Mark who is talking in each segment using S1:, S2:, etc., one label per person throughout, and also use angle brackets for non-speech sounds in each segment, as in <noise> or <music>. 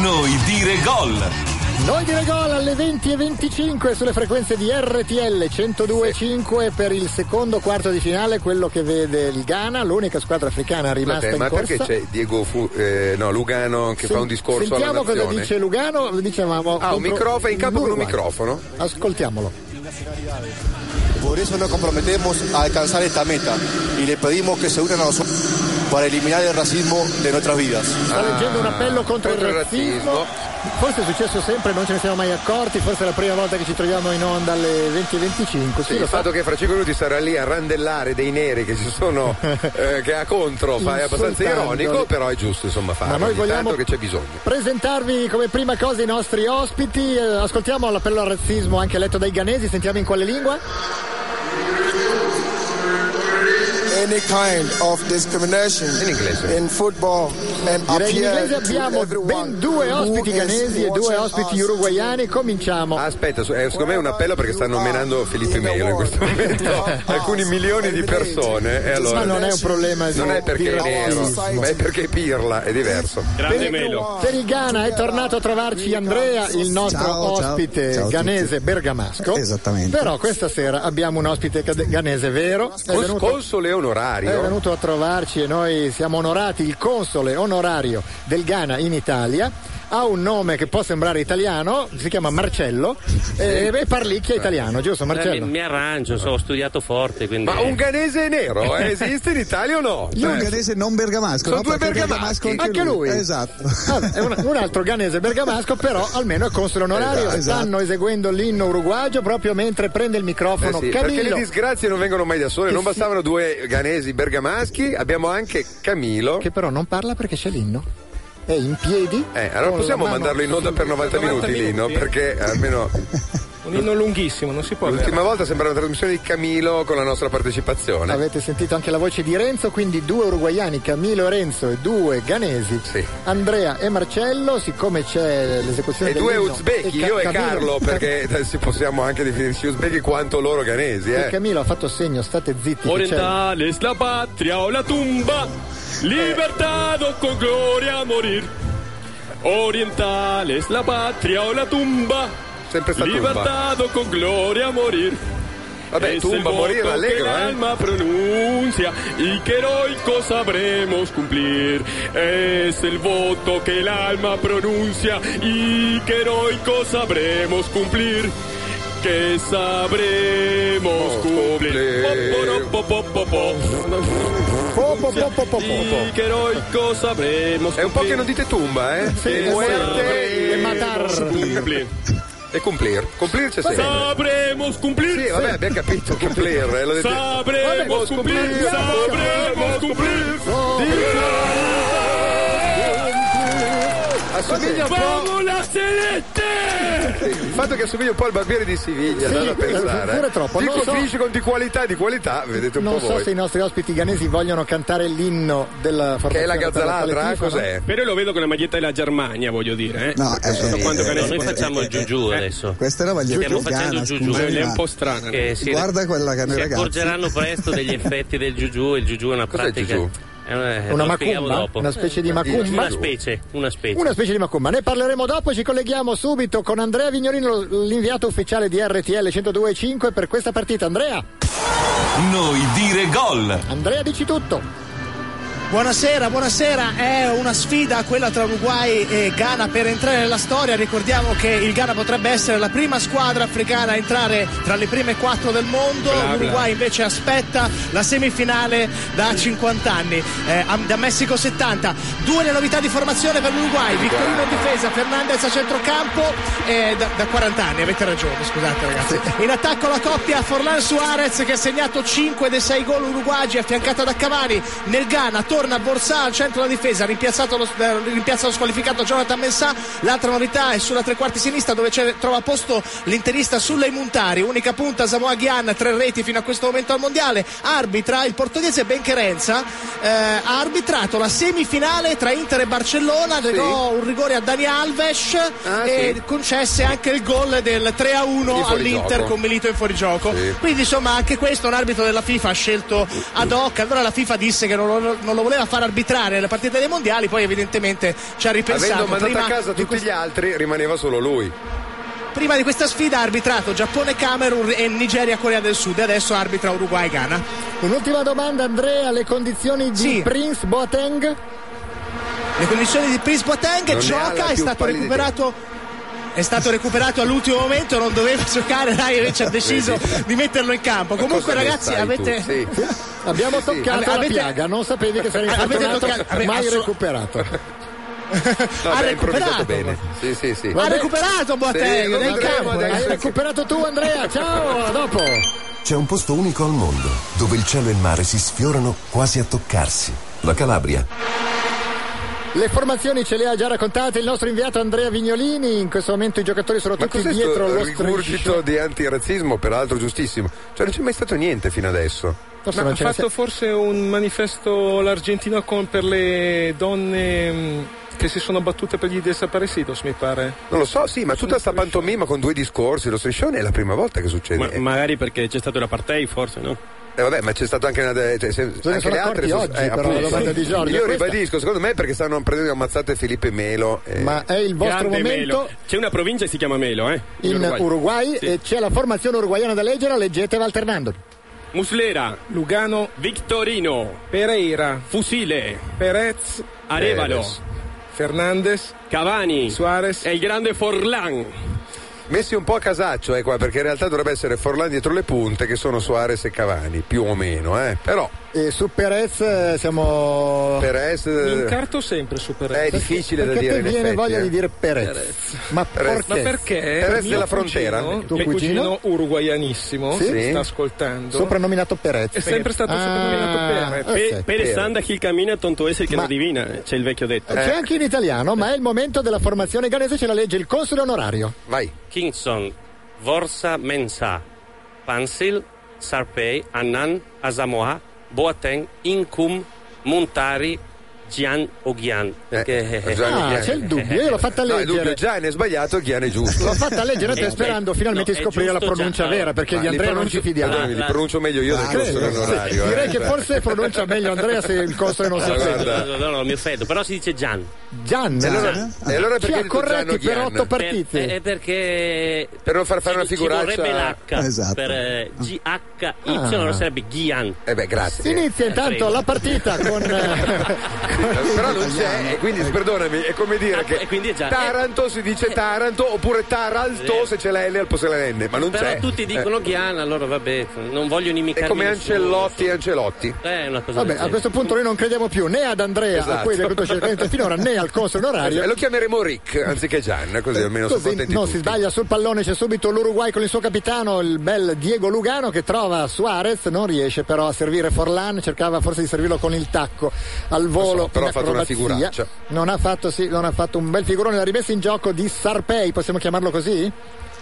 S1: Noi dire gol.
S2: Noi dire gol alle 20.25 sulle frequenze di RTL 102.5 per il secondo quarto di finale, quello che vede il Ghana, l'unica squadra africana rimasta
S3: Scusate,
S2: in
S3: ma perché
S2: corsa.
S3: c'è Diego Fu- eh, no, Lugano che
S2: Sen-
S3: fa un discorso
S2: Sentiamo
S3: alla
S2: cosa
S3: nazione?
S2: dice Lugano, dicevamo
S3: Ah, un
S2: contro
S3: microfono, in capo con un
S2: l'Uruguay.
S3: microfono.
S2: Ascoltiamolo.
S4: Por eso nos comprometemos a alcanzar esta meta y le pedimos que se unan a nosotros para eliminar el racismo de nuestras vidas.
S2: Sta leggendo un appello contro,
S3: Ah, contro
S2: il
S3: il
S2: razzismo.
S3: razzismo.
S2: Forse è successo sempre, non ce ne siamo mai accorti, forse è la prima volta che ci troviamo in onda alle 20.25. Sì,
S3: Sì,
S2: lo
S3: il
S2: so.
S3: fatto che fra cinque minuti sarà lì a randellare dei neri che
S2: <laughs>
S3: si sono eh, che ha contro fa- è abbastanza
S2: Insultandoli.
S3: ironico, però è giusto insomma farlo.
S2: Ma noi
S3: ogni
S2: vogliamo
S3: tanto che c'è bisogno.
S2: presentarvi come prima cosa i nostri ospiti. Eh, Ascoltiamo l'appello al razzismo anche letto dai ghanesi, sentiamo in quale lingua.
S5: any kind of discrimination
S3: In inglese.
S5: in football and
S2: Direi in
S5: appeal
S2: inglese
S5: to
S2: abbiamo
S5: everyone
S2: ben due
S5: who
S2: ospiti
S5: is
S2: ghanesi e due
S5: watching
S2: ospiti
S4: Ah,
S5: us.
S2: uruguayani. Cominciamo.
S3: Ah, Aspetta, su- eh, secondo me è un appello perché stanno menando Filippo Melo in questo momento.
S5: <laughs>
S3: Alcuni milioni di persone. E allora,
S2: Ma non è un problema di-
S3: non è
S2: di
S3: perché è nero,
S2: razzismo.
S3: ma è perché pirla, è diverso.
S6: Grande Melo.
S2: Per il Ghana è tornato a trovarci Andrea, il nostro
S7: Ciao, ciao.
S2: ospite
S7: Ciao a tutti.
S2: ghanese bergamasco.
S7: Esattamente.
S2: Però questa sera abbiamo un ospite cade- ghanese vero. È
S3: Cons-
S2: venuto,
S3: console
S2: è
S3: onorario.
S2: venuto a trovarci e noi siamo onorati. Il console onorario del Ghana in Italia ha un nome che può sembrare italiano, si chiama Marcello e, e parlicchia italiano, giusto
S6: Eh,
S7: Certo.
S6: Mi,
S2: Marcello?
S6: mi arrangio, so, ho studiato forte, quindi...
S3: Ma un ghanese nero eh, esiste in Italia o no?
S7: Io un
S3: Eh,
S7: ghanese non bergamasco.
S3: Sono
S7: no?
S3: due
S7: Perché è
S3: bergamaschi.
S2: Anche lui.
S7: Esatto.
S2: Vabbè, Ah,
S7: <laughs>
S2: è un, un altro ghanese bergamasco, però almeno è console onorario.
S7: Esatto, esatto.
S2: Stanno eseguendo l'inno uruguagio proprio mentre prende il
S3: eh
S2: microfono
S3: sì, perché le
S2: Camillo.
S3: disgrazie non vengono mai da sole, non
S2: Che sì.
S3: bastavano due ghanesi bergamaschi, abbiamo anche Camilo.
S2: che però non parla perché c'è l'inno. È in piedi.
S3: Eh, allora
S2: con
S3: possiamo
S2: la mano
S3: mandarlo in onda per 90 minuti, Lino, perché almeno
S8: Un inno lunghissimo, non si può
S3: l'ultima volta sembra una trasmissione di Camilo con la nostra partecipazione.
S2: Avete sentito anche la voce di Renzo, quindi due uruguaiani, Camilo e Renzo, e due ghanesi,
S3: Sì.
S2: Andrea e Marcello, siccome c'è l'esecuzione
S3: E due
S2: dell'inno,
S3: uzbeki,
S2: e Ca-
S3: io e
S2: Camilo-
S3: Carlo, perché adesso possiamo anche definirci uzbeki quanto loro ghanesi,
S2: e
S3: eh.
S2: Camilo ha fatto segno, state zitti. che c'è-
S6: Orientale es la patria o la tumba, libertado con gloria a morir. Orientale es la patria o la tumba,
S3: Sempre sta tumba.
S6: libertado con gloria a morir.
S3: Vabbè,
S6: Es
S3: tumba,
S6: el
S3: morire
S6: voto que
S3: l'allegro,
S6: el
S3: eh.
S6: alma pronuncia y que heroico sabremos cumplir. Es el voto que el alma pronuncia y que heroico sabremos cumplir. Que sabremos
S3: Oh,
S6: cumplir.
S3: cumplir.
S6: Po, po, po, po, po.
S2: Po, po, po, po, po, po.
S6: Y que heroico sabremos
S3: È un po' che
S6: cumplir.
S3: non dite tumba, eh.
S2: sì,
S3: e muerte
S2: sì. E matar.
S6: Cumplir.
S3: e cumplir. Cumplir c'è sempre.
S6: Sabremos cumplir.
S3: Sì, vabbè, abbiamo capito, cumplir, eh, l'ho detto.
S6: Sabremos cumplir, sabremos cumplir.
S3: Assomiglia un po'.
S6: ¡Vamos la celeste!
S3: Il fatto che assomiglia un po' al barbiere di Siviglia,
S2: Sì,
S3: non da
S2: eh,
S3: pensare.
S2: pure troppo,
S3: Dico
S2: non so.
S3: finisce con di qualità, di qualità, vedete un
S2: Non
S3: po'
S2: so
S3: voi.
S2: se i nostri ospiti ghanesi voglio cantare l'inno della
S3: Che è la
S2: formazione
S3: gazzaladra, eh,
S2: Tifano.
S3: cos'è?
S8: Però lo vedo con la maglietta della Germania, voglio dire. Eh?
S7: No, eh,
S8: Sono
S7: eh,
S8: quanto
S7: eh,
S8: cane-
S7: eh, eh,
S6: Noi facciamo il giugiù adesso.
S7: Questa era gli
S6: Stiamo
S7: occhi
S6: facendo
S7: Ghana,
S6: giù giù.
S7: scusami,
S8: è
S7: ma
S8: un po' strana.
S7: eh,
S8: eh.
S6: Che si,
S7: Guarda quella che
S6: si
S7: noi ragazzi.
S6: accorgeranno presto degli effetti del giugiù. Il giugiù è una
S3: Cos'è
S6: pratica.
S3: giugiù?
S6: Eh, eh,
S2: Una
S6: lo spieghiamo
S2: macumba?
S6: dopo.
S2: Una specie
S3: Eh,
S2: di
S6: Una
S2: macumba?
S6: specie, una specie.
S2: Una specie di macumba, ne parleremo dopo, ci colleghiamo subito con Andrea Vignorino, l'inviato ufficiale di RTL 102.5 per questa partita. Andrea,
S1: Noi dire gol.
S2: Andrea dici tutto.
S9: Buonasera, buonasera. È una sfida quella tra Uruguay e Ghana per entrare nella storia. Ricordiamo che il Ghana potrebbe essere la prima squadra africana a entrare tra le prime quattro del mondo. L'Uruguay invece aspetta la semifinale da 50 anni, eh, a- da Messico 70. Due le novità di formazione per l'Uruguay: Victorino in difesa, Fernandez a centrocampo. eh, da, da 40 anni, avete ragione, scusate ragazzi. In attacco la coppia Forlan Suarez che ha segnato 5 dei 6 gol uruguagi, affiancata da Cavani. Nel Ghana torna Borsà al centro della difesa, rimpiazzato lo, eh, rimpiazza lo squalificato Jonathan Mensah. L'altra novità è sulla tre quarti sinistra dove c'è- trova posto l'interista Sullei Muntari, unica punta Samoa Gyan, tre reti fino a questo momento al mondiale. Arbitra il portoghese Bencherenza, eh, ha arbitrato la semifinale tra Inter e Barcellona, negò un rigore a Dani Alves
S3: Ah,
S9: e
S3: sì.
S9: concesse anche il gol del 3 a 1
S3: Di fuorigioco.
S9: all'Inter con Milito in fuorigioco.
S3: Sì.
S9: Quindi, insomma, anche questo un arbitro della FIFA ha scelto ad hoc. Allora la FIFA disse che non lo, non lo voleva far arbitrare la partita dei mondiali, poi evidentemente ci ha ripensato.
S3: Avendo mandato
S9: prima
S3: a casa
S9: di
S3: tutti
S9: questa-
S3: gli altri, rimaneva solo lui.
S9: Prima di questa sfida ha arbitrato Giappone, Camerun e Nigeria, Corea del Sud e adesso arbitra Uruguay, Ghana.
S2: Un'ultima domanda, Andrea, le condizioni di
S9: Sì.
S2: Prince Boateng?
S9: Le condizioni di Prince
S3: Non
S9: Boateng
S3: ne ha la
S9: gioca, è
S3: più
S9: stato
S3: pallida idea.
S9: recuperato è stato recuperato all'ultimo momento, non doveva <laughs> giocare, dai, invece ha deciso di metterlo in campo. Comunque
S3: Cosa ne
S9: ragazzi,
S3: sai tu?
S9: avete
S3: Sì.
S2: Abbiamo
S3: Sì, sì.
S2: toccato la
S9: Avete-
S2: piaga, non sapevi che sarei
S9: Avete
S2: infortunato,
S9: toccato- Beh,
S2: mai
S9: assu-
S2: recuperato.
S3: No,
S9: ha
S3: beh, improvvisato
S9: recuperato.
S3: bene. Sì, sì, sì.
S9: Ha
S2: Vabbè.
S9: recuperato Boateng,
S3: lo
S9: è in
S3: vedremo
S9: campo.
S3: adesso.
S9: ragazzi.
S2: Hai recuperato tu Andrea, ciao, a dopo.
S10: C'è un posto unico al mondo dove il cielo e il mare si sfiorano quasi a toccarsi. La Calabria.
S2: Le formazioni ce le ha già raccontate il nostro inviato Andrea Vignolini, in questo momento i giocatori sono
S3: Ma
S2: tutti
S3: cos'è
S2: dietro
S3: sto
S2: lo
S3: rigurgito
S2: striscio.
S3: di antirazzismo, peraltro giustissimo? Cioè non c'è mai stato niente fino adesso.
S2: Forse
S8: Ma
S2: non
S8: ha
S2: ce ne
S8: fatto forse un manifesto l'Argentina con, per le donne mh, che si sono battute per gli desaparecidos, mi pare.
S3: Non lo so, sì, ma tutta sta pantomima con due discorsi, lo striscione è la prima volta che succede.
S8: Ma- magari perché c'è stato l'apartheid, forse, no?
S3: Eh, vabbè, ma c'è stato anche una. de- Cioè, se-
S2: ne
S3: anche
S2: sono
S3: le altre
S2: accorti
S3: sono- eh,
S2: oggi, però, la
S3: appunto.
S2: domanda di Giorgio
S3: Io
S2: è questa.
S3: ribadisco, secondo me perché stanno prendendo ammazzate Filippo e Melo. eh.
S2: Ma è il vostro
S8: Grande
S2: momento
S8: Melo. C'è una provincia che si chiama Melo, eh?
S2: in Uruguay,
S8: Sì.
S2: e c'è la formazione uruguayana da leggere, leggetela alternandovi.
S8: Muslera,
S9: Lugano,
S8: Victorino,
S9: Pereira,
S8: Fusile,
S9: Perez,
S8: Arevalo,
S3: Perez.
S9: Fernandez,
S8: Cavani,
S9: Suarez.
S8: e il grande Forlan.
S3: Messi un po' a casaccio, eh, qua, perché in realtà dovrebbe essere Forlan dietro le punte, che sono Suarez e Cavani, più o meno, eh. Però
S2: E su Perez eh, siamo...
S3: per essere.
S8: Incarto sempre super.
S3: È difficile da
S2: Perché
S3: dire
S2: ti
S3: in
S2: viene
S3: effetti.
S2: voglia
S3: eh.
S2: di dire Perez? Ma
S3: Perez.
S2: perché?
S3: Ma
S8: Perché?
S3: Perez
S8: mio cugino,
S3: della frontiera.
S2: Tuo
S8: che è
S2: cugino?
S8: cugino uruguaianissimo,
S2: Sì?
S8: se
S3: Sì.
S8: sta ascoltando.
S2: Soprannominato Perez.
S8: È sempre stato
S2: Ah,
S8: soprannominato Pere.
S2: eh,
S8: Pe-
S2: sì.
S8: Pere Sanda chi cammina, tonto essere che
S2: Ma- Eh,
S8: non divina, c'è il vecchio detto.
S3: eh.
S2: C'è anche in italiano, ma è il momento della formazione ganese, ce la legge il console onorario.
S3: Vai.
S7: Kingston, Vorsa Mensa, Pansil, Sarpei, Annan, Asamoah, Boateng, Incum, Montari, Gian Ogian.
S3: Eh,
S7: Che-
S3: Gian
S2: Ah,
S3: Ogian.
S6: eh,
S2: c'è il dubbio, io l'ho fatta
S3: No, il dubbio
S2: leggere.
S3: Gian è scogliato, Gian è
S2: <laughs>
S3: giusto.
S2: L'ho fatta leggere a te
S7: Eh,
S2: sperando
S7: ok.
S2: finalmente
S7: No,
S2: di
S7: è
S2: scoprire la
S7: giusto
S2: pronuncia
S7: Gian-
S2: vera, perché
S7: Ma
S2: di
S3: Li
S2: Andrea non
S3: pronuncio-
S2: ci fidiamo.
S3: Perdonami, li pronuncio meglio io del
S2: Ah, Credo,
S3: console
S2: sì.
S3: onorario.
S2: Direi
S3: Ah, eh.
S2: che forse pronuncia meglio Andrea se il console non si
S3: Ah,
S2: accende.
S3: guarda.
S7: No, no, no, no, mi offendo, però si dice Gian.
S2: Gian,
S3: E Cioè, allora, e
S2: ci
S3: allora perché
S2: ha
S3: dite Gian
S2: corretti per
S3: Ogian?
S2: otto
S7: Per-
S2: partite.
S7: eh, eh, perché
S3: Per non far fare una
S7: ci- ci
S3: figuraccia-
S7: vorrebbe l'H
S10: Esatto.
S7: per eh, GHY
S2: Ah.
S7: cioè, sarebbe Gian.
S3: Eh beh, grazie.
S2: Inizia intanto
S7: prego.
S2: la partita
S3: <laughs>
S2: con... eh,
S3: Però non c'è, e quindi perdonami, è come dire
S7: Ah,
S3: che
S7: e quindi è Eh. già-
S3: Taranto si dice Taranto oppure Taralto
S7: Vero.
S3: se c'è la L al posto della N, ma non
S7: Però
S3: c'è.
S7: tutti dicono Gian, allora vabbè, non voglio
S3: Eh, È
S7: inimicarmi
S3: come
S7: nessuno.
S3: Ancelotti e Ancelotti.
S7: Eh, è una cosa
S2: Vabbè,
S7: del
S2: a questo punto noi non crediamo più né ad Andrea, a
S3: Esatto.
S2: cui abbiamo tutto cercato finora, né al console onorario.
S3: E lo chiameremo Rick anziché Gian, eh, così almeno sono
S2: Così
S3: contenti
S2: non
S3: tutti.
S2: si sbaglia sul pallone, c'è subito l'Uruguay con il suo capitano, il bel Diego Lugano che trova Suarez, non riesce però a servire Forlan, cercava forse di servirlo con il tacco al volo.
S3: so, però
S2: in
S3: ha fatto una
S2: acrobazia.
S3: figuraccia.
S2: Non ha fatto, sì, non ha fatto un bel figurone, la rimessa in gioco di Sarpei, possiamo chiamarlo così?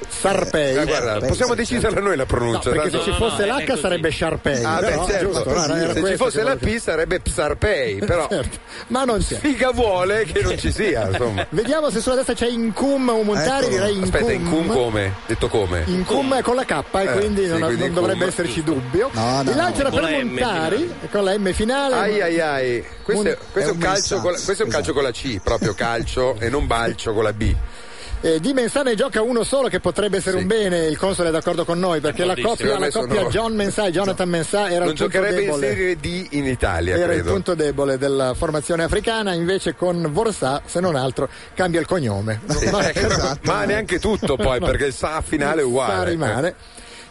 S2: Sarpei.
S3: Eh, guarda, possiamo deciderla noi la
S2: certo. No,
S3: pronuncia.
S2: perché se
S3: tanto-
S2: ci
S7: no,
S2: fosse
S7: no, è
S2: l'H
S7: così.
S2: sarebbe Sharpei.
S3: Ah,
S2: però,
S3: beh, certo.
S2: giusto, no, era
S3: se ci
S2: questo
S3: fosse
S2: che
S3: la
S2: volevo
S3: P sarebbe Psarpei, però
S2: dire. <laughs> Certo, ma non c'è.
S3: figa vuole che non ci sia, insomma.
S2: Vediamo se sulla destra c'è Incum o Montari, direi Incum.
S3: Ecco, Aspetta, in cum come? Detto come?
S2: Incum è con la K e quindi
S3: Eh, sì,
S2: non,
S3: quindi
S2: non
S3: in
S2: dovrebbe
S3: cum,
S2: esserci dubbio.
S11: No, no,
S2: Il lancio era
S7: con
S2: per
S7: la M
S2: Montari
S7: finale.
S2: con la M finale.
S3: Ai ai ai, questo
S2: Un-
S3: è,
S2: esatto.
S3: questo
S11: è
S3: è un,
S11: un
S3: calcio con la,
S11: messaggio,
S3: questo è un calcio con la C, proprio calcio e non balcio con la B.
S2: Eh, di Mensah ne gioca uno solo che potrebbe essere un bene, il console è d'accordo con noi perché la
S7: D'accordissimo.
S2: coppia, la
S3: Adesso
S2: coppia
S3: no.
S2: John Mensah
S11: Esatto.
S2: e Jonathan Mensah era
S3: Non
S2: il punto
S3: giocherebbe in
S2: debole.
S3: Serie D in Italia,
S2: Era il
S3: credo.
S2: punto debole della formazione africana, invece con Vorsà, se non altro, cambia il cognome. <laughs>
S3: Sì,
S2: Ma- esatto.
S3: ecco, Ma neanche tutto poi,
S2: No.
S3: perché il sa finale è
S2: Fa
S3: uguale. ecco.
S2: rimane.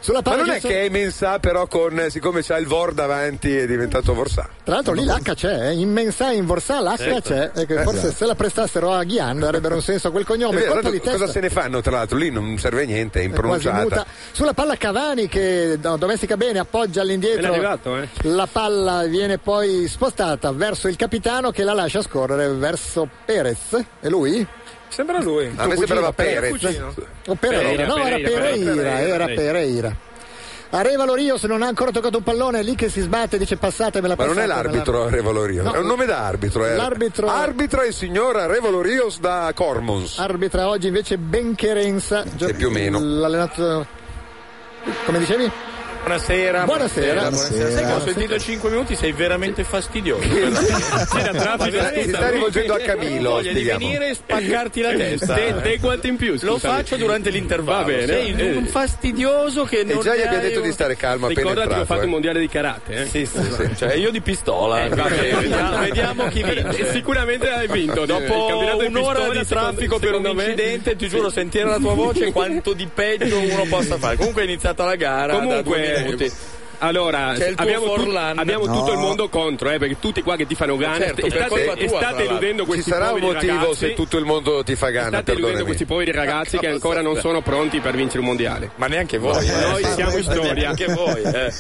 S2: Sulla
S3: Ma
S2: palla
S3: non è
S2: Gerson-
S3: che è mensa però con siccome c'ha il Vor davanti è diventato Vorsà.
S2: Tra l'altro lì l'H c'è, eh. in Mensà e in Vorsà l'H
S8: Certo.
S2: c'è, e che forse se la prestassero a Ghian avrebbero un senso a quel
S3: Eh, È
S2: cognome.
S3: vero,
S2: Colpa
S3: tanto
S2: di testa.
S3: Cioè, esatto, cosa se ne fanno tra l'altro? Lì non serve niente, è
S2: È quasi
S3: impronunciata.
S2: muta. Sulla palla Cavani che no, domestica bene, appoggia all'indietro.
S8: Ben arrivato, eh.
S2: La palla viene poi spostata verso il capitano che la lascia scorrere verso Perez. E lui?
S8: Sembra lui.
S3: A me sembrava
S8: Perez.
S3: Perez.
S8: Cugino.
S2: O Pereira?
S8: Pereira,
S2: no, era
S8: Pereira,
S2: Pereira,
S8: Pereira,
S2: era
S8: Pereira.
S2: Pereira. Arevalo Rios non ha ancora toccato un pallone, è lì che si sbatte, dice passatemela
S3: Ma non è
S2: passatemela.
S3: l'arbitro Arevalo Rios,
S2: Esatto, No.
S3: è un nome da arbitro. eh.
S2: L'arbitro- Ah,
S3: Arbitra il signor Arevalo Rios da Cormons.
S2: Arbitra oggi invece Bencherenza. Gio-
S3: più o meno.
S2: L'allenato. Come dicevi?
S12: Buonasera.
S2: Buonasera.
S12: buonasera. Sai che ho sentito 5 minuti, sei veramente fastidioso. C'era traffico a
S3: Si
S12: testa,
S3: sta
S12: lui
S3: rivolgendo a
S12: che-
S3: Camillo,
S12: Voglia di
S3: spieghiamo.
S12: venire e spaccarti la testa.
S3: Te-
S12: Dei guanti in più. Lo
S3: scusami.
S12: faccio durante l'intervallo.
S3: Va bene.
S12: Sei un
S3: Eh.
S12: fastidioso che non
S3: E già gli
S12: ne
S3: abbiamo
S12: hai
S3: detto
S12: un-
S3: di stare calmo appena
S12: Ricordati che ho
S3: entrato,
S12: fatto
S3: eh.
S12: il mondiale di karate. eh.
S3: Cioè,
S12: io di pistola. Va
S13: <laughs>
S12: bene, vediamo, vediamo chi vince. Sicuramente hai vinto.
S13: Il
S12: Dopo
S13: campionato di
S12: un'ora
S13: pistola,
S12: di
S13: secondo-
S12: traffico per un
S13: secondo me-
S12: incidente, ti giuro,
S13: Sì.
S12: sentire la tua voce quanto di peggio uno possa fare. Comunque è iniziata la gara. da due
S13: Comunque,
S12: minuti.
S13: allora,
S12: C'è il tuo
S13: abbiamo, tut-
S12: Forlan.
S13: abbiamo
S12: No.
S13: tutto il mondo contro, eh, perché tutti qua che ti fanno gana,
S12: Certo, per
S13: state,
S12: colpa
S13: e
S12: tua,
S13: state
S12: tra l'altro.
S13: eludendo
S3: Ci
S13: questi
S3: sarà un
S13: poveri
S3: motivo
S13: ragazzi.
S3: se tutto il mondo ti fa gana,
S13: State eludendo
S3: perdonami.
S13: questi poveri ragazzi che ancora non sono pronti per vincere un mondiale.
S12: Ma neanche
S3: voi, eh.
S13: Noi siamo in storia.
S12: Neanche voi, eh.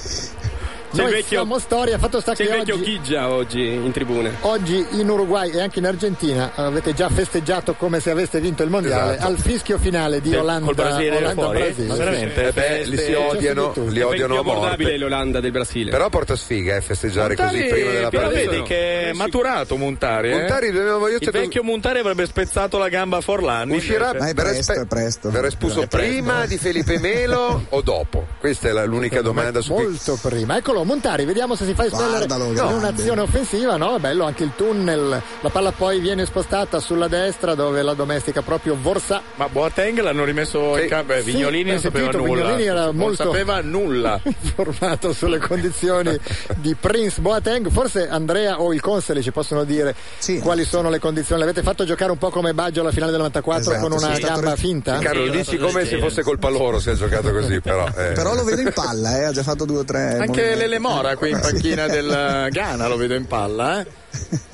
S13: C'è
S2: Noi
S13: il vecchio,
S2: siamo storia, fatto sta
S13: c'è
S2: che
S13: il vecchio
S2: oggi,
S13: Chiggia oggi in tribuna.
S2: oggi in Uruguay e anche in Argentina avete già festeggiato come se aveste vinto il mondiale
S3: Esatto.
S2: al fischio finale di
S3: Sì,
S2: Olanda,
S3: col Brasile fuori?
S2: Brasile.
S3: Ma veramente?
S2: Sì.
S3: Eh beh, li si odiano, li
S13: È
S3: odiano
S13: vecchio
S3: a morte.
S13: abbordabile l'Olanda del Brasile.
S3: Però porta sfiga eh, festeggiare così
S13: Montali-
S3: prima della
S13: però
S3: partita.
S13: vedi
S12: che è maturato Montari. eh?
S3: Montari doveva- io
S12: Il
S3: cerco-
S12: vecchio Montari avrebbe spezzato la gamba a Forlani.
S3: Uscirà
S12: invece.
S3: verrà spe- verrà espulso
S12: È presto.
S3: prima di Felipe Melo o dopo? Questa è la- l'unica domanda su cui
S2: Molto prima, eccolo Montari, vediamo se si fa espellere
S3: Guardalo,
S2: in
S3: grande.
S2: un'azione offensiva, no? È bello anche il tunnel, la palla poi viene spostata sulla destra dove la domestica proprio Vorsa.
S12: Ma Boateng l'hanno rimesso
S2: Sì.
S12: in campo. eh,
S2: Sì,
S12: Vignolini non
S2: hai
S12: sapeva
S2: sentito,
S12: nulla.
S2: Vignolini era
S12: non
S2: molto-
S12: sapeva nulla.
S2: informato sulle condizioni di Prince Boateng, forse Andrea o il Console ci possono dire quali sono le condizioni, l'avete fatto giocare un po' come Baggio alla finale del 94
S3: Esatto,
S2: con una gamba finta?
S3: Carlo, dici come se fosse colpa loro se ha giocato così, però. eh.
S4: Però lo vedo in palla, eh, ha già fatto due o tre.
S12: Anche
S4: movimenti.
S12: l'Elemora <laughs> qui in panchina del Ghana lo vedo in palla. Eh?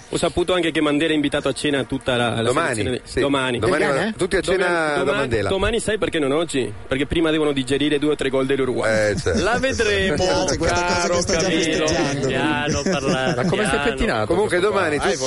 S7: Ho saputo anche che Mandela è invitato a cena tutta la, la
S12: Domani,
S7: selezione.
S12: sì.
S7: Domani.
S12: Domani Del
S2: eh?
S12: Ghana? tutti a cena
S7: domani,
S12: da Mandela.
S7: Domani sai perché non oggi? Perché prima devono digerire due o tre gol dell'Uruguay.
S12: La vedremo, caro Camillo.
S7: Piano, parlare,
S3: Ma come si è
S7: piano.
S3: pettinato? Comunque
S12: questo qua?
S3: domani
S12: Ah, è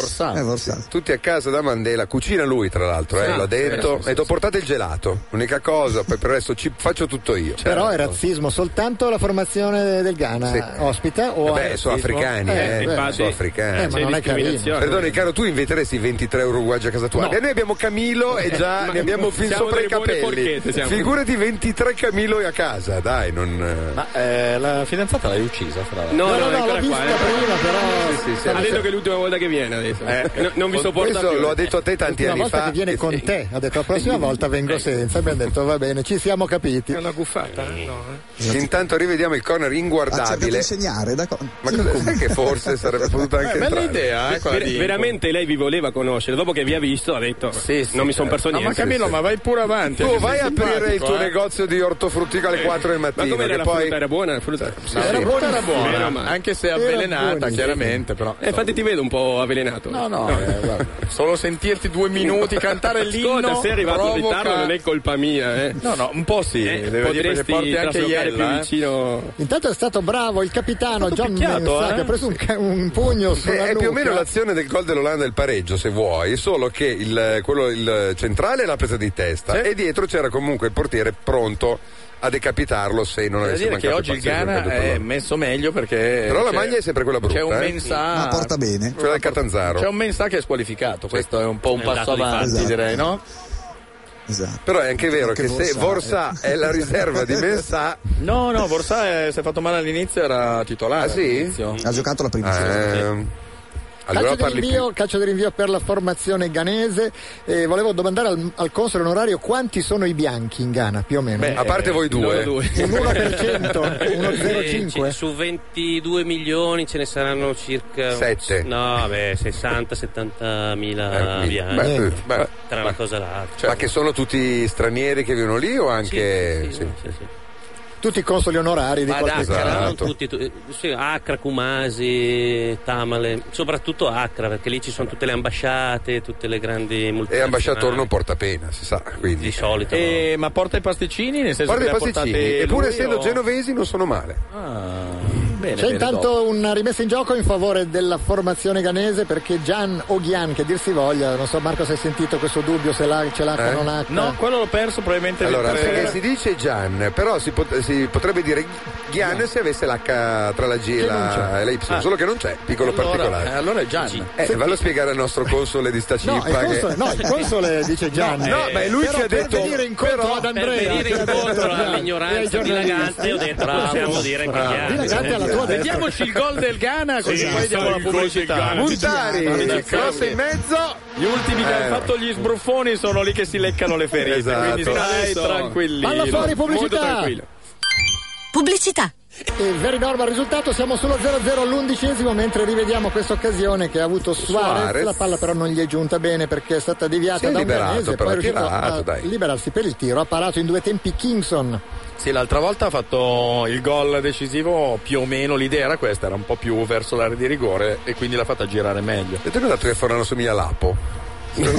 S12: Vorsato.
S3: tutti a casa da Mandela, cucina lui tra l'altro, eh,
S12: Sì,
S3: l'ha
S12: sì,
S3: detto,
S12: sì,
S3: e ho portato il gelato, unica cosa, poi per il resto ci faccio tutto io. Certo. Eh
S2: Però è razzismo soltanto la formazione del Ghana
S3: Sì. Eh
S2: ospita o
S3: Beh, sono africani, eh,
S2: beh.
S3: sono africani.
S2: Eh, ma non è carino.
S3: Perdoni, caro, tu inviteresti 23 uruguagi a casa tua.
S2: No.
S3: E noi abbiamo Camilo e già
S2: Ma-
S3: ne abbiamo fin
S2: siamo
S3: sopra i
S2: delle buone
S3: capelli.
S2: forchette, siamo.
S3: Figurati 23 Camilo a casa, dai, non. eh. Ma
S12: Ah, eh, la fidanzata l'hai uccisa, fra
S13: No, no, no, l'ho
S12: ancora
S13: vista
S12: eh.
S13: prima, però-
S12: Sì, sì, sì,
S13: Ha
S12: sì.
S13: detto che è l'ultima volta che viene adesso. No, non vi sopporta
S3: Eh. Questo
S13: più.
S3: lo ha detto a te tanti
S2: L'ultima
S3: anni
S2: volta
S3: fa.
S2: che viene con te, ha detto la
S3: <laughs>
S2: prossima volta vengo senza, e mi ha detto va bene, ci siamo capiti. È una
S13: guffata,
S12: eh?
S13: no?
S3: Intanto rivediamo il corner inguardabile.
S4: insegnare da
S3: Ma cosa sai che forse sarebbe potuto anche entrare?
S12: eh,
S7: Ver- veramente lei vi voleva conoscere. Dopo che vi ha visto, ha detto: Non mi sono perso
S12: Ah,
S7: niente.
S12: ma Camillo, ma Oh, vai pure avanti.
S3: Tu
S12: anche
S3: vai
S12: se
S3: a
S12: sei
S3: aprire il
S12: simpatico,
S3: tuo
S12: eh.
S3: negozio di ortofruttica alle 4 del
S12: Ma
S3: mattino.
S12: come era
S3: Che
S12: la
S3: poi...
S12: frutta? Era buona la frutta?
S3: Sì,
S12: No,
S3: era
S12: la frutta era buona, anche se avvelenata, chiaramente, però.
S13: Eh, infatti ti vedo un po' avvelenato.
S12: No, no, eh, guarda, solo sentirti due minuti <laughs> cantare l'inno
S13: Ascolta, sei arrivato in
S12: provoca-
S13: ritardo, non è colpa mia, eh.
S12: No, no, un po' sì,
S13: Eh,
S12: devo dire, perché
S13: potresti
S12: porti anche
S13: traslocare
S12: Iella,
S13: più
S12: eh.
S13: vicino.
S2: Intanto è stato bravo il capitano John
S3: picchiato,
S2: Mensa
S3: eh?
S2: che ha preso un, ca- un pugno
S3: È,
S2: sulla
S3: Eh, è più o meno
S2: nuca.
S3: l'azione del gol dell'Olanda del pareggio, se vuoi, solo che il, quello, il centrale l'ha presa di testa e dietro c'era comunque il portiere pronto a decapitarlo se non
S12: Devo
S3: avesse
S12: dire che
S3: mancato
S12: oggi il
S3: pazzesco
S12: Ghana
S3: calcio di pallone.
S12: è messo meglio perché.
S3: Però la
S12: c'è-
S3: maglia è sempre quella brutta.
S12: C'è un
S3: eh.
S12: Mensah.
S3: Quella del Catanzaro.
S12: C'è un Mensah che è squalificato, questo è un po' un
S3: È un
S12: passo
S3: dato di
S12: avanti,
S3: fatto.
S12: direi, no?
S3: Però è anche vero
S12: Anche
S3: che se
S12: Borsa,
S3: Vorsa
S12: eh.
S3: è la riserva di
S12: <laughs>
S3: Mensah,
S12: No, no, Borsa eh, si è fatto male all'inizio, era titolare.
S3: Ah, sì?
S12: all'inizio.
S4: Ha giocato la prima.
S3: ehm, allora
S2: calcio, di
S3: parli
S2: rinvio,
S3: più.
S2: calcio di rinvio per la formazione ghanese. Eh, volevo domandare al, al console onorario quanti sono i bianchi in Ghana, più o meno.
S3: a parte voi due,
S2: Un
S3: <laughs>
S2: 1%, uno 0,5.
S7: Eh, c- Su 22 milioni ce ne saranno circa
S3: Sette.
S7: No, beh, 60-70 mila
S3: Eh,
S7: bianchi.
S3: beh, Cioè, eh, beh.
S7: tra una cosa e l'altra.
S3: ma che sono tutti stranieri che vivono lì o anche.
S2: Tutti i consoli onorari di
S7: Ma ad
S2: qualche
S3: Esatto.
S7: Accra,
S2: Ghana.
S7: non tutti, tu- eh, sì, Accra, Kumasi, Tamale, soprattutto Accra, perché lì ci sono tutte le ambasciate, tutte le grandi multinazionali.
S3: E ambasciatore non porta pena, si sa. Quindi.
S7: Ah. Di solito.
S12: Eh, ma porta i pasticcini, nel senso
S3: Guarda i
S12: che li ha
S3: pasticcini,
S12: portati
S3: eppure
S12: lui
S3: essendo
S12: o-
S3: genovesi non sono male.
S12: Ah. Bene,
S2: C'è
S12: bene,
S2: intanto
S12: dopo.
S2: una rimessa in gioco in favore della formazione ganese perché Gian o Gian, che dir si voglia, non so Marco se hai sentito questo dubbio se l'ha, ce l'ha o
S3: Eh?
S2: non ha.
S12: No, quello l'ho perso probabilmente
S3: Allora,
S12: mentre-
S3: perché si dice Gian, però si, pot- si potrebbe dire Gian se avesse l'H tra la G e la, e la Y,
S12: Ah.
S3: solo che non c'è, piccolo
S12: Allora-
S3: particolare.
S12: eh, allora è Gian.
S3: Eh,
S12: Senti-
S3: vallo a spiegare al nostro console di Stacippa.
S2: No, il console,
S3: che-
S2: no, il console dice Gian.
S3: <laughs> No, no, ma è lui
S2: Però
S3: che ha
S2: per
S3: detto-
S2: venire incontro
S3: però-
S2: ad Andrea.
S7: per venire
S2: che ha
S7: incontro
S2: detto Gian. E ai
S7: all'ignoranza
S2: giornalisti.
S7: dilagante ho detto
S2: Bravo,
S7: possiamo dire che
S2: bravo.
S7: Ghiani.
S2: Dilagante alla tua destra.
S12: Vediamoci il gol del Ghana così
S2: Sì,
S12: poi
S2: esatto,
S12: diamo la
S2: il gol del
S12: pubblicità.
S2: Ghana. Muntari,
S12: Sì,
S2: cross
S12: sì.
S3: in mezzo.
S12: Gli ultimi che
S3: Eh.
S12: hanno fatto gli sbruffoni sono lì che si leccano le ferite.
S3: Esatto.
S12: Quindi stai
S3: Adesso.
S12: tranquilli.
S2: Alla fuori
S12: Molto
S2: pubblicità.
S12: tranquillo.
S2: Pubblicità. E veri norma il risultato, siamo solo 0-0 all'undicesimo mentre rivediamo questa occasione che ha avuto Suarez.
S3: Suarez.
S2: La palla però non gli è giunta bene perché è stata
S3: Si
S2: deviata
S3: è
S2: da un
S3: liberato,
S2: danese,
S3: però
S2: poi è
S3: ha
S2: riuscito
S3: tirato,
S2: a
S3: dai.
S2: liberarsi per il tiro, ha parato in due tempi Kingston.
S12: Sì, l'altra volta ha fatto il gol decisivo, più o meno l'idea era questa, era un po' più verso l'area di rigore e quindi l'ha fatta girare meglio.
S3: E tu hai dato che Fornano somiglia a Lapo?
S12: Ma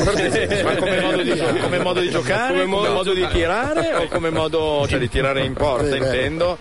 S12: come modo di, gio- come modo di giocare, come modo, di tirare o come modo cioè, di tirare in
S2: Sì,
S12: porta,
S2: è vero.
S12: intendo?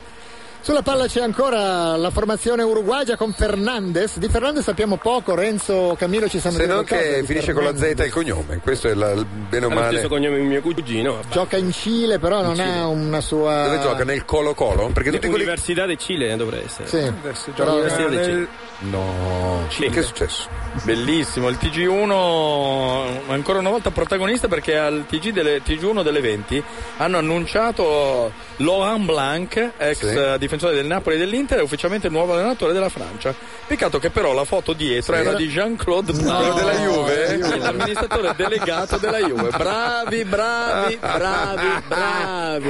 S2: Sulla palla c'è ancora la formazione uruguagia con Fernandez. Di Fernandez sappiamo poco, Renzo, Camillo ci sanno
S3: Se
S2: dire
S3: non
S2: qualcosa
S3: che
S2: di
S3: finisce con la Z
S2: Fernandez.
S3: il cognome, questo è la, il bene o
S12: Ha lo
S3: male.
S12: stesso
S3: cognome di mio cugino.
S2: Gioca in Cile, però non ha una sua.
S3: Dove gioca? Nel Colo Colo? Perché tutti quelli.
S12: Università di
S6: eh,
S12: Cile dovrei essere.
S2: Sì. Adesso gioca Università di Cile.
S12: No,
S3: che è successo?
S12: Bellissimo, il TG1 ancora una volta protagonista perché al TG delle, TG1 delle 20 hanno annunciato Laurent Blanc, ex
S3: Sì.
S12: eh, difensore del Napoli e dell'Inter, è ufficialmente il nuovo allenatore della Francia. Peccato che però la foto dietro
S3: Sì.
S12: era di Jean-Claude Blanc,
S3: Quello della Juve?
S12: che è l'amministratore delegato della Juve. Bravi, bravi, bravi, bravi.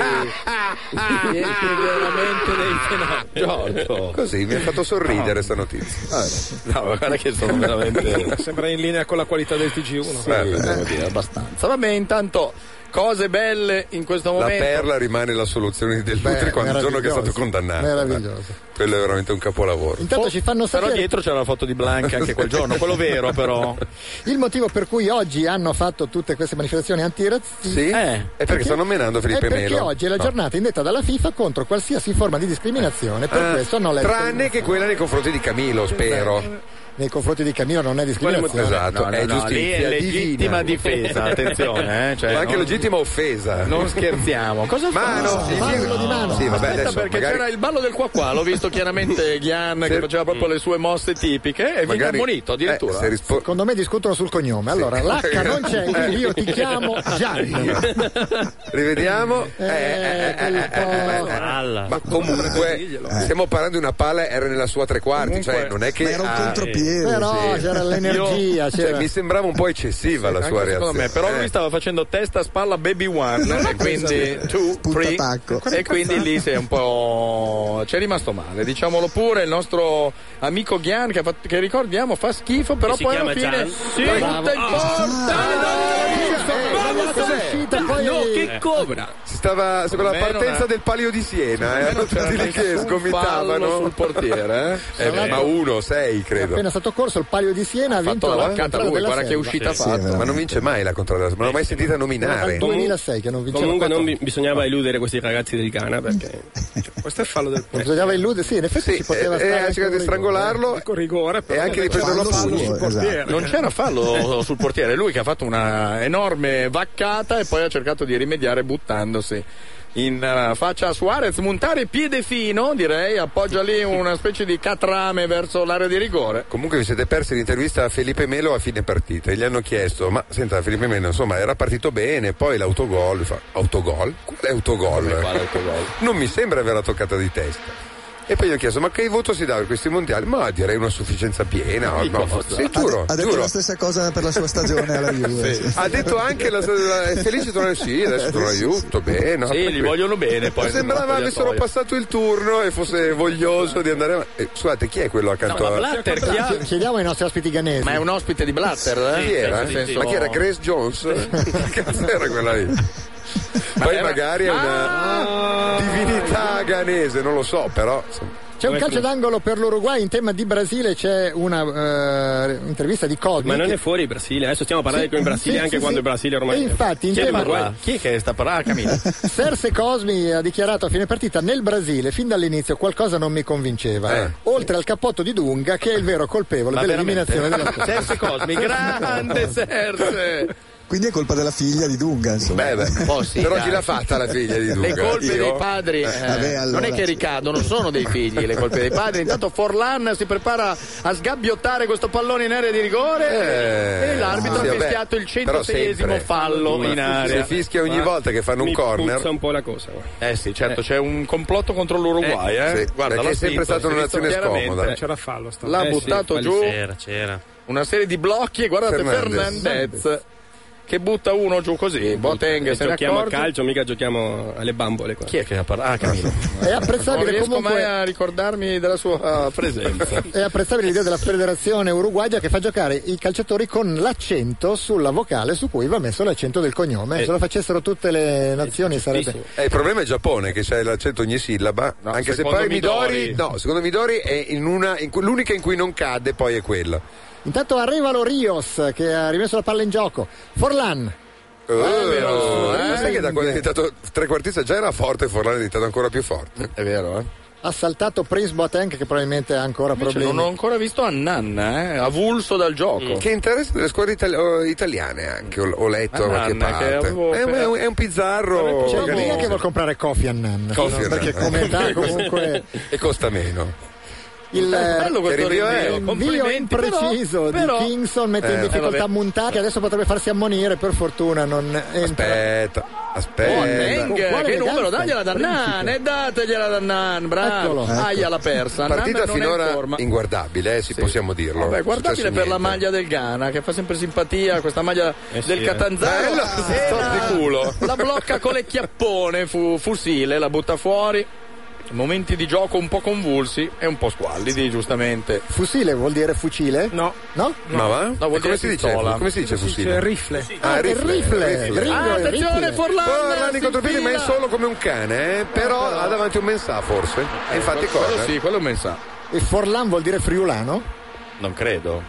S12: Siete veramente dei fenomeni. Giorgio.
S3: Così mi ha fatto sorridere sta notizia.
S12: No, ma guarda che sono veramente...
S8: Sembra in linea con la qualità del TG1.
S3: Sì, devo
S12: dire, abbastanza. Vabbè, intanto cose belle in questo
S3: La
S12: momento.
S3: perla rimane la soluzione di Del Putri quando il giorno che è stato condannato.
S2: Meraviglioso.
S3: Quello è veramente un capolavoro.
S2: Intanto ci fanno
S12: Però
S2: sapere
S12: dietro c'era la foto di Blanca
S3: <laughs>
S12: anche quel giorno, quello vero però.
S2: il motivo per cui oggi hanno fatto tutte queste manifestazioni antirazziste.
S3: Sì? è perché stanno menando Felipe
S2: è Eh, perché
S3: Melo.
S2: oggi è la
S3: No.
S2: giornata indetta dalla FIFA contro qualsiasi forma di discriminazione, per
S3: Ah,
S2: questo hanno letto
S3: tranne che quella nei confronti di Camilo, spero.
S2: nei confronti di Camillo non è discriminazione.
S3: Esatto, è giustizia
S12: lì è
S3: divina.
S12: legittima difesa, attenzione, eh, cioè,
S3: Ma anche
S12: non-
S3: legittima offesa.
S12: Non scherziamo. Cosa fa?
S3: Mano, sì, sì.
S2: Ballo di mano.
S3: Sì, vabbè,
S12: Aspetta
S3: adesso
S12: perché
S3: magari-
S12: c'era il ballo del qua qua, l'ho
S3: <laughs>
S12: visto chiaramente Ghian che faceva proprio le sue mosse tipiche e viene
S3: Mm. Magari-
S12: ammonito
S3: eh,
S12: addirittura.
S3: se rispo-
S2: Secondo me discutono sul cognome. Allora, l'H non
S3: <laughs>
S2: c'è,
S3: Eh.
S2: quindi io ti chiamo Gian.
S3: Rivediamo. Eh, eh, eh, eh, eh, eh, eh.
S7: Alla.
S3: Ma comunque stiamo parlando di una palla era nella sua tre quarti, cioè non è che
S4: era un
S3: ah,
S4: contropiede.
S2: Però
S3: Sì.
S2: c'era l'energia,
S3: cioè,
S2: c'era-
S3: mi sembrava un po' eccessiva la sua
S12: Anche
S3: reazione.
S12: secondo me, però lui
S3: Eh,
S12: stava facendo testa spalla baby one e quindi two,
S4: Punta
S12: three,
S4: tacco.
S12: e quindi lì si è un po' c'è rimasto male, diciamolo pure, il nostro amico Ghian che, ha fatto- che ricordiamo fa schifo, però
S7: Che si
S12: poi alla fine
S7: chiama Gian.
S12: si butta in
S2: Ah,
S3: Eh,
S2: Sbagliata
S12: porta.
S2: l'uscita, poi-
S12: Eh. cobra!
S3: si stava sembrava la
S12: Almeno
S3: partenza
S12: una-
S3: del palio di Siena, eh, erano tutti lì che
S12: fallo
S3: sgomitavano
S12: sul portiere, eh?
S3: Eh, ma uno, sei credo.
S2: appena stato corso il palio di Siena ha vinto
S12: fatto la
S2: la
S12: vaccata
S2: contrada
S12: lui,
S2: della
S12: guarda che
S2: Selva.
S12: uscita ha
S4: Sì,
S12: fatto.
S4: veramente.
S3: Ma non vince mai la contrada, non l'ho mai sentita nominare.
S2: Dal 2006 che non vinceva
S6: Comunque
S2: quattro.
S6: non bi- bisognava eludere questi ragazzi del Ghana perché
S8: Questo è il fallo del
S2: Non bisognava illudere, sì, in effetti ci poteva
S3: eh,
S2: stare.
S3: eh, ha
S2: anche
S3: cercato
S2: un
S3: di
S2: rigore.
S3: strangolarlo
S12: eh.
S8: Con rigore,
S3: e
S8: però
S3: anche di prenderlo a
S4: fallo
S3: pugni.
S4: suo, esatto.
S12: Non c'era fallo sul portiere, lui che ha fatto una enorme vaccata e poi ha cercato di rimediare buttandosi in eh, faccia a Suarez, Muntari piede fino, direi, appoggia lì una specie di catrame verso l'area di rigore.
S3: Comunque vi siete persi l'intervista a Felipe Melo a fine partita e gli hanno chiesto: Ma senta, Felipe Melo, insomma, era partito bene, poi l'autogol. Fa, autogol? Quale autogol? <laughs> Non mi sembra averla toccata di testa. E poi gli ho chiesto: Ma che voto si dà per questi mondiali? Ma direi una sufficienza piena. no, no, sì,
S4: Ha, de-
S2: eh.
S3: giuro,
S4: ha detto
S3: giuro.
S4: la stessa cosa per la sua
S2: <laughs>
S4: stagione alla Juve. Sì.
S3: Ha detto anche la, la, è felice tornare
S4: <laughs>
S3: sì, adesso torna aiuto, bene. no,
S12: Sì, li
S3: tranquillo.
S12: vogliono bene poi.
S3: Sembrava
S12: nel
S3: avessero
S12: spogliatoio.
S3: passato il turno e fosse voglioso di andare avanti. Eh, scusate, chi è quello accanto
S12: No, ma
S3: a.
S12: Blatter, chi ha-
S2: Chied- Chiediamo ai nostri ospiti ghanesi.
S12: Ma è un ospite di Blatter, eh?
S3: Chi era?
S12: Nel senso-
S3: Ma chi era? Grace Jones? <laughs> Che cazzo era quella lì? Poi
S12: era- Ah!
S3: magari è una divinità ghanese, non lo so, però. insomma.
S2: C'è un
S6: Come
S2: calcio
S6: fu-
S2: d'angolo per l'Uruguay in tema di Brasile, c'è una eh, intervista di Cosmi.
S6: Ma non è fuori il Brasile, adesso stiamo parlando
S2: Sì,
S6: di con il Brasile
S2: sì,
S6: anche
S2: sì,
S6: quando
S2: sì.
S6: il Brasile ormai. Cioè,
S2: E infatti, in
S6: Chi è
S2: tema-
S6: l'Uruguay? Chi è che sta parlando?
S3: <laughs>
S6: Camilla.
S2: <laughs> Serse Cosmi ha dichiarato a fine partita nel Brasile fin dall'inizio qualcosa non mi convinceva oltre al cappotto di Dunga che è il vero colpevole
S4: Ma
S2: dell'eliminazione della
S12: <laughs>
S4: veramente? Serse Cosmi, grande
S3: <laughs>
S12: Serse
S4: Quindi è colpa della figlia di Dunga, insomma.
S12: Beh, beh,
S3: po' sì, eh, Però dai. chi l'ha fatta la figlia di Dunga?
S12: Le colpe
S3: Io?
S12: dei padri eh,
S3: Vabbè,
S12: non
S3: allora.
S12: è che ricadono, sono dei figli le colpe dei padri. Intanto Forlan si prepara a sgabbiottare questo pallone in area di rigore
S3: Eh,
S12: e l'arbitro
S3: sì,
S12: ha
S3: vabbè,
S12: fischiato il
S3: però sempre.
S12: 106esimo fallo in area.
S3: Se fischia ogni volta che fanno un
S12: mi
S3: corner.
S12: puzza
S6: un po' la cosa.
S12: Eh sì, certo, c'è un complotto contro l'Uruguay.
S3: Eh,
S12: Eh,
S3: sì, perché
S12: l'ha
S3: è sempre
S12: scritto,
S3: stata
S12: si è
S3: una
S12: visto
S3: nazione
S12: chiaramente. Cioè
S3: scomoda.
S8: C'era fallo. stavolta.
S12: L'ha
S8: Eh sì,
S12: buttato
S8: fallo.
S12: giù.
S8: C'era,
S12: Una serie di blocchi e guardate
S6: Fernandez.
S12: Fernandez. Che butta uno giù così, Boteng se ne
S6: giochiamo
S12: accorge.
S6: a calcio, mica giochiamo alle bambole. Qua. Chi
S12: è che ha parlato? Ah, Camillo.
S2: È apprezzabile
S12: non riesco
S2: comunque-
S12: mai a ricordarmi della sua eh,
S2: <laughs>
S12: presenza.
S2: è apprezzabile l'idea della federazione uruguagia che fa giocare i calciatori con l'accento sulla vocale su cui va messo l'accento del cognome se lo facessero tutte le nazioni sarebbe
S3: Eh, il problema è il Giappone che c'è l'accento ogni sillaba, anche se
S2: secondo
S3: poi
S2: Midori-
S3: Midori, no, secondo Midori è in una, in cui- l'unica in cui non cade poi è quella.
S2: intanto arriva lo Rios che ha rimesso la palla in gioco Forlan
S3: Oh, ma sai che da quando è diventato trequartista già era forte, Forlani è diventato ancora più forte.
S12: È vero, eh?
S2: ha saltato Prince Boateng che probabilmente ha ancora
S12: Invece
S2: problemi
S12: Cioè, non ho ancora visto Annanna, eh? avulso dal gioco.
S3: Che interessa delle squadre itali- o- italiane anche, ho, ho letto da qualche
S12: Annanna, che
S3: parte.
S12: avevo-
S3: È, un- è un, è un pizzarro.
S2: c'è
S3: organizzato.
S2: l'idea che vuol comprare Kofi Annan
S3: Kofi
S2: No,
S3: Annan.
S2: perché
S3: <laughs>
S2: come età comunque
S3: e costa meno.
S2: il
S3: <laughs> Bello questo
S2: Eh, il
S12: eh,
S3: rinvio,
S2: rinvio
S3: complimenti,
S2: impreciso
S3: però- però-
S2: di Kingston mette in
S3: Eh,
S2: difficoltà
S3: vabbè.
S2: Muntà che adesso potrebbe farsi ammonire per fortuna non entra
S3: Aspetta,
S12: Oh,
S3: aspetta.
S12: Neng,
S2: Quale
S12: che
S2: eleganza,
S12: numero? Dagliela ad Annan,
S2: principe.
S12: e dategliela ad Annan, bravo.
S3: Eccolo.
S12: Aia l'ha persa. Annan
S3: Partita
S12: non è in
S3: finora
S12: forma.
S3: inguardabile, eh, se possiamo dirlo.
S12: Vabbè, guardabile
S3: Successo
S12: per la
S3: niente.
S12: maglia del Ghana che fa sempre simpatia, questa maglia
S3: Eh sì,
S12: del
S3: eh.
S12: Catanzaro.
S3: Bello,
S12: E
S3: sto
S12: la,
S3: di culo.
S12: la blocca con le chiappone, fu- fusile, la butta fuori. Momenti di gioco un po' convulsi e un po' squallidi, giustamente.
S2: Fusile vuol dire fucile?
S8: No.
S2: No?
S12: Ma va? No, vuol
S3: E come
S12: dire
S3: si dice?
S12: pistola.
S3: Come si dice fucile?
S8: C'è rifle.
S3: Ah,
S2: Ah,
S3: rifle,
S2: rifle,
S3: rifle.
S2: gringo, Ah, attenzione, rifle. Forlan,
S3: Forlan
S2: si
S3: in contropiede, ma è
S2: infila.
S3: solo come un cane, eh? però ha davanti un mensà forse. E Eh, infatti
S12: quello
S3: corre.
S12: Eh, sì, quello è un mensà.
S2: e Forlan vuol dire friulano
S12: Non credo.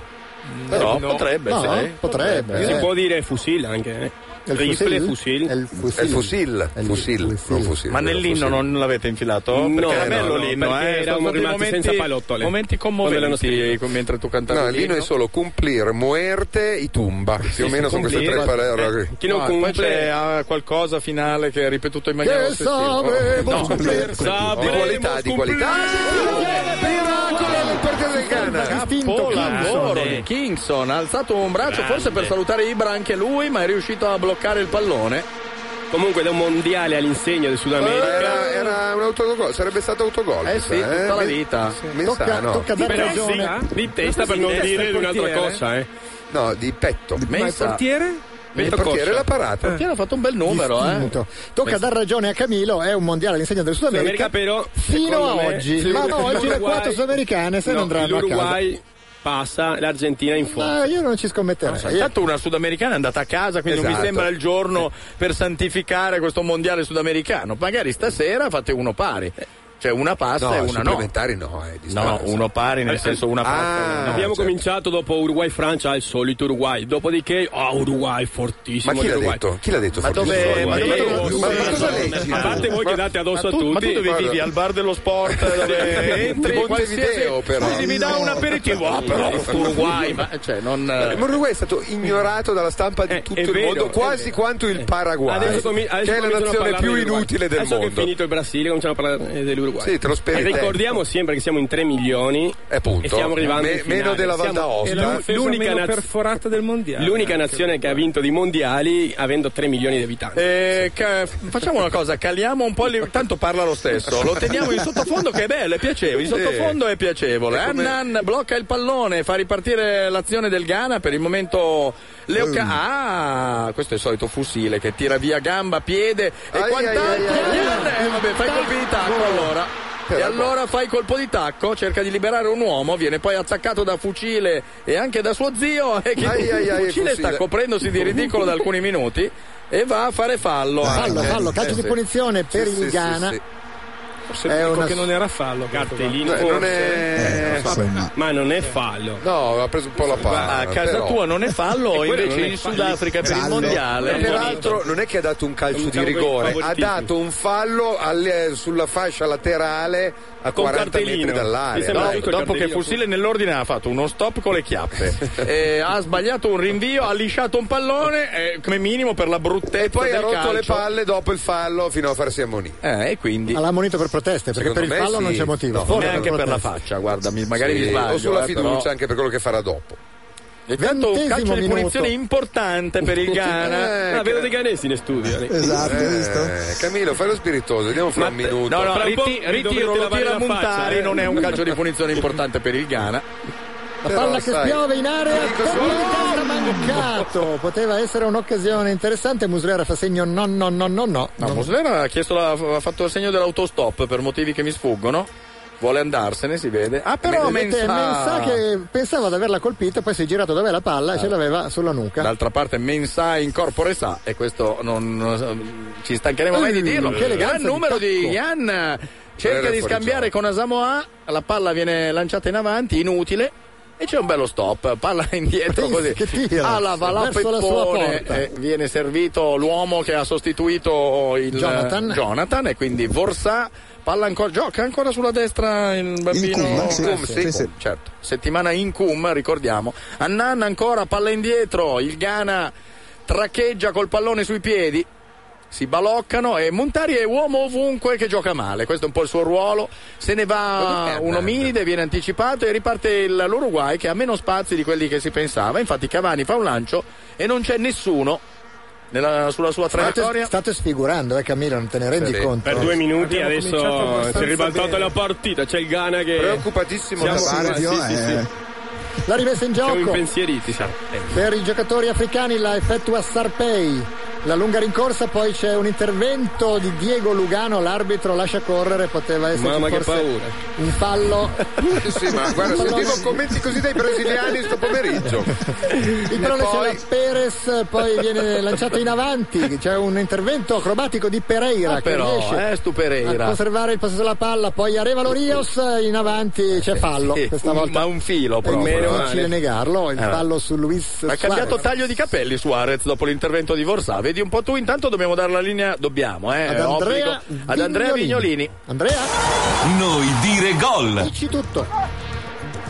S12: Però
S2: no.
S12: potrebbe,
S2: No,
S12: sai?
S2: potrebbe, eh.
S6: Si può dire fusil anche. eh.
S2: Il
S6: Rifle,
S2: fusil?
S6: fusil.
S2: È il
S3: È il fusil, fusil, non fusil.
S12: Ma nell'inno non l'avete infilato?
S6: No,
S12: perché era
S6: no,
S12: bello
S6: no,
S12: l'inno,
S6: perché
S12: eh,
S6: eravamo
S12: sono stati
S6: rimasti
S12: momenti,
S6: senza palottole.
S12: Momenti
S6: Come l'hanno
S12: commoventi com- mentre tu cantavi.
S3: No, l'inno è solo cumplir, muerte e tumba. Più o meno sono queste tre
S6: Eh,
S3: parole.
S12: Chi non cumple c'è ah, qualcosa finale che è ripetuto in maniera
S3: Che
S12: ossessiva.
S2: Eh,
S3: sapremo
S12: No,
S3: cumplire.
S12: sapremo
S3: Di Eh, qualità, di qualità. Miracolo del portiere del Ghana.
S12: Capolavoro di Kingston, ha alzato un braccio
S6: Grande.
S12: forse per salutare Ibra anche lui, ma è riuscito a bloccare il pallone.
S6: Comunque da un mondiale all'insegna del Sud America.
S3: Era, era un autogol, sarebbe stato autogol.
S6: Eh
S3: mi
S6: sì,
S3: sa, eh?
S6: tutta la
S3: Mi-
S6: vita.
S3: mi
S6: Tocca-
S3: sa, no.
S6: tocca Di dare testa,
S2: eh.
S6: ragione. sì, di testa per non dire di un'altra cosa, eh.
S3: No, di petto.
S12: Ma il Mensa. portiere?
S3: Il portiere l'ha parata.
S12: Il portiere ha fatto un bel numero, eh.
S2: Distinto. Tocca dar ragione a Camillo, è un mondiale all'insegna del Sud
S6: Sud
S2: America.
S6: America, però
S2: fino
S6: secondo
S2: a
S6: me,
S2: oggi,
S6: sì,
S2: ma no, oggi le
S6: l'Uruguay-
S2: quattro sudamericane se ne
S6: no,
S2: andranno a casa. Eh.
S6: L'Uruguay passa, l'Argentina in fondo.
S2: Ma io non ci scommetterei.
S12: Sì. Intanto una sudamericana è andata a casa, quindi non mi
S6: Esatto.
S12: sembra il giorno per santificare questo mondiale sudamericano. Magari stasera fate uno pari. Cioè una pasta
S3: No,
S12: e una no.
S3: supplementari no, eh, di Ah, cioè,
S12: No,
S3: stanza.
S12: uno pari nel
S6: Eh,
S12: senso una
S2: Ah,
S12: pasta. e una no.
S2: certo.
S6: Abbiamo cominciato dopo Uruguay-Francia, il solito Uruguay. Dopodiché, ah, Uruguay, fortissimo.
S3: Ma chi l'ha
S6: l'Uruguay.
S3: detto? Chi l'ha detto?
S6: Ma
S3: fortissimo?
S6: dove- ma
S3: Uruguay?
S6: dove-
S3: Io-
S6: dove-
S3: ma
S6: dove-
S3: ma cosa
S6: dove-
S3: leggi?
S6: a parte voi che date addosso a
S12: tu- Ma tu
S6: tutti.
S12: dove vivi? Al bar
S3: <laughs>
S12: dello sport? Dove entri?
S3: Di
S12: qualsiasi-
S3: Montevideo, però.
S12: Scusi, mi dà un aperitivo? Ah, però, Uruguay, ma cioè non...
S3: Ma L'Uruguay Eh, è stato ignorato dalla stampa di tutto
S6: Eh, è
S3: il
S6: vero,
S3: mondo,
S6: è
S3: quasi
S6: vero. Eh.
S3: quanto il Paraguay,
S6: Adesso comi- adesso
S3: che è la
S6: cominciano a
S3: nazione
S6: parlare
S3: più
S6: dell'Uruguay.
S3: inutile del
S6: Adesso che
S3: mondo.
S6: è finito il Brasile, cominciamo a parlare eh, dell'Uruguay.
S3: Sì, te lo speri
S6: E ricordiamo sempre che siamo in 3 milioni e stiamo arrivando
S3: Me-
S6: in finale.
S3: meno della Val
S6: Siamo-
S3: d'Aosta.
S6: è
S3: È la
S6: l'u-
S3: difesa
S6: l'unica
S8: meno
S6: naz-
S8: perforata del mondiale.
S6: L'unica nazione che ha vinto dei mondiali avendo 3 milioni di abitanti.
S12: Eh, ca- facciamo una cosa, caliamo un po' il... tanto parla lo stesso, lo teniamo in sottofondo che è bello, è piacevole, in
S6: Sì.
S12: sottofondo è piacevole.
S6: È come-
S12: Annan blocca il pallone, fa ripartire l'azione del Ghana, per il momento Leo Ca- Ah, questo è il solito fusile che tira via gamba, piede e quant'altro. Eh, vabbè, fai colpi di tacco allora. E allora fa il colpo di tacco, cerca di liberare un uomo, viene poi attaccato da fucile e anche da suo zio. E che
S3: Ai, ai, ai,
S12: il fucile sta
S3: fucile.
S12: coprendosi di ridicolo da alcuni minuti e va a fare fallo.
S2: Fallo,
S12: anche.
S2: fallo, calcio
S12: Eh,
S2: di
S12: sì.
S2: punizione per
S12: Sì,
S2: il
S12: sì, sì,
S2: Ghana.
S12: sì.
S8: Forse
S2: È
S8: l'unico
S2: una
S8: che
S2: s-
S8: non era fallo.
S3: No,
S8: Cartellino
S3: eh, non è- Eh, insomma.
S8: Ma non è fallo.
S3: No, ha preso un po' la palla.
S12: A casa
S3: però.
S12: tua non è fallo,
S3: <laughs> E quello
S12: invece
S3: non è
S12: in
S3: fallo.
S12: Sudafrica per il
S3: Fallo.
S12: mondiale.
S3: E peraltro non è che ha dato un calcio di rigore, ha dato un fallo al- sulla fascia laterale a 40 metri dall'area.
S12: No,
S3: dai.
S12: dopo che Fusile nell'ordine ha fatto uno stop con le
S3: <laughs>
S12: chiappe, Eh, ha sbagliato un rinvio, ha lisciato un pallone, eh, come minimo per la bruttezza.
S3: E poi
S12: del
S3: ha rotto le
S12: calcio. Eh,
S3: palle dopo il fallo fino a farsi ammonire.
S12: e quindi?
S2: L'ha ammonito per proteste, perché per il fallo non c'è motivo. Forse proteste.
S12: guarda, mi- magari mi sbaglio,
S3: O sulla
S12: eh,
S3: fiducia
S12: però-
S3: anche per quello che farà dopo.
S12: Intanto un calcio di
S3: minuto.
S12: punizione importante per il Ghana.
S3: <laughs> Eh,
S12: Ah, vedo
S3: che-
S12: dei ghanesi in studio. lì.
S2: Esatto,
S3: Eh, Camillo, fai lo spiritoso, vediamo fra un minuto.
S12: No, no,
S3: Fra un po'
S12: riti-
S3: vi dovrete
S12: ritiro, lo
S3: lavare
S12: tira
S3: la faccia,
S12: Montari,
S3: eh.
S12: non è un calcio di punizione importante per il Ghana.
S2: La palla che spiove in area, colpo di testa mancato. Poteva essere un'occasione interessante. Muslera fa segno no, no, no, no, no.
S12: No, Muslera ha, chiesto la- ha fatto il segno dell'autostop per motivi che mi sfuggono. Vuole andarsene, si vede. Ah, però
S2: Vedete,
S12: Mensah-
S2: Mensah che pensava di averla colpita, poi si è girato dove la palla e ce l'aveva sulla nuca.
S12: D'altra parte Mensa in corpore sa e questo non, non- eh, ci stancheremo mai di
S2: Mm,
S12: dirlo.
S2: che eleganza
S12: Gran numero
S2: di
S12: di
S2: tocco.
S12: Ian cerca
S3: Era
S12: di
S3: fuori
S12: scambiare con Asamoa, la palla viene lanciata in avanti, inutile. E c'è un bello stop, palla <laughs> indietro così.
S2: Che tira.
S12: Alla va
S2: Verso la sua porta.
S12: e viene servito l'uomo che ha sostituito il
S2: Jonathan.
S12: Jonathan, e quindi Vorsa palla ancora, gioca ancora sulla destra il bambino
S4: cum, sì,
S12: Cum,
S4: sì,
S12: sì,
S4: sì, sì.
S12: cum, certo. settimana in cum ricordiamo Annan ancora palla indietro il Ghana traccheggia col pallone sui piedi si baloccano e Montari è uomo ovunque che gioca male, questo è un po' il suo ruolo, se ne va un ominide, viene anticipato e riparte il- l'Uruguay che ha meno spazi di quelli che si pensava, infatti Cavani fa un lancio e non c'è nessuno nella- sulla sua
S2: State,
S12: traiettoria.
S2: state sfigurando, eh Camillo, non te ne rendi
S12: Sì.
S2: conto.
S12: Per due
S6: minuti
S2: Eh, Abbiamo cominciato
S6: adesso si
S2: abbastanza
S6: è ribaltata
S2: bene.
S6: la partita, c'è il Ghana che
S3: preoccupatissimo
S6: siamo
S2: Cavani,
S6: sì, sì,
S2: eh. Eh.
S6: sì.
S2: La rimessa in
S6: Siamo
S2: gioco
S6: impensieriti. sa.
S2: per i giocatori africani la effettua Sarpei. La lunga rincorsa, poi c'è un intervento di Diego Lugano, l'arbitro lascia correre, poteva essere
S6: Mamma, che
S2: forse
S6: paura.
S2: un fallo.
S3: Sì, ma guarda,
S2: Un
S3: sentivo
S2: pallone-
S3: commenti così dai brasiliani sto pomeriggio.
S2: Il pallone
S3: E poi-
S2: c'è da Perez, poi viene lanciato in avanti. C'è un intervento acrobatico di Pereira
S12: Ah,
S2: che
S12: però,
S2: riesce
S12: eh, stu Pereira.
S2: a conservare il possesso della palla. Poi Arevalo Rios in avanti, c'è fallo.
S12: Sì,
S2: Questa
S12: un-
S2: volta
S12: ma un filo
S2: è
S12: proprio.
S2: difficile
S12: eh.
S2: negarlo. Il
S12: Eh,
S2: fallo su Luis
S12: Ha cambiato
S2: Suarez.
S12: taglio di capelli Suarez dopo l'intervento di Vorsà. Vedi un po' tu, intanto dobbiamo dare la linea, dobbiamo, eh,
S2: Ad Andrea
S12: obbligo, ad Andrea Vignolini.
S2: Andrea?
S1: Noi dire gol.
S2: Dici tutto.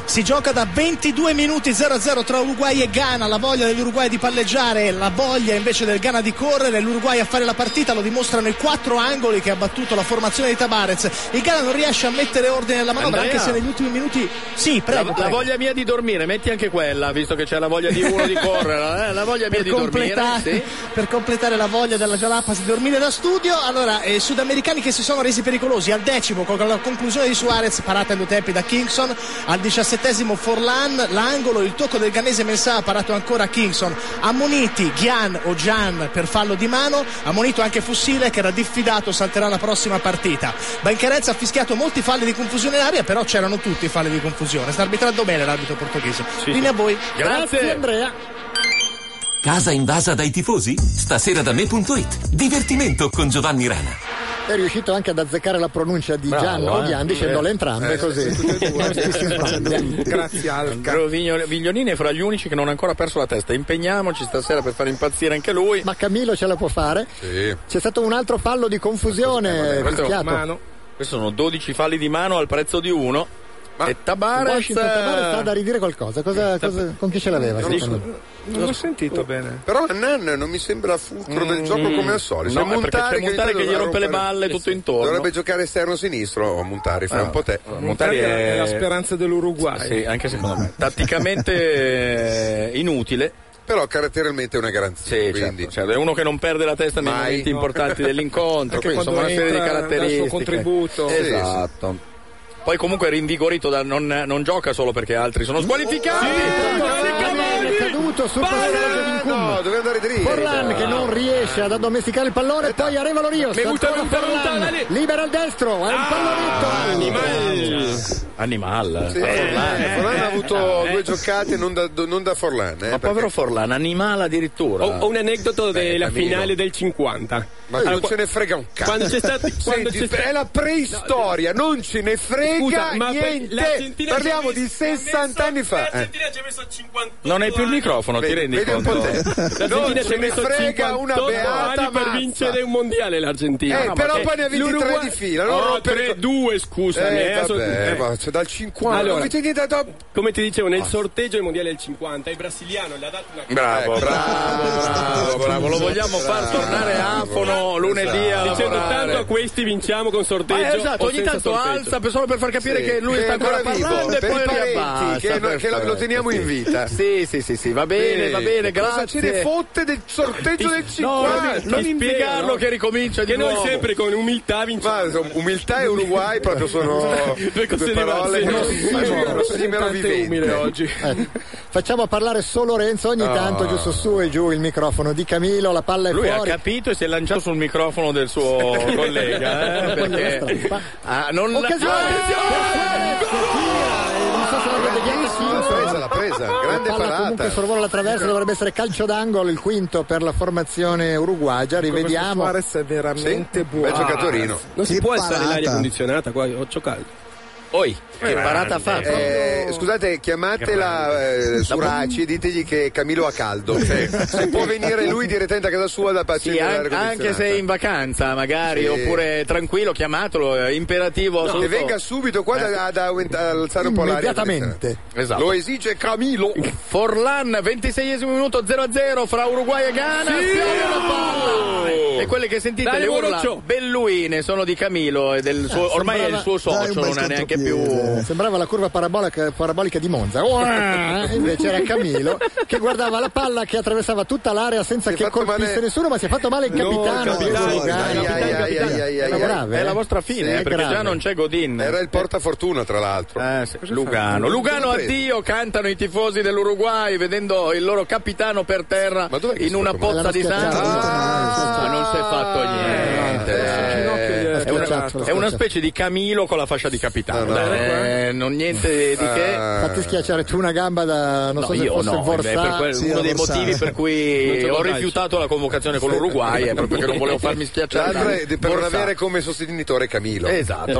S9: Si gioca da 22 minuti 0-0 tra Uruguay e Ghana, la voglia dell'Uruguay di palleggiare, la voglia invece del Ghana di correre, l'Uruguay a fare la partita, lo dimostrano i quattro angoli che ha battuto la formazione di Tabarez. Il Ghana non riesce a mettere ordine nella manovra,
S12: Andrea?
S9: anche se negli ultimi minuti... Sì,
S12: La,
S9: prego,
S12: la
S9: prego.
S12: voglia mia di dormire, metti anche quella, visto che c'è la voglia di uno di correre, eh, la voglia mia
S9: per
S12: di dormire.
S9: completare,
S12: Sì.
S9: per completare la voglia della Jalapas di dormire da studio, allora eh, sudamericani che si sono resi pericolosi al decimo con la conclusione di Suarez, parata in due tempi da Kingston, al diciassettesimo Forlan, l'angolo, il tocco del Ganese Mensah ha parato ancora Kingston, ammoniti Gian o Gian per fallo di mano, ammonito anche Fussile che era diffidato, salterà la prossima partita. Bancherezza ha fischiato molti falli di confusione in aria, però c'erano tutti i falli di confusione, sta arbitrando bene l'arbitro portoghese. Linea a voi.
S2: Grazie Andrea.
S1: Casa invasa dai tifosi? Stasera da me.it. Divertimento con Giovanni Rana.
S2: È riuscito anche ad azzeccare la pronuncia di
S1: Bravo,
S2: Gian o
S1: eh.
S2: Gian dicendole entrambe
S12: Eh,
S2: così. Si sbaglia.
S12: Grazie Alca. Vignolini è fra gli unici che non ha ancora perso la testa. Impegniamoci stasera per far impazzire anche lui.
S2: Ma Camillo ce la può fare.
S12: Sì. Eh,
S2: C'è stato un altro fallo di confusione.
S12: Questo,
S2: fischiato.
S12: Questi sono 12 falli di mano al prezzo di uno. e Tabares,
S2: Washington Tavares sta da
S12: eh,
S2: ridire qualcosa. Cosa- cosa- con chi ce l'aveva?
S3: Non lo
S2: secondo
S3: so.
S2: me?
S8: Non l'ho sentito bene.
S3: Però Nan non mi sembra fulcro del gioco
S12: Mm.
S3: come al solito.
S12: No,
S3: C'è
S12: è perché c'è
S3: ogni
S12: Montari
S3: tanto
S12: che gli
S3: dovrà
S12: rompe le
S3: rompere-
S12: balle tutto intorno.
S3: Dovrebbe giocare esterno sinistro o Montari, fra
S12: Ah.
S3: un po' te.
S12: Montari
S8: è
S12: è-
S8: la speranza dell'Uruguay.
S12: Sì, anche secondo me. Tatticamente eh, inutile.
S3: Però caratterialmente è una garanzia.
S12: Sì,
S3: quindi- cioè,
S12: certo, certo. È uno che non perde la testa nei
S3: Mai.
S12: momenti
S3: No.
S12: importanti dell'incontro.
S3: Anche
S12: quindi, insomma, una
S3: quando
S12: serie di
S3: entra, dà il suo
S12: caratteristiche.
S3: contributo. Sì,
S12: Esatto. Poi comunque è rinvigorito, da- non, non gioca solo perché altri sono squalificati.
S2: Cavani è caduto, battuto sul
S3: Palla!
S2: passaggio di Nkunku.
S3: Eh, No, doveva andare dritto.
S2: Forlan che non riesce ad addomesticare il pallone, poi Arevalo Rios.
S3: Me gusta,
S2: ancora
S3: me gusta, me gusta,
S2: Forlan.
S3: dale.
S2: Libera il destro, è un
S12: Ah.
S2: pallonetto.
S12: Animal.
S3: Sì,
S12: Eh,
S3: Forlan,
S12: eh,
S3: Forlan ha
S12: eh,
S3: avuto
S12: eh.
S3: due giocate non da, do- non da Forlan. Eh,
S12: Ma
S3: perché-
S12: povero Forlan, animale addirittura.
S3: Ho- ho un
S12: aneddoto
S3: della finale
S12: del 50.
S3: Ma
S12: Allora,
S3: non ce ne frega un cazzo.
S12: Quando c'è stato- quando
S3: Senti,
S12: c'è stato-
S3: è la preistoria, non ce ne frega
S12: Scusa, ma per-
S3: niente.
S12: l'Argentina
S3: Parliamo
S12: ci ha
S3: di 60 anni fa. eh.
S12: Non hai più il microfono, ti rendi conto?
S3: Non ce ne frega una beata
S6: per
S3: mazza.
S6: vincere un mondiale l'Argentina.
S3: Eh,
S6: No,
S3: però
S6: perché
S3: poi ne ha vinti
S6: l'Uruguay-
S3: tre di fila. Non
S6: Oh,
S3: rompere-
S6: 3-2, scusami.
S3: Eh,
S6: adesso-
S3: vabbè,
S6: eh.
S3: ma c'è dal 50.
S6: Allora,
S3: Non avete niente da-
S6: come ti dicevo, nel sorteggio del mondiale del 50, il brasiliano le ha dato una
S12: Bravo,
S3: Ecco.
S12: bravo, bravo. Lo vogliamo far tornare
S3: Ah,
S12: afono lunedì a
S6: Dicendo
S12: lavorare.
S6: tanto a questi vinciamo con sorteggio.
S3: eh,
S12: Ah, esatto,
S6: o
S12: ogni
S6: senza
S12: tanto
S6: sorteggio.
S12: alza per- solo per far capire
S6: Sì.
S12: che lui
S6: Che
S12: sta
S6: è
S12: ancora
S6: ancora vivo,
S12: parlando e
S6: per i
S12: poi
S6: parenti,
S12: riabbassa.
S3: che no- che la- lo
S12: perfetto.
S3: teniamo in vita.
S12: Sì, sì, sì, sì, va bene,
S3: Sì.
S12: va bene,
S3: Cosa
S12: grazie.
S3: ce ne fotte del sorteggio del 50?
S12: non impiegarlo che ricomincia di
S3: Che noi
S12: nuovo.
S3: sempre
S6: con umiltà vinciamo.
S3: umiltà e Uruguai proprio <laughs> sono
S6: Due cose
S3: parole che non
S6: diverse.
S3: si muovono, si meraviglie.
S2: Eh, Facciamo parlare solo Lorenzo ogni
S12: Ah.
S2: tanto, giusto su e giù il microfono di Camilo, la palla è
S12: Lui
S2: fuori.
S12: ha capito e si è lanciato sul microfono del suo <laughs> collega. eh, perché ah, non
S2: Occasione! Non so se l'avrebbe chiamato
S3: presa, l'ha presa, grande
S2: la palla comunque
S3: parata.
S2: sorvola la traversa, dovrebbe essere calcio d'angolo il quinto per la formazione uruguagia, rivediamo.
S14: Suarez è veramente buono.
S2: bel giocatorino.
S6: Non si
S2: Che
S6: può stare
S2: parata.
S6: l'aria condizionata qua, ho giocato.
S12: Oi,
S6: che parata fa?
S3: Eh, scusate, chiamatela eh, Suraci e ditegli che Camilo ha caldo. Se può venire lui direttamente a casa sua da
S12: Sì,
S3: pazienza.
S12: an- anche se è in vacanza magari,
S3: Sì.
S12: oppure tranquillo, chiamatelo, è imperativo.
S3: No,
S12: assoluto.
S3: che venga subito qua
S12: Eh.
S3: da- ad aumenta- ad alzare un po' l'aria.
S12: Immediatamente. Esatto.
S3: Lo esige <laughs> Camilo.
S12: Forlan, 26esimo minuto 0-0 fra Uruguay e Ghana.
S3: Sì!
S12: Fiore alla
S2: Oh!
S12: palla. E quelle che sentite
S3: Dai,
S12: le urla
S3: Moruccio.
S12: belluine sono di Camilo e del suo-
S2: Eh,
S12: ormai è il
S2: sembrava-
S12: suo
S2: dai, un
S12: socio,
S2: bel
S12: non è neanche
S2: contropiede.
S12: più
S2: Sembrava la curva parabolica, parabolica di Monza. Uah! E Invece era Camilo che guardava la palla che attraversava tutta l'area senza che colpisse nessuno, ma si è fatto male il capitano. Era grave.
S12: È la
S2: eh?
S12: vostra
S2: Sì,
S12: fine,
S2: è
S12: perché
S2: grave.
S12: già non c'è Godin.
S3: Era il portafortuna, tra l'altro.
S12: Eh.
S2: Eh,
S12: Lugano, Lugano
S3: Cosa ha preso?
S12: addio, cantano i tifosi dell'Uruguay vedendo il loro capitano per terra in una pozza di sangue. Ah, non si è fatto niente.
S3: eh,
S12: Eh,
S2: Ah,
S12: è, una,
S2: certo,
S12: è una specie di Camilo con la fascia di capitano. Eh, non niente di
S3: Ah,
S12: che.
S3: Eh.
S2: Fatti schiacciare tu una gamba da non
S12: No,
S2: so se
S12: io
S2: fosse
S12: no,
S2: Vorsa.
S12: beh, per quel- uno dei motivi per
S2: Non
S12: cui
S2: gioco
S12: ho
S2: a calcio.
S12: rifiutato la convocazione con l'Uruguay è proprio che non volevo farmi schiacciare.
S3: L'altro è di- Cioè, per non
S12: Cioè, eh, Borsà.
S3: avere come sostenitore Camilo.
S12: Esatto,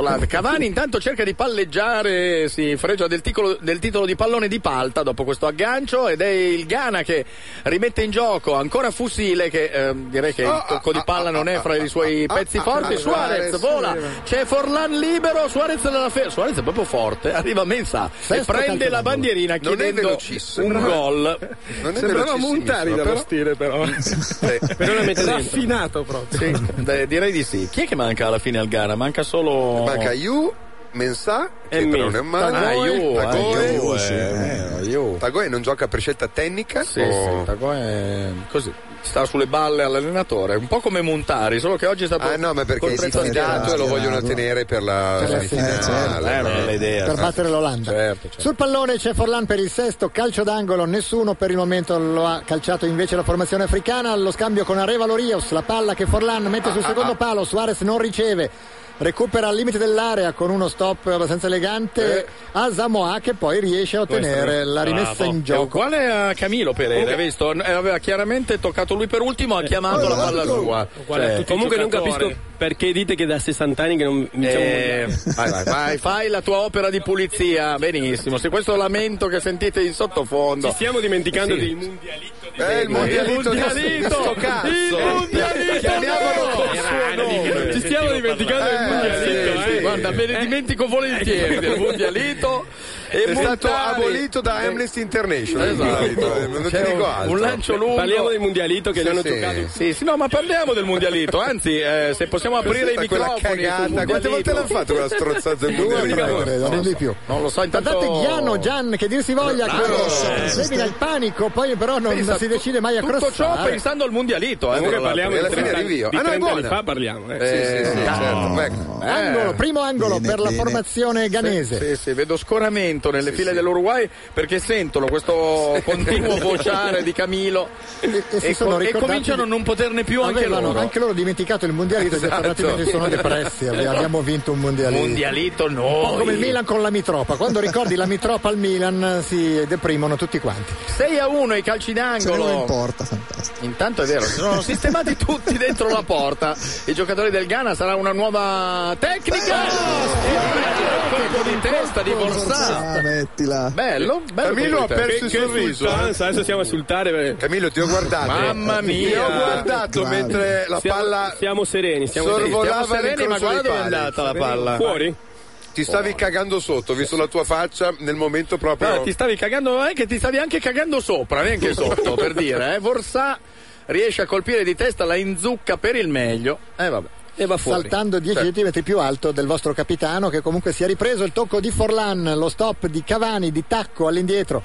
S3: <laughs>
S12: la- Cavani intanto cerca di palleggiare, si fregia del ticolo- del titolo di pallone di palta dopo questo aggancio ed è il Ghana che rimette in gioco ancora Fusile che ehm, direi che il tocco di palla non è fra i suoi pezzi forti,
S3: ah,
S12: Suarez
S3: Suarez,
S12: vola,
S3: sì. eh.
S12: c'è Forlan libero, Suarez dalla fe- Suarez è proprio forte, <laughs> arriva Mensa e
S3: Sesto
S12: prende
S3: calcio
S12: la
S3: d'angolo.
S12: bandierina
S3: Non è
S12: chiedendo
S3: velocissimo.
S12: un
S3: Sembrava-
S12: gol.
S3: Non è
S12: Sembrava
S3: velocissimo,
S12: Montari
S3: però-
S12: dallo
S8: stile però.
S3: Cioè,
S12: <laughs> Però la mette dentro.
S8: Raffinato proprio.
S12: Sì, beh, direi di sì. Chi è che manca alla fine al gara? Manca solo.
S3: Manca Yu, Mensah, che
S12: E
S3: però
S12: Mensah.
S3: non è male.
S12: Ah, Yu, ah,
S3: Tagoe. eh,
S12: Yu, sì, eh.
S3: Tagoe non gioca per scelta tecnica? Oh.
S12: Sì,
S3: o-
S12: sì, Tagò è così. Sta sulle balle all'allenatore, un po' come Montari, solo che oggi è stato. cioè
S3: Ah no, ma perché è
S12: costretto a
S3: diffidato e lo
S12: schierarlo.
S3: vogliono tenere per la semifinale.
S12: Eh, non è l'idea.
S2: Per battere l'Olanda.
S12: Certo, certo.
S2: Sul pallone c'è Forlan per il sesto calcio d'angolo, nessuno per il momento lo ha calciato invece la formazione africana, lo scambio con Arevalo Rios, la palla che Forlan mette
S12: Ah,
S2: sul secondo palo, Suarez non riceve, recupera al limite dell'area con uno stop abbastanza elegante a Samoa che poi riesce a ottenere
S12: Ah,
S2: la rimessa
S12: Bravo.
S2: in
S12: È
S2: gioco.
S12: Eh, uguale a Camilo Pereira,
S2: Ok.
S12: hai visto? Eh, Aveva chiaramente toccato lui per ultimo, ha chiamato la palla sua. Cioè,
S6: Comunque non
S12: giocatori.
S6: capisco perché dite che da 60 anni che non vinciamo
S12: Eh, vai, vai, vai, fai la tua opera di pulizia, benissimo. Se questo lamento che sentite in sottofondo. Ci stiamo
S6: dimenticando del
S12: mondialito
S3: di Eh, il mondialito di- di sto cazzo. Chiamiamolo col suo nome.
S12: Ci stiamo dimenticando del
S3: Eh,
S12: mondialito,
S3: sì,
S12: eh.
S3: sì. Eh,
S12: Guarda, me ne dimentico
S3: <laughs>
S12: volentieri del mondialito. E
S3: È stato
S12: Montari.
S3: abolito da Amnesty International.
S12: Esatto.
S3: Non ti
S12: C'è
S3: dico
S12: un-
S3: altro.
S12: Un lancio lungo.
S3: Parliamo di
S12: mondialito
S3: che non ho toccato.
S12: Sì, sì, no, ma parliamo del mondialito. Anzi, eh, se possiamo aprire i
S3: Presenta quella
S12: microfoni. sul
S3: cagata. Quante
S12: mondialito.
S3: volte l'hanno fatto quella strozzata del
S12: Due,
S3: mondialito?
S12: credo,
S2: credo, non
S12: lo
S2: di
S12: so.
S2: più.
S12: Non lo so, intanto
S2: Guardate Ghiano, Gian, che dir si voglia,
S12: Bravo.
S2: che
S12: Eh,
S2: semina il panico, poi però non
S12: Pensa
S2: si decide mai a
S12: Esatto. tutto ciò
S2: crossare.
S12: pensando al mondialito. Eh,
S6: Comunque
S12: tra l'altro.
S6: parliamo
S12: E alla
S6: di
S12: fine
S6: 30
S12: rinvio.
S6: di
S12: Ah, no, è
S6: 30 anni
S12: buona.
S6: fa parliamo, eh.
S12: Eh,
S3: Sì, sì, sì,
S12: no.
S3: certo.
S12: Eh.
S2: Angolo, primo angolo
S12: Bene,
S2: per la
S12: bene.
S2: formazione ghanese.
S12: Sì, sì, vedo scoramenti sento nelle file dell'Uruguay perché sentono questo
S3: <laughs>
S12: continuo vociare di Camilo e,
S2: si
S12: co-
S2: sono
S12: e
S2: ricordati
S12: cominciano a
S2: di-
S12: non poterne più anche
S2: Avevano
S12: loro.
S2: anche loro dimenticato il mondialito
S12: Esatto.
S2: e sono tornati sono depressi. abbi-
S14: Esatto.
S2: Abbiamo vinto un mondialito.
S12: Mondialito noi.
S2: Un po' come il Milan con la Mitropa. Quando ricordi la Mitropa al Milan eh, si deprimono tutti quanti.
S12: 6 a 1 i calci d'angolo.
S2: uno in
S12: Intanto è vero, si sono sistemati tutti dentro la porta. I giocatori del Ghana sarà una nuova tecnica. E bello il colpo di testa di
S14: Ah,
S12: Borsà.
S4: mettila.
S12: Bello, bello. colpo di testa.
S6: Stanza, adesso siamo a eh, insultare.
S3: eh. Camillo, ti ho guardato.
S6: Mamma mia.
S3: Ti ho guardato mentre la
S6: Siamo-
S3: palla
S6: Siamo sereni, siamo
S3: sorvolava
S6: sereni.
S3: l'incrocio dei pali.
S6: Fuori?
S3: Ti stavi cagando sotto, ho visto la tua faccia nel momento proprio.
S12: No, ti stavi cagando, non è che ti stavi anche cagando sopra, neanche sotto, per dire. Eh. Borsà riesce a colpire di testa la inzucca per il meglio. E vabbè. E va fuori.
S2: Saltando 10
S14: Certo.
S12: Cioè,
S2: centimetri più alto del vostro capitano, che comunque si è ripreso il tocco di Forlan, lo stop di Cavani di tacco all'indietro.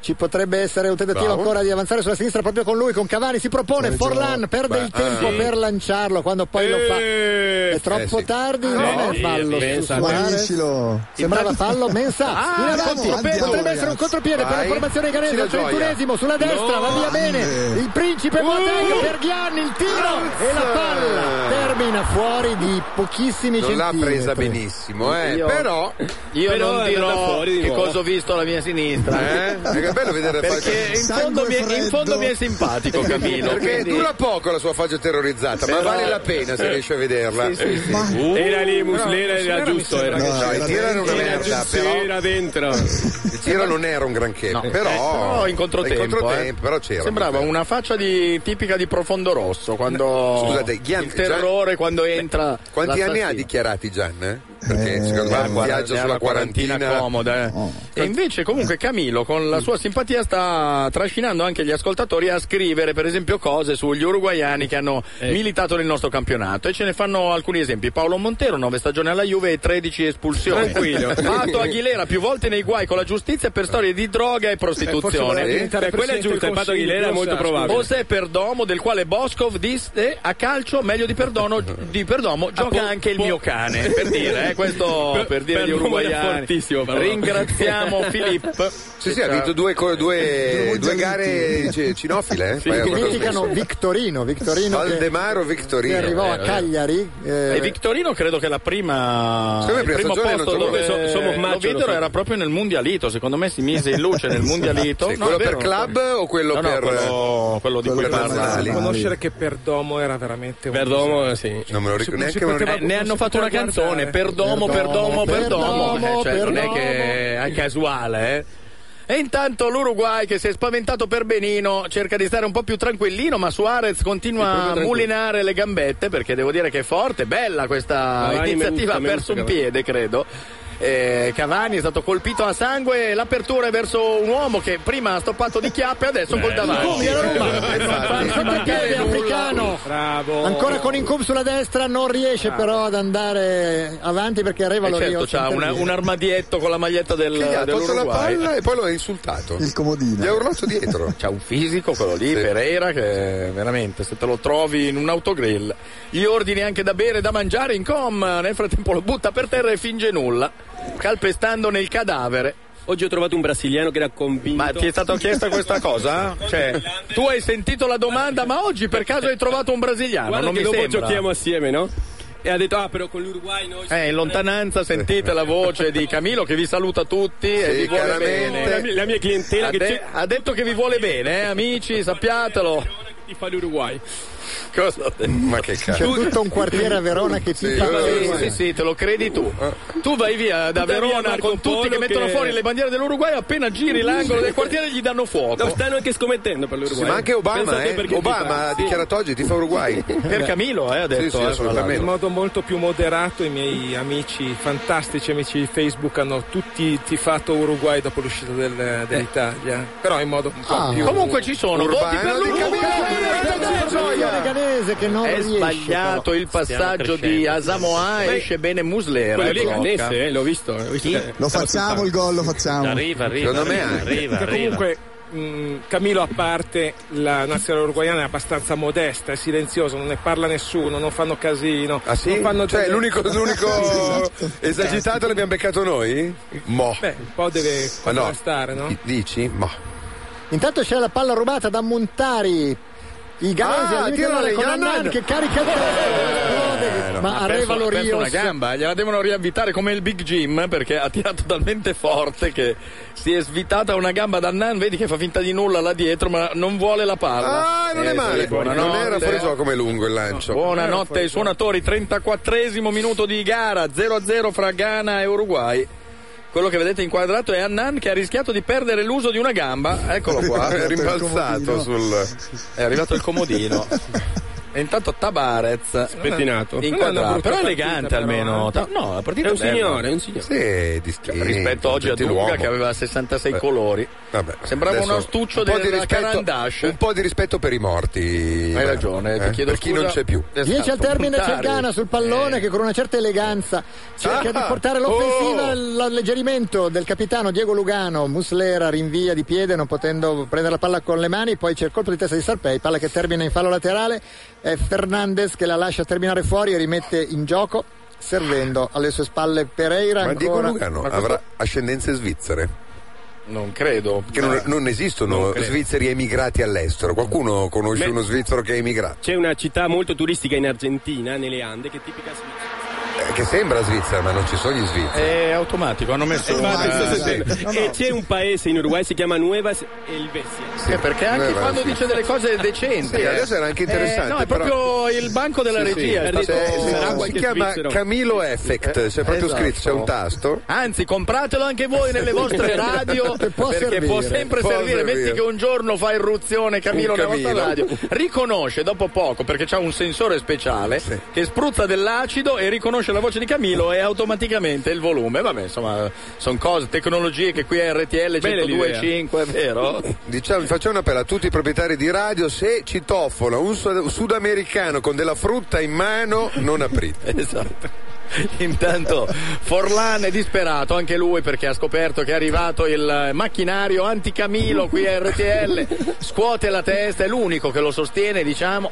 S2: Ci potrebbe essere un tentativo
S14: Bravo.
S2: ancora di avanzare sulla sinistra proprio con lui, con Cavani si propone,
S14: Come
S2: Forlan
S14: gioco.
S2: perde
S14: Beh,
S2: il tempo
S14: eh.
S2: per lanciarlo quando poi lo fa.
S12: Eh,
S2: È troppo
S14: sì.
S2: tardi,
S14: Ah,
S2: non
S14: no.
S2: è fallo su
S14: Pensa,
S2: Suarez.
S4: Guariscilo.
S2: Sembrava
S4: Intanto-
S2: fallo, Mensa.
S4: Ah,
S2: in avanti,
S4: andiamo,
S2: potrebbe
S4: andiamo,
S2: essere un
S4: ragazzi.
S2: contropiede per la
S4: Vai.
S2: formazione
S4: Ci
S2: canese,
S4: la
S2: al
S4: gioia.
S2: trentunesimo sulla destra,
S4: No.
S2: va via bene.
S4: Grande.
S2: Il principe
S4: Uh.
S2: Boateng per Ghianni, il tiro e la palla termina fuori di pochissimi
S3: Non l'ha
S2: centimetri.
S3: presa benissimo, eh.
S12: Io-
S3: Però
S12: Io
S3: Però
S12: non
S3: è andata
S12: dirò
S3: fuori di
S12: che
S3: nuovo.
S12: cosa ho visto alla mia sinistra.
S3: Eh? Perché è bello vedere
S12: Perché in fondo, mi è, in fondo mi è simpatico Camilo.
S3: <laughs> Perché
S12: quindi-
S3: dura poco la sua faccia terrorizzata, ma
S12: Però-
S3: vale la pena se
S12: Eh.
S3: riesci a vederla.
S12: Sì, sì, sì. Ma-
S6: Era lì, Muslera,
S3: No, Muslera
S6: era giusto.
S3: mi
S6: Era,
S3: sembra che- No, il tiro era una merda,
S6: giusto,
S3: però-
S6: Era dentro. Cioè,
S3: Il tiro non era un granché,
S12: No,
S3: però,
S12: eh, però in controtempo,
S3: in controtempo,
S12: eh.
S3: però c'era.
S12: sembrava una faccia di, tipica di profondo rosso quando
S3: Scusate, Gian-
S12: il terrore
S3: Gian-
S12: quando entra
S3: Quanti anni ha
S12: l'assassino.
S3: dichiarati Gian? eh? Perché secondo me
S12: guarda,
S3: viaggia
S12: è
S3: sulla
S12: una quarantina,
S3: quarantina
S12: comoda eh. e invece comunque Camilo con la sua simpatia sta trascinando anche gli ascoltatori a scrivere per esempio cose sugli uruguaiani che hanno militato nel nostro campionato e ce ne fanno alcuni esempi Paolo Montero 9 stagioni alla Juve e 13 espulsioni
S6: Tranquillo.
S12: Pato Aguilera più volte nei guai con la giustizia per storie di droga e prostituzione
S6: voleva diventare Beh, quella è presidente giusta, del il Pato Consiglio, Aguilera è molto scusa. probabile.
S12: José Perdomo del quale Boscov disse a calcio meglio di Perdomo, di Perdomo gioca anche il mio cane per dire eh, questo per, dire gli
S6: Perdomo era
S12: uruguaiani
S6: fortissimo, però.
S12: ringraziamo Filippo
S3: Sì, sì, ha vinto due, co-
S12: Eh,
S3: due, due gare ci- cinofile. Eh?
S2: Sì,
S3: Poi ha
S2: che
S3: proprio
S2: Dimenticano
S3: smesso.
S2: Victorino, Victorino che-
S3: Valdemaro Victorino. eh.
S2: che arrivò a
S12: vero,
S2: Cagliari. eh,
S12: e Victorino credo che la prima
S3: Secondo me
S12: il
S3: prima
S12: primo
S3: stagione
S12: posto
S3: non so
S12: dove
S3: come-
S12: so-
S3: so-
S12: lo
S3: Sommaccio lo
S12: videro
S3: fa.
S12: era proprio nel mondialito secondo me si mise in luce nel mondialito
S3: Sì,
S12: No,
S3: quello
S12: è vero,
S3: per
S12: non so.
S3: club o quello
S12: No, no,
S3: per- eh,
S12: quello, quello di
S3: quello
S12: cui
S3: per
S12: parla
S3: nazionali?
S8: Riconoscere che Perdomo era veramente un
S6: Perdomo, sì.
S3: Non me lo ricordo
S8: Non si
S3: neanche me lo
S8: poteva-
S12: Eh, ne
S8: non
S12: hanno
S8: si
S12: fatto una
S8: poteva
S12: canzone,
S8: guardare.
S12: perdomo,
S8: Perdomo,
S12: perdomo, perdomo.
S8: perdomo,
S12: Eh, cioè, non è
S8: perdomo.
S12: che è casuale, eh. E intanto l'Uruguay che si è spaventato per Benino cerca di stare un po' più tranquillino, ma Suarez
S6: Sì,
S12: continua
S6: proprio
S12: a
S6: tranquillo.
S12: mulinare le gambette perché devo dire che è forte, bella questa
S6: Cavani, mi
S12: iniziativa,
S6: gusta,
S12: ha
S6: mi
S12: perso
S6: gusta
S12: un
S6: Cavani.
S12: piede credo. Eh, Cavani è stato colpito a sangue, l'appertura è verso un uomo che prima ha stoppato di chiappe e adesso col
S6: Bello.
S12: davanti.
S6: Come a Roma.
S12: Eh, infatti.
S2: Il Sottopiede
S12: Mancare nulla.
S2: africano.
S6: Bravo.
S2: Ancora con Incum sulla destra, non riesce però ad andare avanti perché arriva
S12: Eh,
S2: lo
S12: certo, c'ha una- un armadietto con la maglietta del,
S3: Gli ha tolto la
S12: dell'Uruguay.
S3: palla e poi lo ha insultato.
S4: Il comodino.
S3: Gli ha urlato
S12: <laughs>
S3: dietro.
S12: C'ha un fisico quello lì, Pereira, che veramente se te lo trovi in un autogrill gli ordini anche da bere e da mangiare in com, nel frattempo lo butta per terra e finge nulla, calpestandone il cadavere.
S6: Oggi ho trovato un brasiliano che era convinto.
S12: Ma ti è stata chiesta questa cosa? Cioè, tu hai sentito la domanda, ma oggi per caso hai trovato un brasiliano?
S6: Guarda
S12: ah, non
S6: che
S12: mi
S6: dopo
S12: sembra.
S6: giochiamo assieme, no? E ha detto, ah, però con l'Uruguay noi...
S12: Eh, in lontananza sentite la voce di Camilo che vi saluta tutti e
S6: Sì,
S12: vi vuole
S6: chiaramente.
S12: bene.
S6: La mia- la mia clientela
S12: ha
S6: che c'è-
S12: ha detto che vi vuole bene, eh, amici, eh, sappiatelo.
S6: Ti fa l'Uruguay.
S12: Cosa ho detto?
S3: Ma che
S2: C'è
S12: Cioè,
S3: cazzo.
S2: tutto un quartiere a Verona che ti
S12: Sì,
S2: fa
S12: sì, sì, sì, te lo credi tu. Tu vai via da
S6: Tu vai via
S12: Verona
S6: Marco
S12: con tutti
S6: Polo
S12: che mettono
S6: che-
S12: fuori le bandiere dell'Uruguay, appena giri l'angolo del quartiere gli danno
S6: No,
S12: fuoco.
S6: stanno anche scommettendo per
S3: Sì,
S6: l'Uruguay.
S3: ma anche Obama,
S6: Pensate
S3: eh.
S6: perché ti
S3: Obama
S6: fa-
S3: ha
S6: sì.
S3: dichiarato oggi ti fa
S12: <laughs>
S3: Uruguay.
S12: Per Camilo, eh, ha detto.
S3: Sì, sì,
S12: eh,
S8: in
S3: assolutamente.
S8: modo molto più moderato i miei amici, fantastici amici di Facebook, hanno tutti tifato Uruguay dopo l'uscita del- dell'Italia, però in modo un po'
S2: Ah.
S8: più...
S12: Comunque ci sono, voti per
S3: Urbano di
S12: l'Uruguay.
S2: Formazione canese che non
S12: È
S2: riesce,
S12: sbagliato il passaggio di Asamoah,
S6: Beh,
S12: esce bene Muslera.
S6: Quello lì è
S12: blocca.
S6: canese, eh, l'ho visto. L'ho visto che-
S4: Lo facciamo il gol, lo facciamo.
S7: Arriva, arriva,
S3: Secondo me
S7: arriva,
S3: anche.
S7: arriva, arriva.
S8: Comunque mh, Camilo a parte, la nazionale uruguayana è abbastanza modesta, è silenziosa, non ne parla nessuno, non fanno casino.
S3: Ah sì?
S8: non fanno
S3: Cioè,
S8: delle-
S3: l'unico,
S12: <laughs>
S3: l'unico
S12: esatto.
S3: esagitato l'abbiamo beccato noi? Mo.
S8: Beh, un po' deve
S3: Ma no.
S8: contrastare, no?
S3: Dici? Ma.
S2: Intanto c'è la palla rubata da Montari. I ganesi
S3: Ah,
S2: arrivano
S3: tirala
S2: con
S3: Yannan.
S2: Annan che carica il testo.
S12: Eh, no.
S2: Ma
S12: Eh, Ha
S2: a
S12: perso-
S2: Revalo
S12: ha perso
S2: Rios-
S12: una gamba, gliela devono riavvitare come il Big Jim perché ha tirato talmente forte che si è svitata una gamba da Nan, vedi che fa finta di nulla là dietro, ma non vuole la palla.
S3: Ah, non è
S12: Eh,
S3: male.
S12: sì, buonanotte.
S3: non era fuori gioco come lungo il lancio.
S12: Buonanotte ai suonatori, 34esimo minuto di gara, 0-0 fra Ghana e Uruguay. Quello che vedete inquadrato è Annan che ha rischiato di perdere l'uso di una gamba. Eccolo <laughs>
S3: <laughs>
S12: qua,
S3: È rimbalzato sul.
S12: È arrivato
S3: <laughs>
S12: il comodino. E intanto Tabarez
S6: Spettinato. Non è una
S12: Inquadrato,
S6: brutta
S12: però
S6: partita,
S12: elegante
S6: però,
S12: almeno.
S6: eh.
S12: Ta- No, la partita
S6: È un
S12: bella.
S6: signore, è un signore.
S3: Sì, distinto,
S12: rispetto oggi a Duca
S3: gentiluomo.
S12: che aveva 66
S3: Beh.
S12: colori.
S3: Eh, Vabbè,
S12: Sembrava
S3: adesso-
S12: uno astuccio
S3: un po'
S12: del
S3: di rispetto-
S12: Carandash.
S3: Un po' di rispetto per i morti.
S12: Hai
S3: Beh,
S12: ragione, ti
S3: eh,
S12: chiedo
S3: Per chi
S12: scusa.
S3: non c'è più.
S12: Esatto.
S2: 10 al termine c'è il
S12: Montari.
S2: Ghana sul pallone
S12: Eh,
S2: che con una certa eleganza cerca di
S3: Eh. Ah,
S2: portare l'offensiva
S3: oh.
S2: all'alleggerimento del capitano Diego Lugano. Muslera rinvia di piede non potendo prendere la palla con le mani, poi c'è il colpo di testa di Sarpei, palla che termina in fallo laterale, è Fernandez che la lascia terminare fuori e rimette in gioco servendo alle sue spalle
S12: Eh,
S2: Pereira
S3: Ma Diego
S2: ancora.
S3: Lugano
S2: Ma questo-
S3: avrà ascendenze svizzere.
S12: Non credo.
S3: Che non, non esistono
S6: Non credo.
S3: svizzeri emigrati all'estero. Qualcuno conosce
S6: Beh.
S3: uno svizzero che è emigrato?
S6: C'è una città molto turistica in Argentina, nelle Ande, che è tipica svizzera.
S3: Eh, che sembra Svizzera, ma non ci sono gli svizzeri.
S12: È automatico, hanno messo
S6: Infatti,
S12: una-
S6: sto sentendo. E c'è un paese in Uruguay, si chiama Nueva Elvesia.
S12: Sì, Eh, perché anche quando dice delle cose decenti.
S3: Eh, Sì,
S12: eh.
S3: adesso era anche interessante,
S12: Eh, no, è
S3: però-
S12: proprio il banco della
S3: Sì, sì.
S12: regia. è
S3: Sì,
S12: stato-
S3: sì, sì,
S12: sarà
S3: sì. si
S12: qualche
S3: chiama
S12: svizzero.
S3: Camilo Effect, c'è proprio
S12: Esatto.
S3: scritto, c'è un tasto.
S12: Anzi, compratelo anche voi
S3: <laughs>
S12: nelle vostre radio
S3: Che può
S12: perché
S3: servire.
S12: può sempre
S3: Può
S12: servire.
S3: servire.
S12: Metti che un giorno fa irruzione Camillo
S3: Un
S12: nella vostra
S3: Camillo.
S12: radio, riconosce dopo poco perché c'ha un sensore speciale che spruzza dell'acido e riconosce la voce di Camillo e automaticamente il volume. Vabbè, insomma, sono cose, tecnologie che qui a RTL
S3: Bella
S12: 102.5, è vero?
S3: Diciamo, facciamo un appello a tutti i proprietari di radio, se ci toffona un sud- sudamericano con della frutta in mano, non aprite.
S12: <laughs> esatto. Intanto Forlan è disperato anche lui perché ha scoperto che è arrivato il macchinario anticamilo qui a RTL, scuote la testa, è l'unico che lo sostiene diciamo.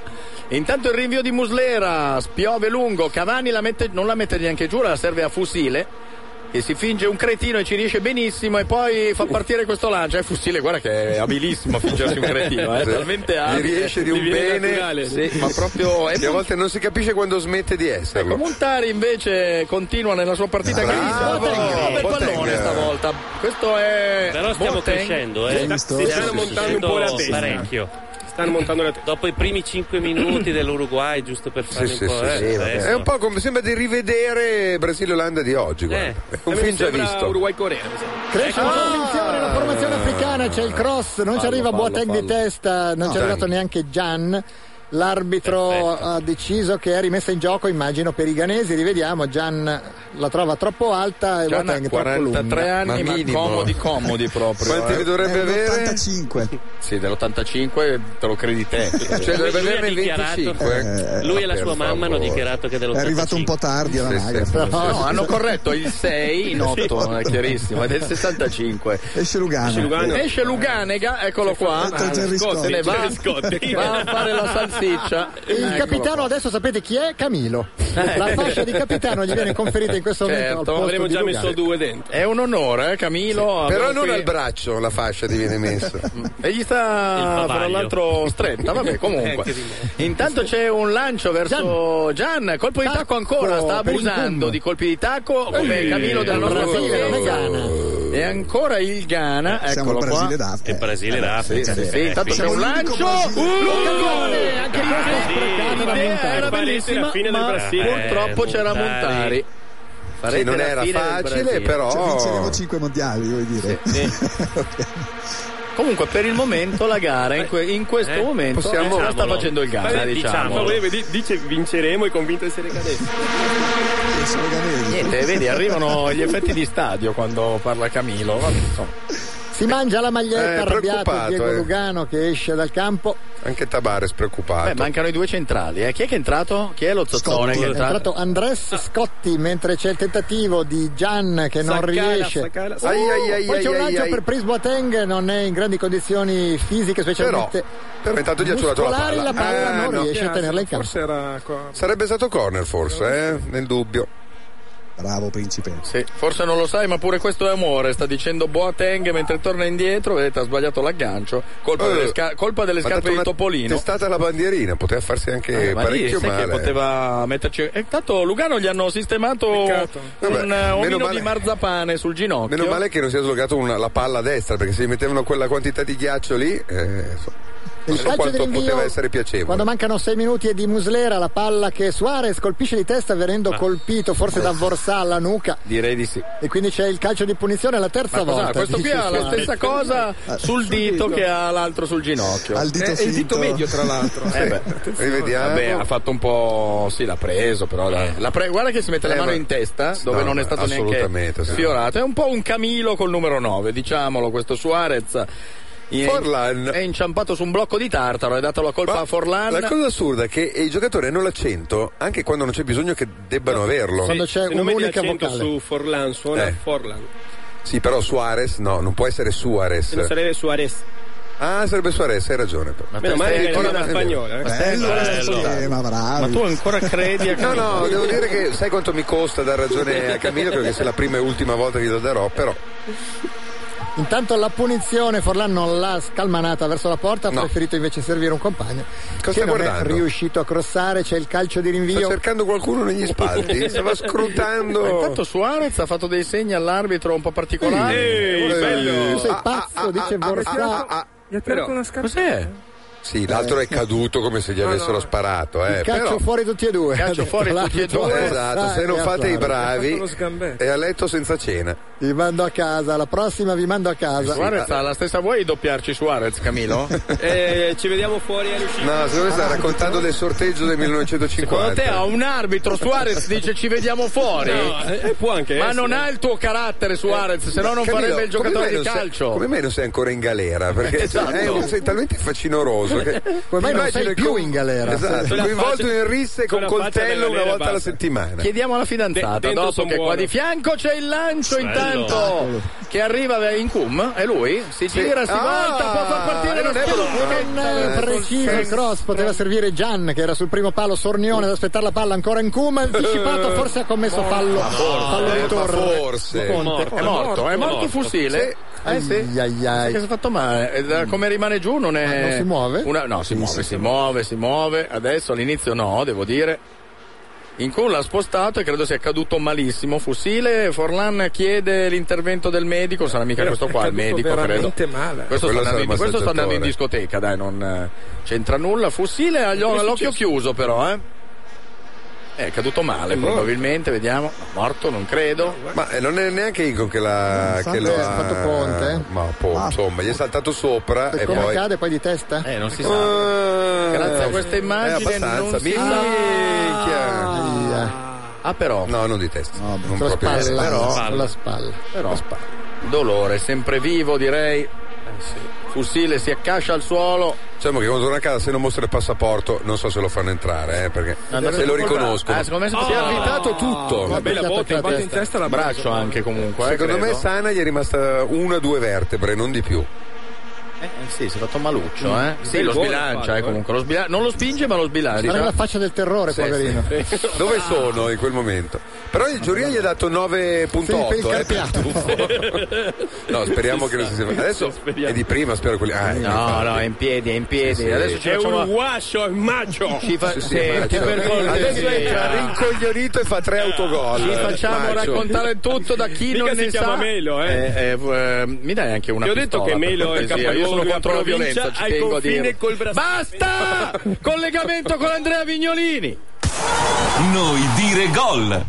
S12: Intanto il rinvio di Muslera, spiove lungo, Cavani la mette- non la mette neanche giù, la serve a fusile. Che si finge un cretino e ci riesce benissimo e poi fa partire questo lancio. È fusile, guarda che è abilissimo a fingersi un cretino, è
S3: Sì.
S12: talmente
S3: Cioè, Gli
S12: abile.
S3: riesce di un
S12: Gli viene
S3: bene,
S12: naturale. Sì, ma proprio è
S3: che a volte non si capisce quando smette di esserlo.
S12: Ecco, Montari invece continua nella sua partita
S3: Bravo,
S12: grigia. Oh,
S3: Boateng.
S12: bel pallone
S3: Boateng.
S12: stavolta. Questo è.
S7: Però stiamo
S12: Boateng.
S7: crescendo, eh.
S6: Sta- si stanno montando un po' la testa.
S7: Parecchio.
S6: Stanno montando la Ah, testa.
S7: Dopo i primi 5 minuti dell'Uruguay, giusto per
S3: Sì,
S7: fare
S3: sì,
S7: un po'.
S3: sì,
S7: eh,
S3: sì, vabbè.
S7: adesso.
S3: È un po' come sembra di rivedere Brasile-Olanda di oggi. guarda.
S7: Eh.
S3: È un film già visto.
S6: Uruguay-Corea.
S2: Cresce la convinzione la formazione africana, c'è il cross, non ci
S3: Ah! Fallo,
S2: arriva
S3: fallo,
S2: Boateng di
S3: fallo.
S2: testa, non
S3: No.
S2: c'è arrivato neanche Gian. L'arbitro ha deciso che è rimessa in gioco, immagino, per i ghanesi. Rivediamo, Gian la trova troppo alta e
S12: Gianna
S2: Boateng troppo lunga.
S12: 43 anni, ma,
S3: minimo.
S12: comodi, comodi proprio.
S3: Quanti
S12: eh.
S3: ne dovrebbe avere?
S4: 85.
S12: Sì, dell'85 te lo credi te.
S3: Cioè, dovrebbe
S7: Lui ha
S3: averne
S7: dichiarato-
S12: Eh,
S3: 25.
S7: Lui e la
S3: per
S7: sua mamma hanno
S3: favore.
S7: dichiarato che
S4: È
S7: dell'85.
S4: arrivato un po' tardi alla
S12: No,
S4: maglia.
S12: hanno corretto il 6
S3: <laughs>
S12: in 8, è chiarissimo, è del 65.
S3: Esatto.
S4: Esce Lugano.
S6: Eh.
S12: Esce Lugano. Esce Luganega, eccolo qua.
S4: Entra Gerry Scotti.
S12: Se ne va,
S4: Gerry
S12: va a fare la salsiccia. Ecco.
S2: Il
S12: Eccolo
S2: capitano adesso sapete chi è? Camilo.
S3: Eh.
S2: La fascia di capitano gli viene conferita in questo momento. al
S12: Certo,
S2: posto
S12: avremmo
S2: di
S12: già
S2: Lugano.
S12: messo due dentro. È un onore, eh, Camilo.
S3: Però
S12: Abbiamo
S3: non
S12: qui-
S3: al braccio la fascia ti viene messa.
S12: E gli sta
S3: Il
S12: tra
S3: bavaglio.
S12: l'altro stretta, vabbè,
S3: Eh,
S12: comunque.
S3: che
S12: Intanto c'è un lancio verso Gian, colpo di tacco ancora, sta
S2: per il
S12: abusando
S2: gum.
S12: di colpi di tacco come
S2: Eh,
S12: Camillo della nostra
S2: Brasile, non è
S12: presenza. E ancora il Ghana,
S4: Siamo
S12: eccolo qua.
S4: Brasile d'Africa.
S7: E Brasile era
S12: Eh, Sì, sì, sì, intanto c'è
S4: Siamo
S12: un
S4: l'unico
S12: lancio. Uh!
S4: Brasile.
S12: L'occasione,
S2: anche questa sprecata da
S12: L'idea
S2: Montari.
S12: era
S6: Parese,
S12: bellissima,
S6: la fine del
S12: ma
S6: Brasile.
S12: purtroppo
S6: Eh,
S12: c'era
S6: Montari.
S12: Montari. Farete
S3: non
S12: la
S3: era
S12: fine del
S3: facile,
S12: Brasile.
S3: però-
S4: Cioè,
S3: Oh.
S4: vinceremo 5 mondiali, vuoi dire?
S12: <laughs> Comunque, per il momento, la gara in, que- in questo
S6: Eh,
S12: momento
S6: possiamo-
S12: la sta facendo il Ghana.
S6: Beh,
S12: diciamo.
S6: volevo di- dice vinceremo e convinto di essere cadetto.
S4: Sono ghanesi.
S12: Niente, vedi, arrivano gli effetti di stadio quando parla Camilo. Vabbè, insomma.
S2: Si mangia la maglietta
S3: Eh,
S2: arrabbiato
S3: preoccupato,
S2: Diego
S3: eh.
S2: Lugano che esce dal campo.
S3: Anche Tabares preoccupato.
S12: Beh, mancano i due centrali. eh. Chi è che è entrato? Chi è lo zozzone
S2: Scotti.
S12: che
S2: È
S12: Ecco. è entrato?
S2: entrato Andres
S12: Ah.
S2: Scotti mentre c'è il tentativo di Gian che non
S12: Saccala,
S2: riesce.
S12: saccala,
S2: Oh,
S12: saccala. Ai, ai,
S2: poi
S12: ai,
S2: c'è un
S12: ai,
S2: lancio
S12: ai.
S2: per Pris Boateng, non è in grandi condizioni fisiche,
S3: Però,
S2: specialmente.
S3: però intanto gli ha suonato la
S2: muscolari,
S3: palla.
S2: la palla
S3: Eh,
S12: Ah,
S2: non
S3: no.
S2: riesce a tenerla in campo.
S8: Forse era qua.
S3: Sarebbe stato corner forse, eh? nel dubbio.
S4: Bravo principe.
S12: Sì, forse non lo sai, ma pure questo è amore. Sta dicendo Boateng mentre torna indietro. Vedete, ha sbagliato l'aggancio. Colpa
S3: Eh,
S12: delle, sca- colpa delle
S3: ha dato
S12: scarpe di
S3: una
S12: Topolino.
S3: Testata la bandierina, poteva farsi anche
S12: Eh, ma lì
S3: parecchio
S12: sai
S3: male.
S12: che poteva metterci. E tanto Lugano gli hanno sistemato un eh,
S3: meno
S12: omino
S3: male-
S12: di marzapane sul ginocchio.
S3: Meno male che non si è slogato una- la palla a destra, perché se gli mettevano quella quantità di ghiaccio lì, eh, so- non so
S2: calcio di
S3: quanto
S2: rinvio-
S3: poteva essere piacevole.
S2: Quando mancano 6 minuti è di Muslera la palla che Suarez colpisce di testa venendo
S12: Ah.
S2: colpito forse da Borsà alla nuca
S12: Direi di sì.
S2: e quindi c'è il calcio di punizione la terza
S12: Ma cos'ha?
S2: volta.
S12: Ah, questo qui
S2: dice
S12: ha la
S2: Suarez.
S12: stessa cosa sul dito che ha l'altro sul ginocchio.
S2: Al dito Eh, è il finto. dito medio, tra l'altro.
S12: <laughs> Eh,
S2: Sì.
S12: beh,
S3: Rivediamo.
S12: Vabbè, ha fatto un po'. Sì, l'ha preso, però. dai. L'ha pre- Guarda che si mette
S3: Eh,
S12: la mano
S3: ma-
S12: in testa,
S3: Sì,
S12: dove
S3: no,
S12: non è
S3: ma
S12: stato
S3: assolutamente,
S12: neanche
S3: sì.
S12: sfiorato. È un po' un Camilo col numero 9, diciamolo, questo Suarez. I-
S3: Forlan.
S12: È inciampato su un blocco di tartaro, è dato la colpa
S3: Ma
S12: a Forlan.
S3: La cosa assurda è che i giocatori hanno l'accento anche quando non c'è bisogno che debbano averlo.
S6: se non metti l'accento su Forlan, suona
S3: Eh.
S6: Forlan.
S3: Sì, però Suarez, no, non può essere Suarez.
S6: Se non sarebbe Suarez.
S3: Ah, sarebbe Suarez, hai ragione. però.
S6: Meno male
S3: Eh,
S6: che non è
S3: torna-
S6: una spagnola. eh.
S4: Bello questo
S3: Bello.
S4: sistema, bravi.
S3: No, no, devo dire che sai quanto mi costa dar ragione a Camillo, perché se è la prima e ultima volta che glielo darò, però.
S2: Intanto la punizione Forlan non l'ha scalmanata verso la porta, ha
S3: No.
S2: preferito invece servire un compagno
S3: Cosa
S2: che
S3: stai
S2: non
S3: guardando?
S2: è riuscito a crossare, c'è il calcio di
S3: Sta
S2: rinvio.
S3: cercando qualcuno negli
S12: <laughs>
S3: spalti, stava
S12: Ma
S3: scrutando.
S12: Intanto Suarez ha fatto dei segni all'arbitro un po' particolari.
S3: Ehi, bello. Ah,
S2: Tu sei pazzo, dice Borsà.
S8: Gli ha
S3: Però-
S8: tirato una scarpa.
S12: Cos'è? Eh.
S3: Sì, l'altro è caduto come se gli avessero sparato, eh.
S2: Calcio
S3: però-
S2: fuori tutti e due. cioè, eh,
S12: Calcio
S2: ha detto
S12: fuori Eh, tutti e
S2: l'arbitro
S12: due.
S2: Borsà
S3: <laughs> Esatto, se non
S2: e
S3: fate i
S2: Suarez.
S3: bravi è a letto senza cena.
S2: Vi mando a casa, la prossima vi mando a casa.
S12: Suarez ha la stessa vuoi doppiarci Suarez, Camilo?
S6: Eh, ci vediamo fuori
S3: No, secondo me sta raccontando del sorteggio
S12: <laughs>
S3: del 1950.
S12: Ah, Secondo
S3: eh.
S12: te a un arbitro Suarez dice ci vediamo fuori?
S6: No, eh, può anche
S12: Ma
S6: essere.
S12: non ha il tuo carattere Suarez, se no non
S3: Camillo,
S12: farebbe il
S3: come
S12: giocatore
S3: mai
S12: di
S3: non sei-
S12: calcio.
S3: come mai non sei ancora in galera? Perché
S12: Esatto.
S3: sei, eh, sei talmente facinoroso che
S2: Come mai non
S3: immagino
S2: sei
S3: il
S2: più
S3: co-
S2: in galera?
S3: Esatto,
S2: Sulla
S3: coinvolto
S6: faccia-
S3: in risse con
S6: sulla faccia della
S3: coltello una
S6: galera
S3: volta alla
S6: basta.
S3: settimana.
S12: Chiediamo alla fidanzata,
S6: De- dentro
S12: dopo
S6: son
S12: che qua
S6: buono.
S12: di fianco c'è il lancio
S6: Bello.
S12: intanto che arriva in cum, è lui, si
S3: Sì.
S12: gira, si
S3: Ah,
S12: volta, può far partire
S3: e
S12: lo
S3: non è
S12: schiocco.
S2: Non è
S3: Eh,
S2: preciso
S3: col
S2: il cross, poteva servire Gian che era sul primo palo,
S3: Mm.
S2: Sornione ad aspettare la palla ancora in Kuma, anticipato, forse ha commesso fallo, fallo
S3: Eh,
S2: di
S3: ma
S2: torre.
S3: forse.
S2: Conte.
S12: È morto, è morto fusile. Eh sì.
S2: Ai, ai,
S12: Sai che
S2: ai.
S12: si è fatto male? Eh, da Come rimane giù non è.
S2: Ma non si muove?
S12: una- No, si muove, si muove, si muove. Adesso all'inizio no, devo dire. Incun l'ha spostato e credo sia caduto malissimo. Fusile, Forlan chiede l'intervento del medico, sarà mica questo qua, il medico credo.
S8: veramente male.
S12: Questo sta,
S3: Quello
S12: andando
S3: sarà
S12: in, questo sta andando in
S3: massaggiatore.
S12: discoteca, dai, non eh, c'entra nulla. Fusile ha gli- ha l'occhio chiuso però, eh. È caduto male probabilmente, vediamo. Morto, non credo.
S3: Ma eh, non è neanche Icon che, l'ha,
S2: sa
S3: che lo
S2: che
S3: ha
S2: è fatto Ponte, eh?
S3: Ma poi, insomma, gli è saltato sopra
S2: E
S3: e
S2: come
S3: Eh, poi.
S2: cade poi di testa?
S12: Eh, non si sa.
S3: Ah,
S12: Grazie a questa
S3: È
S12: immagine
S3: abbastanza.
S12: non si
S3: Minchia.
S2: Aia,
S12: Ah, però,
S3: No, non di testa. non
S2: sulla
S3: proprio di
S2: spalla,
S3: testa.
S12: però-
S2: sulla spalla.
S12: però dolore, sempre vivo direi. Eh, sì. Fusile si accascia al suolo.
S3: Diciamo che quando torna a casa se non mostra il passaporto non so se lo fanno entrare, eh, perché se lo riconoscono.
S12: Ah, secondo me si
S3: si è
S12: poteva-
S3: avvitato tutto.
S2: Ma
S6: bella
S2: perché
S6: botta,
S2: ha attaccato
S6: in testa.
S2: la
S12: in testa la braccio anche comunque. eh,
S3: Secondo me
S12: credo.
S3: Sana gli è rimasta una o due vertebre, non di più.
S12: Eh, eh, sì, si è fatto maluccio, eh. Sì,
S6: Bel
S12: lo
S6: gol
S12: sbilancia,
S6: fatto,
S12: eh,
S6: eh.
S12: comunque. Lo sbila- non lo spinge, ma lo sbilancia.
S2: Aveva la faccia del terrore, poverino.
S3: Dove sono in quel momento? Però il giuria gli ha dato 9.8
S2: Sì, per il
S3: eh, per il tuffo. eh. <laughs> no, speriamo che non si sia Adesso
S6: Speriamo.
S3: è di prima, spero quelli. Ah,
S12: No,
S3: infatti.
S12: no, è in piedi, è in piedi.
S3: Sì, sì.
S12: Adesso ci
S6: È
S12: facciamo...
S6: un guascio, è
S12: <laughs>
S6: maggio.
S12: Ci fa-
S3: Sì, sì,
S12: sì,
S3: Maggio.
S12: per
S3: Adesso
S12: cortesia.
S3: è rincoglionito e fa tre autogol.
S12: Ci facciamo
S3: Maggio.
S12: raccontare tutto da
S6: Eh,
S12: chi
S6: Mica
S12: non
S6: si
S12: ne
S6: chiama
S12: sa.
S6: Melo, eh.
S12: Eh, eh, eh, mi dai anche una
S6: Ti ho detto
S12: pistola,
S6: che
S12: per
S6: Melo è il
S12: cortesia. Io
S6: capoluogo
S12: sono
S6: della
S12: contro la
S6: provincia,
S12: violenza, ci
S6: al
S12: tengo a
S6: confine
S12: dire.
S6: col Brasile.
S12: Basta! Collegamento con Andrea Vignolini.
S1: Noi dire gol.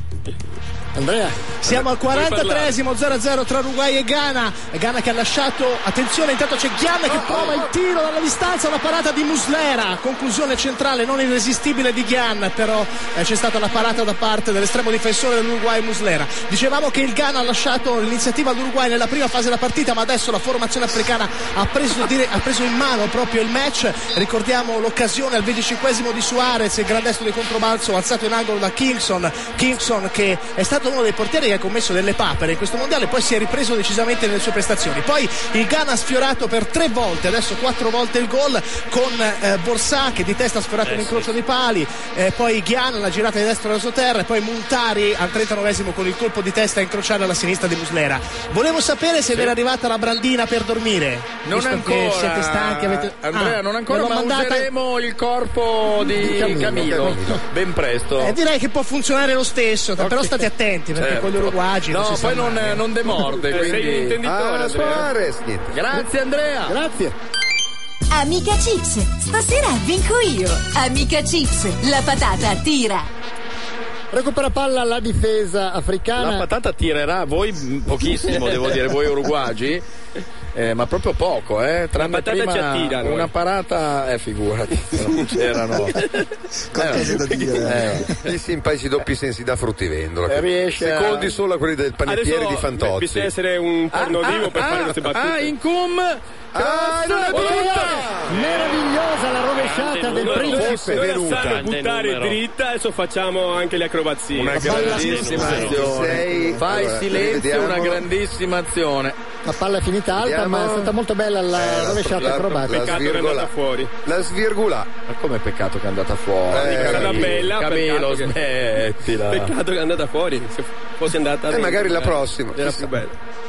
S2: Andrea,
S9: Siamo al
S2: Puoi
S9: 43esimo 0-0 tra Uruguay e Ghana. Ghana che ha lasciato. Attenzione, intanto c'è Ghiane che prova il tiro dalla distanza, una parata di Muslera. Conclusione centrale non irresistibile di Ghiane, però eh, c'è stata la parata da parte dell'estremo difensore dell'Uruguay Muslera. Dicevamo che il Ghana ha lasciato l'iniziativa all'Uruguay nella prima fase della partita, ma adesso la formazione africana ha preso, dire- ha preso in mano proprio il match. Ricordiamo l'occasione al 25 di Suarez, il gran destro di controbalzo alzato in angolo da Kingston. Kingston che è stato uno dei portieri che ha commesso delle papere in questo mondiale, poi si è ripreso decisamente nelle sue prestazioni. Poi il Ghana ha sfiorato per tre volte, adesso quattro volte il gol con eh, Borsà che di testa ha
S12: Eh,
S9: sfiorato un incrocio di pali, eh, poi Ghiana la girata di destra verso terra e poi Montari al 39 con il colpo di testa a incrociare alla sinistra di Muslera. Volevo sapere se
S12: Sì.
S9: vi era arrivata la brandina per dormire.
S12: Non
S9: visto che
S12: ancora,
S9: siete stanchi, avete...
S12: Andrea,
S9: Ah,
S12: non ancora,
S9: me l'ho
S12: ma
S9: mandata?
S12: useremo il corpo di Camillo,
S9: Camillo, Camillo.
S12: ben presto.
S9: Eh, direi che può funzionare lo stesso, però state attenti perché
S12: Certo.
S9: con gli uruguagi
S12: No,
S9: non si
S12: poi
S9: sa
S12: non,
S9: mai.
S12: non demorde,
S9: Eh, sei
S12: quindi...
S9: un
S3: Ah,
S9: intenditore, Andrea.
S12: niente. Grazie Andrea.
S2: Grazie.
S14: Amica Chips, stasera vinco io. Amica Chips, la patata tira.
S2: Recupera palla la difesa africana.
S12: La patata tirerà voi mh, pochissimo, devo dire, voi uruguagi. eh, ma proprio poco, eh? Tranne
S2: patata
S12: prima
S2: ci attira, noi.
S12: una parata, eh, figurati, non c'erano. Eh,
S3: Qualcosa da
S12: dire.
S3: Gli si impaghi doppi sensi da fruttivendola.
S12: Eh, riesce a-
S3: Secondi solo a quelli del panettiere
S12: Adesso
S3: di Fantozzi.
S12: bisogna
S6: essere un
S12: porno divo per fare queste battute. Ah, in cum! Ah, non è
S2: Meravigliosa la rovesciata del principe.
S6: Ora sanno buttare dritta, adesso facciamo anche le acrobazie.
S12: Una grandissima azione. Fai silenzio, una grandissima azione.
S2: La palla è finita alta,
S12: Vediamo.
S2: ma è stata molto bella la rovesciata acrobatica.
S12: fuori.
S3: Ah.
S12: La svirgola.
S3: Eh,
S12: Ma come peccato che è andata fuori?
S6: Eh,
S12: Camillo,
S6: stata bella,
S12: Camillo,
S6: peccato che-
S12: smettila.
S6: Peccato che è andata fuori. Se fosse andata
S12: E
S6: dentro,
S12: magari la
S6: eh,
S12: prossima.
S6: Era
S12: Chissà.
S6: più bella.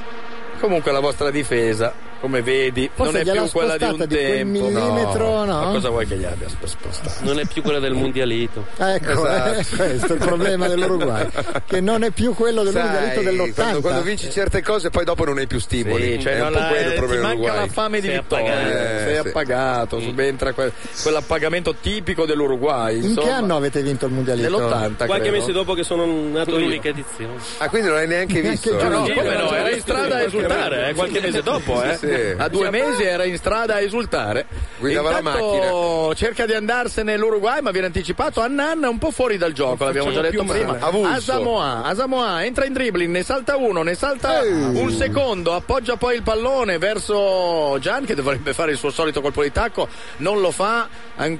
S12: Comunque la vostra difesa, come vedi,
S6: Forse
S12: non è
S6: gliel'ha
S12: più quella di un
S6: spostata di quel
S12: tempo.
S2: millimetro, no?
S12: Ma cosa vuoi che gli abbia sp- spostato?
S7: Non è più quella del mondialito.
S2: Ecco, eh, <laughs> questo è il problema dell'Uruguai, che non è più quello dell'Uruguay dell'80.
S3: quando, quando vinci certe cose poi dopo non hai più stimoli.
S12: Sì, cioè,
S3: è
S12: non
S3: un po'
S12: la-
S3: quello il
S12: ti
S3: problema
S12: manca
S3: dell'Uruguay.
S12: la fame di vittoria. Mm. sei
S3: Eh, sì.
S12: appagato, subentra quel- quell'appagamento tipico dell'Uruguay.
S2: In che
S12: insomma.
S2: anno avete vinto il mondialito?
S12: Nell'80,
S6: Qualche
S12: credo.
S6: mese dopo che sono nato
S12: L'unica
S6: edizione.
S3: Ah, quindi non l'hai neanche visto?
S12: No, no,
S3: Eh, cioè, Sì,
S12: come
S3: ma
S12: no,
S3: non
S12: era
S3: l'hai
S12: in
S3: visto
S12: strada a
S3: neanche
S12: esultare,
S3: perché-
S12: eh, qualche mese dopo, eh.
S3: Sì, sì.
S12: A due mesi era in strada a esultare.
S3: Guidava la
S12: Intanto cerca di andarsene l'Uruguay, ma viene anticipato. Annan è un po' fuori dal gioco, l'abbiamo già
S3: facciamo
S12: detto
S3: più male.
S12: prima.
S3: Avulso.
S12: Asamoah, Asamoah entra in dribbling, ne salta uno, ne salta un secondo, appoggia poi il pallone verso Gian che dovrebbe fare il suo solito colpo di tacco, non lo fa.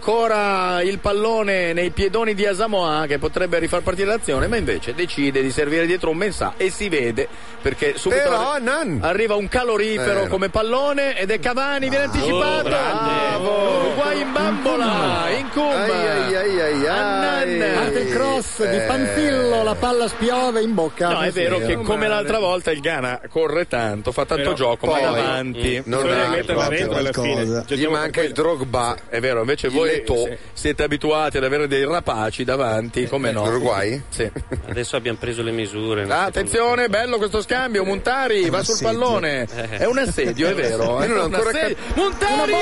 S12: Ancora il pallone nei piedoni di Asamoah che potrebbe rifar partire l'azione, ma invece decide di servire dietro un Mensah e si vede perché subito
S3: Però,
S12: arri- arriva un calorifero
S3: Eh, no.
S12: come pallone ed è Cavani, viene anticipato. Bravo. Uruguay in bambola, in
S3: Ai, ai, ai, ai, Eh. ai.
S2: Parte il cross di Panfillo, la palla spiove in bocca.
S12: No, è vero che come l'altra volta il Ghana corre tanto, fa tanto
S3: Però
S12: gioco,
S3: poi Mm.
S12: ma davanti
S3: non Bisogna ha metterla proprio dentro alla fine. qualcosa.
S6: cioè,
S3: Gli
S6: diciamo
S3: manca il
S12: Drogba. È vero, invece
S3: Il
S12: voi
S3: Eto'o.
S12: sì, siete abituati ad avere dei rapaci davanti,
S7: Eh,
S12: come no? Uruguay?
S7: <laughs>
S12: Sì.
S7: Adesso abbiamo preso le misure.
S12: Ah, attenzione, bello questo scambio. Montari va sul pallone.
S7: Eh.
S12: È un assedio, è vero. eh.
S7: <laughs> Io non ho
S12: Un
S7: ancora
S12: assedio.
S7: cap-
S12: Montari!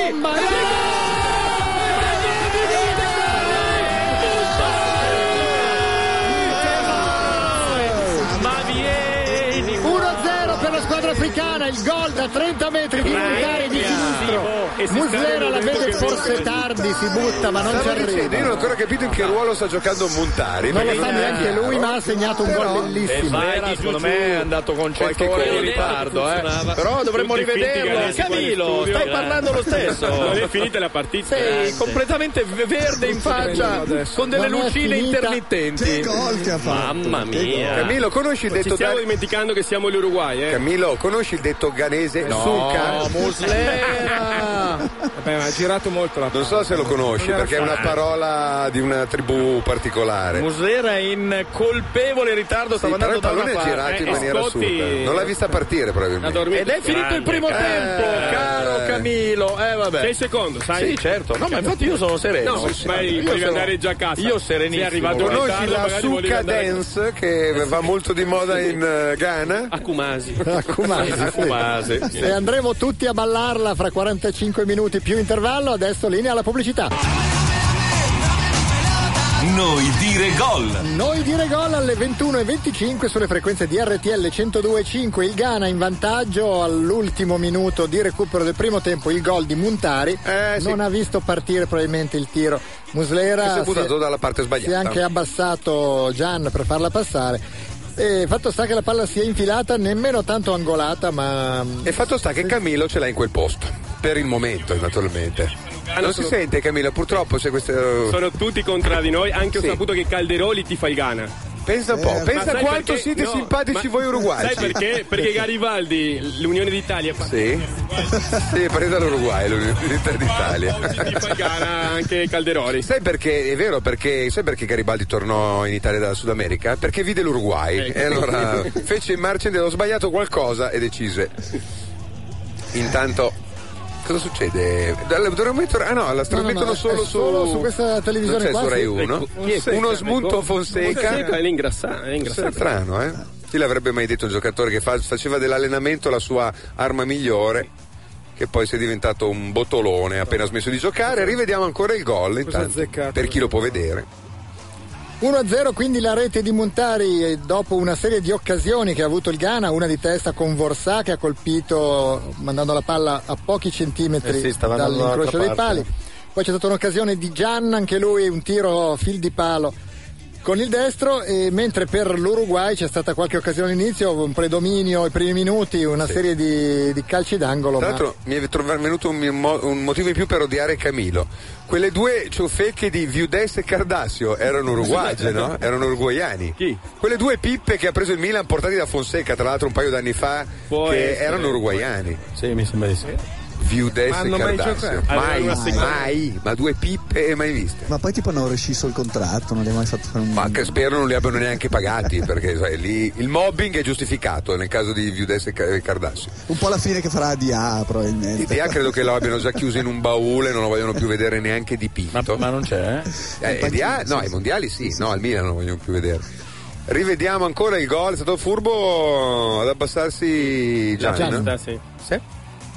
S6: Ma vieni!
S2: 1-0 per la squadra africana, il gol da 30 metri di Montari di sinistro.
S6: Eh,
S3: E si sta
S2: Muslera la
S3: rivolgendo
S2: vede
S3: che
S2: forse
S3: forse-
S2: tardi, si butta ma non ci
S3: Stavo dicendo,
S2: arriva.
S3: Io non eh, ho ancora capito in che ruolo sta giocando Montari.
S2: Non lo
S3: perché
S2: sa
S3: è
S2: neanche
S3: chiaro.
S2: lui, ma ha segnato un gol
S12: Eh,
S2: bellissimo.
S12: Vera, secondo me è andato con 100 ore di ritardo, eh. però dovremmo
S6: Tutti finti
S12: rivederlo.
S6: canesi qua in
S12: Camilo,
S6: studio.
S12: stai parlando lo stesso.
S6: Non è finita la partita. eh.
S12: Sei
S6: <laughs> Grande.
S12: completamente verde in faccia con delle
S6: Non è
S12: lucine
S6: finita.
S12: intermittenti.
S6: Mamma mia.
S3: Camillo, conosci il detto
S6: Ci stiamo
S3: da-
S6: dimenticando che siamo l'Uruguay, eh.
S3: Camillo, conosci il detto ghanese? Suca?
S6: No,
S3: <laughs>
S8: Vabbè, ma ha girato molto la
S3: Non so se lo conosci
S12: Non era
S3: perché è una
S12: facile.
S3: parola di una tribù particolare.
S12: Muslera è in colpevole ritardo,
S3: Sì,
S12: stava
S3: però
S12: andando
S3: il
S12: da
S3: pallone
S12: una
S3: è
S12: parte.
S3: girato in
S12: Eh,
S3: maniera
S12: Scotti-
S3: assurda. Non l'ha vista partire Eh. probabilmente.
S12: Ed è finito il primo tempo, caro Camilo. Eh vabbè.
S6: Sei secondo, sai?
S12: Sì, certo. No, ma infatti io sono sereno.
S6: No,
S12: Sì,
S6: ma
S12: sì,
S6: io
S12: io
S6: devi
S12: sono-
S6: andare già a casa.
S12: Io
S6: Sei
S12: serenissimo.
S6: arrivato in
S3: Conosci
S6: ritardo,
S3: la
S6: magari volevi
S3: succa
S6: andare-
S3: dance che
S12: Eh,
S3: va molto di moda in eh,
S12: Ah,
S3: Ghana? <laughs>
S7: Akumasi.
S2: Akumasi. E andremo tutti a ballarla fra 45 minuti più intervallo, adesso linea alla pubblicità.
S1: Noi dire gol.
S2: Noi dire gol alle 21.25 sulle frequenze di RTL 102.5. Il Ghana in vantaggio all'ultimo minuto di recupero del primo tempo. Il gol di Muntari non ha visto partire probabilmente il tiro.
S3: Eh, E
S2: Muslera
S3: si è buttato
S2: si è-
S3: dalla
S2: si
S3: parte
S2: è
S3: sbagliata.
S2: anche abbassato Gian per farla passare. E fatto sta che la palla si è infilata, nemmeno tanto angolata, ma mm,
S3: E fatto sta che Camillo ce l'ha in quel posto. Per il momento, naturalmente. non si sente, Camillo, purtroppo eh, c'è questo.
S6: Sono tutti contro di noi, anche
S3: Sì.
S6: ho saputo che Calderoli ti fa il Ghana.
S3: Pensa un
S12: Eh,
S3: po', pensa quanto siete simpatici voi uruguaici.
S6: Sai perché? Perché Garibaldi, l'Unione d'Italia, <laughs>
S3: Sì. <laughs> sì, è partita dall'Uruguay, l'Unità d'Italia.
S2: Ah,
S6: anche Calderoli.
S3: Sai perché? È vero, perché sai perché Garibaldi tornò in Italia dalla Sud America? Perché vide l'Uruguai.
S6: Ecco.
S2: <laughs>
S3: E allora fece in marcia indietro, ho sbagliato qualcosa e decise. Intanto. Cosa succede? Dal- Dovremmo mettere. Ah no, la trasmettono
S2: è
S3: solo,
S2: solo
S3: su.
S2: su questa televisione
S3: non c'è
S2: qua,
S3: su Rai
S2: sì.
S3: 1.
S2: Ecco, chi è
S3: Uno
S2: questa?
S3: smunto
S2: Ecco.
S3: Fonseca.
S2: Fonseca
S6: è l'ingrassato. È
S3: È
S6: ingrassato.
S3: strano, eh? Chi l'avrebbe mai detto un giocatore che fa- faceva dell'allenamento la sua arma migliore, che poi si è diventato un botolone appena ha smesso di giocare? Rivediamo ancora il gol, intanto,
S2: azzeccato.
S3: per chi lo può vedere.
S2: 1-0 quindi la rete di Montari eh, dopo una serie di occasioni che ha avuto il Ghana, una di testa con Vorsà che ha colpito mandando la palla a pochi centimetri
S15: Eh sì, stava andando
S2: dall'incrocio dei
S15: dall'altra
S2: pali.
S15: parte.
S2: Poi c'è stata un'occasione di Gian, anche lui un tiro fil di palo con il destro e mentre per l'Uruguay c'è stata qualche occasione all'inizio, un predominio ai primi minuti, una serie di, di calci d'angolo.
S3: Tra
S2: ma-
S3: l'altro mi è trov- venuto un, mo- un motivo in più per odiare Camilo. Quelle due ciofeche di Viudes e Cardassio erano uruguagie, no? Erano uruguaiani. Chi? Quelle due pippe che ha preso il Milan portati da Fonseca, tra l'altro un paio d'anni fa,
S6: Può
S3: che
S6: essere.
S3: erano uruguaiani.
S6: Sì, mi sembra di sì.
S3: Viudes
S6: Ma
S3: e
S6: hanno mai
S3: Cardassio.
S6: giocato?
S3: Mai,
S6: Allora, una
S3: mai,
S6: seconda-
S3: ma due pippe mai viste.
S4: Ma poi tipo hanno rescisso il contratto, non gli hai mai fatto fare un...
S3: Ma che spero non li abbiano neanche pagati, perché sai, lì il mobbing è giustificato nel caso di Viudes e Ca- e Cardassio.
S4: Un po' la fine che farà ADA probabilmente.
S3: L'idea credo che lo abbiano già chiuso in un baule, non lo vogliono più vedere neanche dipinto. Ma, non c'è? Eh,
S4: Infatti,
S3: DA no, ai mondiali sì, no, al Milan non lo vogliono più vedere. Rivediamo ancora il gol, è stato furbo ad abbassarsi Gian. eh?
S12: sì.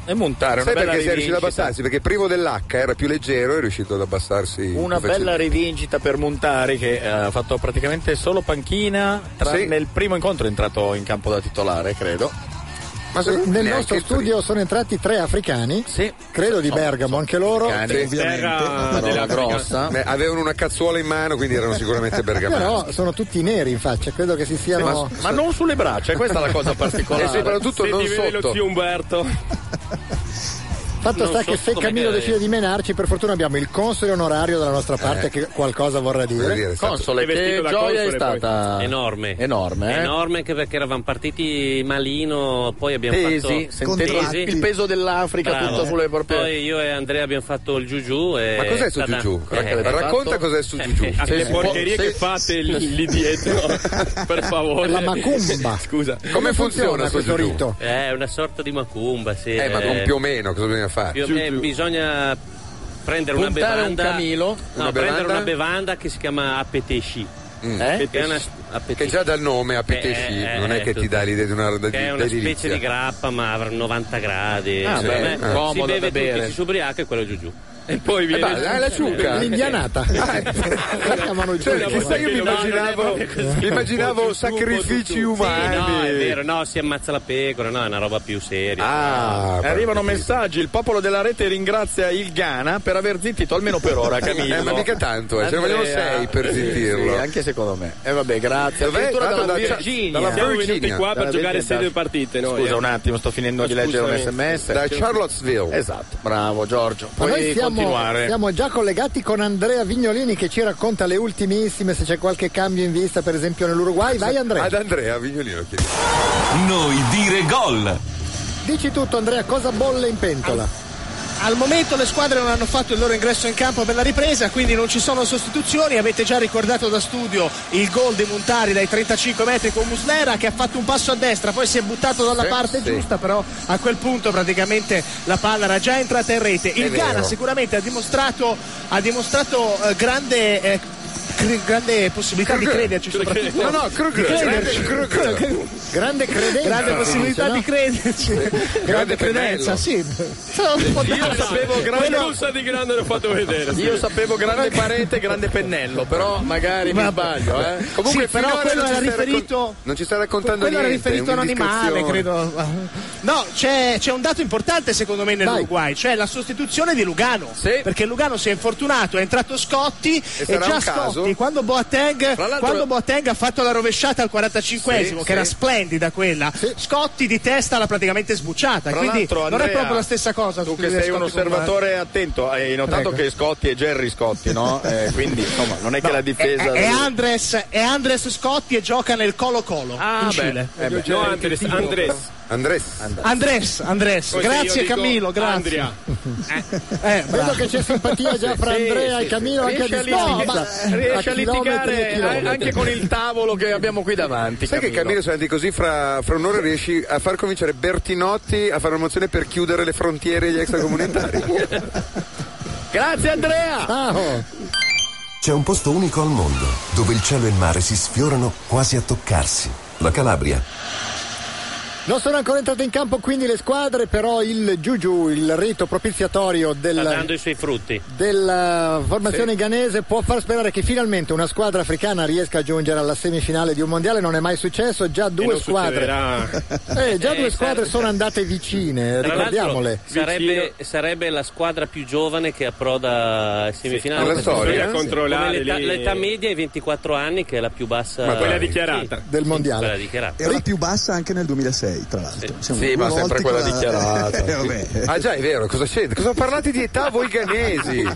S12: E montare una
S3: Sai
S12: bella
S3: perché si è riuscito
S12: rivincita.
S3: ad abbassarsi? Perché privo dell'H era più leggero e è riuscito ad abbassarsi.
S12: Una
S3: più facilmente.
S12: bella rivincita per Montari che eh, ha fatto praticamente solo panchina. Tra,
S3: Sì.
S12: Nel primo incontro è entrato in campo da titolare, credo.
S2: Eh, nel nostro studio sono entrati tre africani, credo di Bergamo, anche loro.
S3: Sì, ovviamente.
S2: della
S3: grossa. Beh, avevano una cazzuola in mano, quindi erano sicuramente
S2: <laughs>
S3: bergamaschi.
S2: Però sono tutti neri in faccia, credo che si
S12: Eh,
S2: siano.
S3: ma- ma non
S12: sulle braccia, questa è la cosa particolare.
S3: E soprattutto
S6: Se
S3: non
S6: ti vede
S3: sotto.
S6: lo zio Umberto.
S2: Fatto
S6: non
S2: sta
S6: so
S2: che se
S6: come
S2: Camillo
S6: che-
S2: decide di menarci, per fortuna abbiamo il console onorario dalla nostra parte
S7: Eh.
S2: che qualcosa vorrà dire.
S12: Console, che gioia è stata
S7: Eh enorme.
S12: Enorme, eh?
S7: Enorme anche perché eravamo partiti malino, poi abbiamo
S12: Pesi,
S7: fatto
S12: sentite il peso dell'Africa
S7: Bravo.
S12: tutto sulle proprie
S7: Poi io e Andrea abbiamo fatto il giù e
S3: Ma cos'è sto
S7: stata-
S3: giù?
S7: Eh,
S3: Racconta cos'è sto giù.
S6: Ah,
S7: Eh, le porcherie che
S6: fate lì, lì
S3: <laughs>
S6: dietro, per favore.
S7: La macumba.
S6: Scusa.
S3: Come funziona
S7: questo
S3: sto giù?
S7: È una sorta di macumba, sì.
S3: Eh, ma non più o meno, cosa bisogna fare?
S7: Più o meno bisogna prendere
S3: Puntare
S7: una
S3: un
S7: bevanda.
S3: camilo,
S7: no,
S3: una
S7: prendere
S3: bevanda?
S7: una bevanda che si chiama apetesci.
S3: Mm.
S7: Eh?
S3: Che,
S7: È una-
S3: già dal nome apetesci
S7: Eh, eh,
S3: non è
S7: eh,
S3: che ti
S7: tutto.
S3: dà l'idea di una
S7: Che è una specie di grappa, ma avrà 90 gradi.
S3: Ah,
S7: Secondo
S3: beh,
S7: me
S3: eh.
S7: si
S3: comodo da
S7: beve tutti,
S3: bere.
S7: si ubriaca e quello giù giù. E
S12: Eh,
S7: poi
S3: viene- basta, è la
S7: Eh.
S3: ciuca.
S2: L'indianata. La chiamano eh. giù.
S3: chissà, io mi immaginavo, mi immaginavo sacrifici umani.
S7: Sì, no, è vero, no, si ammazza la pecora, no, è una roba più seria.
S3: Ah,
S12: Eh, Arrivano messaggi, il popolo della rete ringrazia il Ghana per aver zittito almeno per ora Camillo.
S3: Eh, ma mica tanto, eh, ce ne vogliono
S12: Andrea.
S3: sei per
S12: Sì,
S3: zittirlo.
S12: sì, anche secondo me. E vabbè, grazie.
S3: Dov'è?
S12: Addirittura
S3: Tanto
S12: dalla
S3: da-
S12: Virginia.
S3: dalla
S12: Siamo
S3: Virginia.
S12: venuti qua per
S3: Dalla
S12: giocare
S3: Virginia.
S12: sei due partite noi, Scusa
S3: eh.
S12: un attimo, sto finendo di leggere un
S3: Scusami.
S12: sms.
S3: Da Charlottesville.
S12: Esatto, bravo Giorgio.
S2: Ma
S12: Puoi
S2: noi siamo,
S12: continuare.
S2: siamo già collegati con Andrea Vignolini che ci racconta le ultimissime, se c'è qualche cambio in vista, per esempio nell'Uruguay. Vai Andrea.
S3: Ad Andrea Vignolino chiedi.
S1: Noi dire gol.
S2: Dici tutto Andrea, cosa bolle in pentola?
S9: Al momento le squadre non hanno fatto il loro ingresso in campo per la ripresa, quindi non ci sono sostituzioni. Avete già ricordato da studio il gol di Montari dai 35 metri con Muslera che ha fatto un passo a destra, poi si è buttato dalla
S2: Sì,
S9: parte
S2: sì.
S9: giusta, però a quel punto praticamente la palla era già entrata in rete.
S2: È
S9: Il Ghana
S2: vero.
S9: sicuramente ha dimostrato, ha dimostrato, eh, grande eh, cre- grande possibilità di crederci soprattutto.
S2: No, no,
S9: Di
S2: Krugler.
S9: crederci. Cioè,
S2: Krugler. Grande credenza.
S9: Grande
S2: si
S9: possibilità
S2: dice, no?
S9: di crederci.
S12: Eh,
S2: Grande
S9: credenza,
S2: pennello.
S9: sì. Sono un po'
S6: Io
S9: da-
S6: sapevo grande
S9: Quello-
S6: russa di grande l'ho fatto vedere. sì.
S12: Io sapevo grande parete, grande pennello, però magari mi sbaglio, eh.
S9: Comunque, però
S12: finora
S9: quello
S12: non ci
S9: era
S12: stai raccon-
S9: riferito-
S3: Non ci stai raccontando
S9: Quello era
S3: niente.
S9: riferito a un animale,
S3: un'indiscrezione.
S9: credo. No, c'è, c'è un dato importante secondo me nell'Uruguay, cioè la sostituzione di Lugano. Perché Lugano si è infortunato, è entrato Scotti
S12: E
S9: e,
S12: sarà
S9: già
S12: un caso?
S9: Scotti, quando Boateng,
S12: Fra l'altro-
S9: quando Boateng ha fatto la rovesciata al 45esimo,
S12: Sì,
S9: che
S12: sì.
S9: era splendida quella, Scotti di testa l'ha praticamente sbucciata.
S12: Tra
S9: quindi
S12: l'altro,
S9: non è
S12: Andrea,
S9: proprio la stessa cosa.
S12: Tu che sei un osservatore attento, hai notato che Scotti è Jerry
S3: <laughs>
S12: Scotti, no? Eh, quindi insomma, non è che la difesa.
S9: È Andres, è Andres Scotti e gioca nel Colo Colo
S12: Ah,
S9: in Cile.
S12: Eh,
S6: No, Andres, Andres.
S3: Andres.
S9: Andres, Andres,
S6: Poi se
S9: grazie
S6: io dico
S9: Camilo, grazie.
S6: Andrea.
S9: <laughs> Eh,
S2: Vedo che c'è simpatia già fra
S12: Sì,
S2: Andrea
S12: sì,
S2: e
S12: sì.
S2: Camilo anche a
S12: Riesce
S2: distanza.
S12: litiga-
S3: eh,
S12: riesce a litigare eh, anche con il tavolo che abbiamo qui davanti.
S3: Sai che Camillo, se andi così fra, fra un'ora riesci a far convincere Bertinotti a fare una mozione per chiudere le frontiere agli extracomunitari?
S12: Grazie Andrea!
S2: Ah, oh.
S10: C'è un posto unico al mondo dove il cielo e il mare si sfiorano quasi a toccarsi. La Calabria.
S2: Non sono ancora entrate in campo quindi le squadre, però il Juju, il rito propiziatorio
S7: Sta
S2: del,
S7: dando i suoi frutti.
S2: della formazione
S7: Sì.
S2: ghanese può far sperare che finalmente una squadra africana riesca a giungere alla semifinale di un mondiale. Non è mai successo, già due
S6: non
S2: squadre. Eh, già
S7: Eh,
S2: due squadre
S7: serve-
S2: sono andate vicine,
S7: Tra l'altro,
S2: ricordiamole.
S7: Sarebbe, sarebbe la squadra più giovane che approda ai semifinali.
S2: Sì, nella
S7: Perché
S2: storia,
S7: come
S2: eh?
S6: controllare
S7: l'età,
S6: lì.
S7: l'età media è 24 anni, che è la più bassa
S6: Ma quella dichiarata.
S3: Ah,
S7: Sì,
S2: del mondiale.
S7: quella dichiarata.
S4: Era la più bassa anche nel 2006, tra l'altro.
S3: <laughs>
S4: Siamo
S3: Sì,
S4: due
S3: ma sempre
S4: volte
S3: quella
S4: con la-
S3: dichiarata.
S4: Eh, vabbè.
S3: Ah già, è vero, cosa c'è? Cosa parlate di età voi ghanesi?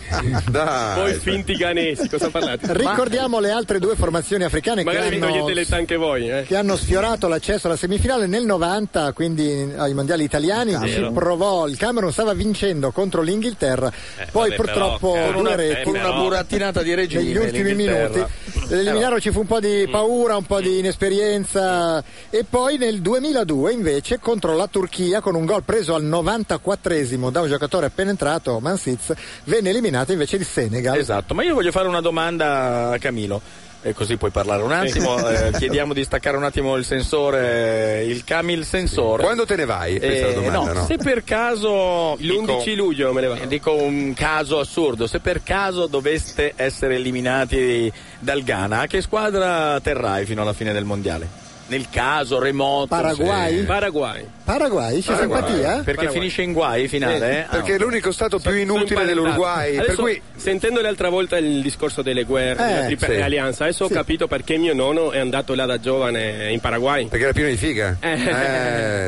S3: Dai.
S6: Voi finti ganesi, cosa parlate?
S2: Ricordiamo le altre due formazioni africane
S6: Ma-
S2: che
S6: magari vi
S2: hanno,
S6: togliete l'età anche voi, eh.
S2: che hanno sfiorato l'accesso alla semifinale nel 90, quindi ai mondiali italiani. Si
S6: Vero.
S2: provò, il Camerun stava vincendo contro l'Inghilterra, poi
S12: Eh, vabbè,
S2: purtroppo
S12: però,
S2: due
S12: con una-
S2: reti.
S12: con una burattinata di regime
S2: Negli ultimi minuti.
S12: l'Inghilterra.
S2: Eliminarono ci fu un po'
S12: Mm.
S2: di paura, un po' di inesperienza. E poi nel 2002 invece contro la Turchia con un gol preso al 94esimo da un giocatore appena entrato, Mansiz, venne eliminato invece il Senegal.
S12: Esatto, ma io voglio fare una domanda a Camilo. E così puoi parlare un attimo.
S3: Sì.
S12: eh, chiediamo di staccare un attimo il sensore, eh, il Camil sensore.
S3: Quando te ne vai? Eh, Questa è
S12: Eh,
S3: la domanda, no?
S12: Se per caso.
S6: L'11
S12: luglio me ne vado. Dico un caso assurdo. Se per caso doveste essere eliminati dal Ghana, a che squadra terrai fino alla fine del mondiale? Nel caso remoto.
S2: Paraguay?
S12: se-
S6: Paraguay.
S2: Paraguay, c'è simpatia?
S12: Perché finisce in guai finale? eh?
S3: Perché è l'unico stato più
S6: Sono
S3: inutile
S6: imparentato.
S3: dell'Uruguay.
S6: Adesso,
S3: Per cui
S6: sentendo l'altra volta il discorso delle guerre,
S3: Eh,
S6: della Triple
S3: sì.
S6: Alleanza, adesso ho capito perché mio nonno è andato là da giovane in Paraguay.
S3: Perché era pieno di figa? Eh,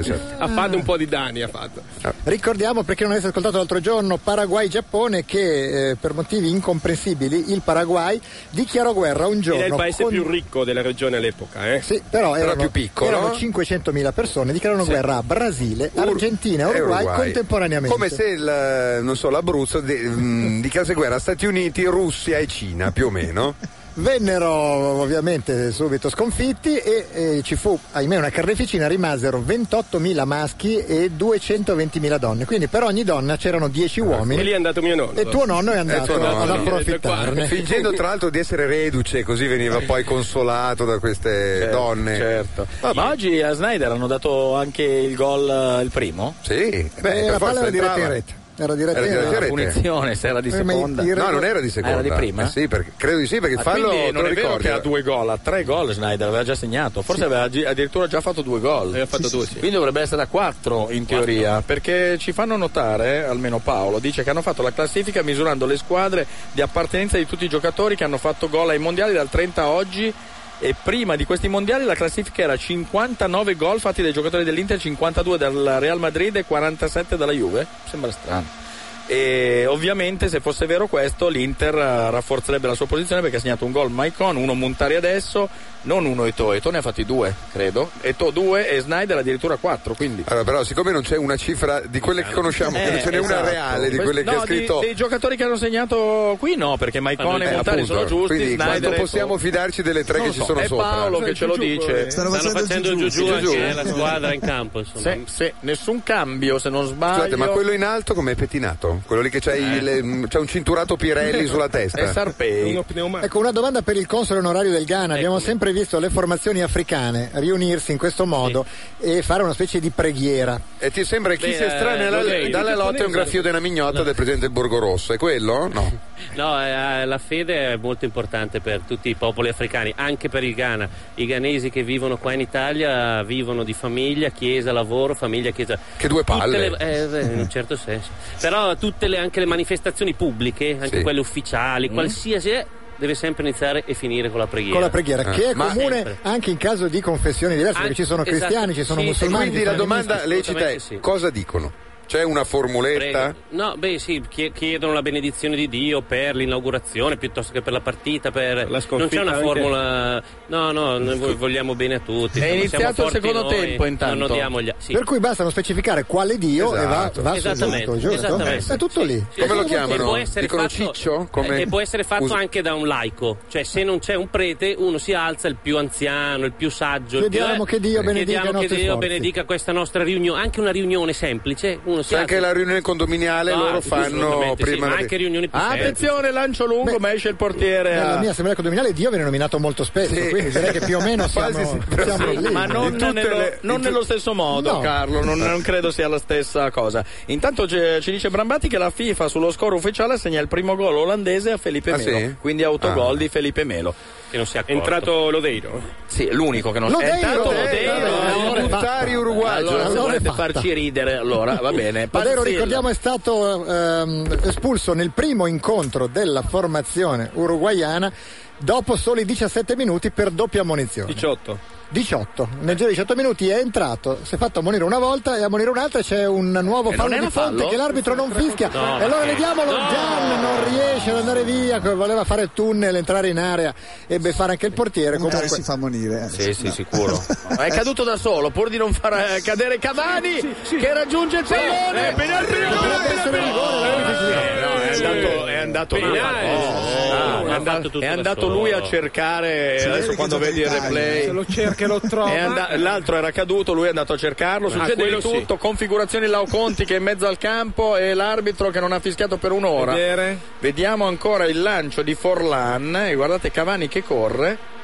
S3: certo.
S6: Ha fatto un po' di danni, ha fatto.
S2: Ricordiamo perché non avete ascoltato l'altro giorno Paraguay-Giappone che eh, per motivi incomprensibili il Paraguay dichiarò guerra un giorno.
S6: Era il paese
S2: con-
S6: più ricco della regione all'epoca, eh?
S2: Sì, però erano,
S6: più piccolo.
S2: erano 500.000 persone, dichiararono guerra a Brasile, Argentina e
S3: è
S2: Uruguay, contemporaneamente.
S3: Come se il, non so, l'Abruzzo de- mh, dichiarasse guerra a Stati Uniti, Russia e Cina, più o meno.
S2: Vennero ovviamente subito sconfitti e eh, ci fu ahimè una carneficina, rimasero 28.000 maschi e 220.000 donne, quindi per ogni donna c'erano 10 uomini.
S6: E lì è andato mio nonno.
S2: E tuo nonno è andato
S3: tuo nonno.
S2: ad approfittarne.
S3: Fingendo tra l'altro di essere reduce, così veniva poi consolato da queste
S12: Certo,
S3: donne. Ah,
S12: certo. Ma oggi a Snyder hanno dato anche il gol, eh, il primo?
S3: Sì,
S2: Eh, la palla era diretta in rete. Era diretta in rete.
S12: La punizione, se era di
S2: Eh, ma il-
S12: seconda.
S2: il
S3: No, non era di seconda.
S12: Era di prima?
S3: Eh sì, perché- credo di sì, perché il
S12: Ah,
S3: fallo
S12: quindi
S3: te
S12: non
S3: lo
S12: è vero
S3: ricordi.
S12: che ha due gol, ha tre gol Snyder, aveva già segnato, forse aveva agi- addirittura già fatto due gol.
S6: fatto due, sì.
S12: Quindi dovrebbe essere a quattro in teoria, perché ci fanno notare, almeno Paolo, dice che hanno fatto la classifica misurando le squadre di appartenenza di tutti i giocatori che hanno fatto gol ai mondiali dal 30 a oggi. E prima di questi mondiali la classifica era 59 gol fatti dai giocatori dell'Inter, 52 dal Real Madrid e 47 dalla Juve. Sembra strano. E ovviamente se fosse vero questo l'Inter eh, rafforzerebbe la sua posizione perché ha segnato un gol Maicon, uno Montari adesso, non uno Eto, Eto ne ha fatti due credo, Eto due e Snyder addirittura quattro quindi.
S3: Allora, però, siccome non c'è una cifra di quelle
S12: Eh,
S3: che conosciamo, che non Eh, ce n'è
S12: esatto.
S3: una reale di quelle che ha scritto.
S12: dei giocatori che hanno segnato qui no perché Maicon e
S3: Eh,
S12: Montari
S3: appunto.
S12: sono giusti
S3: Quindi
S12: Snyder
S3: quanto
S12: Eto'o-
S3: possiamo fidarci delle tre
S12: Non
S3: che
S12: lo
S3: ci
S12: so,
S3: sono
S12: è
S3: sopra?
S12: Paolo
S2: Cioè,
S12: che ce lo dice
S7: Cioè, eh, Stanno facendo giù
S12: Giugiù.
S7: anche la squadra in campo. Insomma.
S12: Sì, sì, nessun cambio se non sbaglio
S3: Scusate, ma quello in alto com'è pettinato? Pirello, quello lì che c'ha, il- c'ha un cinturato
S12: <laughs>
S3: Pirelli sulla testa.
S12: Eh. È Sarpei.
S2: Ecco una domanda per il console onorario del Ghana. Abbiamo sempre visto le formazioni africane riunirsi in questo modo e fare una specie di preghiera.
S3: E ti sembra chi
S2: Beh,
S3: si estranea
S2: eh,
S3: la-
S2: ok.
S3: dalle lotte è un graffio della mignotta del presidente del Borgo Rosso, è quello? No.
S7: No, eh, la fede è molto importante per tutti i popoli africani, anche per il Ghana. I ghanesi che vivono qua in Italia vivono di famiglia, chiesa, lavoro, famiglia, chiesa.
S3: Che due palle.
S7: Tutte le- eh, beh, in un certo senso. Però tutte le, anche le manifestazioni pubbliche, anche
S3: Sì.
S7: quelle ufficiali, qualsiasi è, deve sempre iniziare e finire con la preghiera.
S2: Con la preghiera, che è
S7: Ma-
S2: comune
S7: Sempre.
S2: anche in caso di confessioni diverse, perché
S7: Anche-
S2: ci sono
S7: esatto,
S2: cristiani, ci sono
S7: sì,
S12: Cioè,
S2: musulmani.
S7: e
S3: Quindi
S2: ci
S3: la
S2: sono
S3: domanda
S2: animismi.
S3: lecita è cosa dicono? C'è una formuletta?
S7: No, beh sì, chie- chiedono la benedizione di Dio per l'inaugurazione piuttosto che per la partita, per... non c'è
S6: sconfitta
S7: una
S6: anche.
S7: formula... No, no, noi vo- vogliamo bene a tutti.
S12: È
S7: insomma,
S12: iniziato
S7: siamo
S12: il
S7: forti
S12: secondo
S7: noi,
S12: tempo, intanto.
S7: Non odiamo gli... Sì.
S2: Per cui bastano specificare quale Dio e va,
S7: Esatto.
S2: va sul
S7: Esattamente,
S2: punto, giusto?
S7: esattamente.
S2: È tutto lì.
S7: Sì, sì, e può essere fatto- eh, E può essere fatto
S2: Usa-
S7: anche da un laico, cioè se non c'è un prete uno si alza il più anziano, il più saggio. il più-
S2: Chiediamo
S7: eh,
S2: che Dio benedica
S7: chiediamo
S2: i nostri
S7: che Dio
S2: sforzi.
S7: benedica questa nostra riunione, anche una riunione semplice. Uno si
S3: C'è anche
S7: alza-
S3: la riunione
S12: Ah,
S3: condominiale,
S7: No,
S3: loro fanno
S7: assolutamente sì,
S3: prima...
S7: ma
S3: la-
S7: anche riunioni più semplici.
S12: Attenzione, lancio lungo, ma esce il portiere.
S2: Nella
S12: a-
S2: mia assemblea condominale Dio viene nominato molto spesso, quindi direi che più o meno siamo,
S12: Quasi sì,
S2: siamo
S12: sì,
S2: lì.
S12: ma non, nello, non nello stesso modo,
S2: No.
S12: Carlo. Non, non credo sia la stessa cosa. Intanto ce- ci dice Brambati che la FIFA sullo score ufficiale assegna il primo gol olandese a Felipe
S6: Ah,
S12: Melo,
S6: sì?
S12: quindi autogol di Felipe Melo.
S7: Che non si è
S6: accorto. entrato Lodeiro.
S12: Sì, l'unico che non
S6: Lodeiro,
S12: è
S2: eh,
S12: entrato
S6: Lodeiro,
S12: Lodeiro.
S6: allora è fatta.
S12: Volontari uruguayo.
S6: Allora
S12: Allora,
S6: è
S12: se volete
S2: fatta.
S12: farci ridere, allora va bene.
S2: Valero,
S12: Pazzilla.
S2: ricordiamo, è stato ehm, espulso nel primo incontro della formazione uruguaiana dopo soli 17 minuti per doppia ammonizione.
S6: 18.
S2: 18. Nel giro di 18 minuti è entrato, si è fatto ammonire una volta e ammonire un'altra c'è un nuovo
S12: E
S2: fallo
S12: non
S2: di
S12: era
S2: fonte
S12: fallo?
S2: che l'arbitro non fischia.
S12: No,
S2: e allora
S12: perché?
S2: vediamolo, Gian non riesce ad andare via, que- voleva fare il tunnel, entrare in area e beffare anche il portiere. Comunque
S4: si fa eh. monire.
S12: Sì, sì, sicuro. È caduto da solo, pur di non far eh, cadere Cavani, che raggiunge il pallone. Penale, penale, penale. No, no, è andato- È andato lui a- Ah, è andato- è andato lui a cercare. Adesso quando vedi il replay.
S8: lo cerca e lo trova.
S12: <laughs> È anda- l'altro era caduto, lui è andato a cercarlo.
S8: Ah,
S12: Succede di
S8: quello sì.
S12: tutto: configurazioni Lauconti che è in mezzo al campo e l'arbitro che non ha fischiato per un'ora.
S8: Vedere.
S12: Vediamo ancora il lancio di Forlan. E guardate Cavani che corre.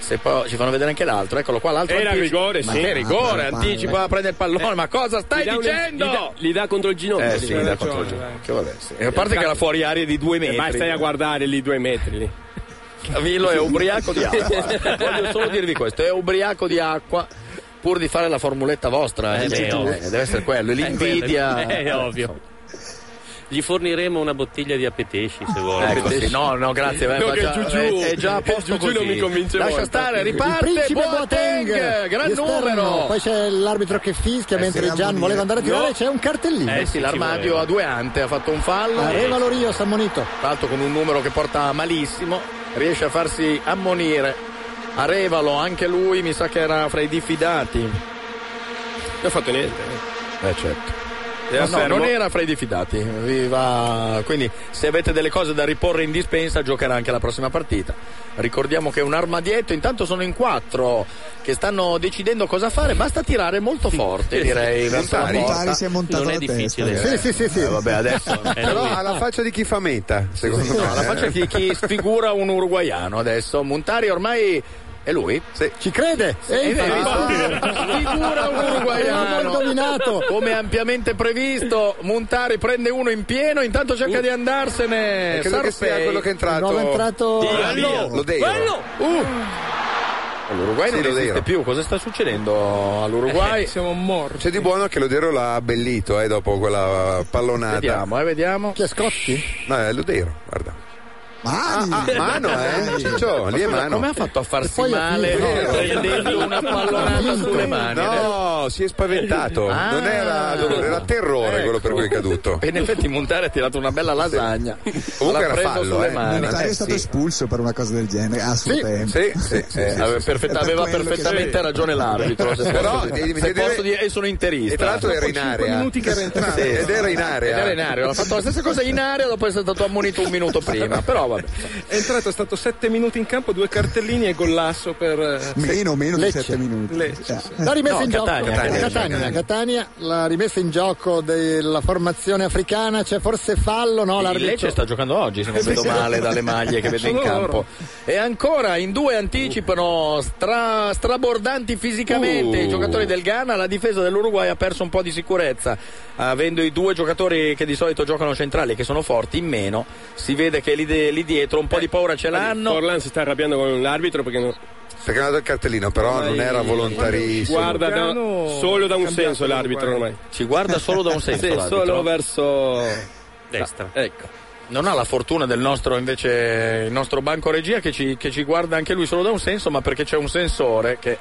S12: Se poi ci fanno vedere anche l'altro, eccolo qua. L'altro
S6: Era
S12: antici-
S6: rigore,
S12: ma
S6: sì.
S12: Che rigore,
S6: Ma-
S12: anticipa, prende il pallone.
S6: Eh.
S12: Ma cosa stai
S6: Gli dà un-
S12: dicendo?
S6: gli dà- Gli dà contro il ginocchio.
S12: Eh sì, gli dà contro il ginocchio. Che vabbè, sì. E a parte che era fuori aria di due metri.
S6: Ma Eh, stai a guardare lì due metri. Lì.
S12: Cavillo è ubriaco di acqua. Voglio solo dirvi questo: è ubriaco di acqua. Pur di fare la formuletta vostra, eh,
S7: Eh, beh,
S12: eh,
S7: ovvio.
S12: deve essere quello,
S7: Eh, <laughs>
S12: l'invidia.
S7: quello, È ovvio. Gli forniremo una bottiglia di appetesci se vuole.
S12: Ecco, sì. No, no, grazie. vai,
S7: No,
S12: vai,
S7: che
S12: già-
S7: Giugiù-
S12: è, è già a posto
S7: Giugiù non
S12: così.
S7: mi convince
S12: Lascia
S7: molto.
S12: stare,
S2: Il
S12: riparte.
S2: principe
S12: Boateng, gran
S2: l'esterno.
S12: numero.
S2: Poi c'è l'arbitro che fischia
S12: Eh,
S2: mentre
S12: sì.
S2: Gian voleva andare a tirare,
S12: No.
S2: c'è un cartellino.
S12: Eh sì, l'armadio a due ante ha fatto un fallo.
S2: Arriva Lorio, Sammonito.
S12: Tra l'altro con un numero che porta malissimo, riesce a farsi ammonire. Arevalo, anche lui, mi sa che era fra i diffidati. Non
S6: ha fatto niente.
S12: Eh certo.
S6: Era
S12: no,
S6: fermo.
S12: non era fra i diffidati. vi va- Quindi se avete delle cose da riporre in dispensa giocherà anche la prossima partita. Ricordiamo che è un armadietto, intanto sono in quattro che stanno decidendo cosa fare, basta tirare molto forte direi. verso la
S4: Montari.
S12: porta.
S4: Montari si è montato la testa.
S12: eh.
S2: Sì, sì, sì, sì.
S12: Eh, vabbè, adesso.
S3: Però alla faccia di chi fa meta, secondo me.
S12: No, la faccia
S3: eh.
S12: di chi sfigura un uruguaiano adesso. Montari ormai è lui?
S2: Ci crede?
S12: Eh,
S2: E infatti,
S12: infatti, figura un uruguaiano.
S2: Abbiamo dominato.
S12: Come ampiamente previsto, Montari prende uno in pieno, intanto cerca di andarsene.
S3: E credo Uh. che sia
S12: Sarpei.
S3: quello che è entrato.
S12: Il nuovo
S3: Bello! Lo devo.
S12: Uh.
S3: Sì,
S12: L'Uruguay non
S3: lo Eh,
S12: esiste
S3: devo.
S12: più, cosa sta succedendo all'Uruguay? siamo morti.
S3: C'è di buono che Lodero l'ha abbellito eh, dopo quella pallonata.
S12: Vediamo, eh, vediamo.
S2: Chi è Scotti?
S3: No, è Lodero, guarda.
S4: Mani!
S3: Ah, mano,
S4: <laughs>
S3: eh? Ciccio,
S12: Ma
S3: lì è
S12: scusa,
S3: mano. Eh,
S12: come ha fatto a farsi
S3: E poi è
S12: male
S4: Eh,
S3: finito.
S12: prendendo una pallonata sulle mani? eh.
S3: No, si è spaventato.
S12: Ah. Ecco.
S3: Non era dolore, era terrore quello per cui è caduto.
S12: E in effetti Montare ha tirato una bella lasagna.
S3: Comunque
S12: L'ha
S3: era
S12: preso
S3: fallo,
S12: sulle
S3: eh.
S12: mani.
S4: Montari è stato espulso per una cosa del genere a suo
S12: Sì,
S4: tempo.
S12: sì, sì, sì,
S4: Eh,
S12: sì, aveva, perfetta-
S4: è per
S12: aveva
S4: quello che-
S12: perfettamente
S4: sì.
S12: ragione l'arbitro. Se
S4: Però,
S12: posso,
S4: devi-
S12: se
S4: devi
S12: posso
S4: vedere-
S12: dire, e sono interista.
S3: E tra l'altro era in
S12: Dopo
S3: area.
S12: cinque minuti che era entrato.
S3: Sì, ed era in area.
S12: Ed era in area. Ha fatto la stessa cosa in area dopo essere stato ammonito un minuto prima. Però vabbè.
S8: È entrato, è stato 7 minuti in campo, due cartellini e gollasso per. eh,
S4: Meno, meno di
S8: Lecce.
S4: 7 minuti.
S8: Lecce,
S4: Eh.
S8: sì.
S2: La rimessa
S8: No,
S2: in gioco
S8: Catania, Catania,
S2: Catania,
S8: Catania.
S2: Catania, la rimessa in gioco della formazione africana, c'è forse fallo, no?
S12: Il Lecce sta giocando oggi, se non vedo male, dalle maglie che vede in
S2: Sono loro.
S12: campo. E ancora in due anticipano, stra- strabordanti fisicamente
S15: Uh.
S12: i giocatori del Ghana. La difesa dell'Uruguay ha perso un po' di sicurezza, avendo i due giocatori che di solito giocano centrali, che sono forti, in meno. Si vede che lì, de- lì dietro un po' di paura ce l'hanno.
S6: Forlan si sta arrabbiando con l'arbitro perché non...
S3: Perché ha dato il cartellino, però non era volontarissimo.
S6: Guarda da- solo da un senso l'arbitro ormai.
S12: Ci guarda solo da un senso
S6: Sì,
S12: l'arbitro.
S6: solo verso
S12: destra. Ecco. Non ha la fortuna del nostro invece il nostro banco regia che ci, che ci guarda anche lui solo da un senso, ma perché c'è un sensore che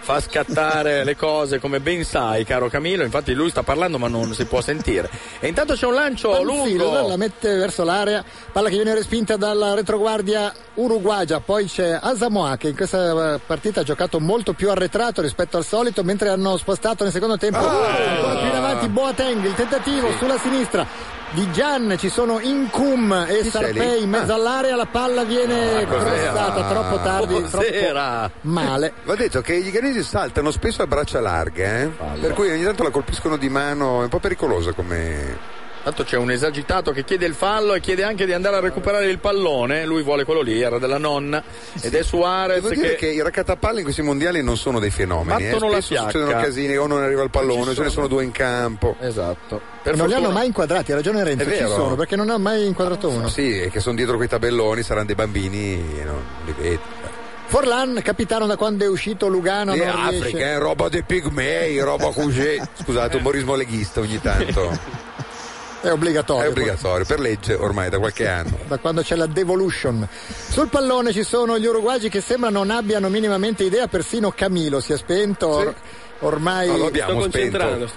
S12: fa scattare le cose come ben sai, caro Camillo. Infatti lui sta parlando ma non si può sentire. E intanto c'è un lancio
S2: Panfilo
S12: lungo.
S2: la mette verso l'area, palla che viene respinta dalla retroguardia uruguagia, poi c'è Asamoah che in questa eh, partita ha giocato molto più arretrato rispetto al solito, mentre hanno spostato nel secondo
S3: Ah!
S2: tempo ancora più in avanti Boateng, il tentativo sulla sinistra di Gian, ci sono Incum e
S12: Chi sei lì?
S2: Sarpei in
S3: Ah.
S2: mezzo all'area, la palla viene crossata troppo tardi, troppo male.
S3: Va detto che gli ghanesi saltano spesso a braccia larghe, eh? per cui ogni tanto la colpiscono di mano, è un po' pericolosa come...
S12: Tanto c'è un esagitato che chiede il fallo e chiede anche di andare a recuperare il pallone. Lui vuole quello lì, era della nonna. Ed è Suarez
S3: Devo dire
S12: Eh, che...
S3: che i raccattapalle in questi mondiali non sono dei fenomeni. Eh?
S12: Battono la
S3: Spesso
S12: fiacca.
S3: succedono casini, o non arriva il pallone,
S12: Non ci
S3: ce ne sono
S12: sono.
S3: due in campo.
S12: Esatto.
S2: non li hanno mai inquadrati, ha ragione
S3: È
S2: Renzo, ci
S3: vero. Ah,
S2: sono perché non ha mai inquadrato uno.
S3: Eh, Sì, è che sono dietro quei tabelloni, saranno dei bambini, e non li vedi.
S2: Forlan, capitano da quando è uscito Lugano,
S3: Lì è
S2: non riesce-
S3: Africa, è eh, roba dei pigmei, roba così. Scusate, umorismo leghista ogni
S12: <laughs>
S3: tanto.
S2: È obbligatorio.
S3: È obbligatorio, per legge ormai da qualche anno.
S2: da quando c'è la devolution. Sul pallone ci sono gli uruguagi che sembra non abbiano minimamente idea, persino Camilo si è spento. or- Ormai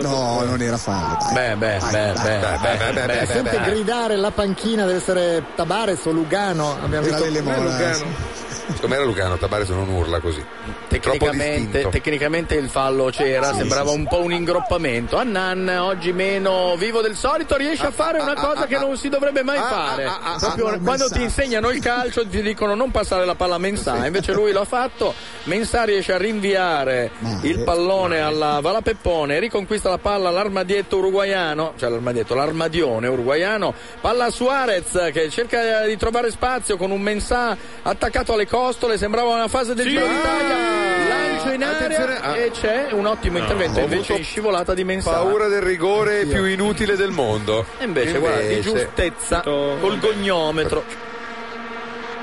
S4: No, non era fallo.
S12: Beh, beh, beh, beh, beh, beh,
S2: Eh,
S12: beh,
S2: sente
S12: beh.
S2: gridare la panchina, deve essere Tabares o Lugano. Abbiamo
S4: Era
S2: visto
S4: Lele Mora,
S3: Secondo me era Lugano, Tabares non urla così. Troppo
S12: Tecnicamente,
S3: distinto.
S12: tecnicamente il fallo c'era,
S3: Sì,
S12: sembrava
S3: sì, sì.
S12: un po' un ingroppamento. Annan, oggi meno vivo del solito, riesce a fare una cosa che non si dovrebbe
S3: Ah,
S12: mai fare. Proprio quando ti insegnano il calcio ti dicono non passare la palla a Mensah, invece lui l'ha fatto. Mensah riesce a rinviare
S3: eh,
S12: il pallone alla Vala Peppone, riconquista la palla all'armadietto uruguaiano, cioè l'armadietto, l'armadione uruguaiano. Palla a Suarez che cerca di trovare spazio con un Mensah attaccato alle costole, sembrava una fase del giro
S3: Ah!
S12: d'Italia. Lancio in aria e c'è un ottimo intervento
S3: Ho
S12: invece
S3: avuto
S12: in scivolata di Mensah.
S3: Paura del rigore più inutile del mondo.
S12: E invece, guarda, di giustezza, col gognometro.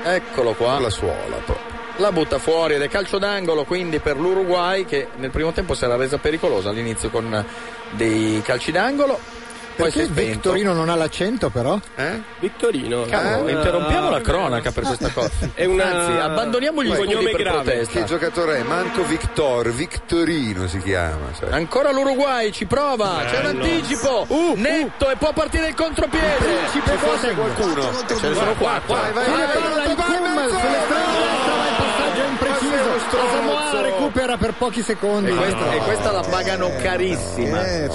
S12: Eccolo qua.
S3: La suola proprio.
S12: La butta fuori ed è calcio d'angolo quindi per l'Uruguay che nel primo tempo si era resa pericolosa all'inizio con eh, dei calci d'angolo. Poi si è
S2: Perché
S12: spento. Eh?
S2: Victorino non ha l'accento, però?
S6: Vittorino.
S12: Cavolo, Ah.
S6: Eh,
S12: interrompiamo
S6: eh,
S12: la cronaca per questa cosa.
S6: È una-
S12: Anzi, abbandoniamo gli
S6: un
S12: scudi
S6: cognome
S12: per
S6: grave.
S12: protesta.
S3: Che giocatore è? Manco Victor, Victorino si chiama. cioè.
S12: Ancora l'Uruguay ci prova, c'è
S3: Bello.
S12: l'anticipo, netto e può partire il contropiede. Ci fosse
S3: qualcuno.
S12: Ce ne sono quattro.
S2: Fine palla in Kuma sull'estrema destra, ma il passaggio è impreciso. Asamoah recupera per pochi secondi.
S12: E questa, e questa la pagano carissima.
S3: eh,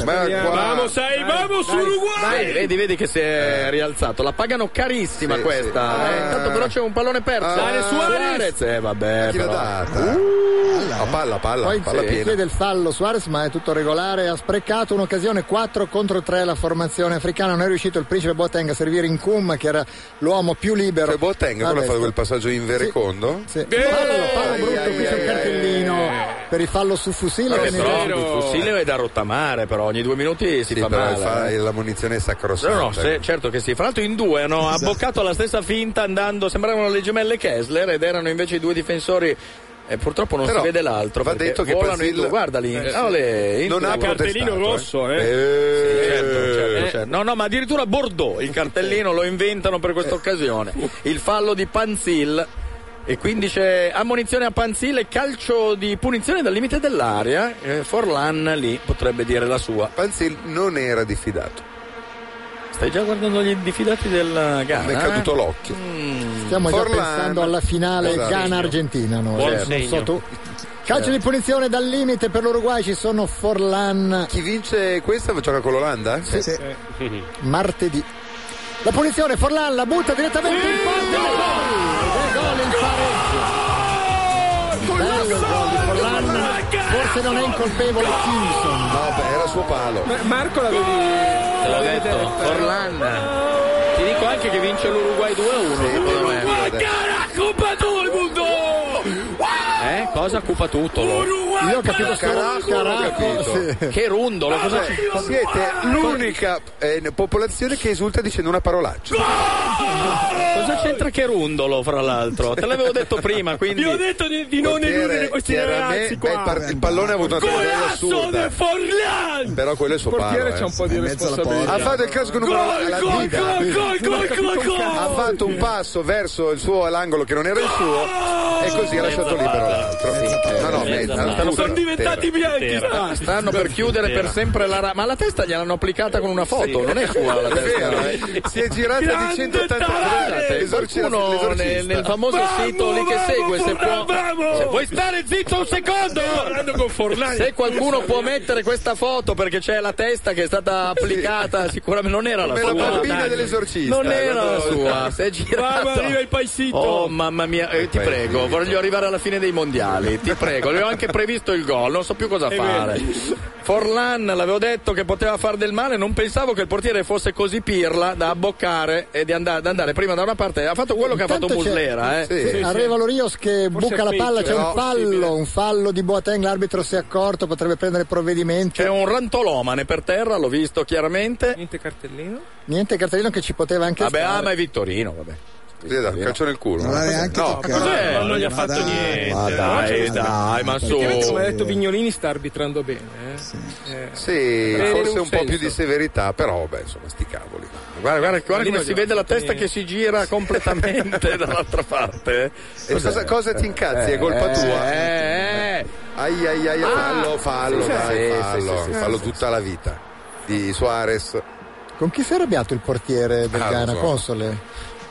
S6: Vamos ahí, vamos Uruguay!
S12: Dai, vedi, vedi che si è rialzato. La pagano carissima questa. eh. Intanto però c'è un pallone perso.
S3: Dale, Suarez.
S12: Eh, vabbè.
S3: Ah. Chi l'ha
S12: però.
S3: data? A Uh. Oh, palla, palla,
S2: Poi
S3: palla
S2: sì,
S3: piena.
S2: chiede il fallo Suarez, ma è tutto regolare. Ha sprecato un'occasione 4 contro 3 la formazione africana. Non è riuscito il principe Boateng a servire in Cum, che era l'uomo più libero.
S3: Cioè Boateng
S2: A
S3: quello ha
S2: destra.
S3: fatto quel passaggio in verecondo?
S2: Sì. Fallo, fallo brutto, qui c'è un cartellino per il fallo su fusile.
S12: Vabbè,
S2: che ne-
S12: Eh, però il fucile è da rottamare, però ogni due minuti si
S3: Sì,
S12: fa
S3: però
S12: male.
S3: fa- eh.
S12: eh.
S3: la munizione è sacrosanta. Cioè,
S12: No, no, se- certo che sì. Fra l'altro in due hanno
S3: Esatto.
S12: abboccato la stessa finta andando, sembravano le gemelle Kessler ed erano invece i due difensori. E purtroppo non
S3: Però
S12: si vede l'altro.
S3: va
S12: perché
S3: detto che
S12: volano
S3: Brasil-
S12: i due. Guarda lì.
S3: Eh, sì.
S12: olè, in
S3: Non
S12: due.
S3: ha
S12: Cartellino
S3: protestato,
S12: rosso,
S3: eh.
S12: Sì, certo, certo, certo. No, no, ma addirittura Bordeaux il cartellino lo inventano per
S3: Eh.
S12: questa occasione. Il fallo di Panzil. E quindi c'è ammonizione a Panzil e calcio di punizione dal limite dell'area. Eh, Forlan lì potrebbe dire la sua.
S3: Panzil non era diffidato.
S12: Stai già guardando gli diffidati del Ghana?
S3: Mi è caduto l'occhio.
S2: Stiamo già
S3: Forlan.
S2: pensando alla finale
S3: Esatto. Certo.
S2: Ghana-Argentina. noi.
S3: Buon
S2: Non
S3: segno.
S2: so tu. Calcio di punizione dal limite per l'Uruguay. Ci sono Forlan
S3: Chi vince questa gioca con l'Olanda?
S2: Sì. martedì. La punizione, Forlan la butta direttamente in porta. Ed è gol in pareggio. Bello il gol di Forlan. Forse non è incolpevole Simpson.
S3: No, beh, era suo palo.
S8: Marco l'avevi
S12: Te l'ho eh? detto, Forlan. Ti dico anche che vince l'Uruguay 2-1, secondo me.
S13: Coppa del mondo!
S12: Eh? Cosa cupa tutto?
S2: Io ho capito solo Caraco, sì.
S12: Che rundolo, cosa ci
S3: Vabbè, Siete l'unica eh, popolazione che esulta dicendo una parolaccia.
S12: Cosa c'entra che rundolo, fra l'altro? Te l'avevo detto prima, quindi.
S13: Io ho detto di, di non
S3: Portiere,
S13: eludere questi
S3: chiaramente-
S13: ragazzi
S3: beh, il,
S13: qua.
S3: par- il pallone ha avuto una tremenda
S13: Cazzo
S3: assurda.
S13: de Forlan!
S3: Però quello è il suo
S13: Il
S3: palo.
S13: portiere
S3: eh.
S13: c'ha un po' di È in mezzo alla responsabilità.
S3: Ha
S13: porta.
S3: fatto il casco numero
S13: Gol,
S3: alla
S13: gol,
S3: dita.
S13: gol, gol, gol,
S3: Ha capito
S13: gol,
S3: un cazzo.
S13: gol.
S3: Ha fatto un passo verso il suo all'angolo che non era il suo e così ha lasciato
S12: Mezza
S3: libero
S12: palla.
S3: l'altro. Eh, No, no, mezza.
S12: palla.
S3: Stanno
S12: Sono
S3: per-
S12: diventati
S3: terra.
S12: bianchi, Terra. stanno. Stanno per chiudere per sempre la ra- ma la testa gliel'hanno applicata con una foto,
S3: Sì.
S12: non <laughs> è sua la
S3: È
S12: testa.
S3: vero, eh. Si è girata di 180 gradi. Esorcista,
S12: Qualcuno
S3: <laughs> l'esorcista.
S12: nel, nel famoso sito lì che segue se può se vuoi stare zitto un secondo. Se qualcuno può mettere questa foto perché c'è la testa che è stata applicata, sicuramente non era la
S3: Come
S12: sua.
S3: la bambina
S12: Dai.
S3: dell'esorcista. eh,
S12: Non era la
S3: Guarda-
S12: sua, si è girata.
S13: Mamma, arriva il paesito.
S12: Esatto. Oh, mamma mia, eh, ti prego, voglio arrivare alla fine dei mondiali, ti prego, le ho anche previsto il gol, non so più cosa
S13: È
S12: fare.
S13: vero.
S12: Forlan l'avevo detto che poteva far del male, non pensavo che il portiere fosse così pirla da abboccare e di andare, da andare prima da una parte. Ha fatto quello che ha fatto
S2: Intanto c'è-
S12: Muslera, eh.
S2: Sì, arriva Lorios che
S12: Forse
S2: buca
S12: è
S2: la
S12: peggio,
S2: palla, c'è
S12: però
S2: un fallo, un fallo di Boateng, l'arbitro si è accorto, potrebbe prendere provvedimenti.
S12: C'è un rantolomane per terra, l'ho visto chiaramente. Niente cartellino.
S2: Niente cartellino che ci poteva anche
S12: Vabbè,
S2: stare.
S12: ama è Vittorino, vabbè.
S3: Sì, dai, un calcio nel culo.
S12: Non ha neanche No, toccato. ma cos'è?
S8: non gli ha fatto niente.
S12: Ma
S6: Eh,
S12: dai, dai, ma su.
S8: Effettivamente, Come ha detto Vignolini sta arbitrando bene. eh. Eh.
S3: Sì,
S8: Bene in
S3: forse un, po'
S8: senso.
S3: più di severità, però beh, insomma, sti cavoli.
S12: Guarda, guarda, guarda
S3: Lì
S12: come
S3: non
S12: si
S3: gli ho
S12: vede la
S3: fatto
S12: testa che si gira completamente dall'altra parte.
S3: E cosa, cosa ti incazzi? È colpa tua?
S12: Eh, eh.
S3: Ai ai ai,
S12: Ah.
S3: fallo, fallo,
S12: Sì,
S3: dai,
S12: sì,
S3: fallo,
S12: sì, sì,
S3: fallo
S12: sì,
S3: tutta la vita. Di Suarez,
S2: Con chi si è arrabbiato il portiere del
S3: Ah,
S2: Ghana?
S3: non so.
S2: Console?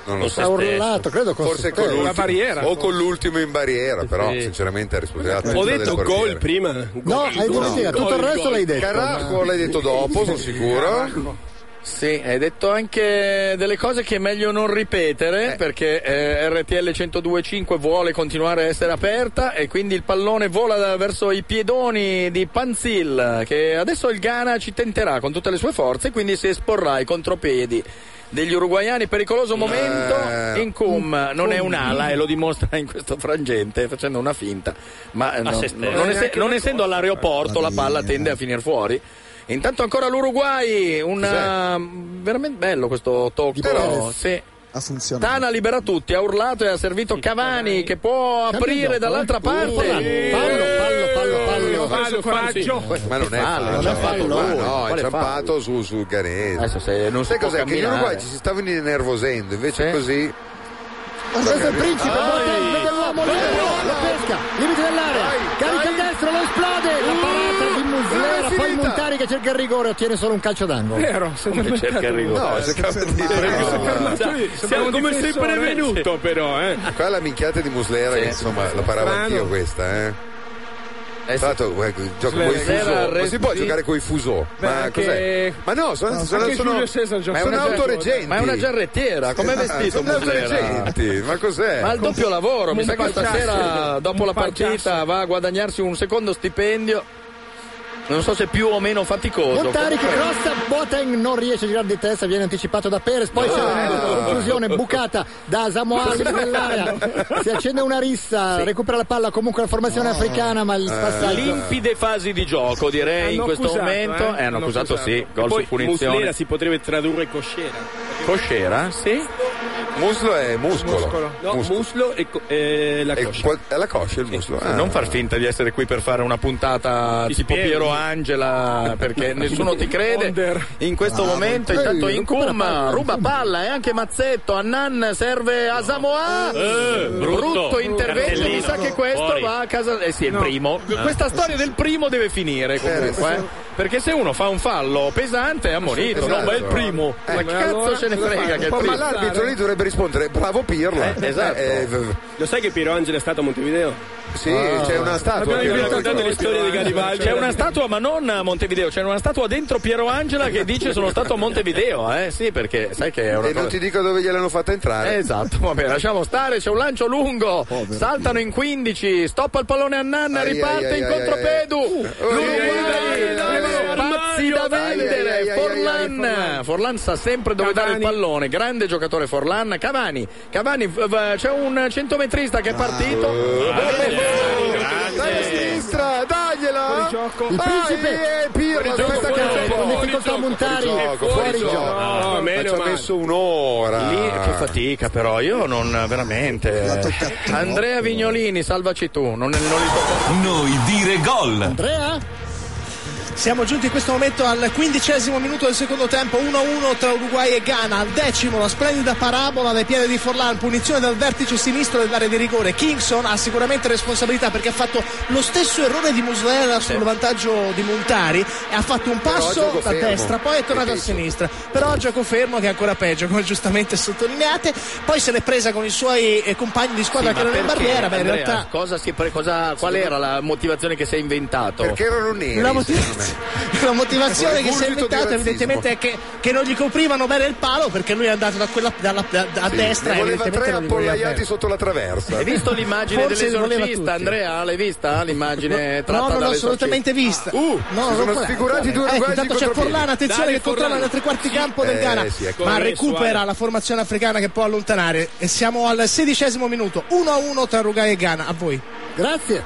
S3: non lo
S2: Con
S3: so.
S2: se Ha urlato, stesso. credo con se
S3: Forse con
S2: stesso.
S3: l'ultimo,
S2: Una barriera.
S3: O con l'ultimo in barriera, però
S13: Sì.
S3: sinceramente è responsabilità
S13: Ho
S3: tutta
S13: detto
S3: del portiere.
S13: gol prima.
S2: No, hai detto
S3: No.
S2: sì, tutto il
S3: Gol,
S2: resto
S3: gol.
S2: l'hai detto.
S3: Caraco l'hai detto dopo, sono sicuro.
S12: Sì, hai detto anche delle cose che è meglio non ripetere perché eh, RTL 102.5 vuole continuare a essere aperta e quindi il pallone vola da- verso i piedoni di Panzil che adesso il Ghana ci tenterà con tutte le sue forze e quindi si esporrà ai contropiedi degli uruguaiani. Pericoloso momento in cum, non è un'ala e lo dimostra in questo frangente facendo una finta, ma eh, no-
S7: se stesso.
S12: non, esse- non essendo all'aeroporto la palla tende a finire fuori. Intanto ancora l'Uruguay, una... veramente bello questo tocco.
S4: Però-
S12: sì.
S4: Ha funzionato.
S12: Tana libera tutti, ha urlato e ha servito Cavani che può
S4: Cambio
S12: aprire
S4: gioco,
S12: dall'altra
S4: eh. Uh,
S12: parte.
S4: fallo,
S3: Fallo, fallo,
S12: fallo,
S3: fallo. Ma non è
S12: Fallo,
S3: fallo,
S12: non è
S3: ciampato,
S12: fallo.
S3: ma no, è
S12: Quale
S3: ciampato su, sul Ganese.
S12: Adesso se non si
S3: Sai
S12: può
S3: cos'è? Che gli
S12: camminare.
S3: Uruguay ci si stavano innervosendo, invece così.
S2: Questo è il principe, Boateng, vede l'uomo libero, lo pesca, limite dell'area, carica il destro, lo esplode, la parata di Muslera, poi Montari che cerca il rigore, ottiene solo un calcio d'angolo.
S12: Come cerca il rigore?
S3: No, si è fermato.
S13: Siamo come sei prevenuto, però, eh.
S3: Qua la minchiata di Muslera,
S12: Sì.
S3: che insomma, la paravo
S13: Strano.
S3: anch'io questa, eh.
S12: Eh,
S3: Tra l'altro, eh, gioco
S12: Muslera
S3: coi fuso.
S12: resta-
S3: Non si può
S12: sì.
S3: giocare coi fuso.
S12: Beh,
S3: Ma
S12: anche-
S3: cos'è? Ma no, sono,
S12: No,
S3: sono,
S12: anche
S3: sono,
S12: Giulio Cesar
S3: ma
S12: giocava-
S3: è una
S12: Già-
S3: autoreggenti.
S12: Ma è una giarrettiera, com'è
S2: Esatto,
S12: vestito
S3: ah, Sono
S12: Muslera?
S3: autoreggenti, ma cos'è?
S2: Eh,
S12: Ma il doppio lavoro, mi sa che stasera dopo la partita va a guadagnarsi un secondo stipendio. Non so se più o meno faticoso.
S2: Montari che
S12: Comunque-
S2: crossa, Boateng non riesce a girare di testa, viene anticipato da Perez, poi c'è una conclusione bucata da Samoa nell'area, si accende una rissa, recupera la palla comunque la formazione africana, ma il
S12: Eh,
S2: passaggio...
S12: limpide fasi di gioco direi in
S6: Hanno
S12: questo
S6: accusato,
S12: momento
S6: eh?
S12: Eh, hanno
S6: Hanno
S12: accusato
S6: accusato.
S12: sì gol
S6: Poi
S12: su punizione
S6: Muslera si potrebbe tradurre cosciera.
S12: cosciera sì
S3: Muslo è muscolo.
S6: No, muslo, e co- e la coscia.
S3: Qual- È la coscia il muslo. Ah.
S12: non far finta di essere qui per fare una puntata
S6: Ti
S12: tipo
S6: spiego.
S12: Piero Angela
S3: <laughs>
S12: perché nessuno ti crede in
S3: Ah,
S12: questo momento
S3: eh,
S2: Ehi,
S12: intanto
S2: recupera
S12: Incum
S2: palla,
S12: ruba palla e anche Mazzetto Annan serve a Samoa
S7: Eh, brutto.
S12: intervento mi sa
S7: Cartellino.
S12: che questo
S7: Fuori.
S12: va a casa eh sì è il
S7: No.
S12: primo
S7: Ah.
S12: questa storia del primo deve finire comunque eh. perché se uno fa un fallo pesante è ammonito
S3: Esatto.
S12: no ma è il primo
S3: Eh,
S12: ma
S3: ma
S12: cazzo
S3: allora
S12: ce ne
S3: cosa
S12: frega
S3: fai?
S12: che è il
S3: Ma-
S12: primo Ah,
S3: Ma l'arbitro lì dovrebbe rispondere, bravo Pirlo.
S12: Eh, esatto.
S3: Eh, eh, v-
S6: Lo sai che Piero Angela è stato a Montevideo?
S3: Sì, c'è una statua.
S12: Ah. Abbiamo
S3: che-
S12: inventato
S3: che-
S12: delle storie di
S6: Garibaldi.
S12: C'è una statua, ma non a Montevideo, c'è una statua dentro Piero Angela che dice sono stato a Montevideo, eh? Sì, perché sai che è una
S3: E non
S12: cosa-
S3: ti dico dove gliel'hanno fatta entrare.
S12: Esatto, vabbè, lasciamo stare, c'è un lancio lungo. Saltano in 15, stoppa il pallone a Nanna,
S3: Ai,
S12: riparte
S3: ai,
S12: in
S3: ai,
S12: contropedu. L'Uruguay, pazzi da vendere. Forlan, Forlan sa sempre dove dare il pallone, grande giocatore Forlan. Cavani, Cavani, v- v- c'è un centometrista che è partito.
S3: Ah, Dai la sinistra, dagliela!
S12: Il
S3: Vai,
S12: principe-
S3: eh, Pirlo,
S12: Fuori gioco,
S3: aspetta che
S12: fuori gioco,
S3: con
S12: fuori
S3: difficoltà
S12: gioco,
S3: Montari,
S12: fuori gioco, fuori gioco. No,
S3: Ma
S12: meno
S3: ci ha
S12: male.
S3: messo un'ora.
S12: Lì che fatica però, io non
S3: Eh.
S12: veramente. Andrea Vignolini, salvaci tu, non, non li so.
S1: Noi dire gol.
S9: Andrea? Siamo giunti in questo momento al quindicesimo minuto del secondo tempo, 1-1 tra Uruguay e Ghana. Al decimo la splendida parabola dai piedi di Forlan, punizione dal vertice sinistro dell'area di rigore. Kingston ha sicuramente responsabilità perché ha fatto lo stesso errore di Muslera sul vantaggio di Montari e ha fatto un
S15: Però
S9: passo
S15: gioco
S9: da
S15: fermo.
S9: destra, poi è tornato a
S15: Difeso.
S9: sinistra. Però gioco fermo che è ancora peggio, come giustamente sottolineate. Poi se l'è presa con i suoi eh, compagni di squadra
S12: Sì,
S9: che
S12: ma
S9: erano in
S12: perché,
S9: barriera, ma in
S12: Andrea?
S9: realtà
S12: Cosa si pre- cosa- qual era la motivazione che si è inventato?
S9: Perché erano neri, La motiv- secondo La motivazione che si è inventata evidentemente è che, che non gli coprivano bene il palo perché lui è andato da quella dalla, da, a
S3: Sì,
S9: <laughs> destra
S3: ne
S9: e
S3: voleva
S9: evidentemente
S3: tre
S9: non gli copriva
S3: appollaiati
S9: bene.
S3: sotto la traversa.
S12: Hai visto l'immagine
S9: Forse li voleva tutti.
S12: dell'esorcista, Andrea? L'hai vista eh, l'immagine tratta
S9: No, non l'ho
S12: dall'esorcista?
S9: assolutamente vista. Uh, no,
S12: si sono
S9: quella-
S12: sfigurati due
S9: ecco,
S12: uruguagi
S9: Intanto c'è
S12: contro
S9: Forlana,
S12: piedi.
S9: attenzione
S12: Dai,
S9: che controlla
S12: Forlana.
S9: da tre quarti campo del
S12: Eh,
S9: Ghana,
S12: sì, ecco.
S9: ma
S12: Corre,
S9: recupera
S12: Suarez.
S9: la formazione africana che può allontanare. E siamo al sedicesimo minuto, 1-1 tra Uruguay e Ghana. A voi.
S2: Grazie.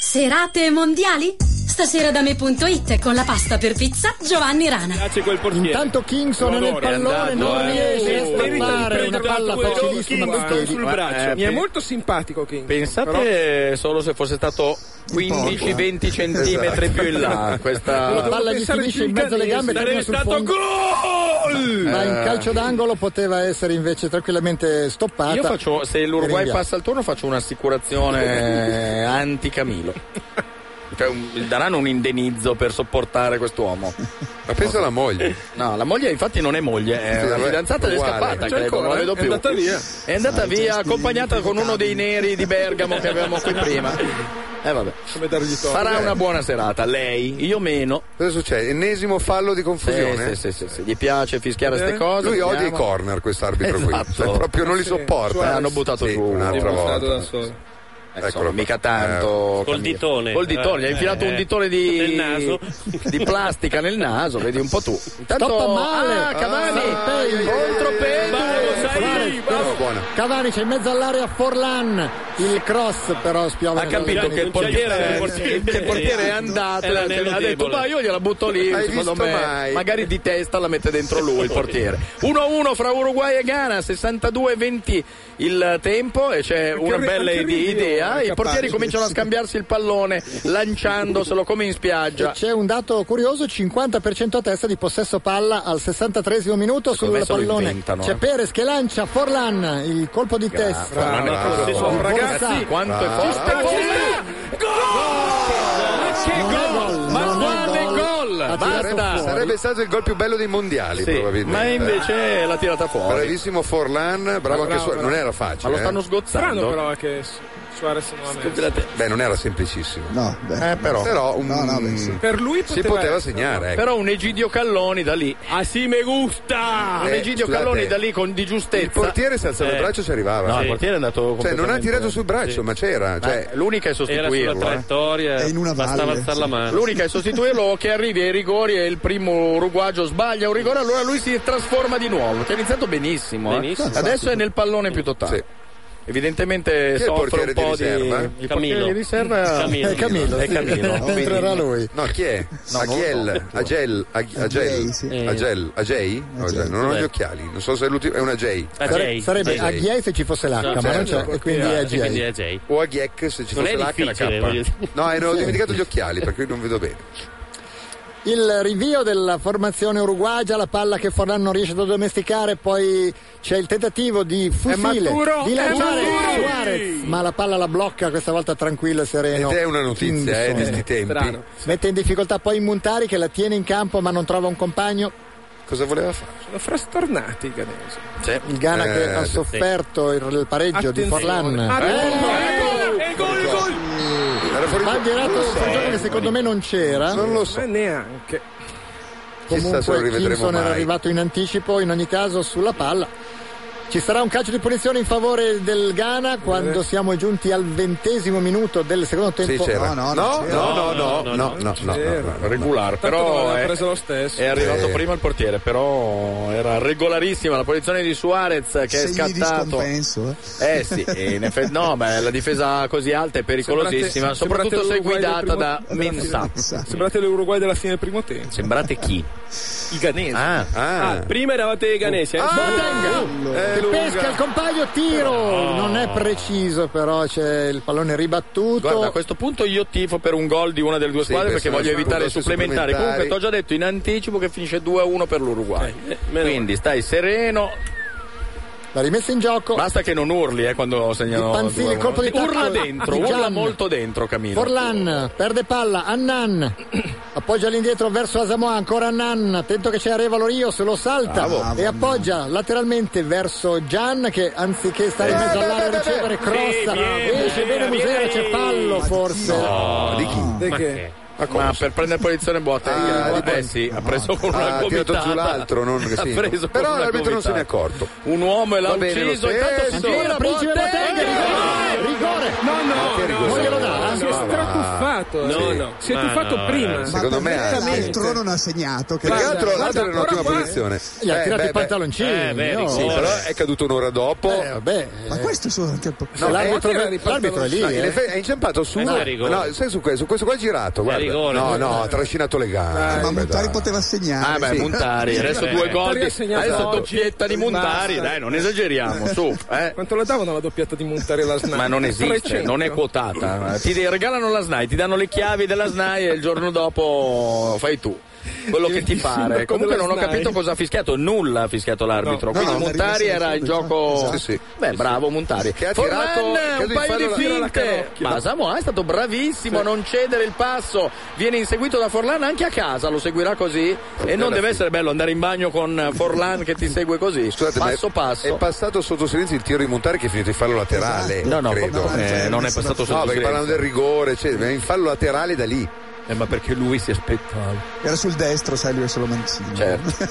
S14: Serate mondiali? Stasera da me.it con la pasta per pizza Giovanni Rana.
S6: Piace quel portiere.
S2: Intanto Kingston è nel
S6: Teodoro è
S2: pallone,
S6: andato,
S2: non
S6: eh.
S2: riesce a
S6: Oh,
S2: stampare
S6: merita
S2: una
S6: il
S2: palla
S6: precedente,
S2: facilissima
S6: due
S2: con
S6: gol
S2: piedi.
S6: sul
S12: Ma,
S6: braccio.
S12: eh,
S6: Mi è
S12: pe-
S6: molto simpatico King.
S12: Pensate solo se fosse stato 15-20
S9: Esatto.
S12: centimetri più in là. Questa...
S2: La palla gli finisce in mezzo alle gambe e termina
S12: Sarebbe
S2: sul
S12: stato
S2: fondo.
S12: gol!
S2: Ma in
S12: Eh.
S2: calcio d'angolo poteva essere invece tranquillamente stoppata.
S12: Io faccio, se l'Uruguay
S2: E
S12: passa il turno, faccio un'assicurazione eh,
S9: <laughs>
S12: anti-Camilo. Cioè, un- daranno un indennizzo per sopportare quest'uomo.
S3: Ma pensa alla moglie.
S12: No, la moglie infatti non è moglie, è
S3: Sì,
S12: la
S3: vabbè,
S12: fidanzata ed è
S3: uguale.
S12: scappata,
S3: C'è
S12: credo, non la
S3: ancora,
S12: vedo
S3: eh? È
S12: più.
S3: andata via.
S12: È andata
S3: Santo
S12: via
S3: Spirito.
S12: accompagnata con uno dei neri di Bergamo che avevamo qui prima. Eh vabbè. Farà una buona serata, lei, io meno.
S3: Cosa succede? Ennesimo fallo di confusione?
S12: Eh, Sì, sì, sì, sì, sì. gli piace fischiare queste
S3: Eh?
S12: cose.
S3: Lui odia i
S12: vediamo.
S3: corner, quest'arbitro qui.
S12: Esatto.
S3: Cioè, proprio non li
S12: Sì,
S3: sopporta. eh.
S12: Suarez. Hanno buttato
S3: Sì,
S12: giù.
S3: un'altra
S12: Dimostrato
S3: volta.
S12: da solo.
S3: Eccolo
S12: Insomma,
S3: qua.
S12: Eh, mica
S3: Eh,
S12: tanto.
S7: Col
S12: Camillo.
S7: ditone.
S12: Col ditone, gli
S7: Eh,
S12: hai infilato un
S7: eh,
S12: ditone di,
S7: nel naso.
S12: di plastica nel naso, vedi un po' tu. Intanto,
S2: Stoppa male.
S12: ah, Cavani,
S2: Sì,
S12: contropedo.
S2: Suarez, però, Cavani c'è in mezzo all'area Forlan. Il cross però spiova.
S12: Ha capito che il portiere, che il portiere è andato,
S2: È
S12: ha
S2: l'anello
S12: detto
S2: debole.
S12: ma io gliela butto lì,
S3: Hai
S12: secondo
S3: visto
S12: me
S3: mai?
S12: magari di testa la mette dentro lui il portiere. 1-1 fra Uruguay e Ghana, 62-20 il tempo e c'è una
S6: ri-
S12: bella
S6: anche
S12: ide-
S6: ridere,
S12: idea,
S6: è
S12: i portieri
S6: capace.
S12: cominciano a scambiarsi il pallone lanciandoselo come in
S2: E
S12: spiaggia.
S2: c'è un dato curioso, 50% a testa di possesso palla al 63 minuto
S12: me
S2: sul
S12: se lo
S2: pallone.
S12: inventano,
S2: c'è
S12: eh.
S2: Perez che lancia Forlan, il colpo di testa.
S12: Forlan è
S2: Bravo.
S12: forte,
S2: Bravo.
S12: ragazzi,
S2: Forza.
S12: quanto è
S2: Bravo.
S12: forte.
S2: Ci sta, ci sta.
S12: Che gol! Ma guarda il gol!
S3: Sarebbe,
S12: Basta!
S3: sarebbe stato il gol più bello dei mondiali,
S12: Sì,
S3: probabilmente.
S12: ma invece l'ha tirata fuori.
S3: Bravissimo Forlan, bravo, anche
S12: bravo,
S3: Suarez.
S12: bravo.
S3: Non era facile.
S12: Ma lo stanno
S3: eh.
S12: sgozzando.
S8: Strano però è che Su- Suarez non ha messo.
S3: Beh, non era semplicissimo.
S4: No,
S3: Eh, però, però un-
S8: Per lui
S3: si
S8: poteva
S3: poteva
S8: essere,
S3: segnare. ecco.
S12: Però un Egidio Calloni da lì. Ah sì, me gusta! un
S3: Eh,
S12: Egidio
S3: scusate,
S12: Calloni da lì con di giustezza.
S3: Il portiere si alzava il braccio e ci arrivava.
S12: Eh. No,
S3: Sì.
S12: il portiere è andato
S3: Cioè, non ha
S12: completamente-
S3: tirato sul braccio,
S12: Sì.
S3: ma c'era. Cioè,
S12: Eh, l'unica è sostituirlo. eh.
S7: Era sulla traiettoria, È in una bastava valle, alzar la sì. mano.
S12: L'unica è sostituirlo o che arrivi ai rigori e il primo uruguagio sbaglia un rigore, allora lui si trasforma di nuovo. Che ha iniziato benissimo. eh.
S7: Benissimo.
S12: Adesso è nel pallone più totale. Evidentemente
S3: Chi è il
S12: soffre
S3: portiere
S12: un po'
S3: di riserva?
S12: di... il portiere di riserva
S7: Camillo.
S12: è Camillo. È Camillo.
S2: <laughs> Entrerà
S12: Quindi-
S2: lui.
S3: No, chi è?
S12: No, non lo
S3: Agiel,
S12: so.
S3: Agel, Ag- Agel,
S12: Eh.
S3: Agel, Agei? No, Agel, Non ho
S12: Vabbè.
S3: gli occhiali, non so se è l'ultimo, è un Agei.
S12: Eh.
S2: Sare- sarebbe
S3: Agei.
S2: Aghiei se ci fosse l'H,
S3: No,
S2: ma non
S3: certo.
S2: c'è, e quindi è
S3: Sì, quindi
S2: Aghiei.
S7: Jay.
S3: O Aghiek se ci
S7: Non
S3: fosse
S7: è
S3: l'H e la
S7: difficile, voglio
S3: K.
S7: dire.
S3: No, eh, ne ho dimenticato gli occhiali perché io non vedo bene.
S2: Il rinvio della formazione uruguagia, la palla che Forlan non riesce ad domesticare, poi c'è il tentativo di fusile,
S3: maturo,
S2: di
S3: è
S2: lanciare
S3: maturo!
S2: Suarez, ma la palla la blocca questa volta tranquillo e sereno.
S3: Ed è una notizia, eh, di sti tempi.
S2: Mette in difficoltà poi Muntari che la tiene in campo ma non trova un compagno.
S3: Cosa voleva fare?
S8: Sono frastornati i ghanesi.
S3: Eh,
S2: Il Ghana che ha sofferto il, il pareggio di
S8: Attenzione.
S2: Forlan.
S8: Attenzione.
S2: Eh,
S8: E gol!
S3: fuori
S2: Bandierato
S3: Non lo
S2: un
S3: so,
S2: fuorigioco
S3: eh.
S2: che secondo me non c'era.
S3: Non lo so.
S8: neanche.
S3: Chissà se lo
S2: Comunque
S3: rivedremo
S2: Kinson era
S3: mai.
S2: arrivato in anticipo, in ogni caso sulla palla. Ci sarà un calcio di punizione in favore del Ghana quando siamo giunti al ventesimo minuto del secondo
S3: Eh. Sì,
S2: tempo.
S3: c'era.
S2: No, no,
S3: no,
S2: non c'era.
S3: no, no, no, no, no, no,
S12: C'era.
S3: no.
S12: Regolare,
S3: Tanto non
S12: però eh,
S3: l'aveva
S12: è,
S3: preso lo
S8: stesso.
S12: è arrivato
S3: Eh.
S12: prima il portiere, però era regolarissima la posizione di Suarez che è
S4: Segni di
S12: scattato.
S4: scompenso.
S12: Eh sì, e in effetti no, ma la difesa così alta è pericolosissima,
S8: Sembrate-
S12: soprattutto se
S8: sembrate l'Uruguay
S12: guidata da
S8: del primo- della
S12: Mensa.
S8: fine- Sembrate l'Uruguay della fine del primo tempo.
S12: Sembrate chi?
S8: I ganesi.
S12: Ah, ah.
S6: prima eravate i ganesi. eh?
S2: Ah,
S3: Uh,
S2: Boateng
S6: Eh,
S2: che
S6: lunga.
S2: pesca il compagno tiro non è preciso però c'è il pallone ribattuto
S12: Guarda, a questo punto io tifo per un gol di una delle due
S2: Sì,
S12: squadre
S2: questo è
S12: perché voglio
S2: un
S12: evitare i
S2: prodotto
S12: supplementari.
S2: supplementari.
S12: Comunque, ti ho già detto in anticipo che finisce 2-1 per l'Uruguay.
S2: Eh,
S12: Quindi stai sereno.
S2: La rimessa in gioco.
S12: Basta che non urli eh, quando segnano.
S2: Panzini,
S12: 2-1.
S2: colpo di
S12: Urla
S2: tacco
S12: dentro,
S2: di
S12: urla
S2: Gian.
S12: molto dentro, Camino.
S2: Forlan perde palla
S12: <coughs>
S2: Annan appoggia all'indietro verso Asamoah ancora Annan attento che c'è Arevalo Rios lo salta
S12: Bravo.
S2: e appoggia lateralmente verso Gian che anziché stare in
S12: Eh,
S2: mezzo
S12: beh,
S2: all'area a
S12: beh, beh,
S2: ricevere
S12: beh.
S2: crossa
S12: Sì, viene,
S2: esce bene
S12: viene,
S2: Musera
S12: viene.
S2: c'è pallo forse
S12: No, di chi?
S2: Di
S12: Ma
S2: che?
S12: che?
S3: Ah,
S12: Ma per prendere posizione Boateng eh sì, ha preso con una
S3: Ah, ha tirato
S12: gomitata
S3: giù l'altro, non-
S12: Ha
S3: sì.
S12: preso
S3: Però
S12: con una
S3: l'arbitro non se n'è
S12: gomitata.
S3: accorto. Eh,
S12: Un uomo e l'ha
S3: Va bene, lo
S12: ucciso, intanto si
S3: stesso.
S12: gira
S2: Principe Boateng
S12: eh,
S2: rigore rigore
S8: No, no,
S3: Ma che rigore?
S2: non glielo dà eh?
S8: Si è stratuffato.
S3: No,
S8: eh.
S3: no.
S8: Si è
S3: Ma
S8: tuffato
S3: no,
S8: prima.
S3: eh, secondo me
S4: Perché
S3: anzi.
S4: l'altro non ha segnato. Che
S3: Perché l'altro, l'altro era in
S4: Guarda,
S3: un'ottima
S4: guarda.
S3: posizione.
S2: Gli ha
S3: Eh,
S2: tirato
S3: beh,
S2: i pantaloncini
S3: beh.
S12: Eh,
S2: no? Eh,
S3: Sì, però è caduto un'ora dopo.
S4: Ma questo è solo il tempo.
S3: No,
S2: l'arbitro-
S3: eh,
S2: l'arbitro è lì,
S3: No, in
S2: eh.
S3: effetti è inciampato su
S2: Eh,
S3: uno.
S2: no, è rigore.
S3: No, sai su questo, su questo qua è girato. Guarda.
S4: rigore.
S3: no, no, ha trascinato le gambe.
S4: ma
S3: dai.
S4: Montari poteva segnare.
S3: Ah, beh,
S4: Sì.
S3: Montari,
S12: Adesso
S3: Eh,
S12: due
S3: eh.
S12: gol, di-
S8: Montari ha segnato
S12: adesso
S8: oggi.
S12: doppietta di Montari,
S8: Basta.
S12: dai, non esageriamo, su. eh.
S8: <laughs> Quanto la davano la doppiata di Montari la SNAI?
S12: Ma non esiste, non è quotata. Ti de- regalano la SNAI, ti danno le chiavi della SNAI e il giorno dopo fai tu. Quello che ti
S8: Il
S12: pare.
S8: sindaco
S12: Comunque
S8: della
S12: non ho
S8: SNAI.
S12: capito cosa ha fischiato, nulla ha fischiato l'arbitro.
S8: No.
S12: Quindi
S8: No, no,
S12: Montari
S8: la rimessa
S12: era in
S8: del
S12: gioco.
S8: esatto.
S12: Sì, sì. Beh, bravo Montari.
S3: Che ha
S12: Forlan,
S3: tirato- credo
S12: un
S3: di
S12: paio
S3: farlo
S12: di
S3: la- la
S12: finte.
S3: Carocchio.
S12: Ma Samoa ah, è stato bravissimo a non cedere il passo. Viene inseguito da Forlan anche a casa, lo seguirà così. E non deve essere bello andare in bagno con Forlan che ti segue così.
S3: Scusate, ma è-
S12: Passo passo.
S3: È passato sotto silenzio il tiro di Montari che è finito in fallo laterale.
S12: No, no,
S3: credo.
S12: no, eh, non è passato sotto
S3: No, perché
S12: silenzio. Eh,
S3: parlando del rigore, cioè, è in fallo laterale da lì.
S12: ma perché lui si aspettava.
S4: Era sul destro, sai, lui è solo mancino.
S12: Certo.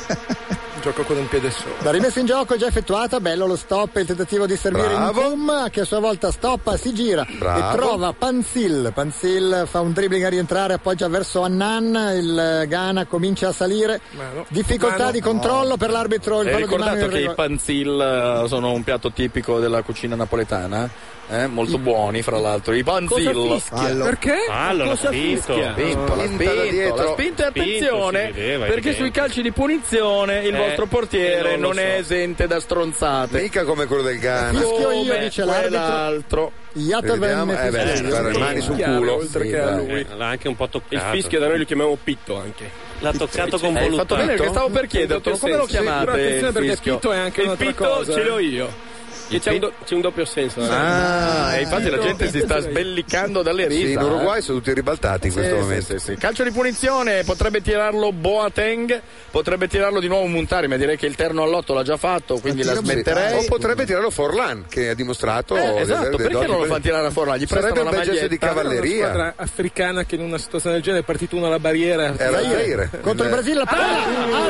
S8: Gioco con un piede solo.
S2: La rimessa in gioco è già effettuata, bello lo stop, il tentativo di servire
S3: Bravo.
S2: in zoom che a sua volta stoppa, si gira
S3: Bravo.
S2: e trova Panzil. Panzil fa un dribbling a rientrare, appoggia verso Annan, il eh, Ghana comincia a salire.
S12: Mano.
S2: Difficoltà
S12: Mano.
S2: di controllo per l'arbitro, il
S12: E
S2: fallo di mano
S12: ricordate
S2: in
S12: che i
S2: rigore.
S12: panzil eh, sono un piatto tipico della cucina napoletana? Eh? Molto buoni, fra l'altro. I panzil.
S8: Perché?
S12: Allora,
S8: Cosa fischia?
S12: Spinto,
S8: Spinta da
S12: la spinto,
S8: dietro.
S12: la
S8: Spinto,
S12: spinta, attenzione,
S8: si vedeva,
S12: perché
S8: evidente.
S12: sui calci di punizione il
S8: Eh,
S12: vostro portiere
S8: eh, non lo
S12: non, è
S8: so.
S12: esente da stronzate.
S3: Mica come quello del Ghana.
S2: Fischio io,
S12: Come
S2: dice
S12: quell'altro.
S2: Iato
S3: Vediamo,
S2: venne
S3: eh, beh,
S2: fischiato.
S3: guarda, mani sul culo.
S6: Oltre
S3: Sì,
S6: che a
S3: dai.
S6: lui.
S7: L'ha anche un po' toccato.
S6: Il fischio da noi lo chiamiamo Pitto anche.
S7: L'ha toccato con
S6: Eh, hai
S7: voluttà.
S6: fatto bene perché stavo per
S12: Pitto?
S6: chiedertelo, come lo
S12: Sì, però
S6: chiamate?
S12: attenzione
S6: il
S12: perché
S6: fischio?
S12: Pitto è anche
S6: il
S12: un'altra
S6: Pitto
S12: cosa,
S6: ce
S12: eh.
S6: l'ho io. E C'è un, do- c'è un doppio senso. eh.
S12: Ah, e infatti la gente si sta sbellicando dalle risa.
S3: Sì, in
S12: eh.
S3: Uruguay sono tutti ribaltati in
S12: Sì,
S3: questo
S12: sì,
S3: momento.
S12: sì, sì. Calcio di punizione, potrebbe tirarlo Boateng, potrebbe tirarlo di nuovo Montari, ma direi che il terno all'otto l'ha già fatto, quindi la
S3: Sì. Ah,
S12: smetterei.
S3: O potrebbe tirarlo Forlan, che ha dimostrato.
S12: Eh,
S3: di
S12: esatto,
S3: avere dei
S12: perché
S3: doti
S12: non lo
S3: per-
S12: fa tirare a Forlan? Gli
S3: Sarebbe
S12: prestano
S3: un
S12: la
S3: bel gesto di
S12: maglietta.
S8: Una
S3: cavalleria.
S8: squadra africana che in una situazione del genere è partita uno alla barriera.
S3: Era
S8: Zaire.
S3: Zaire.
S2: Contro il Brasile la palla
S3: Ah,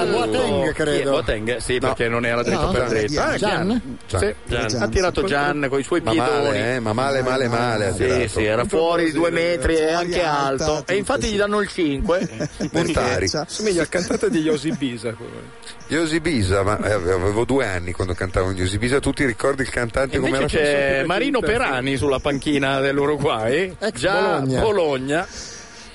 S2: alta, Boateng
S12: Sì,
S2: credo.
S12: Boateng, sì, perché non era dritto
S2: No,
S12: per
S2: Gian.
S12: dritto.
S2: Gian.
S12: Ah, Gian.
S3: Gian.
S12: Sì,
S3: Gian.
S12: Ha tirato Gian con i suoi
S3: Cioè, Ma
S12: piedoni.
S3: male, eh, ma male, male, male. ha
S12: Sì,
S3: tirato.
S12: sì, era fuori due metri
S3: eh.
S12: e anche alto. E infatti gli danno
S3: <laughs>
S12: il 5.
S3: Montari.
S8: Somiglia al cantante di Yosi Bisa.
S3: Yosi Bisa, ma eh, avevo due anni quando cantavo in Yosi Bisa, tu ti ricordi il cantante come
S12: Invece
S3: era?
S12: c'è Marino Perani sulla panchina dell'Uruguay,
S3: Ex
S12: già
S3: Bologna.
S12: Bologna.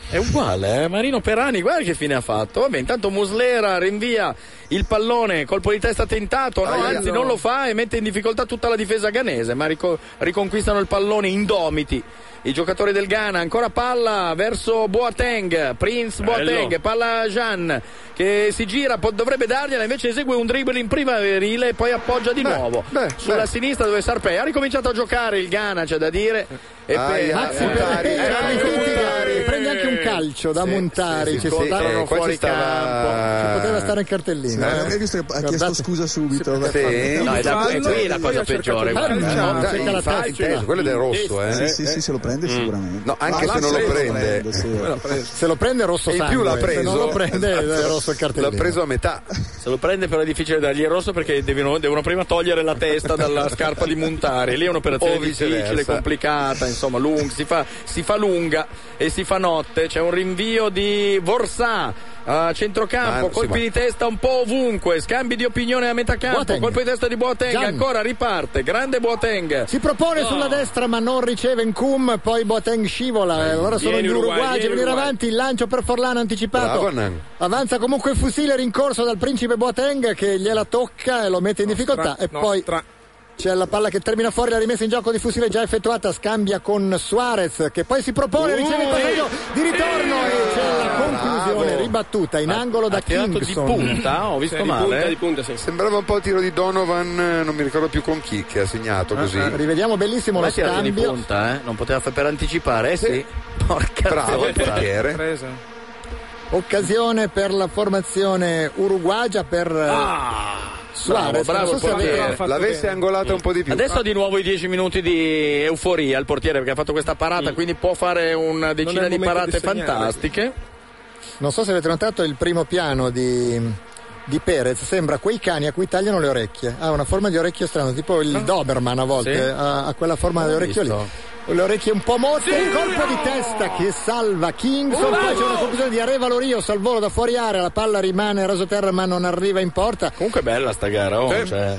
S12: È uguale, eh? Marino Perani, guarda che fine ha fatto. Vabbè, intanto Muslera rinvia il pallone, colpo di testa tentato, no,
S3: Ahia.
S12: anzi non lo fa e mette in difficoltà tutta la difesa ghanese, ma rico- riconquistano il pallone indomiti. I giocatori del Ghana, ancora palla verso Boateng, Prince Boateng, palla a Gian che si gira, po- dovrebbe dargliela, invece esegue un dribbling primaverile e poi appoggia di nuovo sulla sinistra dove Sarpei ha ricominciato a giocare il Ghana, c'è da dire. E
S3: Ahia, Mazzi Perani,
S12: Eh,
S3: Mazzi
S12: eh,
S3: Perani.
S12: eh,
S2: Prende anche un calcio da
S3: Sì,
S2: Montari,
S3: sì, sì,
S2: ci
S3: sì,
S2: stavano
S3: eh, qua
S2: fuori
S3: ci stava-
S2: campo, ci poteva stare in cartellino.
S3: Eh,
S2: eh.
S3: avrei visto
S4: Ha chiesto scusa subito.
S3: Sì. No, è da- è qui la cosa peggiore, guarda.
S4: No,
S3: Eh, Dai,
S4: cerca la
S3: infatti,
S4: taccia.
S3: inteso, quello del rosso, eh.
S4: Sì, sì, sì, se lo prende sicuramente.
S3: No, anche
S4: Ma
S3: se
S4: là
S3: non lo prende.
S4: prende, sì.
S2: Eh, Se lo prende rosso
S3: E in più
S2: sangue,
S3: l'ha
S2: se
S3: preso.
S2: non lo prende eh, è rosso il cartellino.
S3: <laughs> L'ha preso a metà.
S12: Se lo prende però è difficile dargli il rosso perché devono, devono prima togliere la
S2: <laughs>
S12: testa dalla scarpa di Montari. Lì è un'operazione
S3: O
S12: difficile,
S3: viceversa.
S12: complicata, insomma, lunga, si fa, si fa lunga e si fa notte. C'è un rinvio di Vorsà. A centrocampo,
S3: Ah, sì,
S12: colpi
S3: ma-
S12: di testa un po' ovunque, scambi di opinione a metà campo,
S2: Boateng.
S12: colpo di testa di Boateng,
S2: Gian.
S12: ancora riparte, grande Boateng.
S2: Si propone sulla destra ma non riceve in cum, poi Boateng scivola, e allora sono
S12: Vieni
S2: gli
S12: Uruguay,
S2: Uruguay,
S12: vieni
S2: a venire
S12: Uruguay.
S2: avanti, il lancio per Forlano anticipato.
S3: Bravo, Nan.
S2: Avanza comunque il fucile rincorso dal principe Boateng che gliela tocca e lo mette in difficoltà e poi c'è la palla che termina fuori la rimessa in gioco di fucile già effettuata, scambia con Suarez che poi si propone, riceve il passaggio di ritorno e c'è la conclusione ribattuta in angolo da Kingston.
S12: Ecco
S3: Sì, Sembrava un po' il tiro di Donovan, eh, non mi ricordo più con chi che ha segnato così.
S7: Ah,
S2: Rivediamo bellissimo
S3: Ma
S2: lo
S3: è tirato di
S2: scambio.
S3: punta.
S12: eh? Non poteva fare per anticipare, eh sì.
S7: ah.
S12: Porca
S3: Bravo il
S12: zozza.
S3: portiere.
S2: Occasione per la formazione uruguagia per eh, Suarez.
S12: Ah, bravo,
S2: Non so se
S12: bravo il
S2: aveva-
S12: portiere.
S3: L'avesse angolata un po' di più.
S12: Adesso di nuovo i 10 minuti di euforia al portiere perché ha fatto questa parata, quindi può fare una decina di parate fantastiche.
S2: Non so se avete notato il primo piano di, di Perez, sembra quei cani a cui tagliano le orecchie. Ha una forma di orecchio strana, tipo il Doberman a volte,
S12: Ah. Sì.
S2: ha, ha quella forma
S12: Ho
S2: di orecchio
S12: visto.
S2: lì. Le orecchie un po' mosse, il colpo di testa che salva Kingston, poi c'è una conclusione di Arevalo Rios al volo da fuori area, la palla rimane rasoterra ma non arriva in porta.
S12: Comunque bella sta gara, oh, cioè.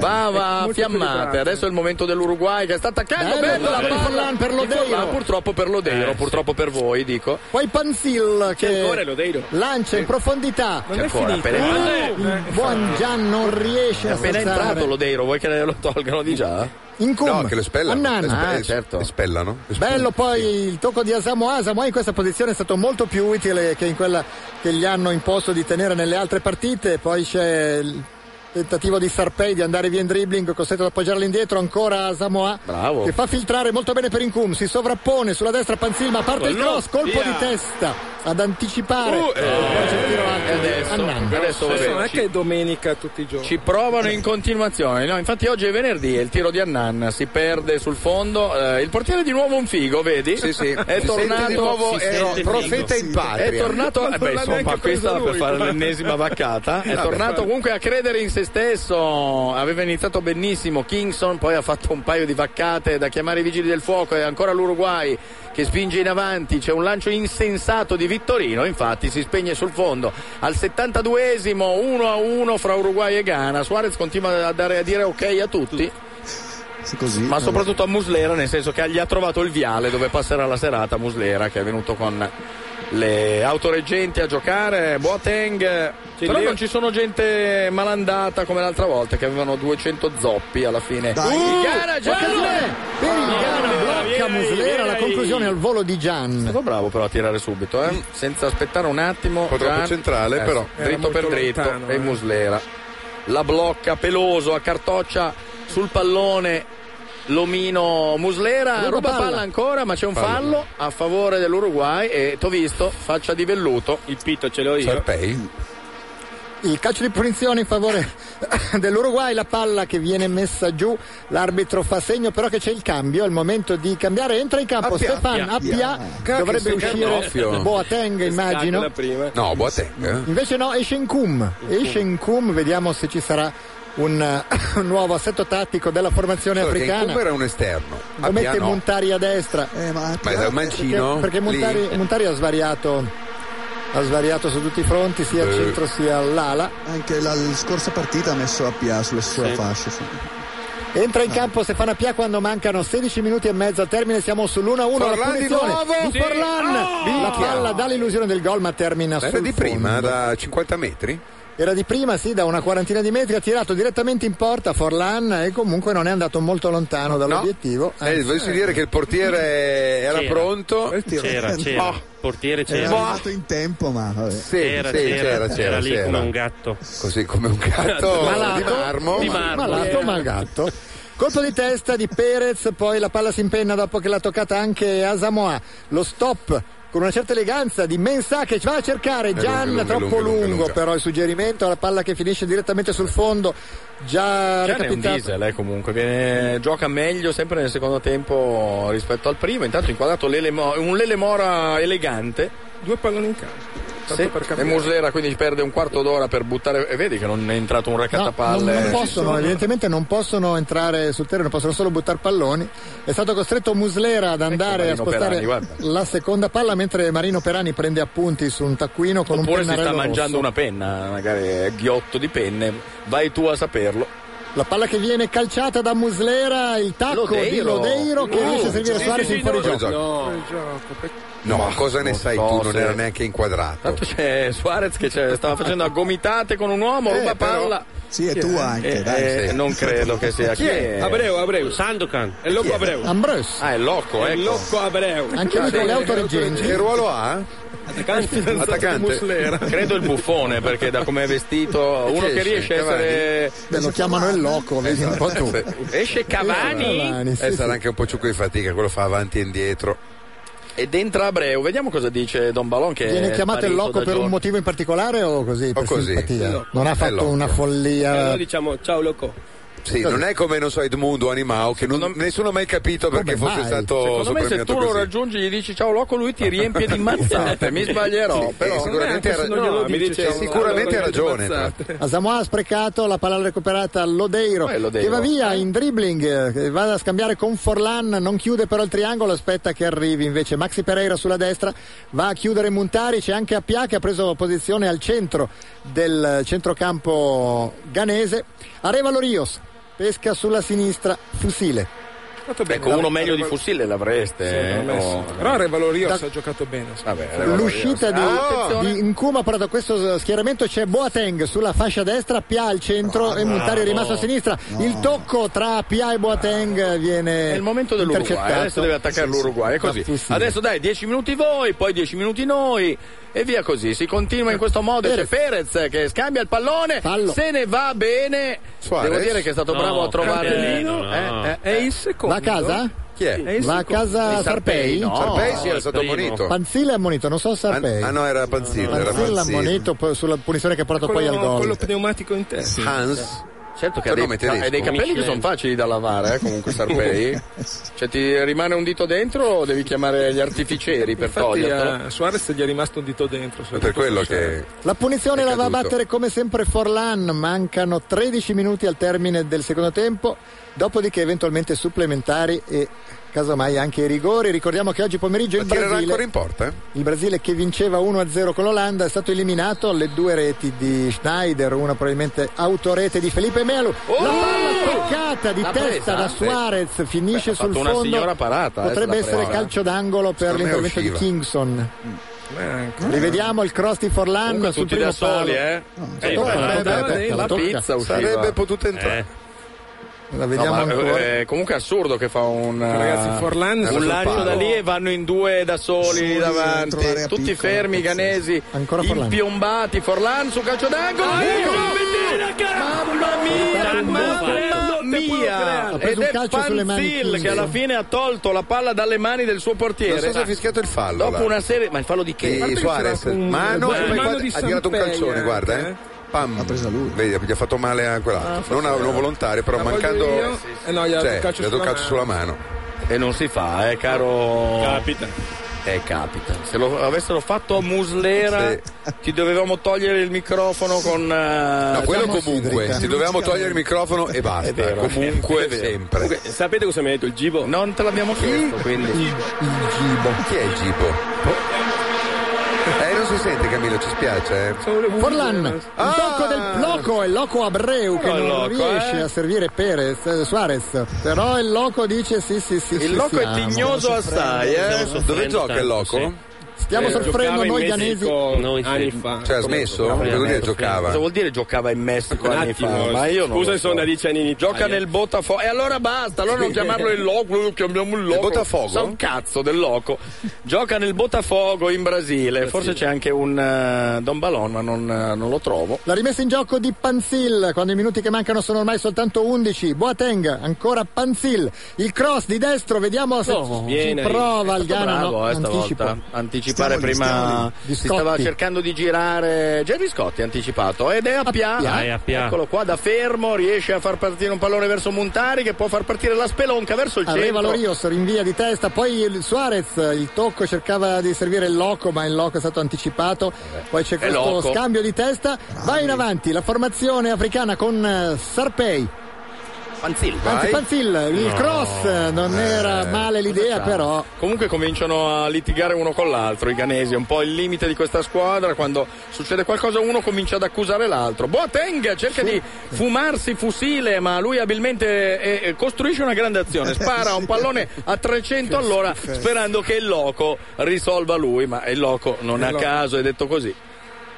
S12: Va, va, fiammate. Adesso è il momento dell'Uruguay che sta attaccando.
S2: Bello,
S12: Bella,
S2: per
S12: palla
S2: Forlan, per
S12: di
S2: Lodeiro.
S12: Forlan, Purtroppo per Lodeiro, purtroppo per voi, dico.
S2: Poi Panzil che lancia in profondità.
S12: Non C'è è ancora, finito.
S6: Ah,
S12: appena-
S6: eh,
S2: Uh, il buon Gian non riesce
S12: Eh, È
S2: a
S12: appena
S2: spezzare.
S12: entrato Lodeiro, vuoi che lo tolgano di già?
S2: In cum.
S3: No, che lo spellano.
S2: Annan.
S3: Lo spe-
S2: Ah,
S3: lo spellano. Lo spellano.
S2: Bello poi il tocco di Asamo Asamo in questa posizione è stato molto più utile che in quella che gli hanno imposto di tenere nelle altre partite, poi c'è il tentativo di Sarpei di andare via in dribbling, costretto ad appoggiarla indietro, ancora Asamoa
S12: Bravo.
S2: che fa filtrare molto bene per Incum, si sovrappone sulla destra Panzil, ma parte il
S12: Quello,
S2: cross, colpo
S12: via.
S2: di testa ad anticipare.
S12: Uh,
S2: Poi c'è il tiro avanti
S12: e
S2: di
S12: adesso,
S2: Annan.
S12: adesso va
S8: Adesso
S12: bene.
S8: non è
S12: Ci-
S8: che è domenica tutti i giorni.
S12: Ci provano in continuazione, no? Infatti oggi è venerdì e il tiro di Annan si perde sul fondo. eh, il portiere è di nuovo un figo, vedi?
S3: Sì, sì.
S12: È
S3: Si
S12: tornato
S3: sente di nuovo-
S12: si
S3: eh,
S12: sente
S3: no, profeta
S12: figo.
S3: in patria.
S12: È tornato, eh, beh,
S3: Non l'ha
S12: insomma,
S3: neanche
S12: questa
S3: preso
S12: per
S3: lui,
S12: fare
S3: guarda.
S12: l'ennesima vaccata.
S3: <laughs>
S12: È
S3: Vabbè.
S12: tornato comunque a credere in se stesso. Aveva iniziato benissimo Kingston, poi ha fatto un paio di vaccate da chiamare i vigili del fuoco e ancora l'Uruguay che spinge in avanti. C'è un lancio insensato di Vittorino, infatti si spegne sul fondo. Al 72esimo 1 a 1 fra Uruguay e Ghana. Suarez continua a, dare, a dire ok a tutti. Ma soprattutto a Muslera, nel senso che gli ha trovato il viale dove passerà la serata Muslera, che è venuto con le autoreggenti a giocare, Boateng. Però
S8: Leo-
S12: non ci sono gente malandata come l'altra volta, che avevano 200 zoppi alla fine.
S2: Dai.
S12: Uh, Gara,
S2: Occasione per il Ghana, blocca Muslera la conclusione al volo di Gian.
S12: stato bravo però a tirare subito, eh? senza aspettare un attimo.
S3: po' troppo
S12: Gian-
S3: centrale, però.
S12: sì,
S3: Era
S12: Dritto per
S3: molto
S12: dritto
S3: lontano,
S12: e
S3: eh.
S12: Muslera. La blocca peloso a cartoccia sul pallone. Lomino Muslera
S3: Ruba
S12: ruba
S3: palla.
S12: palla. ancora, ma c'è un
S3: Fallo.
S12: fallo a favore dell'Uruguay e t'ho visto, faccia di velluto. Il pito ce l'ho io.
S2: Il calcio di punizione in favore <coughs> dell'Uruguay, la palla che viene messa giù, l'arbitro fa segno però che c'è il cambio, è il momento di cambiare, entra in campo
S3: Appia.
S2: Stefan
S3: Appia.
S2: Appia,
S3: Cacchio,
S2: dovrebbe
S3: sei
S2: uscire
S3: carnofio.
S2: Boateng immagino,
S3: No, Boateng. eh.
S2: invece no, esce in cum, esce in cum, vediamo se ci sarà un <coughs> eh, nuovo assetto tattico della formazione
S3: Solo che Nkunku era
S2: africana.
S3: un esterno.
S2: Lo mette
S3: Appia no.
S2: Montari a destra.
S3: Ma era un mancino?
S2: Perché, perché Montari,
S3: Lì.
S2: Montari ha svariato. Ha svariato su tutti i fronti, sia al
S4: Eh.
S2: centro sia all'ala.
S4: Anche la, la scorsa partita ha messo APA sulle sue fasce. sì.
S2: Entra in campo Stefano Pia quando mancano 16 minuti e mezzo al termine, siamo sull'1-1 la
S3: Forlan di
S2: punizione
S3: nuovo?
S2: di
S3: Sì.
S2: Forlan.
S3: Oh!
S2: La
S3: Minchia.
S2: palla dà l'illusione del gol ma termina
S3: Era
S2: sul
S3: di prima, da 50 metri?
S2: Era di prima, sì, da una quarantina di metri, ha tirato direttamente in porta Forlan e comunque non è andato molto lontano dall'obiettivo.
S3: Eh, volessi dire che il portiere era
S2: C'era.
S3: pronto.
S7: C'era, c'era.
S3: Oh,
S7: Portiere
S4: Era
S7: c'era.
S4: arrivato in tempo, ma vabbè.
S3: sì,
S7: C'era,
S3: sì,
S7: c'era,
S3: c'era,
S7: c'era
S3: c'era,
S7: lì
S3: c'era.
S7: come un gatto.
S3: Così come un gatto
S2: Malato,
S3: di marmo.
S7: di marmo.
S2: malato ma gatto. Colpo di testa di Perez, poi la palla si impenna dopo che l'ha toccata anche Asamoa. Lo stop con una certa eleganza di Mensah che va a cercare
S3: lungo,
S2: Gian
S3: è lungo, è
S2: troppo
S3: lungo, è lungo, è lungo.
S2: però il suggerimento alla palla che finisce direttamente sul fondo già
S12: Gian è un
S2: recapitato
S12: diesel eh, comunque, viene- gioca meglio sempre nel secondo tempo rispetto al primo. Intanto inquadrato Lele Mo- un Lele Mora elegante.
S8: Due palloni in casa. tanto
S12: Sì,
S8: per
S12: e
S8: cambiare.
S12: Muslera quindi perde un quarto d'ora per buttare. E vedi che non è entrato un
S2: non,
S12: raccattapalle.
S2: non possono, evidentemente non possono entrare sul terreno, possono solo buttare palloni. È stato costretto Muslera ad andare a
S12: Marino
S2: spostare
S12: Perani, guarda.
S2: la seconda palla mentre Marino Perani prende appunti su un taccuino con
S12: Oppure
S2: un
S12: si
S2: pennarello
S12: sta mangiando
S2: rosso.
S12: una penna, magari è ghiotto di penne. Vai tu a saperlo.
S2: La palla che viene calciata da Muslera, il tacco di
S12: Lodeiro.
S2: Lodeiro che
S12: Uh,
S3: Oh,
S2: riesce a servire
S12: sì,
S2: Suarez
S12: sì,
S2: in
S12: sì, no,
S2: fuorigioco.
S12: no.
S3: No, ma cosa ne
S12: non
S3: sai
S12: so
S3: tu? Non
S12: se-
S3: era neanche inquadrato.
S12: Tanto c'è Suarez che c'è- stava facendo a gomitate con un uomo,
S3: Eh,
S12: ruba
S3: però-
S12: palla.
S4: Sì, e
S12: Chi
S4: tu anche,
S12: Eh,
S4: dai.
S12: eh,
S4: Sì.
S12: Non credo che sia.
S4: Chi è?
S3: Ah,
S6: Abreu,
S12: Abreu. Sandokan.
S6: È Loco Abreu.
S2: Ambros.
S12: Ah, è Loco,
S6: È
S12: ecco.
S6: Loco Abreu.
S3: Ah,
S2: Anche lui con le autoreggenti.
S3: Che ruolo ha?
S6: Attaccante.
S12: Credo il buffone, perché da come è vestito, uno
S2: Esce,
S12: <laughs> che riesce a
S3: Cavani.
S12: essere.
S2: Beh, lo chiamano il loco, vedi un po' tu.
S12: Esce Cavani.
S3: Eh, sarà anche un po' ciucco di fatica, quello fa avanti e indietro.
S12: Ed entra Abreu, vediamo cosa dice Don Balon che
S2: Viene
S12: è
S2: chiamato il
S12: sparito
S2: loco
S12: da
S2: per un
S12: giorni.
S2: motivo in particolare o così? per
S3: così.
S2: simpatia?
S3: Il loco.
S2: Non ha
S3: È
S2: fatto
S3: loco.
S2: una follia.
S6: Allora diciamo ciao Loco.
S3: Sì, non è come, non so, Edmundo Animao, che non- nessuno ha mai capito perché fosse stato
S12: Secondo me se
S3: soppremiato
S12: tu lo
S3: così.
S12: raggiungi gli dici ciao loco, lui ti riempie di mazzate, mi sbaglierò.
S3: Sì,
S12: però
S3: eh, sicuramente
S12: non è
S3: ha
S12: anche se non glielo
S3: ragione.
S12: dici,
S3: dice,
S12: ciao,
S3: sicuramente ha
S12: loco,
S3: ragione.
S12: cioè, ti ammazzate.
S2: Asamoah Ah, ha sprecato la palla recuperata a Lodeiro,
S12: Eh, Lodeiro.
S2: che va via in dribbling, eh, che va a scambiare con Forlan, non chiude però il triangolo, aspetta che arrivi invece Maxi Pereira sulla destra, va a chiudere Muntari, c'è anche Appia che ha preso posizione al centro del centrocampo ganese, Arevalo Rios pesca sulla sinistra, fusile.
S12: Ecco, uno meglio di fucile l'avreste. eh, no?
S8: Però Arevalo Rios
S2: Da-
S8: ha giocato bene.
S12: Vabbè, Arevalo
S2: L'uscita di,
S12: Rios. Ah,
S2: di Nkuma però da questo schieramento c'è Boateng sulla fascia destra, Pia al centro e Montari è rimasto a sinistra. Il tocco tra Pia e Boateng viene
S12: È il momento dell'Uruguay, eh,
S2: intercettato.
S12: adesso deve attaccare l'Uruguay, è così. Adesso dai, 10 minuti voi, poi 10 minuti noi e via così. Si continua in questo modo, c'è Perez che scambia il pallone, se ne va bene. Devo dire che è stato
S8: No,
S12: bravo a trovare
S8: Cantelino,
S12: Eh, eh,
S8: È il secondo.
S2: Va a casa?
S3: Chi è?
S8: È il
S2: Va a
S8: secondo.
S2: casa
S12: Di
S2: Sarpei?
S12: Sarpei? No,
S3: Sarpei sì, era stato ammonito.
S2: Panzile è ammonito, non so Sarpei.
S3: Ah no, era Panzilla, era
S2: Panzilla ha
S3: Panzilla.
S2: ammonito poi sulla punizione che ha portato poi al
S8: Quello,
S2: gol.
S8: quello pneumatico in testa.
S3: Hans.
S12: Certo che
S3: Suo
S12: ha dei,
S3: nome tedesco.
S12: ha dei capelli che sono facili da lavare, eh,
S3: <laughs>
S12: comunque Sarpei. cioè ti rimane un dito dentro o devi chiamare gli artificieri per
S8: Infatti
S12: togliertelo?
S8: a Suarez gli è rimasto un dito dentro.
S3: Per quello che...
S2: La punizione la va a
S3: caduto.
S2: battere come sempre Forlan, mancano 13 minuti al termine del secondo tempo, dopodiché eventualmente supplementari e casomai anche i rigori. Ricordiamo che oggi pomeriggio il
S3: Tirerà
S2: Brasile,
S3: ancora in porta? eh?
S2: il Brasile che vinceva 1-0 con l'Olanda è stato eliminato alle due reti di Schneider, una probabilmente autorete di Felipe Melo. La palla toccata di
S12: L'ha
S2: testa
S12: Oh! presa?
S2: da
S12: Sì.
S2: Suarez finisce
S12: Beh, ha
S2: sul
S12: fatto una
S2: fondo.
S12: signora parata, eh,
S2: Potrebbe
S12: se l'ha
S2: essere
S12: presa.
S2: calcio d'angolo per
S12: Secondo me
S2: l'intervento di
S12: usciva.
S2: Kingston. Rivediamo il cross di Forlan
S12: Comunque
S2: sul
S12: tutti
S2: primo
S12: da
S2: palo.
S12: soli, eh?
S2: la
S12: Eh,
S2: tocca,
S12: beh,
S2: la
S12: beh,
S2: tocca,
S12: beh,
S2: la
S12: la
S2: tocca.
S12: pizza usciva.
S3: Sarebbe potuto entrare.
S2: La vediamo
S12: No, ma,
S2: ancora.
S12: eh, comunque è assurdo che fa un
S8: Ragazzi, Forlan sta
S12: un
S8: sul
S12: lancio
S8: palo.
S12: da lì e vanno in due da soli
S8: Soli,
S12: davanti,
S8: dentro l'area
S12: tutti
S8: piccola,
S12: fermi, ganesi,
S2: Ancora Forlan.
S12: impiombati. Forlan su calcio d'angolo. Mamma mia, mamma mia!
S2: Ha preso
S12: Ed
S2: un
S12: è
S2: calcio sulle mani
S12: Panzil che
S2: Kingston.
S12: alla fine ha tolto la palla dalle mani del suo portiere.
S3: Non so se ha fischiato il fallo.
S12: Eh. Dopo
S3: là.
S12: una serie, ma il fallo di che?
S3: Sì,
S12: Guarda che
S3: Suarez.
S12: c'era un-
S3: Mano,
S12: Guarda,
S3: e poi
S12: mano
S3: guarda,
S12: di
S3: ha tirato un
S12: Sampei,
S3: calcione,
S12: eh.
S3: guarda, eh. Pam. Vedi, gli ha fatto male a quell'altro. non ha non volontario, però
S8: La voglio
S3: mancando.
S8: io. Eh no, gli ha dato
S3: cioè,
S8: il calcio
S3: gli ha dato il
S8: sulla
S3: calcio sulla mano.
S12: E non si fa, eh, caro.
S6: Capita.
S12: Eh, capita. Se lo avessero fatto a Muslera,
S3: Sì.
S12: ti dovevamo togliere il microfono con. eh,
S3: No, quello comunque. Ci dovevamo togliere il microfono e basta.
S12: vero.
S3: Eh, comunque,
S12: È vero.
S3: sempre.
S6: Comunque, sapete cosa mi ha detto il Gibo?
S12: Non te l'abbiamo chiesto, quindi.
S3: Chi è il Gibo? Eh, non si sente Camillo, ci spiace. Eh.
S2: Forlan, il tocco del Loco è Loco Abreu che
S12: Oh,
S2: non
S12: Ah! Loco,
S2: riesce
S12: eh.
S2: a servire Perez, eh, Suarez, però il Loco dice sì sì sì.
S12: Il
S2: sì,
S12: loco è
S2: siamo.
S12: tignoso assai, eh.
S7: soffrendo
S3: Dove gioca il
S7: tanto,
S3: loco?
S7: sì.
S2: Stiamo
S12: Eh,
S2: soffrendo
S6: giocava in
S2: noi
S6: Messico
S2: ganesi.
S6: Noi sì.
S8: anni fa.
S3: Cioè, ha smesso?
S7: Sì.
S3: Cosa vuol dire
S7: Sì.
S3: giocava?
S12: Cosa vuol dire giocava in Messico
S6: Un
S12: anni
S6: attimo,
S12: fa? Ma io non
S6: scusa,
S12: lo
S6: sono
S12: so.
S6: da dieci anni in Italia.
S12: Gioca nel Botafogo. E allora basta, allora non chiamarlo il loco, lo chiamiamo il loco.
S3: Botafogo?
S12: Sa un cazzo del loco. Gioca nel Botafogo in Brasile. Forse c'è anche un eh, Don Balon, ma non, eh, non lo trovo.
S2: La rimessa in gioco di Panzil, quando i minuti che mancano sono ormai soltanto 11. Boateng, ancora Panzil. Il cross di destro, vediamo se
S6: No,
S2: ci
S6: viene.
S2: prova
S12: È
S2: il
S12: stato
S2: Ghana.
S12: bravo,
S2: no,
S12: eh, stavolta.
S2: anticipo.
S12: anticipare
S6: Stiamo lì, stiamo
S12: prima.
S6: lì.
S12: Si stava
S6: Scotti.
S12: cercando di girare. Gerry Scotti ha anticipato ed è a Pia.
S7: Ah, è a Pia.
S12: Eccolo qua da fermo. Riesce a far partire un pallone verso Montari che può far partire la spelonca verso il
S2: Arriva
S12: centro.
S2: Lorios, rinvia di testa, poi il Suarez, il tocco cercava di servire il loco, ma il loco è stato anticipato. Poi c'è
S12: È
S2: questo
S12: loco.
S2: scambio di testa, va in avanti la formazione africana con eh, Sarpei.
S12: Panzil,
S2: Anzi,
S12: vai.
S2: Panzil, il
S12: No.
S2: cross eh, non era
S12: Eh,
S2: male l'idea,
S12: cosa fa?
S2: però
S12: Comunque cominciano a litigare uno con l'altro, i ganesi, è un po' il limite di questa squadra, quando succede qualcosa uno comincia ad accusare l'altro. Boateng cerca di fumarsi fussile, ma lui abilmente eh, eh, costruisce una grande azione, spara un pallone a 300 all'ora sperando che il loco risolva lui, ma il loco non
S6: Il
S12: a
S6: loco.
S12: caso è detto così.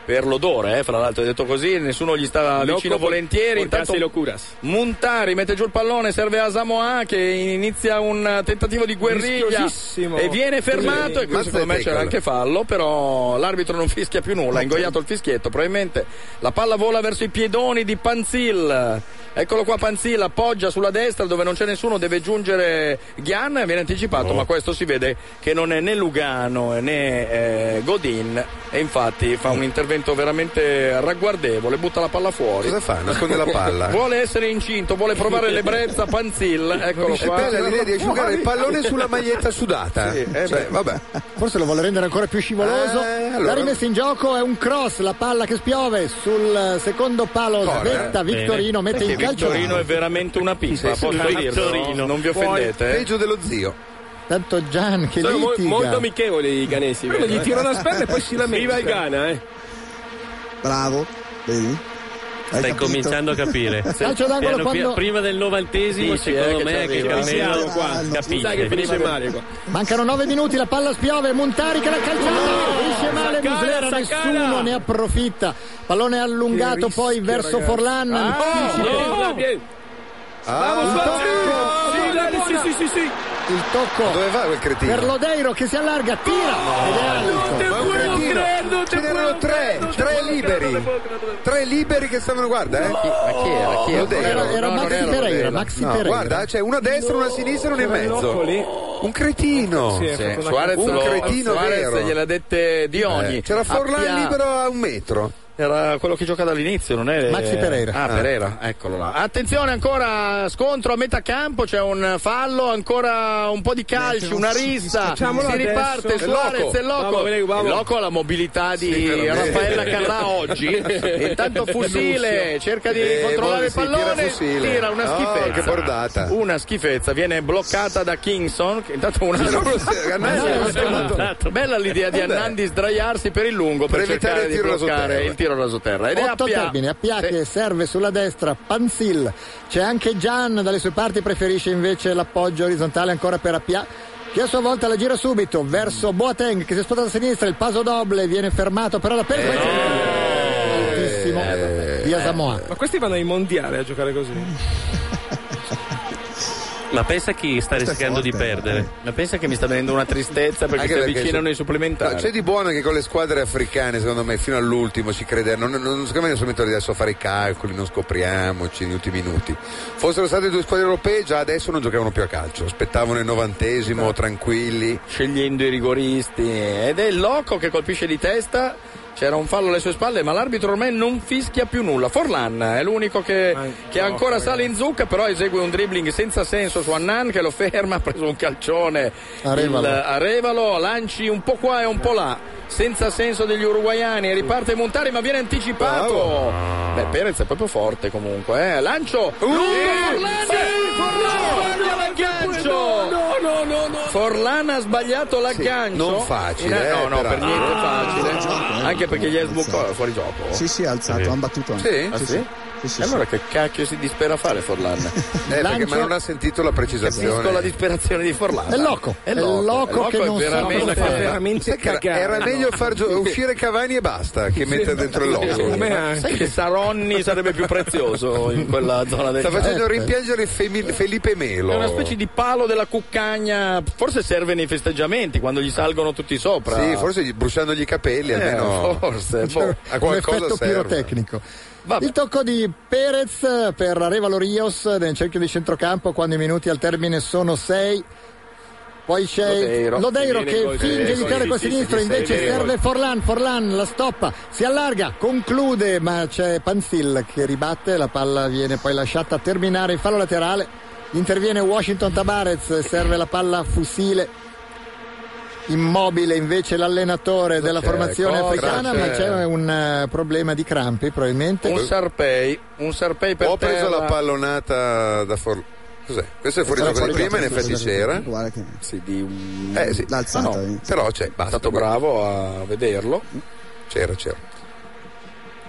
S12: Per l'odore, eh, fra l'altro è detto così, nessuno gli sta vicino volentieri. Intanto
S6: lo curas.
S12: Montari mette giù il pallone, serve a Samoa che inizia un tentativo di guerriglia
S6: Rischiosissimo.
S12: e viene
S6: Sì,
S12: fermato e qui secondo me
S6: mazza e
S12: c'era
S6: tecola.
S12: anche fallo, però l'arbitro non fischia più nulla, ha ingoiato il fischietto, probabilmente la palla vola verso i piedoni di Panzil. Eccolo qua Panzil, appoggia sulla destra dove non c'è nessuno, deve giungere Ghian, viene anticipato, ma questo si vede che non è né Lugano né eh, Godin e infatti fa un intervento veramente ragguardevole, butta la palla fuori.
S3: Cosa fa? Nasconde la palla?
S12: Vuole essere incinto, vuole provare l'ebbrezza
S3: <laughs>
S12: Panzil, eccolo
S3: È
S12: qua.
S3: bella l'idea di asciugare il pallone sulla maglietta sudata.
S12: Sì, eh
S3: Cioè,
S12: beh.
S3: vabbè.
S2: forse lo vuole rendere ancora più scivoloso.
S12: Eh,
S3: allora-
S2: La rimessa in gioco è un cross, la palla che spiove sul eh, secondo palo, sventa Vittorino, mette
S12: Perché
S2: in calcio.
S12: Vittorino è veramente una pista,
S2: Sì, sì,
S12: posso
S2: sì,
S12: dirlo.
S2: Vittorino.
S12: Non vi
S2: Fuori.
S12: offendete. eh.
S2: Peggio
S3: dello zio.
S2: Tanto Gian che
S6: Sono mo-
S2: litiga.
S6: molto amichevoli i ganesi.
S2: Quello
S6: vedo,
S2: gli
S6: eh.
S2: tira una sperma e poi si lamenta.
S6: <laughs> Viva il Ghana, eh.
S4: Bravo, vedi? Hai
S7: Stai
S4: capito?
S7: cominciando a capire.
S4: Calcio d'angolo
S7: Piano pi-
S4: quando-
S7: Prima del novantesimo,
S4: Dici,
S7: secondo
S4: eh, che
S7: me,
S4: ci
S7: che
S4: arriva.
S7: Carmelo
S4: Sì, ah, no.
S7: capisce.
S4: Sai che finisce
S7: Prima-
S4: male
S2: Mancano 9 minuti, la palla spiove, Montari che l'ha calciata, finisce male
S6: Saccala,
S2: Muslera,
S6: saccala.
S2: nessuno ne approfitta. Pallone allungato poi verso Forlan, anticipo.
S3: Ah,
S2: il tocco,
S6: Sì, sì, sì, sì.
S2: il tocco
S3: Dove va quel cretino?
S2: per Lodeiro che si allarga, tira ed è alto.
S3: Ma un cretino. Ce n'erano tre, tre liberi. Tre liberi che stavano, guarda, eh. Ma
S12: chi era? Chi era?
S2: Era- era Maxi Pereira, Maxi Pereira.
S3: Guarda, eh, c'è una a destra, una a sinistra e una in mezzo. Un cretino.
S12: Sì, Suarez,
S3: un
S12: lo-
S3: cretino
S12: Suarez
S3: vero.
S12: gliel'ha dette Dioni.
S3: Eh, c'era Forlan
S12: Appia-
S3: libero a un
S12: <laughs>
S3: metro.
S12: Era quello che giocava all'inizio, non è
S3: Maxi Pereira.
S12: Ah, Pereira, eccolo là. Attenzione ancora scontro a metà campo, c'è un fallo, ancora un po' di calci, una rissa.
S6: Facciamolo
S12: si
S6: adesso.
S12: riparte
S6: È
S12: Suarez
S6: loco.
S12: e Loco.
S6: Vamos, veniamo, vamos.
S12: Il Loco ha la mobilità di
S6: Sì, veramente.
S12: Raffaella
S6: <laughs>
S12: Carrà oggi. Intanto Fusile
S6: Lucio.
S12: cerca di
S6: Eh,
S12: controllare il
S6: sì, tira
S12: pallone, tira,
S6: Fusile.
S12: una
S6: Oh,
S12: schifezza.
S6: che bordata.
S12: Una schifezza, viene bloccata da Kingston, che intanto <laughs> una
S3: Cioè,
S12: Esatto, Bella l'idea di
S6: Vabbè.
S12: Hernandez sdraiarsi per il lungo per,
S3: Eh Per evitare
S12: cercare
S3: il
S12: di
S3: tiro raso
S12: bloccare
S3: terra.
S12: il tiro raso terra. Ed è
S2: Otto
S12: Appia.
S2: termini, Appia che serve sulla destra, Panzil, c'è anche Gian dalle sue parti, preferisce invece l'appoggio orizzontale ancora per Appia, che a sua volta la gira subito verso Boateng che si sposta a sinistra, il paso doble viene fermato però da Pedro. Altissimo via Samoa.
S8: Ma questi vanno ai mondiali a giocare così.
S7: Ma pensa chi sta rischiando di perdere.
S12: Ma pensa che mi sta venendo una tristezza perché
S3: Anche
S12: si
S3: perché
S12: avvicinano
S3: c'è-
S12: i supplementari.
S3: No, c'è di buono che con le squadre africane, secondo me, fino all'ultimo ci crede. Non, non, secondo me non sono mettere adesso a fare i calcoli, non scopriamoci negli ultimi minuti. Fossero state due squadre europee, già adesso non giocavano più a calcio. Aspettavano il novantesimo,
S12: Esatto.
S3: tranquilli. Eh,
S12: Scegliendo i rigoristi. Ed è il loco che colpisce di testa. C'era un fallo alle sue spalle, ma l'arbitro ormai non fischia più nulla. Forlan è l'unico che, che ancora sale in zucca, però esegue un dribbling senza senso su Annan che lo ferma, ha preso un calcione
S2: Arevalo.
S12: Il, Arevalo, lanci un po' qua e un po' là, senza senso degli uruguaiani, riparte Montari ma viene anticipato. Beh, Perez è proprio forte comunque, eh. Lancio! lungo, Forlan! Forlan l'aggancio!
S6: No, no, no, no.
S12: Forlan ha sbagliato l'aggancio.
S3: non facile,
S12: Una-
S3: eh,
S12: no, no,
S3: però.
S12: per niente
S3: Ah,
S12: facile. Anche perché gli è sbuccato fuori gioco.
S4: Sì, sì, ha alzato,
S12: Sì.
S4: ha battuto anche.
S12: Sì? Ah, sì? E allora che cacchio si dispera a fare Forlan?
S3: Eh, perché, ma non ha sentito la
S12: Capisco la
S3: precisazione.
S12: disperazione di Forlan.
S3: È loco.
S12: È
S3: È
S12: loco,
S3: loco
S12: È
S3: che
S12: è
S3: non sa cosa
S12: veramente,
S3: fare.
S12: veramente
S3: Sai che era- era meglio far gio- uscire Cavani e basta che mettere dentro il
S12: Secondo me
S3: loco.
S12: anche. Sai che Saronni sarebbe più prezioso in quella zona del
S3: Sta facendo
S12: campo.
S3: rimpiangere Femi- Felipe Melo.
S12: Eh, È una specie di palo della cuccagna, forse serve nei festeggiamenti quando gli salgono tutti sopra.
S3: Sì, forse gli- bruciandogli i capelli
S12: Eh,
S3: almeno. <laughs>
S12: forse,
S3: Cioè,
S12: boh.
S3: a
S2: un
S3: qualcosa
S2: effetto
S3: serve.
S2: pirotecnico. Il tocco di Perez eh, per Arevalo Rios nel cerchio di centrocampo quando i minuti al termine sono 6. Poi c'è
S12: Lodeiro.
S2: Lodeiro
S12: Che viene
S2: che
S12: col-
S2: finge
S12: eh,
S2: di
S12: col-
S2: tirare col
S12: sì, sì,
S2: sinistro,
S12: sì, sì,
S2: invece
S12: viene
S2: serve
S12: col-
S2: Forlan, Forlan la stoppa, si allarga, conclude, ma c'è Panzil che ribatte, la palla viene poi lasciata terminare in fallo laterale, interviene Washington Tabarez, serve la palla a fusile. Immobile invece l'allenatore della
S12: c'è?
S2: formazione
S12: Cosa
S2: africana, ma
S12: c'è?
S2: c'è un eh, problema di crampi probabilmente.
S12: Un Sarpei, un Sarpei per
S3: Ho preso
S12: terra.
S3: la pallonata da for... Cos'è? Questo è fuori
S12: Era
S3: gioco di
S12: fuori
S3: prima, in
S12: gioco,
S3: effetti
S12: sì,
S3: c'era.
S4: Guarda che
S3: Sì, di un... Eh sì.
S4: L'alzata,
S3: Ah, no.
S4: eh.
S3: Però c'è, basta.
S12: È stato bravo a vederlo.
S3: C'era, c'era.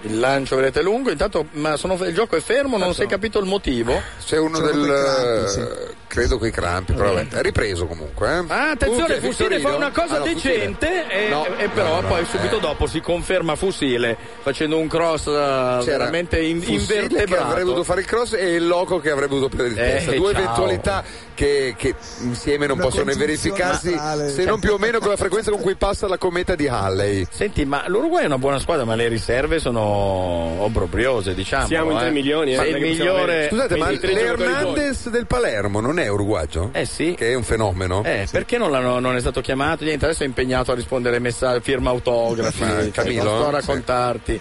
S12: Il lancio vedete lungo, intanto ma sono- il gioco è fermo, non si è capito il motivo.
S3: C'è uno del... eh, Credo coi crampi, però vabbè, è ripreso comunque. eh.
S12: Ah, attenzione,
S3: Comunque,
S12: Fusile fa
S3: Vittorino-
S12: una cosa
S3: Ah, no, Fusile.
S12: decente e,
S3: No,
S12: e però
S3: no, no,
S12: poi
S3: eh.
S12: subito dopo si conferma Fusile facendo un cross eh, veramente in-
S3: Fusile che
S12: invertebrato.
S3: avrebbe dovuto fare il cross e il loco che avrebbe dovuto prendere di
S12: Eh,
S3: testa due
S12: ciao.
S3: eventualità che, che insieme non
S12: Una
S3: possono
S12: congiunzione
S3: verificarsi
S12: astrale.
S3: se non più o meno con la frequenza con cui passa la cometa di Halley
S12: Senti, ma l'Uruguay è una buona squadra, ma le riserve sono obbrobriose, diciamo.
S3: Siamo in
S12: eh.
S3: tre milioni, eh,
S12: Sei
S3: non è
S12: il
S3: che possiamo
S12: migliore.
S3: avere- Scusate, ma
S12: ventitré
S3: le
S12: giocatori
S3: Hernandez del Palermo non è uruguagio?
S12: Eh sì.
S3: Che è un fenomeno?
S12: Eh, perché non, l'hanno- non è stato chiamato? Niente, adesso è impegnato a rispondere ai messaggi, firma autografi.
S3: Ma
S12: cioè,
S3: Camilo?
S12: non sto a
S3: Ah, Sì.
S12: raccontarti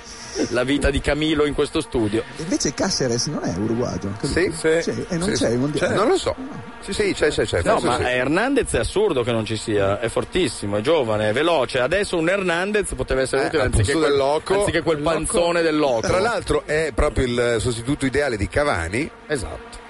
S12: la vita di Camilo in questo studio.
S4: Invece Caceres non è uruguayo.
S12: Sì,
S4: Cioè, e non
S12: Sì,
S4: c'è il mondiale.
S12: c'è, non lo so.
S3: Sì, sì, c'è, c'è, c'è.
S12: No,
S3: forse
S12: ma
S3: sì.
S12: Hernandez è assurdo che non ci sia, è fortissimo, è giovane, è veloce. Adesso un Hernandez poteva essere utile
S3: Eh, al
S12: anziché
S3: posto
S12: quel,
S3: del loco,
S12: anziché quel panzone del loco.
S3: Tra l'altro è proprio il sostituto ideale di Cavani.
S12: Esatto.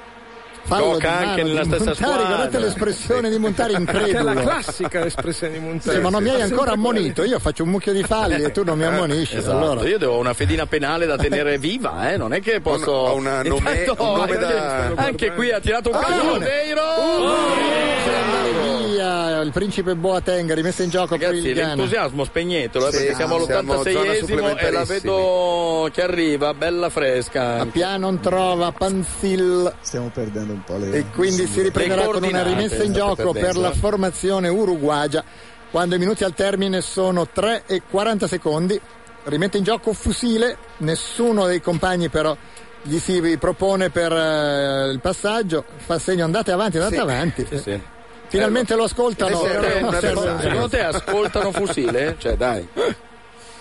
S2: Fallo
S12: Gioca
S2: di
S12: anche
S2: mano
S12: nella
S2: di
S12: stessa
S2: Montari,
S12: squadra.
S2: Guardate l'espressione di Montari
S8: Che è
S12: <laughs>
S2: incredulo.
S8: la classica espressione di Montari.
S2: Sì, ma non mi hai ancora
S8: Sempre quella.
S2: ammonito, io faccio un mucchio di falli e tu non mi ammonisci.
S12: Esatto,
S2: Allora.
S12: io devo una fedina penale
S3: <laughs>
S12: da tenere viva, eh, non è che posso.
S3: Ho una nome-
S12: Intanto,
S3: un nome
S12: anche-
S3: da- Uh!
S12: Anche qui ha tirato un
S2: Ah,
S12: calcio
S2: Leone.
S12: Lodeiro.
S2: Via, eh, il principe Boateng rimesso in gioco per
S12: Ragazzi,
S2: il Ghana.
S12: l'entusiasmo spegnetelo eh,
S2: Sì,
S12: perché
S2: siamo
S12: siamo
S2: zona
S12: all'86esimo e la
S2: supplementarissimi. Ah,
S12: vedo che arriva, bella fresca.
S2: Piano non trova Panzil
S4: Stiamo perdendo un po' le.
S2: e quindi si riprenderà
S12: Le
S2: con una
S12: coordinate
S2: rimessa in
S12: state
S2: gioco
S12: perdendo,
S2: per la
S12: eh.
S2: formazione uruguagia quando i minuti al termine sono 3 e 40 secondi rimette in gioco Fusile nessuno dei compagni però gli si propone per eh, il passaggio fa segno andate avanti andate
S12: Sì. Eh,
S2: avanti
S12: Sì, sì.
S2: finalmente lo ascoltano
S12: Secondo te-
S2: Eh, Non serve un
S12: eh, secondo te ascoltano fusile? Cioè, dai.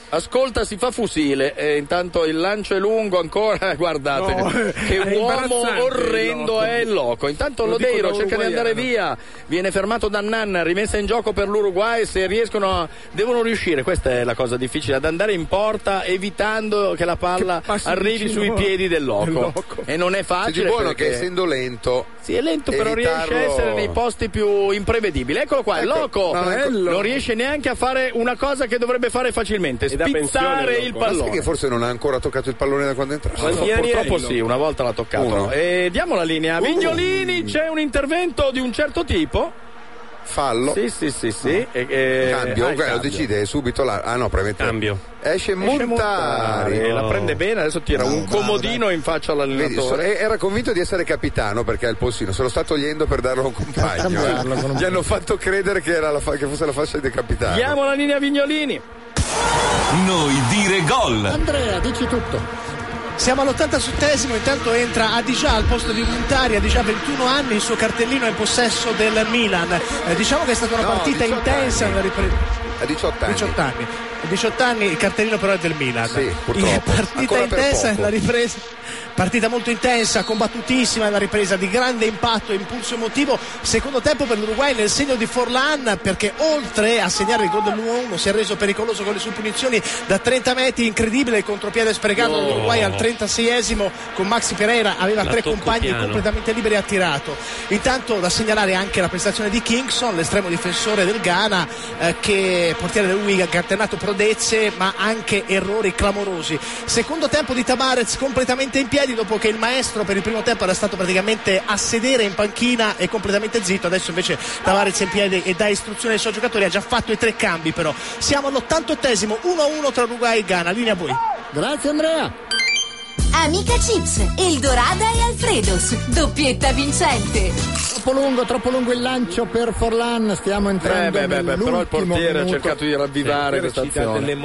S12: Ascolta, si fa fusile. E intanto il lancio è lungo ancora. <laughs> Guardate,
S8: No,
S12: che
S8: è
S12: uomo
S8: imbarazzante il
S12: orrendo
S8: loco.
S12: è il loco. Intanto
S8: Lo dico
S12: Lodeiro
S8: da
S12: cerca di andare
S8: uruguaiano.
S12: via. Viene fermato da Nanna. Rimessa in gioco per l'Uruguay. Se riescono, a- devono riuscire. Questa è la cosa difficile. Ad andare in porta, evitando che la palla
S3: Che passi
S12: arrivi
S3: vicino
S12: sui piedi del loco.
S3: del loco.
S12: E non è
S3: C'è di
S12: facile.
S3: buono che
S12: perché-
S3: essendo lento.
S12: sì, è lento, però
S3: evitarlo-
S12: riesce a essere nei posti più imprevedibili. Eccolo qua, il
S3: Ecco,
S12: loco.
S3: no, ecco.
S12: Non riesce neanche a fare una cosa che dovrebbe fare facilmente:
S3: da
S12: spizzare il
S3: Ma sai
S12: pallone.
S3: che forse non ha ancora toccato il pallone da quando è entrato?
S12: Purtroppo sì, una volta l'ha toccato.
S3: Uno. Uh.
S12: E diamo la linea a Vignolini, c'è un intervento di un certo tipo.
S3: Fallo.
S12: Sì, sì, sì, sì. E- e-
S3: Cambio,
S12: ah, il
S3: eh, lo
S12: cambio.
S3: decide subito là. Ah no, probabilmente. Cambio. Esce Montari.
S12: E Eh, La prende bene, adesso tira un comodino in faccia
S3: Vedi, so-
S12: all'allenatore.
S3: e- era convinto di essere capitano perché ha il polsino, se lo sta togliendo per darlo a un
S12: <laughs> Cambiarlo con
S3: compagno.
S12: un-
S3: Gli hanno fatto credere che, era la fa- che fosse la fascia di capitano.
S12: Diamo la linea a Vignolini.
S1: Noi dire gol.
S2: Andrea, dici tutto.
S9: Siamo all'87esimo, intanto entra Adija al posto di Montari, Adija 21 anni, il suo cartellino è in possesso del Milan. Eh, diciamo che è stata una
S3: No,
S9: partita
S3: 18
S9: intensa.
S3: anni.
S9: una ripre-
S3: A 18 anni. Eh,
S9: 18 anni. A 18 anni il cartellino però è del Milan.
S3: Sì, purtroppo.
S9: In partita
S3: Ancora per
S9: intensa,
S3: poco.
S9: la ripresa. Partita molto intensa, combattutissima, la ripresa di grande impatto, impulso emotivo. Secondo tempo per l'Uruguay nel segno di Forlan perché oltre a segnare il gol dell'1-1 si è reso pericoloso con le sue punizioni da 30 metri, incredibile il contropiede sprecato
S7: No.
S9: dall'Uruguay al 36esimo con Maxi Pereira, aveva
S7: La
S9: tre
S7: tocco
S9: compagni
S7: piano.
S9: completamente liberi e ha tirato. Intanto da segnalare anche la prestazione di Kingston, l'estremo difensore del Ghana, eh, che portiere del Wigan, che ha alternato prodezze ma anche errori clamorosi. Secondo tempo di Tabarez completamente in piedi dopo che il maestro per il primo tempo era stato praticamente a sedere in panchina e completamente zitto. Adesso invece Tabarez è in piedi e dà istruzione ai suoi giocatori, ha già fatto i tre cambi però. Siamo all'88esimo, 1-1 tra Uruguay e Ghana, linea a voi.
S2: Grazie Andrea.
S15: Amica Chips, Eldorada e Alfredos, doppietta vincente.
S2: Troppo lungo, troppo lungo il lancio per Forlan. Stiamo
S12: Eh,
S2: entrando
S12: beh, beh, beh, però il
S2: nell'ultimo
S12: portiere ha
S2: minuto.
S12: cercato di ravvivare questa azione.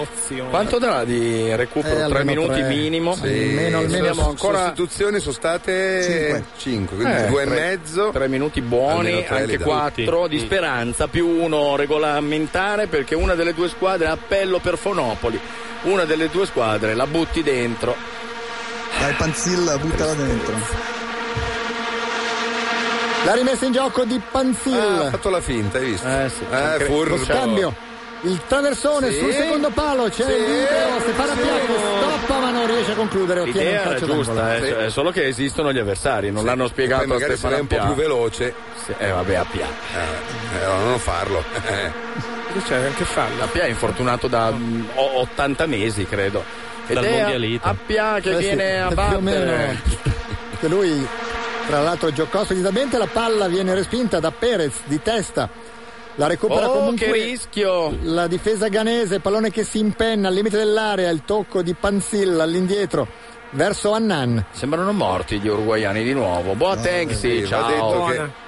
S12: Quanto darà di recupero?
S3: Eh,
S12: tre
S3: almeno
S12: minuti
S3: tre.
S12: minimo?
S3: Sì, Almeno- almeno
S12: Siamo
S3: su-
S12: ancora
S3: sostituzioni sono state 5, quindi
S12: Eh,
S3: due e
S12: tre-
S3: mezzo.
S12: Tre minuti buoni,
S3: Almeno tre li
S12: anche
S3: dà.
S12: quattro di
S3: Sì.
S12: speranza, più uno regolamentare perché una delle due squadre ha appello per Fonopoli. Una delle due squadre la butti dentro.
S4: Dai Panzilla, buttala dentro.
S2: La rimessa in gioco di
S3: Ah, ha
S2: Panzilla.
S3: fatto la finta, hai visto? Eh, sì.
S2: Lo
S3: furbo.
S2: scambio. Il traversone
S3: Sì.
S2: sul secondo palo. C'è il libero. Stefano Piacco stoppa ma non riesce a concludere. Ottiene un
S12: L'idea era
S2: calcio
S12: giusta,
S2: d'angolo.
S12: eh, cioè, è solo che esistono gli avversari, non l'hanno spiegato
S3: Poi magari
S12: a
S3: se vai
S12: Stefano
S3: un po'
S12: Piano.
S3: più veloce.
S12: eh, vabbè, a Pia.
S3: Eh, no, non farlo. <laughs>
S12: C'è anche fallo. Appia è infortunato da mm, o- 80 mesi, credo. Ed
S2: Dal
S12: è
S2: mondialito.
S12: Appia che
S2: Eh sì,
S12: viene a
S2: più o
S12: battere.
S2: meno. Che lui, tra l'altro, giocò solidamente. La palla viene respinta da Perez di testa. La recupera
S12: Oh,
S2: comunque.
S12: che rischio!
S2: La difesa ghanese, pallone che si impenna al limite dell'area, il tocco di Panzilla all'indietro verso Annan.
S12: Sembrano morti gli uruguaiani di nuovo. Boateng, sì,
S3: va
S12: ciao.
S3: detto che-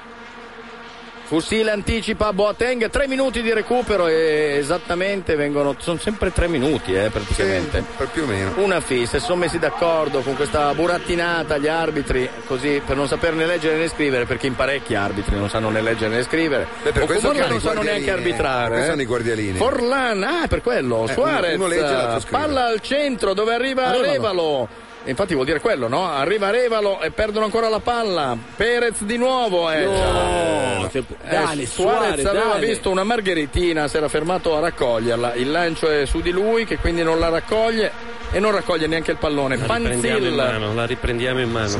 S12: Fusile anticipa Boateng, tre minuti di recupero e esattamente vengono, sono sempre tre minuti eh, praticamente.
S3: per più o meno.
S12: Una fissa, si sono messi d'accordo con questa burattinata gli arbitri, così per non saper né leggere né scrivere, perché in parecchi arbitri non sanno né leggere né scrivere.
S3: Beh, per
S12: o
S3: questo
S12: comunque
S3: che
S12: non sanno
S3: i
S12: neanche
S3: guardialini, per
S12: arbitrare.
S3: questo
S12: eh.
S3: sono i guardialini.
S12: Forlan, ah, per quello,
S3: Eh,
S12: Suarez.
S3: uno- uno legge, l'altro scrive.
S12: palla al centro dove arriva
S3: Arevalo.
S12: Arevalo. Infatti vuol dire quello, no? Arriva Arevalo e perdono ancora la palla. Perez di nuovo, eh.
S7: Oh,
S6: No, che-
S12: Eh,
S6: dale,
S12: Suarez,
S6: Suarez,
S12: aveva
S6: dale.
S12: visto una margheritina, si era fermato a raccoglierla. Il lancio è su di lui che quindi non la raccoglie e non raccoglie neanche il pallone.
S7: La riprendiamo in
S12: Panzilla,
S7: mano, la riprendiamo in mano.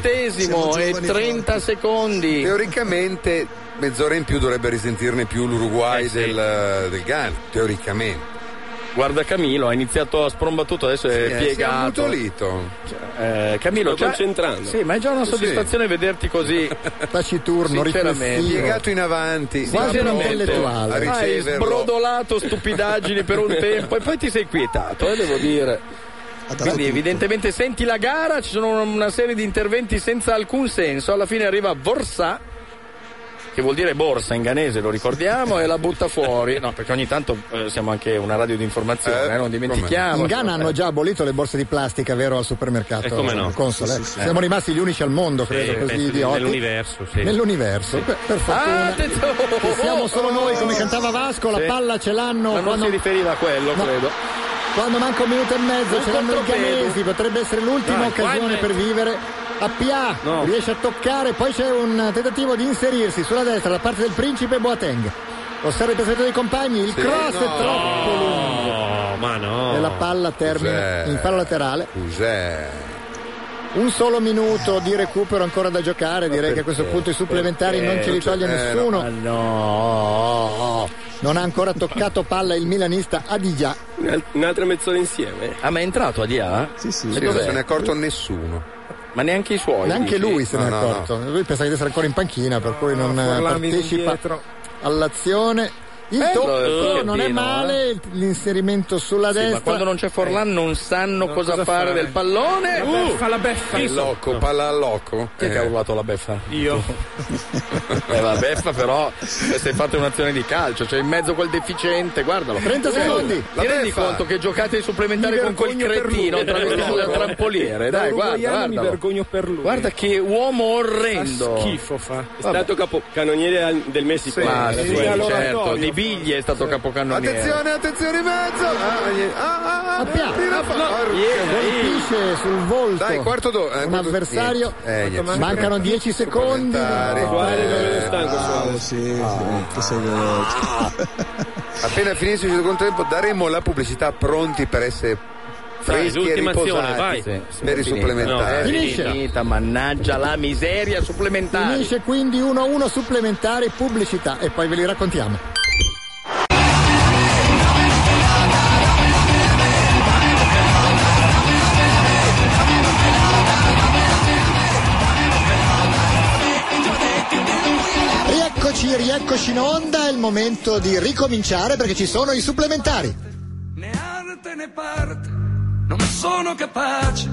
S12: novantesimo e 30 secondi.
S3: Teoricamente mezz'ora in più dovrebbe risentirne più l'Uruguay del, del Ghana, teoricamente.
S12: Guarda Camilo, ha iniziato a sprombattuto, adesso è
S3: Sì, eh,
S12: piegato.
S3: si è ammutolito.
S12: Eh, Camilo,
S3: Sto
S12: già-
S3: concentrando.
S12: Sì, ma è già una
S3: Sì.
S12: soddisfazione
S3: <laughs>
S12: vederti così.
S2: Taciturno,
S12: Sinceramente.
S2: riflessivo.
S12: Piegato
S3: in avanti,
S2: Quasi un
S12: Sinceramente,
S2: intellettuale.
S12: Hai sbrodolato stupidaggini per un tempo e poi ti sei quietato, eh, devo dire. Quindi evidentemente senti la gara, ci sono una serie di interventi senza alcun senso, alla fine arriva Vorsa, che vuol dire borsa in ghanese, lo ricordiamo, e la butta fuori, no perché ogni tanto eh, siamo anche una radio di informazione, eh, non dimentichiamo.
S2: In Ghana hanno già abolito le borse di plastica, vero, al supermercato?
S12: E come no.
S2: Console,
S12: Sì,
S2: eh?
S12: sì, sì.
S2: Siamo
S12: Eh.
S2: rimasti gli unici al mondo, credo,
S7: Sì,
S2: così
S7: penso di-
S2: idioti.
S7: nell'universo, sì.
S2: Nell'universo, per, per
S12: Ah,
S2: fortuna. Che siamo solo noi, come cantava Vasco, la
S12: Sì.
S2: palla ce l'hanno.
S12: Ma non
S2: quando-
S12: si riferiva a quello,
S2: No.
S12: credo.
S2: Quando manca un minuto e mezzo
S12: Non
S2: ce l'hanno i
S12: contropedo.
S2: ghanesi, potrebbe essere l'ultima
S12: Dai,
S2: occasione
S12: guarda.
S2: per vivere. APA
S12: No.
S2: riesce a toccare, poi c'è un tentativo di inserirsi sulla destra da parte del principe Boateng. Osserva il pensiero dei compagni, il cross è troppo lungo.
S7: No, ma no.
S2: E la palla termina
S7: Cos'è?
S2: in palo laterale.
S3: Cos'è?
S2: Un solo minuto di recupero ancora da giocare, direi che a questo punto i supplementari non ce li toglie nessuno.
S12: Ah, no.
S2: Non ha ancora toccato palla il milanista Adigia.
S6: Una- Un'altra mezz'ora insieme.
S12: Ah, ma è entrato Adia?
S2: Sì, sì.
S3: Sì, non se ne è accorto nessuno.
S12: Ma neanche i suoi. Ah.
S2: Neanche lui se ne è
S3: No, no,
S2: accorto. Lui pensava di essere ancora in panchina, per cui non eh,
S3: Forlani
S2: partecipa
S3: indietro.
S2: all'azione. Il
S12: Eh,
S2: tocco
S12: lo- lo
S2: non è
S12: pieno, eh.
S2: male, l'inserimento sulla
S12: Sì,
S2: destra.
S12: ma quando non c'è Forlan Eh, non sanno cosa,
S2: cosa
S12: fare,
S2: fare.
S12: del pallone.
S2: La
S12: Uh.
S6: Uh!
S2: beffa, la beffa.
S12: Il
S3: Loco, palla al loco. Eh.
S12: Chi è che ha urlato la beffa?
S6: Io.
S12: Eh, la beffa però eh, se fate un'azione di calcio, c'è in mezzo quel deficiente, guardalo.
S2: 30
S12: Oh,
S2: secondi.
S12: Ti
S2: La
S12: rendi
S2: beffa.
S12: conto che giocate i supplementari
S6: Mi
S12: con quel
S6: vergogno per lui.
S12: cretino travestito da
S6: No.
S12: trampoliere?
S6: Da
S12: Dai, guarda,
S6: uruguaiano mi
S12: guardalo.
S6: vergogno per lui.
S12: Guarda che uomo orrendo.
S6: Fa schifo Eh, fa. È
S12: Vabbè.
S6: stato capo- cannoniere al- del Messico.
S12: Ma
S6: Era
S12: sì,
S6: quello.
S12: certo, di Bigli è stato capocannoniere.
S3: Attenzione, attenzione in mezzo. Ah, gli- ah, ah,
S2: Appia-
S3: tira fa- Porca-
S2: colpisce sul volto
S3: Dai, quarto do- eh,
S2: un
S3: quarto-
S2: avversario.
S3: niente. Eh, niente.
S2: Mancano 10 secondi.
S4: Bravo, sì, sì, che sei veloce.
S3: Appena finisce il secondo tempo daremo la pubblicità pronti per essere
S12: Dai,
S3: freschi e
S12: l'ultima
S3: riposati
S12: azione, vai. Sì,
S3: per i
S12: finita.
S7: eh,
S12: No, eh. è
S3: supplementari.
S12: finita, mannaggia la miseria supplementare.
S2: Finisce quindi 1-1 supplementari, pubblicità e poi ve li raccontiamo. Rieccoci, rieccoci in onda, è il momento di ricominciare perché ci sono i supplementari.
S16: né arte né parte, non sono capace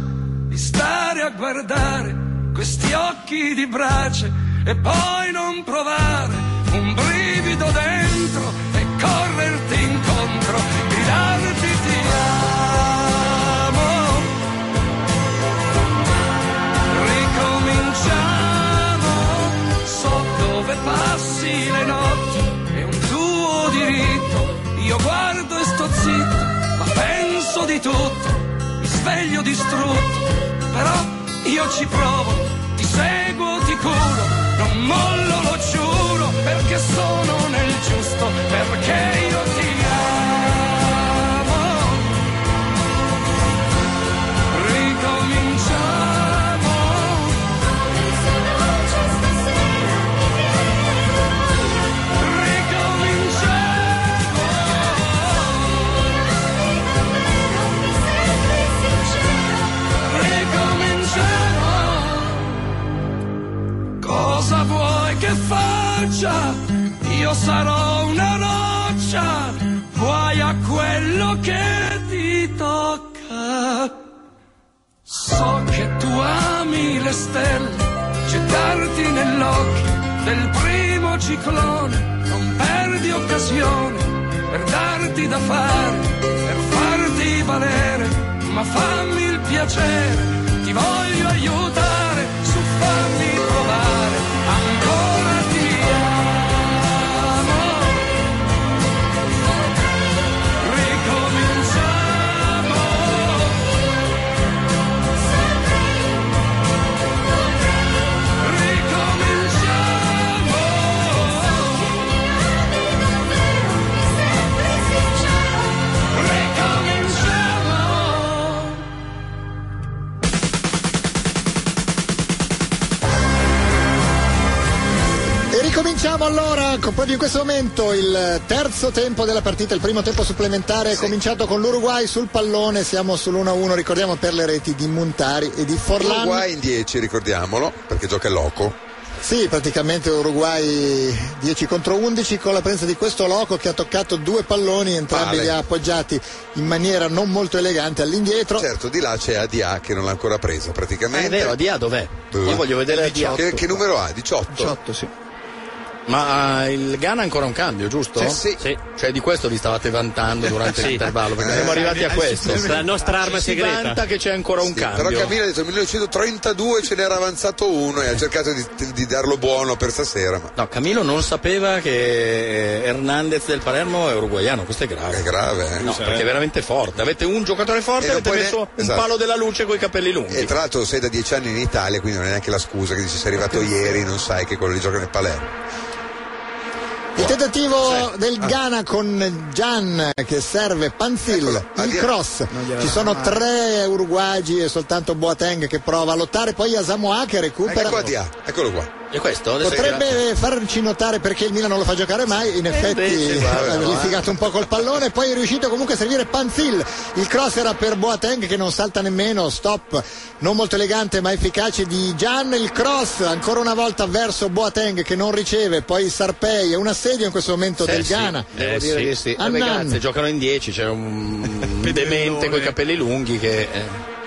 S12: di stare a guardare questi occhi di brace e poi non provare un brivido dentro e correrti incontro, gridarti ti amo. Ricominciamo sotto dove passi le notti, è un tuo diritto, io guardo e sto zitto, ma penso di tutto, mi sveglio distrutto, però io ci provo, ti seguo, ti curo, non mollo, lo giuro, perché sono nel giusto, perché io ti amo. Ricominciamo. Ricominciamo. Cosa vuoi che faccia? Io sarò una roccia, vuoi a quello che ti tocca. So che tu ami le stelle, gettarti nell'occhio del primo ciclone, non perdi occasione per darti da fare, per farti valere, ma fammi il piacere, ti voglio aiutare su farmi provare, ancora ti amo. Ricominciamo.
S2: E ricominciamo allora, co- proprio in questo momento il terzo tempo della partita, il primo tempo supplementare è cominciato con l'Uruguay sul pallone, siamo sull'1-1, ricordiamo per le reti di Montari e di Forlan.
S3: Uruguay in 10, ricordiamolo, perché gioca il loco.
S2: Sì, praticamente Uruguay 10 contro 11 con la presenza di questo loco che ha toccato due palloni, entrambi
S3: Pale.
S2: li ha appoggiati in maniera non molto elegante all'indietro.
S3: Certo, di là c'è ADA che non l'ha ancora presa praticamente.
S7: Ah, È vero, ADA dov'è? Io voglio vedere ADA.
S3: Che, che numero ha? 18?
S7: 18, sì. Ma ah, il Ghana ha ancora un cambio, giusto?
S3: Sì, sì.
S7: Cioè di questo vi stavate vantando durante Sì. l'intervallo, perché Eh, siamo arrivati a eh, questo. sì, sì. La nostra arma si segreta. vanta che c'è ancora un
S3: Sì,
S7: cambio.
S3: Però Camilla ha detto 1932 ce n'era avanzato uno e ha cercato di, di darlo buono per stasera. Ma
S7: No, Camilo non sapeva che Hernandez del Palermo è uruguaiano, questo è grave. È
S3: grave, eh.
S7: No,
S3: Sì.
S7: perché è veramente forte. Avete un giocatore forte e
S3: non
S7: avete
S3: puoi
S7: messo
S3: ne-
S7: un
S3: esatto.
S7: palo della luce con i capelli lunghi.
S3: E tra l'altro sei da dieci anni in Italia, quindi non è neanche la scusa che dici sei arrivato ieri, non sai che quello lì gioca nel Palermo.
S2: Il tentativo del Ghana con Gian che serve Panzil,
S3: Ecco,
S2: il cross. Ci sono tre uruguagi e soltanto Boateng che prova a lottare, poi Asamoah che recupera.
S3: Ecco qua di A, eccolo qua.
S7: E questo?
S2: Potrebbe farci notare perché il Milan non lo fa giocare mai, in
S7: invece,
S2: effetti
S7: guarda,
S2: ha
S7: guarda.
S2: litigato un po' col pallone, poi è riuscito comunque a servire Panzil, il cross era per Boateng che non salta nemmeno, stop non molto elegante ma efficace di Gian, il cross ancora una volta verso Boateng che non riceve, poi Sarpei è un assedio in questo momento del Ghana.
S7: Eh, Devo dire che sì.
S2: Annan.
S7: Ragazzi, giocano in 10, c'è un demente con i capelli lunghi che... eh,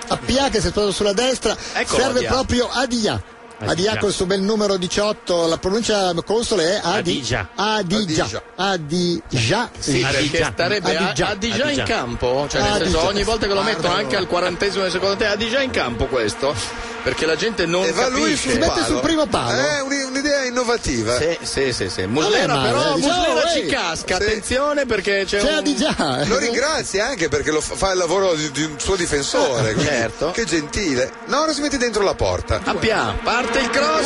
S2: Appia che si è spostato sulla destra,
S7: Eccolo,
S2: serve
S7: Adia.
S2: proprio Adia.
S7: Adia.
S2: Adia col suo bel numero 18, la pronuncia console è Adi-
S7: Adija.
S2: Adija. Adija.
S7: Sì, perché starebbe a, a Dijon in campo, cioè nel senso ogni volta che lo mettono anche al quarantesimo del secondo tempo, a Dijon in campo questo, perché la gente non
S3: E Eh, va lui
S7: capisce.
S3: sul palo. È
S7: Eh,
S3: un- un'idea innovativa.
S7: Sì, sì, sì, sì. Muslera
S3: Non è male,
S7: però,
S3: eh, dice,
S7: Muslera
S3: "Oh,
S7: ci
S3: ehi".
S7: casca,
S3: Sì.
S7: attenzione perché c'è, un...
S3: Lo ringrazia anche perché lo fa, fa il lavoro di, di un suo difensore. quindi, Che gentile. No, non si mette dentro la porta.
S12: Ah,
S7: Appia, parte il cross.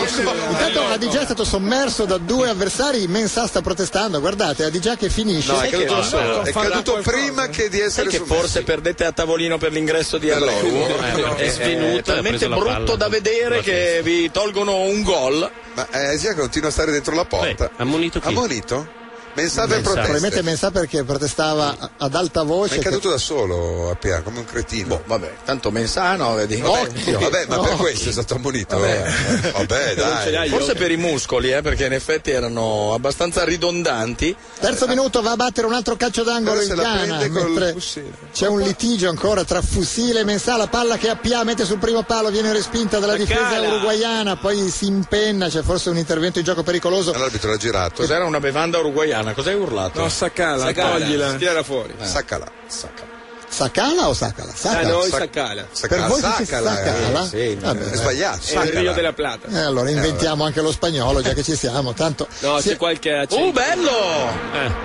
S2: Intanto Adija è stato sommerso da due avversari, Mensah sta protestando, guardate Adija che finisce.
S7: Sai che-
S3: è caduto prima che di
S7: Sai
S3: essere
S7: che
S3: sommerso.
S7: forse perdete a tavolino per l'ingresso di Alou
S3: Eh, no,
S7: è,
S3: è svenuto, ha
S7: talmente
S3: preso la palla.
S7: brutto da vedere che vi tolgono un gol
S3: Ma eh, Zia continua a stare dentro la porta.
S7: ha munito chi?
S3: Ha munito? Mensà per proteste.
S2: Probabilmente Mensah perché protestava a- ad alta voce.
S3: è
S2: che-
S3: caduto da solo a Pia, come un cretino.
S12: vabbè, tanto Mensano, vedi.
S3: Occhio, vabbè, ma per
S12: Boh. Occhio.
S3: questo è stato ammonito.
S12: Vabbè.
S3: eh. Vabbè, dai.
S12: Forse per i muscoli, eh, perché in effetti erano abbastanza ridondanti.
S2: Terzo minuto va a battere un altro calcio d'angolo
S12: Però
S2: in
S12: se la
S2: Ghana.
S12: prende col
S2: mentre
S12: fucile.
S2: C'è un litigio ancora tra Fusile e Mensah. La palla che Appia mette sul primo palo viene respinta dalla
S3: La
S2: difesa
S3: cala.
S2: uruguaiana. Poi si impenna. C'è forse un intervento in gioco pericoloso.
S3: L'arbitro l'ha girato.
S12: Cos'era una bevanda uruguaiana? Cos'hai urlato?
S2: No, Saccala, Saccala. toglila.
S12: Tirala fuori.
S6: Eh.
S3: Saccala.
S2: Sacala o Sacala? Sacala.
S6: Da noi
S2: Sac-
S6: Saccala.
S2: Per voi si dice Ah,
S6: Saccala, eh,
S2: Sacala?
S6: sì, no.
S2: Vabbè,
S6: È
S2: dai.
S6: sbagliato, È il Saccala. Rio della Plata.
S2: Eh, allora
S6: Eh,
S2: inventiamo anche lo spagnolo, già che ci siamo. Tanto
S6: No,
S2: si-
S6: c'è qualche accento.
S12: Oh, bello!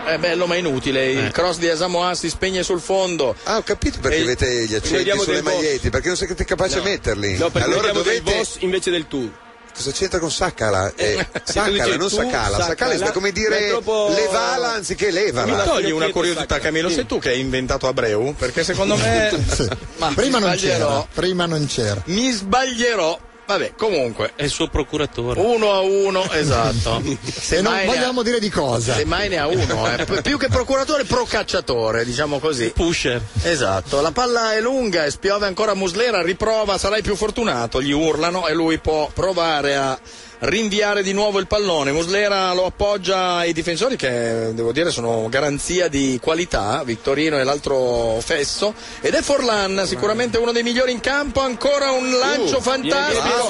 S12: È bello ma inutile. Il cross di Asamoah si spegne sul fondo.
S3: Ah, ho capito perché
S12: E-
S3: avete gli accenti
S12: Vediamo
S3: sulle
S12: del boss.
S3: magliette, perché non siete capaci a
S12: No.
S3: metterli.
S12: No, perché
S3: allora
S12: vediamo del
S3: dovete...
S12: boss
S3: invece del tu. Cosa c'entra con
S12: <laughs>
S3: Saccala? Eh,
S12: dici
S3: saccala, non
S12: tu,
S3: Saccala. Saccala
S12: Saccala,
S3: è come
S12: ma è
S3: dire
S12: troppo-
S3: levala anziché levala.
S12: Mi togli una curiosità, Camillo, sei tu che hai inventato Abreu? Perché secondo me.
S2: <laughs> Sì.
S12: Ma
S2: prima
S12: mi
S2: non
S12: sbaglierò.
S2: c'era, prima non c'era.
S12: Mi sbaglierò. Vabbè, comunque.
S7: È il suo procuratore.
S12: Uno a uno, esatto.
S2: E non
S12: Semmai ne ha-
S2: vogliamo dire di cosa.
S12: Semmai ne ha uno, eh. P- più che procuratore, procacciatore, diciamo così.
S7: Pusher.
S12: Esatto, la palla è lunga e spiove ancora Muslera, riprova, sarai più fortunato, gli urlano e lui può provare a rinviare di nuovo il pallone. Muslera lo appoggia ai difensori che devo dire sono garanzia di qualità, Vittorino e l'altro Fesso ed è Forlan, sicuramente uno dei migliori in campo, ancora un lancio
S17: Uh,
S12: fantastico.
S17: vieni, vieni,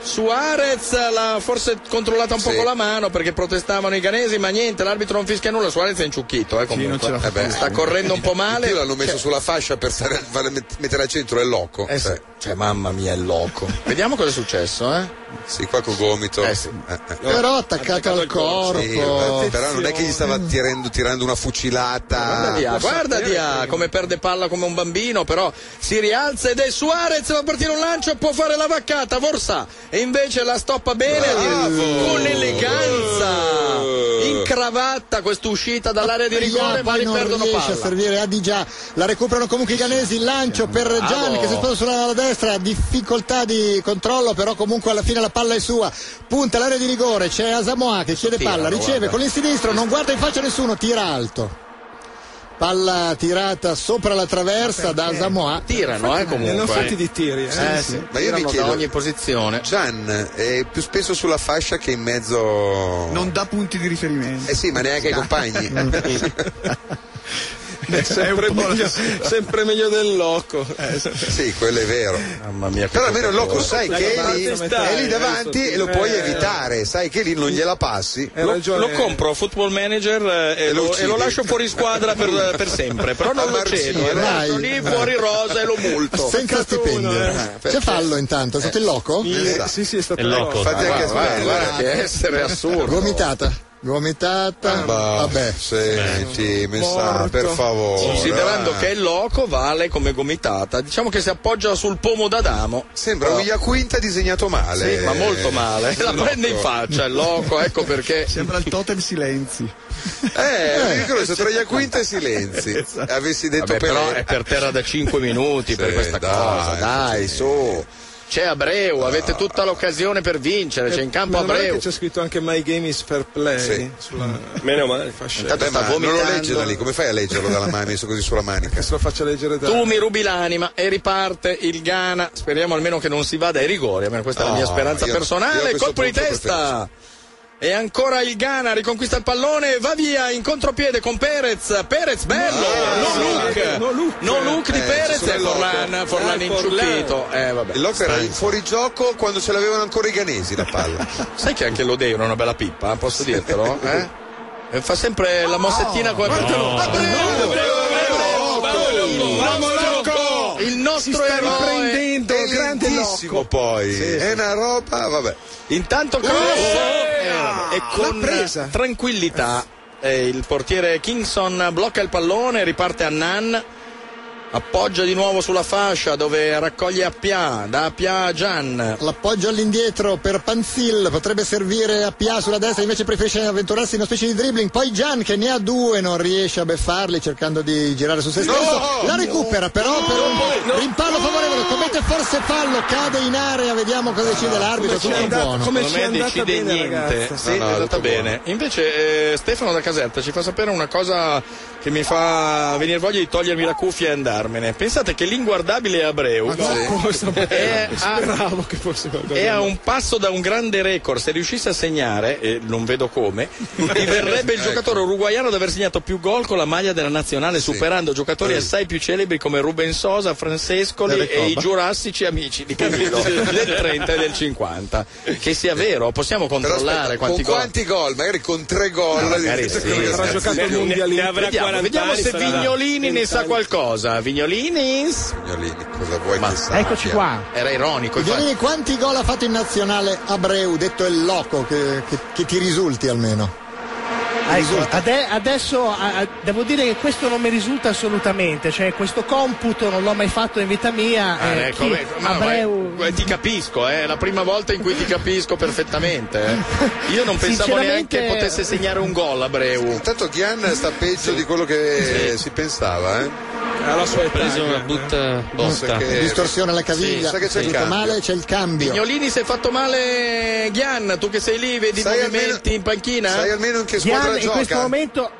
S17: Suarez,
S12: Suarez l'ha forse controllata un po'
S17: Sì.
S12: con la mano perché protestavano i ghanesi, ma niente, l'arbitro non fischia nulla, Suarez è inciucchito, eh, comunque. Eh beh, sta correndo un po' male.
S3: Io l'hanno messo
S12: Cioè,
S3: sulla fascia per stare, <laughs> vale- met- mettere al centro è loco.
S12: Eh sì. Cioè, mamma mia, è loco. Vediamo cosa è successo, eh.
S3: Sì, qua col gomito. Eh, eh.
S2: Però attaccato al corpo.
S3: Sì, vabbè, però non è che gli stava tirando, tirando una fucilata.
S12: Guarda di A, guarda di A, come perde palla come un bambino, però si rialza ed è Suarez, va a partire un lancio, può fare la vaccata, Vorsa, e invece la stoppa bene con eleganza, incravatta questa uscita dall'area di rigore, ma
S2: poi non
S12: riperdono
S2: riesce a
S12: palla.
S2: servire a Digia la recuperano comunque i ghanesi il
S12: Eh,
S2: lancio per Gian che si sposta sulla destra difficoltà di controllo però comunque alla fine la palla è sua punta l'area di rigore c'è Asamoah che chiede
S12: Tirano,
S2: palla riceve
S12: guarda.
S2: con il sinistro non guarda in faccia nessuno tira alto palla tirata sopra la traversa da Asamoah
S12: Tirano, eh, comunque.
S2: tiri
S12: Eh, sì.
S3: Ma io mi
S12: Tirano da
S3: chiedo,
S12: ogni posizione.
S3: Gian è più spesso sulla fascia che in mezzo.
S9: Non dà punti di riferimento.
S3: Eh sì, ma neanche ai
S12: <laughs>
S3: compagni.
S12: Mm.
S9: sempre meglio-
S3: sempre meglio del loco. sì, quello è vero.
S12: Mamma mia,
S3: Però almeno il loco sai
S17: La
S3: che è lì,
S17: capacità,
S3: è lì
S17: eh,
S3: davanti
S17: adesso-
S3: e lo puoi
S17: eh.
S3: evitare. Sai che lì non gliela passi.
S12: Lo, lo compro a Football Manager eh, e, Eh, lo,
S3: uccidi.
S12: e lo lascio fuori squadra per, per sempre, però non lo cedo, eh, lo lascio lì fuori rosa e lo multo.
S2: senza stipendio
S12: eh.
S2: c'è fallo intanto è stato il loco?
S3: Eh,
S9: Sì, sì, è stato
S12: È loco.
S3: Fate anche sbagliare.
S12: guarda che
S3: <laughs>
S12: essere assurdo.
S2: Gomitata. Gomitata. Vabbè.
S3: Senti, mi sa, per favore.
S12: Considerando che il loco vale come gomitata, diciamo che si appoggia sul pomo d'Adamo.
S3: Sembra un Iaquinta disegnato male.
S12: Sì, ma
S3: eh,
S12: molto male. La prende in faccia il loco, ecco perché.
S9: Sembra il totem silenzi.
S3: Eh, mi ricordo se tra Iaquinta e Silenzi avessi detto
S12: Vabbè,
S3: per
S12: però è per terra da 5 minuti per questa cosa, dai, su. C'è Abreu, avete tutta l'occasione per vincere, c'è in campo
S6: Meno male
S12: Abreu.
S6: che C'è scritto anche My Game is Fair Play.
S3: Sì.
S6: Sulla... Meno male.
S3: Vabbè, ma non lo legge da lì, come fai a leggerlo dalla mano? Messo così sulla manica.
S6: Se lo faccio leggere da
S12: Tu mi rubi l'anima e riparte il Ghana. Speriamo almeno che non si vada ai rigori, almeno questa è la
S3: No,
S12: mia speranza
S3: io- io a
S12: personale.
S3: questo
S12: Colpo di
S3: punto
S12: testa. E ancora il Ghana riconquista il pallone, va via in contropiede con Perez. Perez bello, no, look. no look, di Perez e Forlan, Forlan inciucchito. Eh, vabbè.
S3: Il loco era in fuorigioco quando ce l'avevano ancora i ghanesi la palla.
S12: Sai che anche l'Odeo era una bella pippa, eh, posso dirtelo? Eh? E Fa sempre la mossettina come Il nostro eroe
S3: Delentissimo poi. È una roba, vabbè.
S12: Intanto cross eh, e con tranquillità eh, il portiere Kingston blocca il pallone, riparte a Nan. appoggia di nuovo sulla fascia dove raccoglie Appia, da Appia a Gian.
S2: L'appoggio all'indietro per Panzil potrebbe servire a Pia sulla destra, invece preferisce avventurarsi in una specie di dribbling. Poi Gian che ne ha due, non riesce a beffarli cercando di girare su se
S18: No!
S2: stesso. La recupera però per un rimpallo favorevole, commette forse fallo, cade in area, vediamo cosa decide l'arbitro. Tutto buono.
S12: Secondo me decide niente.
S2: No,
S12: Sì,
S2: no,
S12: è andata
S2: tutto buono.
S12: bene. Invece eh, Stefano da Caserta ci fa sapere una cosa che mi fa venire voglia di togliermi la cuffia e andarmene. Pensate che l'inguardabile Abreu <laughs> è a
S19: Speravo che fosse qualcosa.
S12: è a un passo da un grande record, se riuscisse a segnare, e non vedo
S3: <laughs>
S12: come, diverrebbe il
S19: Ecco.
S12: giocatore uruguaiano ad aver segnato più gol con la maglia della nazionale, superando giocatori
S3: Eh.
S12: assai più celebri come Ruben Sosa, Francescoli e i giurassici amici di Camillo del 30 e del 50. Che sia vero, possiamo
S3: Però
S12: controllare
S3: aspetta,
S12: quanti
S3: con
S12: gol.
S3: quanti gol? Magari con tre gol.
S12: No, magari
S3: Sì,
S12: sì.
S3: sì,
S12: Avrà
S3: sì.
S12: giocato il mondialino. Vediamo, vediamo se Vignolini ne sa qualcosa. Vignolini?
S3: Vignolini, cosa vuoi che sappia?
S2: Eccoci qua.
S12: Era ironico. infatti.
S2: Vignolini, quanti gol ha fatto in nazionale Abreu, detto il loco, che, che- che ti risulti almeno?
S9: Ah, ecco, ade- adesso ah, ah, devo dire che questo non mi risulta assolutamente, cioè questo computo non l'ho mai fatto in vita mia.
S12: Ah,
S9: eh,
S12: ecco,
S9: chi-
S12: beh, ma-
S9: Abreu-
S12: ma- eh, ti capisco, eh, è la prima volta in cui ti capisco
S9: <laughs>
S12: perfettamente. eh. Io non pensavo
S9: Sinceramente-
S12: neanche potesse segnare un gol a Breu.
S3: Intanto Ghian sta peggio di quello che si pensava, eh.
S12: Alla sua età.
S7: preso una butta botta.
S2: Distorsione alla caviglia,
S3: sa che c'è il
S2: tutto
S3: cambio.
S2: male, c'è il cambio.
S12: Vignolini si è fatto male Ghian, tu che sei lì, vedi i
S3: Sai
S12: movimenti in panchina?
S9: Gian in questo momento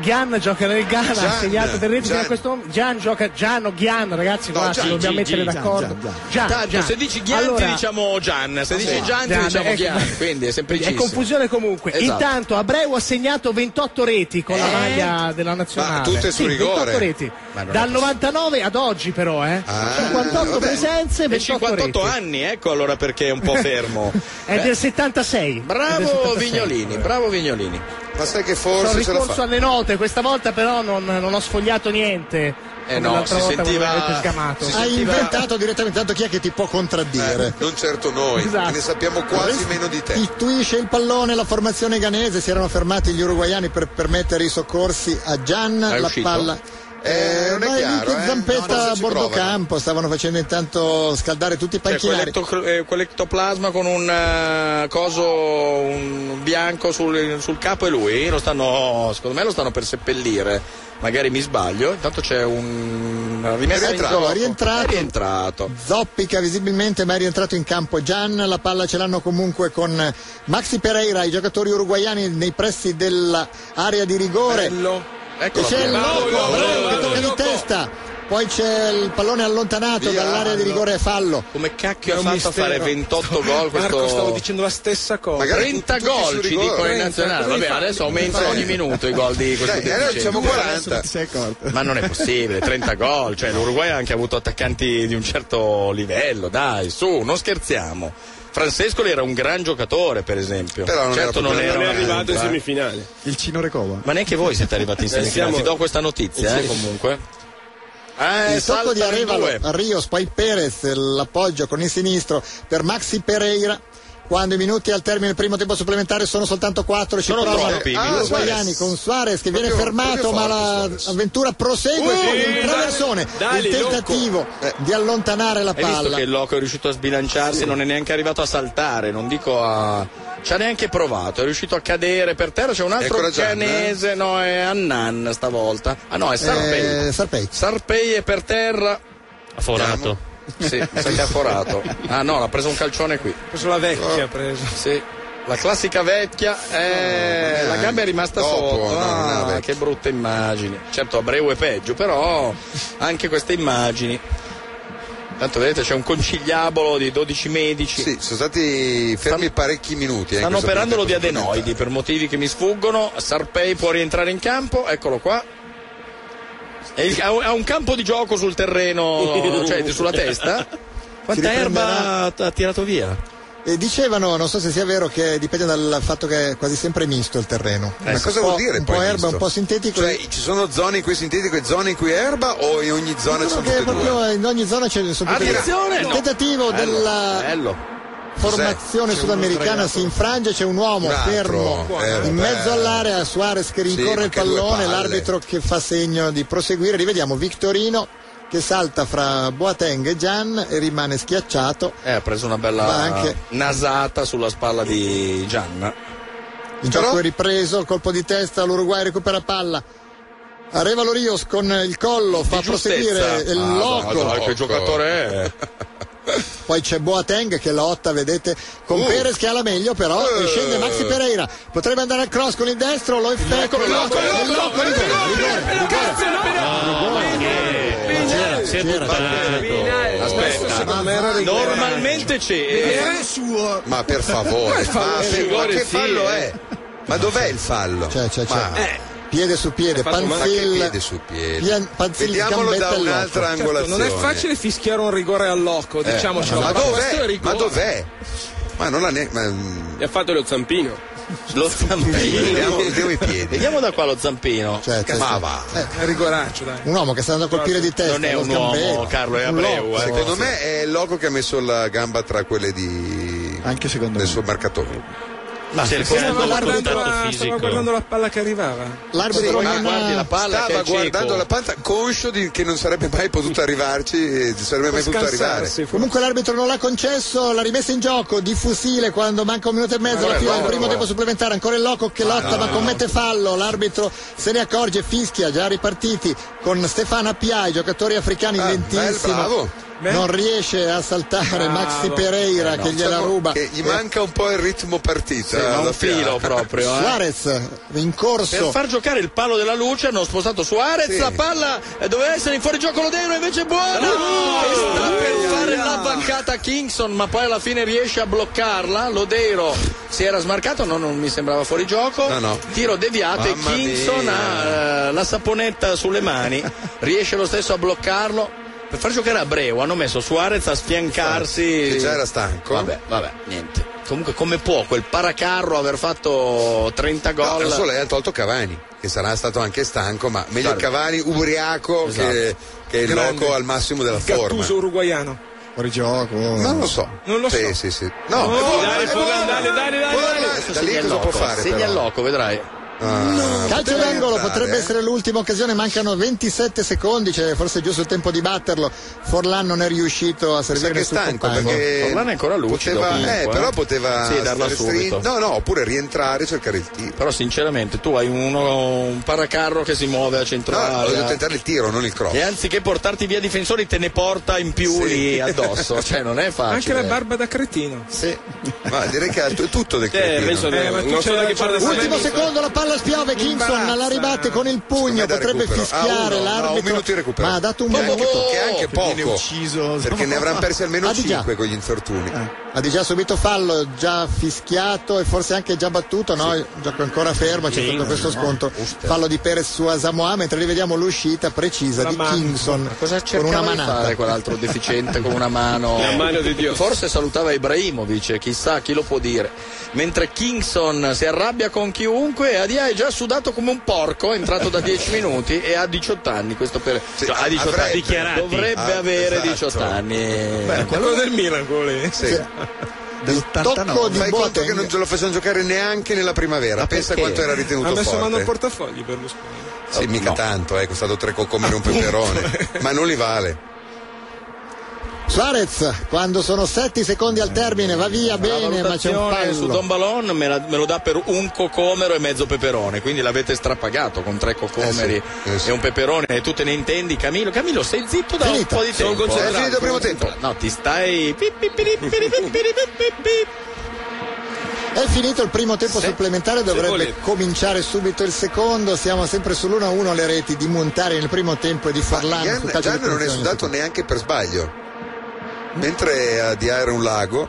S9: Gian gioca nel Ghana,
S12: Gian,
S9: ha segnato del replica
S12: Gian.
S9: in questo momento. Gian gioca Gianno Gian, ragazzi,
S12: No,
S9: qua
S12: Gian,
S9: ci dobbiamo
S12: Gian,
S9: mettere
S12: Gian,
S9: d'accordo.
S12: Gian,
S9: Gian,
S12: Tanto
S9: Ah, Gian.
S12: se dici Ghian
S9: Allora,
S12: ti diciamo Gian, se
S9: Sì.
S12: dici Gian ti
S9: Gian,
S12: diciamo
S9: ecco. <laughs>
S12: Ghian, quindi è
S9: è
S12: semplicissimo.
S9: confusione comunque.
S12: Esatto.
S9: Intanto Abreu ha segnato 28 reti con la
S12: Eh?
S9: maglia della nazionale.
S12: Ma tutte su
S9: Sì,
S12: rigore?
S9: 28 reti.
S12: Ma non
S9: Dal
S12: è possibile. Ah,
S9: 99 ad oggi però, eh. 58 presenze,
S12: e
S9: 28
S12: 58
S9: reti.
S12: anni, ecco allora perché è un
S9: <laughs>
S12: po' fermo.
S9: È
S12: Beh,
S9: del 76. <laughs> È del
S12: bravo
S9: 76.
S12: Vignolini, bravo Vignolini.
S3: Ma sai che
S9: Sono
S3: forse ce la
S9: ricorso
S3: fa?
S9: alle note, questa volta però non, non ho sfogliato niente.
S3: Eh
S9: come
S3: no,
S9: l'altra
S3: si
S9: volta quando
S3: sentiva-
S9: mi avete sgamato.
S3: si
S2: Hai
S3: sentiva-
S2: inventato direttamente, tanto chi è che ti può contraddire?
S3: Non certo noi,
S2: Esatto.
S3: che ne sappiamo quasi meno di te.
S2: Istituisce il pallone la formazione ghanese, si erano fermati gli uruguaiani per permettere i soccorsi a Gian,
S3: È
S2: la
S3: uscito?
S2: palla.
S3: Eh, non è
S2: ma lì
S3: chiaro,
S2: che
S3: eh.
S2: zampetta
S3: No, forse
S2: a
S3: ci
S2: bordo
S3: provano.
S2: campo, stavano facendo intanto scaldare tutti i
S12: Cioè,
S2: panchinari.
S12: quell'ecto- eh, quell'ectoplasma con un eh, coso un bianco sul, sul capo e lui lo stanno, secondo me lo stanno per seppellire. Magari mi sbaglio, intanto c'è un una rimessa in
S2: Rientrato,
S12: gioco.
S2: rientrato.
S12: È rientrato.
S2: Zoppica visibilmente, ma è rientrato in campo Gian. La palla ce l'hanno comunque con Maxi Pereira, i giocatori uruguaiani nei pressi dell'area di rigore.
S12: Eccolo
S2: E c'è il
S12: qua.
S2: loco,
S12: Bravo,
S2: Abreu,
S12: bravo,
S2: che tocca di testa. Poi c'è il pallone allontanato
S12: Via,
S2: dall'area di rigore e fallo.
S12: Come cacchio
S2: È
S12: ha
S2: un
S12: fatto a
S2: mistero.
S12: fare 28 gol questo
S2: Marco, stavo
S19: dicendo la stessa cosa.
S2: Magari
S12: 30
S2: tutti su
S12: gol ci
S2: rigore.
S12: dicono in
S2: 30,
S12: nazionale.
S2: cosa
S12: Vabbè,
S2: fai?
S12: adesso aumentano
S2: Sì.
S12: ogni minuto i gol di questo
S3: Dai, allora diciamo 40.
S12: Ma non è possibile, 30 gol, cioè l'Uruguay ha anche avuto attaccanti di un certo livello, dai, su, non scherziamo. Francescoli era un gran giocatore, per esempio.
S3: Però non
S12: certo
S3: era
S12: non
S3: proprio
S12: era
S3: un
S12: una
S3: gran
S12: gamba, eh.
S6: semifinale.
S20: Il Cino Recova.
S12: Ma neanche voi siete arrivati in
S20: Eh,
S12: semifinale,
S20: siamo-
S12: ti do questa notizia, eh,
S20: Sì.
S12: comunque. Eh,
S2: il tocco di
S12: saltano in
S2: Arevalo
S12: due.
S2: a Rios, poi Perez, l'appoggio con il sinistro per Maxi Pereira. Quando i minuti al termine del primo tempo supplementare sono soltanto 4, ci
S12: Sono
S2: provano
S12: troppi,
S2: gli
S12: ah,
S2: uruguaiani
S12: Suarez.
S2: con Suarez che viene
S12: Proprio-
S2: fermato, ma
S12: proprio
S2: l'avventura prosegue
S12: Uh,
S2: con
S12: dai,
S2: il traversone,
S12: dai,
S2: il
S12: loco.
S2: tentativo di allontanare la
S12: Hai visto
S2: palla. Eh,
S12: che il loco è riuscito a sbilanciarsi, non è neanche arrivato a saltare, non dico a. ci ha neanche provato, è riuscito a cadere per terra, c'è un altro
S3: ancora Gian,
S12: canese, no, è Annan stavolta. Ah no, è Sarpei.
S2: Eh, Sarpei.
S12: Sarpei è per terra.
S7: Ha forato.
S12: Sì, mi sa che ha forato. Ah no, l'ha preso un calcione qui. Ha preso la vecchia, ha preso. Sì. La classica vecchia, eh, la gamba è rimasta sotto. Ah, che brutte immagini. Certo, a Breu è peggio, però anche queste immagini. Tanto vedete c'è un conciliabolo di 12 medici.
S3: Sì, sono stati fermi parecchi minuti. eh, in
S2: Ecco,
S12: Stanno
S3: questo
S12: operandolo di
S3: primo tempo
S12: adenoidi per motivi che mi sfuggono. Sarpei può rientrare in campo, eccolo qua. E il- ha un- ha un campo di gioco sul
S2: <laughs>
S12: terreno, cioè sulla testa. Quanta erba ha- ha tirato via?
S2: E dicevano, non so se sia vero, che dipende dal fatto che è quasi sempre misto il terreno.
S3: Eh, ma
S2: Ecco. Un
S3: cosa
S2: po'-
S3: vuol dire
S2: Un
S3: poi
S2: po' erba,
S3: misto?
S2: un po' sintetico.
S3: Cioè, ci sono zone in cui è sintetico e zone in cui è erba o in ogni zona ci
S2: Dicono
S3: sono
S2: che
S3: tutte e due?
S2: proprio in ogni zona c'è sono tutte e due.
S3: Attenzione,
S2: Il
S3: no.
S2: tentativo
S3: Bello,
S2: della
S3: bello.
S2: formazione
S3: C'è uno
S2: sudamericana
S3: sdraiato.
S2: si infrange, c'è un uomo
S3: Un altro,
S2: fermo
S3: eh,
S2: in
S3: vabbè.
S2: mezzo all'area, Suarez che
S3: Sì,
S2: rincorre il
S3: anche due
S2: pallone,
S3: palle.
S2: l'arbitro che fa segno di proseguire, rivediamo Victorino che salta fra Boateng e Gian e rimane schiacciato.
S12: Eh, ha preso una bella
S2: Ma anche-
S12: nasata sulla spalla di Gian.
S2: Il gioco è ripreso, colpo di testa, l'Uruguay recupera palla. Areva Lorios con il collo, fa proseguire il loco.
S12: Madonna, che giocatore è?
S2: Poi c'è Boateng che lotta, vedete, con
S3: Oh.
S12: Uh.
S2: Perez che ha la meglio, però e
S12: Eh.
S2: scende Maxi Pereira. Potrebbe andare al cross con il destro, lo
S3: Ecco,
S2: effettua.
S21: Eccolo,
S2: Loco,
S21: eccolo,
S2: Loco,
S21: eccolo,
S2: rigore,
S21: eccolo,
S2: rigore,
S21: eccolo,
S2: rigore.
S21: cazzo, no,
S3: ecco,
S2: C'era, c'era.
S12: eh. Aspetta, Eh. normalmente c'è.
S22: suo.
S3: Ma
S12: <laughs>
S3: per favore,
S12: Eh,
S3: ma,
S12: fallo,
S3: per- ma
S12: rigore
S3: che
S12: sì,
S3: fallo
S12: eh.
S3: è? Ma dov'è il fallo?
S2: C'è, c'è, c'è.
S3: Ma- eh.
S2: Piede su piede,
S3: Ma che
S2: Panzil.
S3: piede su piede?
S2: Pian- Panzil
S3: Vediamolo
S2: gambetta
S3: da
S2: al loco.
S3: un'altra
S12: Certo,
S3: angolazione.
S9: non è facile fischiare un rigore al loco,
S3: Eh,
S9: diciamocelo.
S3: ma,
S9: però questo è
S3: dov'è? ma
S9: rigore.
S3: dov'è? Ma non l'ha neanche.
S12: Gli ha fatto lo zampino. Lo zampino.
S3: Vediamo- vediamo i piedi.
S12: Vediamo da qua lo zampino.
S2: c'è,
S12: ma
S2: c'è.
S12: va.
S9: È rigoraccio, dai.
S2: Un uomo che sta andando a colpire di testa.
S12: Non è
S2: lo
S12: un uomo,
S2: sgambetto.
S12: Carlo, è
S2: Un
S12: Abreu,
S2: loco.
S12: eh.
S3: Secondo me è il loco che ha messo la gamba tra quelle di.
S2: Anche secondo
S3: del suo marcatore.
S12: Ma se il
S9: Stava
S12: contatto
S9: guardando, la,
S12: fisico.
S9: stava guardando la palla che arrivava.
S3: Sì,
S2: L'arbitro
S3: ma
S2: non-
S12: guardi la palla che
S3: Stava
S12: è cieco.
S3: guardando la palla, conscio di, che non sarebbe mai potuto arrivarci, e non sarebbe mai potuto arrivare.
S2: Comunque l'arbitro non l'ha concesso, la rimessa in gioco di fusile quando manca un minuto e mezzo
S3: Vabbè,
S2: alla fine del
S3: vabbè,
S2: primo
S3: vabbè.
S2: tempo supplementare, ancora il loco che lotta ma commette fallo, l'arbitro se ne accorge, fischia, già ripartiti con Stefano Appia, i giocatori africani lentissimo.
S3: Ah, Eh, bravo.
S2: Non riesce a saltare
S3: Bravo.
S2: Maxi Pereira
S3: Eh, Ah, no.
S2: che gliela ruba.
S3: Che gli
S2: Eh,
S3: manca un po' il ritmo partita.
S12: Sì, ma un
S3: alla fine. <laughs>
S12: filo proprio, eh.
S2: Suarez in
S12: Per
S2: corso.
S12: far giocare il palo della luce hanno spostato Suarez,
S3: Sì.
S12: la palla eh, doveva essere in fuorigioco Lodero, invece è buona! e sta per fare la bancata Kingston, ma poi alla fine riesce a bloccarla. Lodeiro si era smarcato, no, non mi sembrava fuorigioco.
S3: No, no.
S12: Tiro deviato
S3: Mamma
S12: e Kingston
S3: mia.
S12: ha eh, la saponetta sulle
S3: <laughs>
S12: mani, riesce lo stesso a bloccarlo. Per far giocare a Breu hanno messo Suarez a sfiancarsi.
S3: Che già era stanco.
S12: Vabbè, vabbè, niente. Comunque come può quel paracarro aver fatto 30
S3: No,
S12: gol?
S3: non solo, lei ha tolto Cavani, che sarà stato anche stanco, ma meglio
S12: Certo.
S3: Cavani ubriaco
S12: Esatto.
S3: che, che il
S9: Grande.
S3: loco al massimo della forma.
S9: Gattuso uruguaiano.
S2: Fuori gioco.
S3: Non lo so.
S9: Non lo
S3: sì,
S9: so.
S3: Sì, sì, No, eh,
S9: No,
S3: è buono,
S9: dai,
S3: è
S9: Fogan,
S3: buono.
S9: dai, dai, dai,
S3: Buono,
S9: dai.
S3: Eh, Da lì
S12: Segna il
S3: cosa può
S12: loco,
S3: fare?
S12: segna il
S3: però?
S12: loco, vedrai.
S3: Ah,
S2: Calcio
S3: poteva
S2: d'angolo
S3: rientrare,
S2: potrebbe
S3: eh.
S2: essere l'ultima occasione, mancano 27 secondi, cioè forse è giusto il tempo di batterlo. Forlan non è riuscito a
S3: Sa
S2: servire
S3: che è
S2: nessun
S3: stanco
S2: compagno.
S3: perché
S12: Forlan è ancora lucido
S3: poteva,
S12: comunque,
S3: eh,
S12: eh.
S3: però poteva
S12: Sì, darla
S3: stare
S12: subito.
S3: strin- no no oppure rientrare e cercare il tiro
S12: Però sinceramente tu hai uno, un paracarro che si muove a
S3: no, voglio
S12: centrale eh.
S3: tentare il tiro non il cross
S12: e anziché portarti via difensori te ne porta in più
S3: <laughs>
S12: lì addosso, cioè non è
S9: Anche
S12: facile.
S9: la barba da cretino.
S12: Sì.
S3: ma direi che è t- tutto del cretino
S6: penso di-
S9: Eh, ma tu
S6: non
S9: ce
S6: so da
S9: l'hai
S6: che
S9: già
S6: parte
S9: da
S6: sta
S2: Ultimo
S6: venendo.
S2: secondo, la palla spiove, Kingston la ribatte con il pugno,
S3: Secondo me da
S2: potrebbe
S3: recupero.
S2: fischiare
S3: Ah, uno, no,
S2: l'arbitro.
S3: un minuto di recupero.
S2: Ma ha dato un
S3: Che
S2: buon
S3: anche
S2: colpo.
S3: po- che è anche
S23: Viene
S3: poco
S23: ucciso.
S3: perché ne avranno persi almeno
S2: Ah, di già.
S3: 5 con gli infortuni
S2: Ha già subito fallo, già fischiato e forse anche già battuto, no? Il Gioco ancora fermo, c'è stato questo scontro. Fallo di Perez su Asamoah, mentre rivediamo l'uscita precisa di Kingston
S12: Cosa
S2: con una
S12: cercava di
S2: manata.
S12: fare quell'altro deficiente con una mano?
S6: La mano di Dio.
S12: Forse salutava Ibrahimovic, chissà chi lo può dire. Mentre Kingston si arrabbia con chiunque, Adia è già sudato come un porco, è entrato da 10 minuti e ha 18 anni. Questo per...
S3: Sì,
S12: cioè, ha 18
S3: avrebbe-
S12: anni.
S24: dichiarati.
S12: Dovrebbe
S3: Ah,
S12: avere
S3: esatto.
S12: 18 anni.
S9: Beh, quello del Milan, quello lì.
S3: Sì.
S2: Tocco di
S3: fai conto che
S2: Boateng.
S3: non ce lo facciamo giocare neanche nella primavera pensa
S12: perché?
S3: quanto era
S9: Ha
S3: ritenuto
S9: messo
S3: forte
S9: mano al portafogli Berlusconi.
S3: sì mica tanto eh, è costato tre coccomere e un peperone ma non li vale
S2: Suarez, quando sono 7 secondi al termine, va via bene, ma c'è un
S12: valutazione su
S2: fallo.
S12: Don Balon me, la- me lo dà per un cocomero e mezzo peperone, quindi l'avete strapagato con tre cocomeri
S3: Eh sì, eh sì.
S12: e un peperone e tu te ne intendi Camillo. Camillo sei zitto da
S2: Finita.
S12: un po' di
S3: Sono
S12: tempo.
S3: concentrato. È finito il primo
S12: Concentrato. No, ti stai... pip, pip, piri, piri, pip, piri, pip, pip, pip.
S2: È finito il primo tempo
S12: Se-
S2: supplementare, dovrebbe
S6: volete.
S2: cominciare subito il secondo. Siamo sempre sull'1-1 le reti di Montari nel primo tempo e di Forlani. sul
S3: Gian,
S2: calcio
S3: Gian
S2: di
S3: non è
S2: punizione.
S3: sudato neanche per sbaglio mentre a Dia era un lago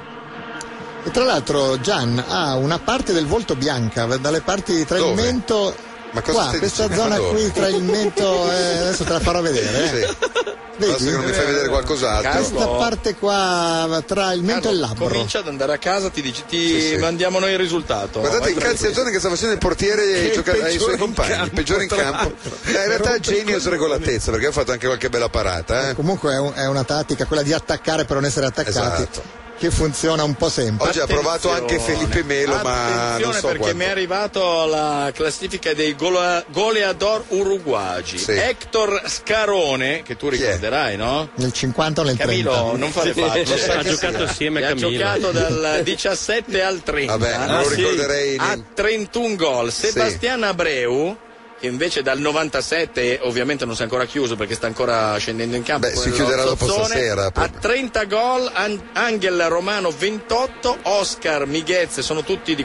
S2: E tra l'altro Gian ha una parte del volto bianca, dalle parti tra il
S3: Dove?
S2: mento.
S3: Ma cosa
S2: qua,
S3: stai
S2: questa
S3: dicendo?
S2: zona
S3: Dove?
S2: qui tra il mento.
S3: <laughs>
S2: eh, adesso te la farò vedere. eh.
S3: Sì.
S2: <laughs> Vedi?
S3: Basta che non mi fai vedere qualcos'altro.
S12: Cazzo.
S2: Questa parte qua tra il mento e il labbro.
S12: Ah, Comincia ad andare a casa, ti, dici, ti
S3: Sì, sì.
S12: mandiamo noi il risultato.
S3: Guardate
S12: Vai
S3: il
S12: tranquillo.
S3: calziatone che sta facendo il portiere ai, gioca- ai
S9: peggiore
S3: suoi
S9: in
S3: compagni,
S9: campo,
S3: peggiore in
S9: tra
S3: campo.
S9: l'altro.
S3: Eh, in realtà è genio e sregolatezza, perché ha fatto anche qualche bella parata. eh.
S2: Comunque è, un- è una tattica, quella di attaccare per non essere attaccati.
S3: Esatto.
S2: che funziona un po' sempre.
S3: Oggi ha provato anche Felipe Melo, ma non
S12: Attenzione
S3: so
S12: perché
S3: quanto.
S12: mi è arrivato la classifica dei gola- goleador uruguagi.
S2: Sì.
S12: Hector Scarone, che tu ricorderai, no?
S2: Nel 50 o nel 30?
S12: Camillo, non fare fatto.
S7: Sì, ha giocato assieme a
S12: Ha
S7: Camillo.
S12: giocato dal 17 al 30.
S7: Vabbè, non lo
S12: Ah, sì.
S7: ricorderei
S12: A 31 gol. Sebastian Abreu, che invece dal 97 ovviamente non si è ancora chiuso perché sta ancora scendendo in campo.
S3: Beh,
S12: con
S3: si
S12: lo
S3: chiuderà dopo
S12: Zozzone.
S3: stasera,
S12: A
S3: proprio.
S12: 30 gol, An- Angel Romano 28, Oscar Mighezze, sono tutti di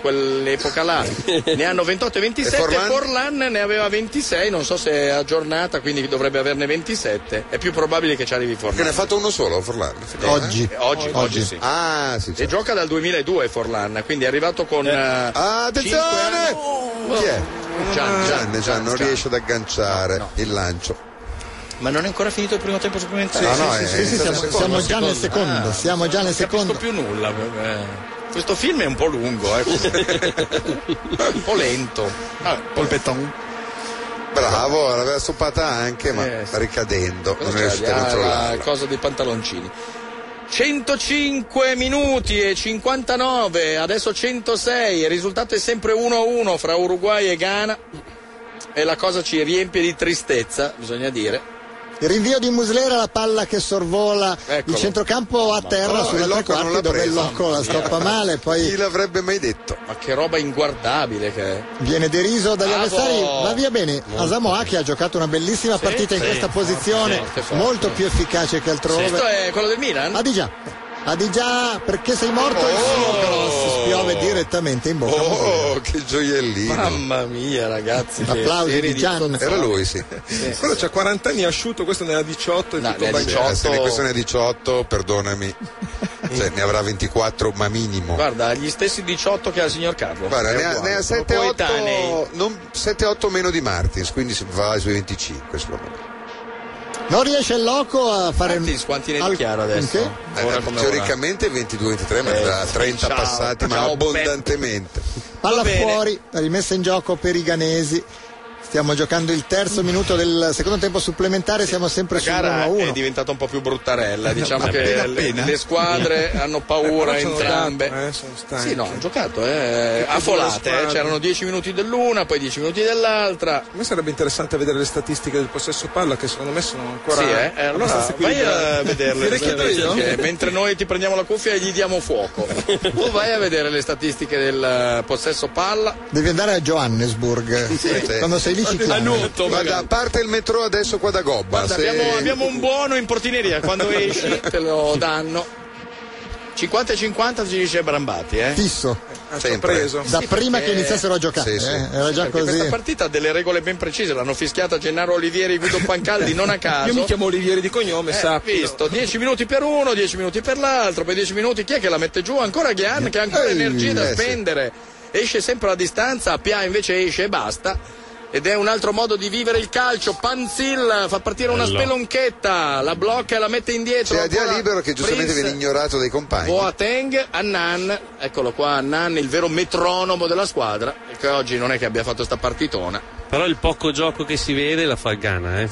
S3: <laughs>
S12: quell'epoca là. ne hanno 28 e 27.
S3: E Forlan?
S12: Forlan ne aveva 26, non so se è aggiornata, quindi dovrebbe averne 27. È più probabile che ci arrivi Forlan.
S3: Che ne ha fatto uno solo, Forlan?
S12: Oggi.
S3: Eh?
S12: Oggi, oggi sì.
S3: Ah, sì.
S12: E gioca dal 2002 Forlan, quindi è arrivato con... eh,
S3: Ah, attenzione! Chi è?
S12: Gian, Gian,
S3: Gian, Gian, non riesce ad agganciare il lancio. Ah,
S12: Ma non è ancora finito il primo tempo supplementare?
S3: No, no, è
S2: Sì, sì,
S3: iniziato
S2: eh, siamo, siamo
S3: il secondo,
S2: già nel secondo, siamo già nel
S12: Non
S2: secondo.
S12: Ah, capisco più nulla. eh. Questo film è un po' lungo, eh. un po' lento.
S3: Polpetton. Bravo, l'aveva stoppata anche, ma ricadendo. Non è riuscito a
S12: Ah, la
S3: controllarla.
S12: cosa dei pantaloncini. 105 minuti e 59, adesso 106, il risultato è sempre 1-1 fra Uruguay e Ghana e la cosa ci riempie di tristezza, bisogna dire.
S2: Il rinvio di Muslera, la palla che sorvola
S12: Eccolo.
S2: il centrocampo a terra
S12: però
S2: sulla
S12: il
S2: tre
S12: Loco non
S2: quarti
S12: l'ha
S2: dove il
S12: presa.
S2: Loco la stoppa male, poi
S3: l'avrebbe mai detto?
S12: Ma che roba inguardabile che è.
S2: viene deriso dagli
S12: Bravo.
S2: avversari, va via bene. Asamoah che ha giocato una bellissima
S12: Sì,
S2: partita in
S12: sì.
S2: questa posizione,
S12: Forte, forte.
S2: molto più efficace che altrove.
S12: Questo è quello del Milan?
S2: Adigia, Adigia perché sei morto il
S12: Oh.
S2: suo cross spiove direttamente in bocca. a Mourinho.
S3: Oh, che gioiellino!
S12: Mamma mia, ragazzi!
S2: che Applausi serie di di Gian.
S3: Gian.
S2: zozzola.
S3: Era lui, sì.
S9: Quello c'ha 40 anni è asciutto, questo ne ha 18 e tutto
S3: Eh,
S9: bagnato.
S3: sì, Se ne questo ne ha 18,
S12: <laughs>
S3: perdonami. Cioè, ne avrà 24, ma minimo.
S12: Guarda, gli stessi 18 che ha il signor Carlo.
S3: Guarda,
S12: È
S3: ne ha,
S12: uguale.
S3: ne ha
S12: Sono
S3: 7, 8,
S12: coetanei.
S3: non- 7, 8 meno di Martins, quindi si va sui 25 secondo me.
S2: Non riesce il Loco a fare
S12: quanti ne
S2: al-
S12: dichiara adesso?
S2: in
S3: Eh,
S12: Ora come ora.
S3: teoricamente 22-23, ma
S12: Eh,
S3: da
S12: sì,
S3: 30
S12: ciao,
S3: passati, ma
S12: ciao,
S3: abbondantemente.
S2: che? Palla fuori, rimessa in gioco per i ghanesi. Stiamo giocando il terzo minuto del secondo tempo supplementare, siamo sempre
S12: La gara è
S2: sull'1-1.
S12: diventata un po' più bruttarella, diciamo che
S2: Appena,
S12: le-
S2: appena.
S12: le squadre hanno paura
S9: Eh, però sono
S12: entrambe.
S9: tanto, eh, sono stanchi.
S12: Sì, no, hanno giocato eh, a folate, eh, c'erano 10 minuti dell'una, poi 10 minuti dell'altra.
S9: A me sarebbe interessante vedere le statistiche del possesso palla che secondo me sono ancora
S12: Sì, eh? Eh, allora
S9: abbastanza
S12: vai a
S9: equilibrate.
S12: vederle
S9: Te le chiedo
S12: perché
S9: io.
S12: mentre noi ti prendiamo la cuffia e gli diamo fuoco. tu vai a vedere le statistiche del eh, possesso palla.
S2: Devi andare a
S12: <laughs>
S2: Johannesburg. Quando sei lì ci
S12: A nuoto,
S3: Guarda, a
S12: magari.
S3: parte il metro adesso qua da gobba.
S12: Guarda,
S3: se-
S12: abbiamo, abbiamo un buono in portineria, <laughs> quando esci te lo danno. 50 e 50 ci dice Brambati, eh?
S2: Fisso.
S3: Sempre.
S2: Da
S12: Sì,
S2: prima
S12: perché-
S2: che iniziassero a giocare,
S12: Sì, sì.
S2: eh, era già
S12: Perché Questa
S2: così.
S12: partita ha delle regole ben precise, l'hanno fischiata Gennaro Olivieri e Guido Pancaldi non a caso.
S9: Io mi chiamo Olivieri di cognome,
S12: Eh,
S9: sappi.
S12: visto, 10 minuti per uno, 10 minuti per l'altro, poi 10 minuti chi è che la mette giù? Ancora Ghian che ha ancora
S3: Eh,
S12: energie da
S3: eh, sì.
S12: spendere. Esce sempre a distanza, Pia invece esce e basta. Ed è un altro modo di vivere il calcio. Panzil fa partire una
S3: Bello.
S12: spelonchetta, la blocca e la mette indietro.
S3: C'è Adia
S12: ancora
S3: Libero che giustamente
S12: Prince.
S3: viene ignorato dai compagni.
S12: Boateng, Annan, eccolo qua Annan, il vero metronomo della squadra, che oggi non è che abbia fatto sta partitona.
S7: Però il poco gioco che si vede la fa il Ghana, eh?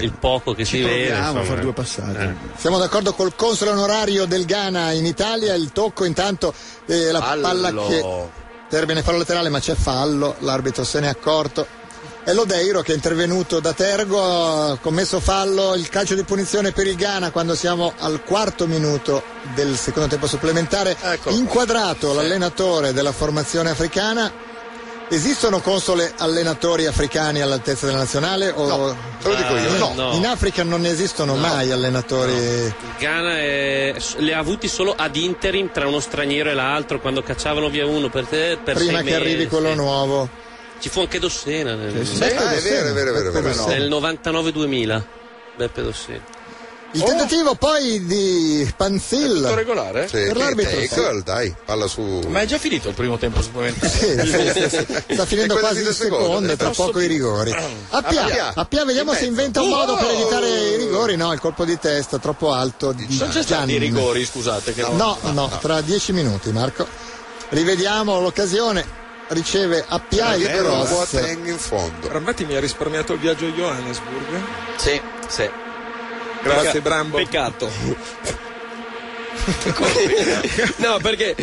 S7: Il poco che si vede.
S25: Proviamo a
S7: insomma,
S25: fare
S7: eh.
S25: due passaggi.
S2: Siamo d'accordo col console onorario del Ghana in Italia, il tocco intanto eh, la
S12: Fallo.
S2: palla che termine fallo laterale ma c'è fallo, l'arbitro se n'è accorto. È Lodeiro che è intervenuto da Tergo, ha commesso fallo, il calcio di punizione per il Ghana quando siamo al quarto minuto del secondo tempo supplementare. Inquadrato l'allenatore della formazione africana. Esistono console allenatori africani all'altezza della nazionale? O...
S3: te lo dico io,
S2: Eh,
S3: no.
S7: Ah, No.
S2: In Africa non esistono mai allenatori.
S7: Il Ghana è- le ha avuti solo ad interim tra uno straniero e l'altro quando cacciavano via uno per, te, per
S2: prima
S7: sei
S2: che arrivi
S7: mesi.
S2: quello nuovo.
S7: Ci fu anche Dossena nel,
S2: Sì, sì. Beppe Ah, è Dossena. vero, è vero, è vero, è vero.
S7: nel 99-2000. Beppe Dossena.
S2: Il tentativo poi di Panzil.
S12: Tutto regolare?
S3: Sì,
S2: per
S3: Cioè, che
S2: l'arbitro. sì.
S3: tackle, dai, palla su.
S12: Ma è già finito il primo tempo <laughs>
S2: <laughs>
S12: supplementare.
S2: Sì, sì, sì, sì. Sta finendo
S3: E quello
S2: quasi eh.
S3: fine
S2: il
S3: secondo,
S2: secondo, e tra
S3: posso-
S2: poco i rigori. A
S3: Appia.
S2: Ah. Pia, Oh! a Pia vediamo se inventa un modo per evitare i rigori. No, il colpo di testa troppo alto. Di
S12: Sono già stati i
S2: Gianni.
S12: rigori, scusate. Che
S2: No, no, tra dieci minuti, Marco. Rivediamo l'occasione. Riceve a Pia il
S9: Era un
S2: cross.
S9: Boateng
S3: in fondo.
S9: Brambati mi ha risparmiato il viaggio a Johannesburg.
S12: Sì, sì.
S9: Grazie <laughs>
S12: Pecca-
S9: Brambo.
S12: Peccato.
S9: No, perché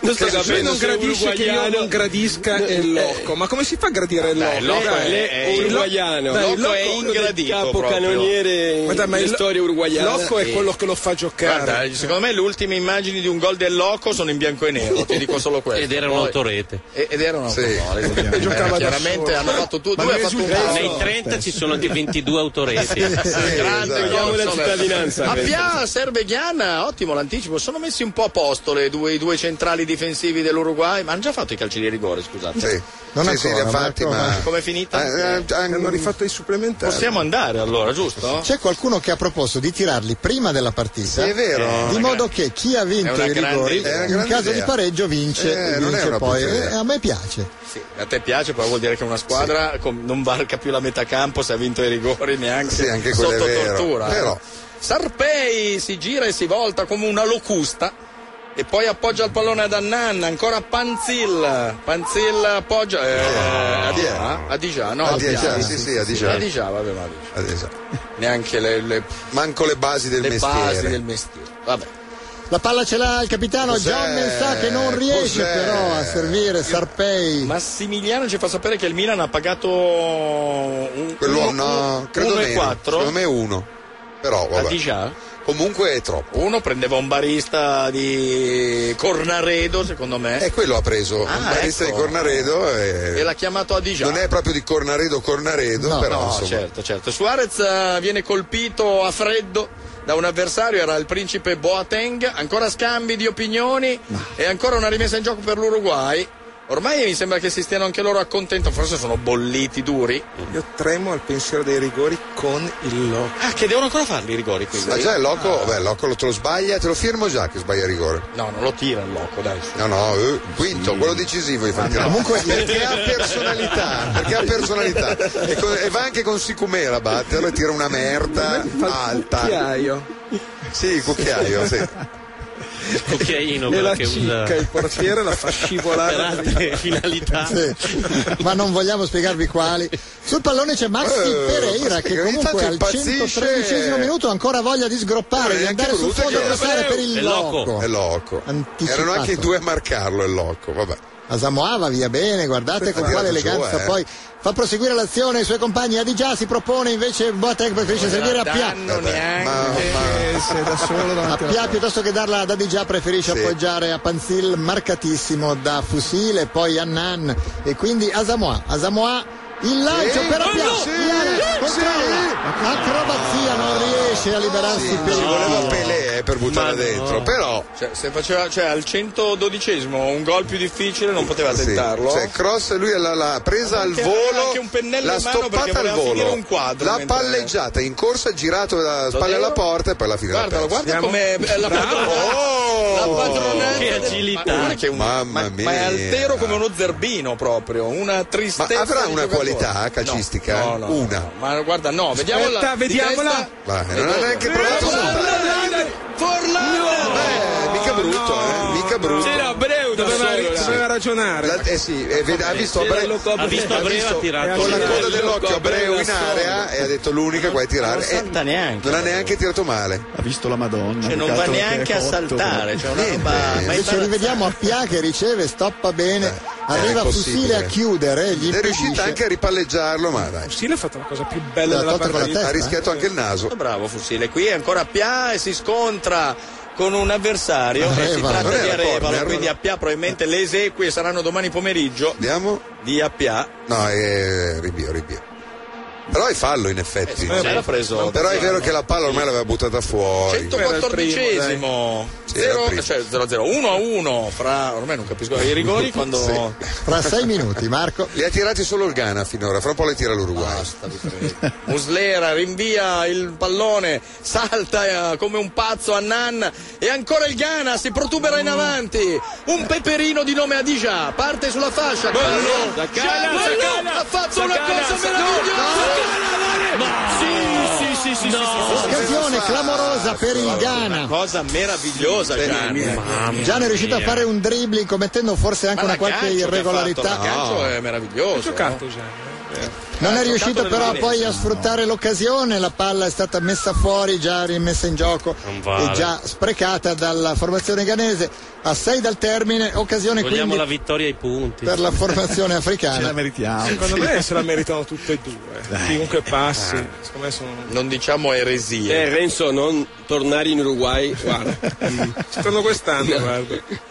S6: Non sto capendo
S9: lui non
S6: se è
S9: gradisce che io
S6: uruguaiano-
S9: non gradisca il loco. Ma come si fa a gradire il loco?
S6: Dai, il loco
S9: Dai,
S6: è- è
S9: il lo-
S6: uruguaiano.
S9: dai,
S6: Loco è
S9: uno dei
S6: ingradito
S12: proprio.
S9: Ma dai, ma
S12: in
S9: il lo-
S12: storia uruguaiana.
S9: Loco è
S12: Sì.
S9: quello che lo fa giocare.
S12: Guarda, eh. secondo me le ultime immagini di un gol del Loco sono in bianco e nero, ti dico solo questo.
S7: Ed erano
S12: Poi-
S7: autorete.
S12: E- Ed erano
S7: Sì.
S12: autogol, ovviamente.
S7: E giocava da
S12: Chiaramente
S7: solo.
S12: hanno fatto tu,
S7: Ma
S12: due ha
S7: lui
S12: fatto un
S7: risultava
S12: gol.
S7: Nei 30 ci sono anche 22 autoreti.
S12: Sì, sì,
S7: Grande
S12: esatto.
S7: gol,
S12: Diamo la
S7: insomma.
S12: A
S7: Appia-
S12: Pia, serve Ghiana, ottimo l'anticipo. Sono messi un po' a posto le due, i due centrali difensivi dell'Uruguay, ma hanno già fatto i calci di rigore, scusate.
S3: Sì, Cioè, Sì, sì, li ha fatti, ma.
S12: Come è finita?
S3: Eh, eh,
S12: hanno rifatto
S6: i supplementari.
S12: Possiamo andare allora, giusto?
S2: C'è qualcuno che ha proposto di tirarli prima della partita,
S12: Sì, è vero. È
S2: di
S12: una
S2: modo
S12: gran-
S2: che chi ha
S12: è
S2: vinto
S12: una
S2: i
S12: grande
S2: rigori,
S12: idea. È una
S2: in
S12: grande
S2: caso di
S12: idea.
S2: pareggio, vince,
S12: Eh, non è
S2: vince
S12: una
S2: poi.
S12: brutta idea.
S2: Eh, a me piace.
S12: Sì, a te piace, però vuol dire che una squadra com- non varca più la metà campo se ha vinto i rigori neanche,
S3: Sì, anche quello è
S12: sotto
S3: vero,
S12: tortura. eh.
S3: però.
S12: Sarpei si gira e si volta come una locusta. E poi appoggia il pallone ad Annan, ancora Panzil. Panzil appoggia. Eh, a
S3: Chi è?
S12: Digia? A Digia, no?
S3: A
S12: a
S3: Digia,
S12: Digia.
S3: sì, sì, sì, a Digia.
S12: A Digia, vabbè, ma
S3: Adesso.
S12: neanche le, le-
S3: Manco le basi del
S12: le
S3: mestiere.
S12: basi del mestiere. Vabbè.
S2: La palla ce l'ha il capitano
S12: Cos'è?
S2: John Mensah che non riesce
S12: Cos'è?
S2: però a servire Sarpei.
S12: Massimiliano ci fa sapere che il Milan ha pagato un,
S3: Quello,
S12: uno-
S3: no,
S12: un-
S3: credo
S12: uno e
S3: meno.
S12: 4.
S3: Secondo me uno. Però,
S12: A
S3: vabbè.
S12: Digia?
S3: Comunque è troppo.
S12: Uno prendeva un barista di Cornaredo, secondo me.
S3: E quello ha preso.
S12: Ah,
S3: un barista
S12: ecco.
S3: di Cornaredo e...
S12: E l'ha chiamato a Digia.
S3: Non è proprio di Cornaredo Cornaredo,
S12: No,
S3: però
S12: no,
S3: insomma.
S12: certo, certo. Suarez eh, viene colpito a freddo da un avversario, era il principe Boateng, ancora scambi di opinioni e ancora una rimessa in gioco per l'Uruguay. Ormai mi sembra che si stiano anche loro accontentando, forse sono bolliti duri.
S6: Io tremo al pensiero dei rigori con il loco. Ah,
S12: Ah, che devono ancora farli i rigori quindi?
S3: Ma già il
S12: Ah.
S3: loco, beh, il loco lo- te lo sbaglia, te lo firmo già che sbaglia il rigore.
S12: No, non lo tira il loco, dai.
S3: No, no, eh, quinto, quello decisivo di fatti. Comunque perché ha personalità, perché ha personalità. E, co- e va anche con Sicumera a batterlo e tira una merda alta.
S6: cucchiaio.
S3: Sì, il cucchiaio, sì.
S7: Cucchiaino,
S6: E
S7: quello
S6: la
S7: che
S6: cicca,
S7: usa.
S6: il portiere la fa scivolare.
S7: Per altre
S2: <laughs>
S7: finalità.
S2: Sì, ma non vogliamo spiegarvi quali. Sul pallone c'è Maxi
S3: Eh,
S2: Pereira
S3: Maxi,
S2: che
S3: ogni
S2: comunque
S3: tanto
S2: al
S3: impazzisce.
S2: 113 minuto ha ancora voglia di
S12: Eh,
S2: sgroppare, di andare sul fondo avversario per il loco.
S3: È loco.
S2: Anticipato.
S3: Erano anche i due a marcarlo il loco, vabbè.
S2: Asamoava via bene, guardate con
S3: Ha
S2: quale
S3: tirato giù,
S2: eleganza
S3: eh.
S2: poi fa proseguire l'azione i suoi compagni. Adigia si propone invece Boateng preferisce servire a Pia.
S6: Eh
S26: se da solo
S2: A
S26: davanti alla
S2: Pia piuttosto che darla ad Adigia preferisce appoggiare a Panzil marcatissimo da Fusile, poi Annan e quindi Asamoa. Asamoa il lancio
S3: Sì,
S2: per
S3: ma
S2: Apia,
S3: no, sì,
S2: controlla, acrobazia non riesce a liberarsi per
S3: Ci
S2: il
S3: voleva
S2: tiro.
S3: Pelé eh, per buttarla dentro, però
S12: Cioè, se faceva cioè, al 112esimo un gol più difficile non poteva
S3: sì,
S12: tentarlo.
S3: cioè, cross lui l'ha, l'ha presa
S12: Ah, Anche-
S3: al volo,
S12: anche un pennello
S3: l'ha
S12: in mano perché
S3: stoppata al
S12: voleva finire
S3: volo,
S12: un quadro
S3: l'ha
S12: mentre-
S3: palleggiata in corsa, girato la spalla
S12: devo?
S3: alla porta e poi alla fine
S12: Guardalo,
S3: la
S12: guarda com'è è la padronanza. la padronanza
S3: Che
S12: del-
S3: agilità.
S12: ma guarda che è un-
S3: Oh! Mamma
S12: ma-
S3: mia.
S12: Ma è altero come uno zerbino proprio, una tristezza.
S3: Ma avrà
S12: di
S3: una
S12: giocatore.
S3: qualità calcistica? eh?
S12: No, no, no,
S3: Una?
S12: no. Ma guarda, no, vediamola.
S3: Aspetta,
S12: di
S3: vediamola.
S12: testa.
S3: Va, non ha neanche provato
S12: Forlani!
S3: Eh, mica brutto, eh, mica brutto.
S9: C'era Abreu da
S3: Doveva-
S9: solo, là.
S3: doveva
S6: ragionare.
S3: eh sì, eh, vede- ha visto
S9: C'era
S3: Abreu,
S9: Loco Abreu. Ha visto Abreu, ha tirato.
S3: con la
S9: C'era
S3: coda
S9: Loco
S3: dell'occhio
S9: Abreu
S3: Abreu in
S9: da solo.
S3: area e ha detto l'unica qua è tirare. Eh, Non, ha neanche tirato male.
S26: Ha visto la Madonna.
S3: Cioè, non
S26: peccato
S3: va
S26: che
S3: neanche
S26: è
S3: a
S26: otto.
S3: saltare, cioè, una roba-
S26: Niente.
S3: ma è
S2: Invece rivediamo a Pia che riceve, stoppa bene, arriva
S3: impossibile.
S2: Fusile a chiudere, gli
S3: È riuscita
S2: impedisce.
S3: anche a ripalleggiarlo, ma dai.
S6: Fusile ha fatto la cosa più bella
S3: della partita. Ha
S12: testa,
S3: rischiato anche il naso.
S12: Ah, Bravo Fusile, qui è ancora Pia e si scontra con un avversario e si
S3: Arevalo.
S12: tratta
S3: Non
S12: di
S3: era
S12: Arevalo,
S3: corner?
S12: quindi Appia probabilmente le esequie saranno domani pomeriggio
S3: Andiamo?
S12: di Appia.
S3: No, è Ribio, Ribio. Però è fallo in effetti.
S12: Eh, sì, l'ha preso.
S3: Però è vero che la palla ormai l'aveva buttata fuori.
S12: 114esimo
S3: Sì, era il
S12: 0
S3: primo.
S12: cioè 0 0 1 a 1 fra ormai non capisco i
S3: <laughs>
S12: rigori quando
S2: eh. Fra sei minuti, Marco.
S3: Li ha tirati solo il Ghana finora, fra un po' le tira l'Uruguay. <laughs>
S12: Muslera rinvia il pallone, salta eh, come un pazzo a Nan e ancora il Ghana si protubera in avanti. Un peperino di nome Adija parte sulla fascia. Giallo, giallo, ha fatto una cosa meravigliosa. Sì, sì, sì, sì,
S2: Occasione clamorosa per il Ghana.
S12: Cosa meravigliosa, Gian.
S2: Già ne è riuscito a fare un dribbling commettendo forse anche una qualche irregolarità.
S12: Il calcio è meraviglioso.
S6: Ha giocato
S12: no?
S6: Gian.
S2: Non
S7: Ecco,
S12: Ha
S2: è riuscito
S12: giocato
S2: però
S12: nella
S2: poi a
S12: Venezia.
S2: sfruttare l'occasione, la palla è stata messa fuori, già rimessa in gioco
S7: Non vale.
S2: e già sprecata dalla formazione ghanese a 6 dal termine, occasione
S7: Vogliamo
S2: quindi
S7: la vittoria ai punti.
S2: per la formazione
S7: <laughs>
S2: africana.
S9: Secondo me se la meritano tutte e due. Chiunque passi, secondo me sono.
S12: Non diciamo eresie.
S6: Eh, Renzo, non tornare in Uruguay, guarda.
S9: Secondo quest'anno, guarda.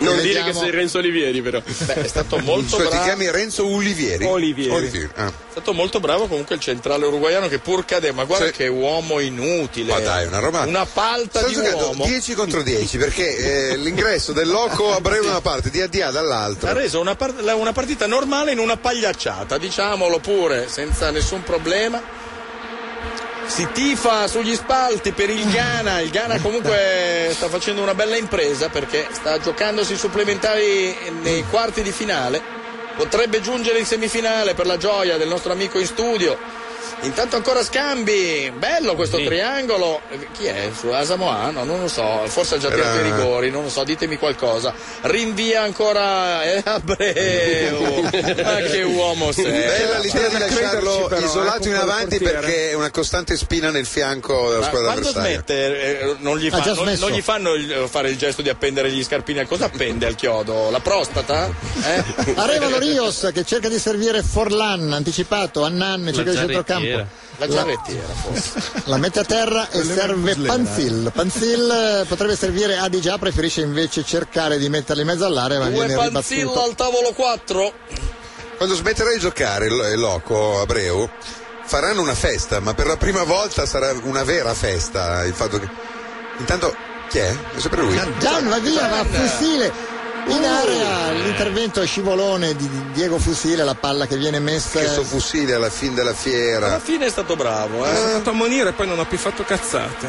S6: Non
S3: E
S6: dire
S3: vediamo-
S6: che sei Renzo Olivieri, però.
S12: è stato molto
S3: Scusa, Ti
S12: bravo.
S3: chiami Renzo Ulivieri?
S12: Olivieri.
S3: ah.
S12: È stato molto bravo comunque il centrale uruguaiano che pur cade, ma guarda che uomo inutile.
S3: Ma dai, una roba.
S12: Una palta
S3: Sto
S12: di
S3: giocando
S12: uomo.
S3: 10 contro 10 perché eh, l'ingresso del loco a breve da una parte, di ADA dall'altra.
S12: Ha reso una, par- la- una partita normale in una pagliacciata, diciamolo pure, senza nessun problema. Si tifa sugli spalti per il Ghana, il Ghana comunque sta facendo una bella impresa perché sta giocandosi i supplementari nei quarti di finale, potrebbe giungere in semifinale per la gioia del nostro amico in studio. Intanto ancora scambi, bello questo triangolo, chi è? Su Asamoah? No, non lo so, forse ha già
S3: Era-
S12: tirato i rigori, non lo so, ditemi qualcosa. Rinvia ancora eh, Abreu, ma che uomo sei.
S3: Bella l'idea di
S12: Ma-
S3: lasciarlo
S12: crederci però, eh,
S3: isolato in
S12: contro il
S3: avanti
S12: portiere.
S3: perché è una costante spina nel fianco della
S12: Ma
S3: squadra
S12: quando
S3: avversaria.
S12: smette eh, non gli,
S3: Ha
S12: fa-
S3: già
S12: non-
S3: smesso.
S12: non gli fanno il- eh, fare il gesto di appendere gli scarpini al cosa appende al chiodo? La prostata?
S3: <laughs>
S12: Eh?
S2: Arevalo Rios che cerca di servire Forlan, anticipato, Annan, cerca di centrocampo.
S12: La giarrettiera forse.
S2: La mette a terra e serve Panzil. Panzil eh, potrebbe servire Adigia, preferisce invece cercare di metterli in mezzo all'area, ma
S12: Due
S2: viene
S12: panzilla
S2: ribattuto.
S12: al tavolo 4.
S3: Quando smetterà di giocare il il loco a Breu faranno una festa, ma per la prima volta sarà una vera festa. Il fatto che. Intanto chi è? È sempre lui.
S2: Gian va via, va a Fusile in
S3: Uh.
S2: area. L'intervento a scivolone di di Diego Fusile, la palla che viene messa.
S3: Questo fusile alla fine della fiera.
S12: Alla fine è stato bravo, eh.
S9: Sono andato a monire e poi non ho più fatto cazzate.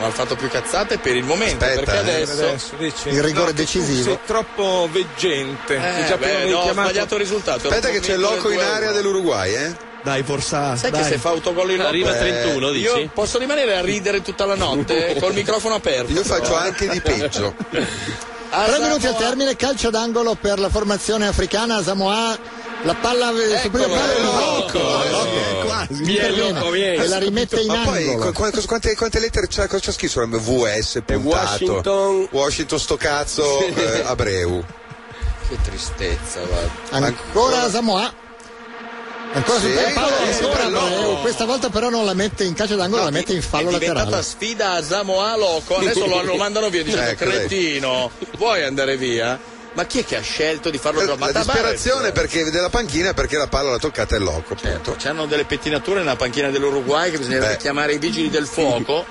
S12: Non ha fatto più cazzate per il momento,
S9: Aspetta,
S12: perché
S9: eh.
S12: adesso,
S9: Adesso, dici, Il rigore no, che tu decisivo. sei troppo veggente.
S12: Eh,
S9: Che già
S12: beh,
S9: prima avevi
S12: no, ho
S9: chiamato-
S12: sbagliato il risultato.
S3: Aspetta che c'è il loco in area dell'Uruguay, eh?
S27: Dai, forza.
S12: Sai che se fa autogol in
S3: Arriva
S12: Eh,
S3: 31, dici?
S12: Io posso rimanere a ridere tutta la notte eh, col microfono aperto.
S3: Io faccio
S12: però.
S3: anche di peggio.
S2: Tre minuti al termine, calcio d'angolo per la formazione africana. Samoa, la palla eh, sul primo palo. Interviene e la rimette in
S3: Ma poi
S2: angolo.
S3: qu- qu- qu- quante, quante lettere c'è, cosa c'è scritto? VS puntato.
S6: Washington-
S3: Washington sto cazzo
S2: Sì.
S3: eh, Abreu.
S12: Che tristezza, guarda.
S2: Ancora Samoa. Ancora
S12: Sì,
S2: sul primo palo,
S12: eh,
S2: ancora
S12: no.
S2: Abreu. Questa volta però non la mette in calcio d'angolo, la mette in fallo
S12: È diventata
S2: laterale.
S12: sfida a Samoa Loco. Adesso lo, lo mandano via dicendo:
S3: Ecco, dai.
S12: Cretino, vuoi andare via? Ma chi è che ha scelto di farlo
S3: Eh, La,
S12: giocare? Ma
S3: disperazione
S12: Tabarez.
S3: perché della panchina perché la palla l'ha toccata il loco. appunto.
S12: Certo, C'hanno delle pettinature nella panchina dell'Uruguay che bisognerebbe
S3: Beh.
S12: chiamare i vigili del fuoco.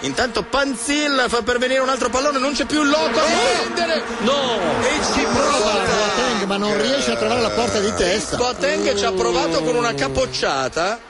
S12: Intanto Panzilla fa pervenire un altro pallone, non c'è più il loco a prendere! No! E ci prova!
S2: Boateng, ma non riesce a trovare la porta di testa.
S12: Boateng ci ha provato con una capocciata.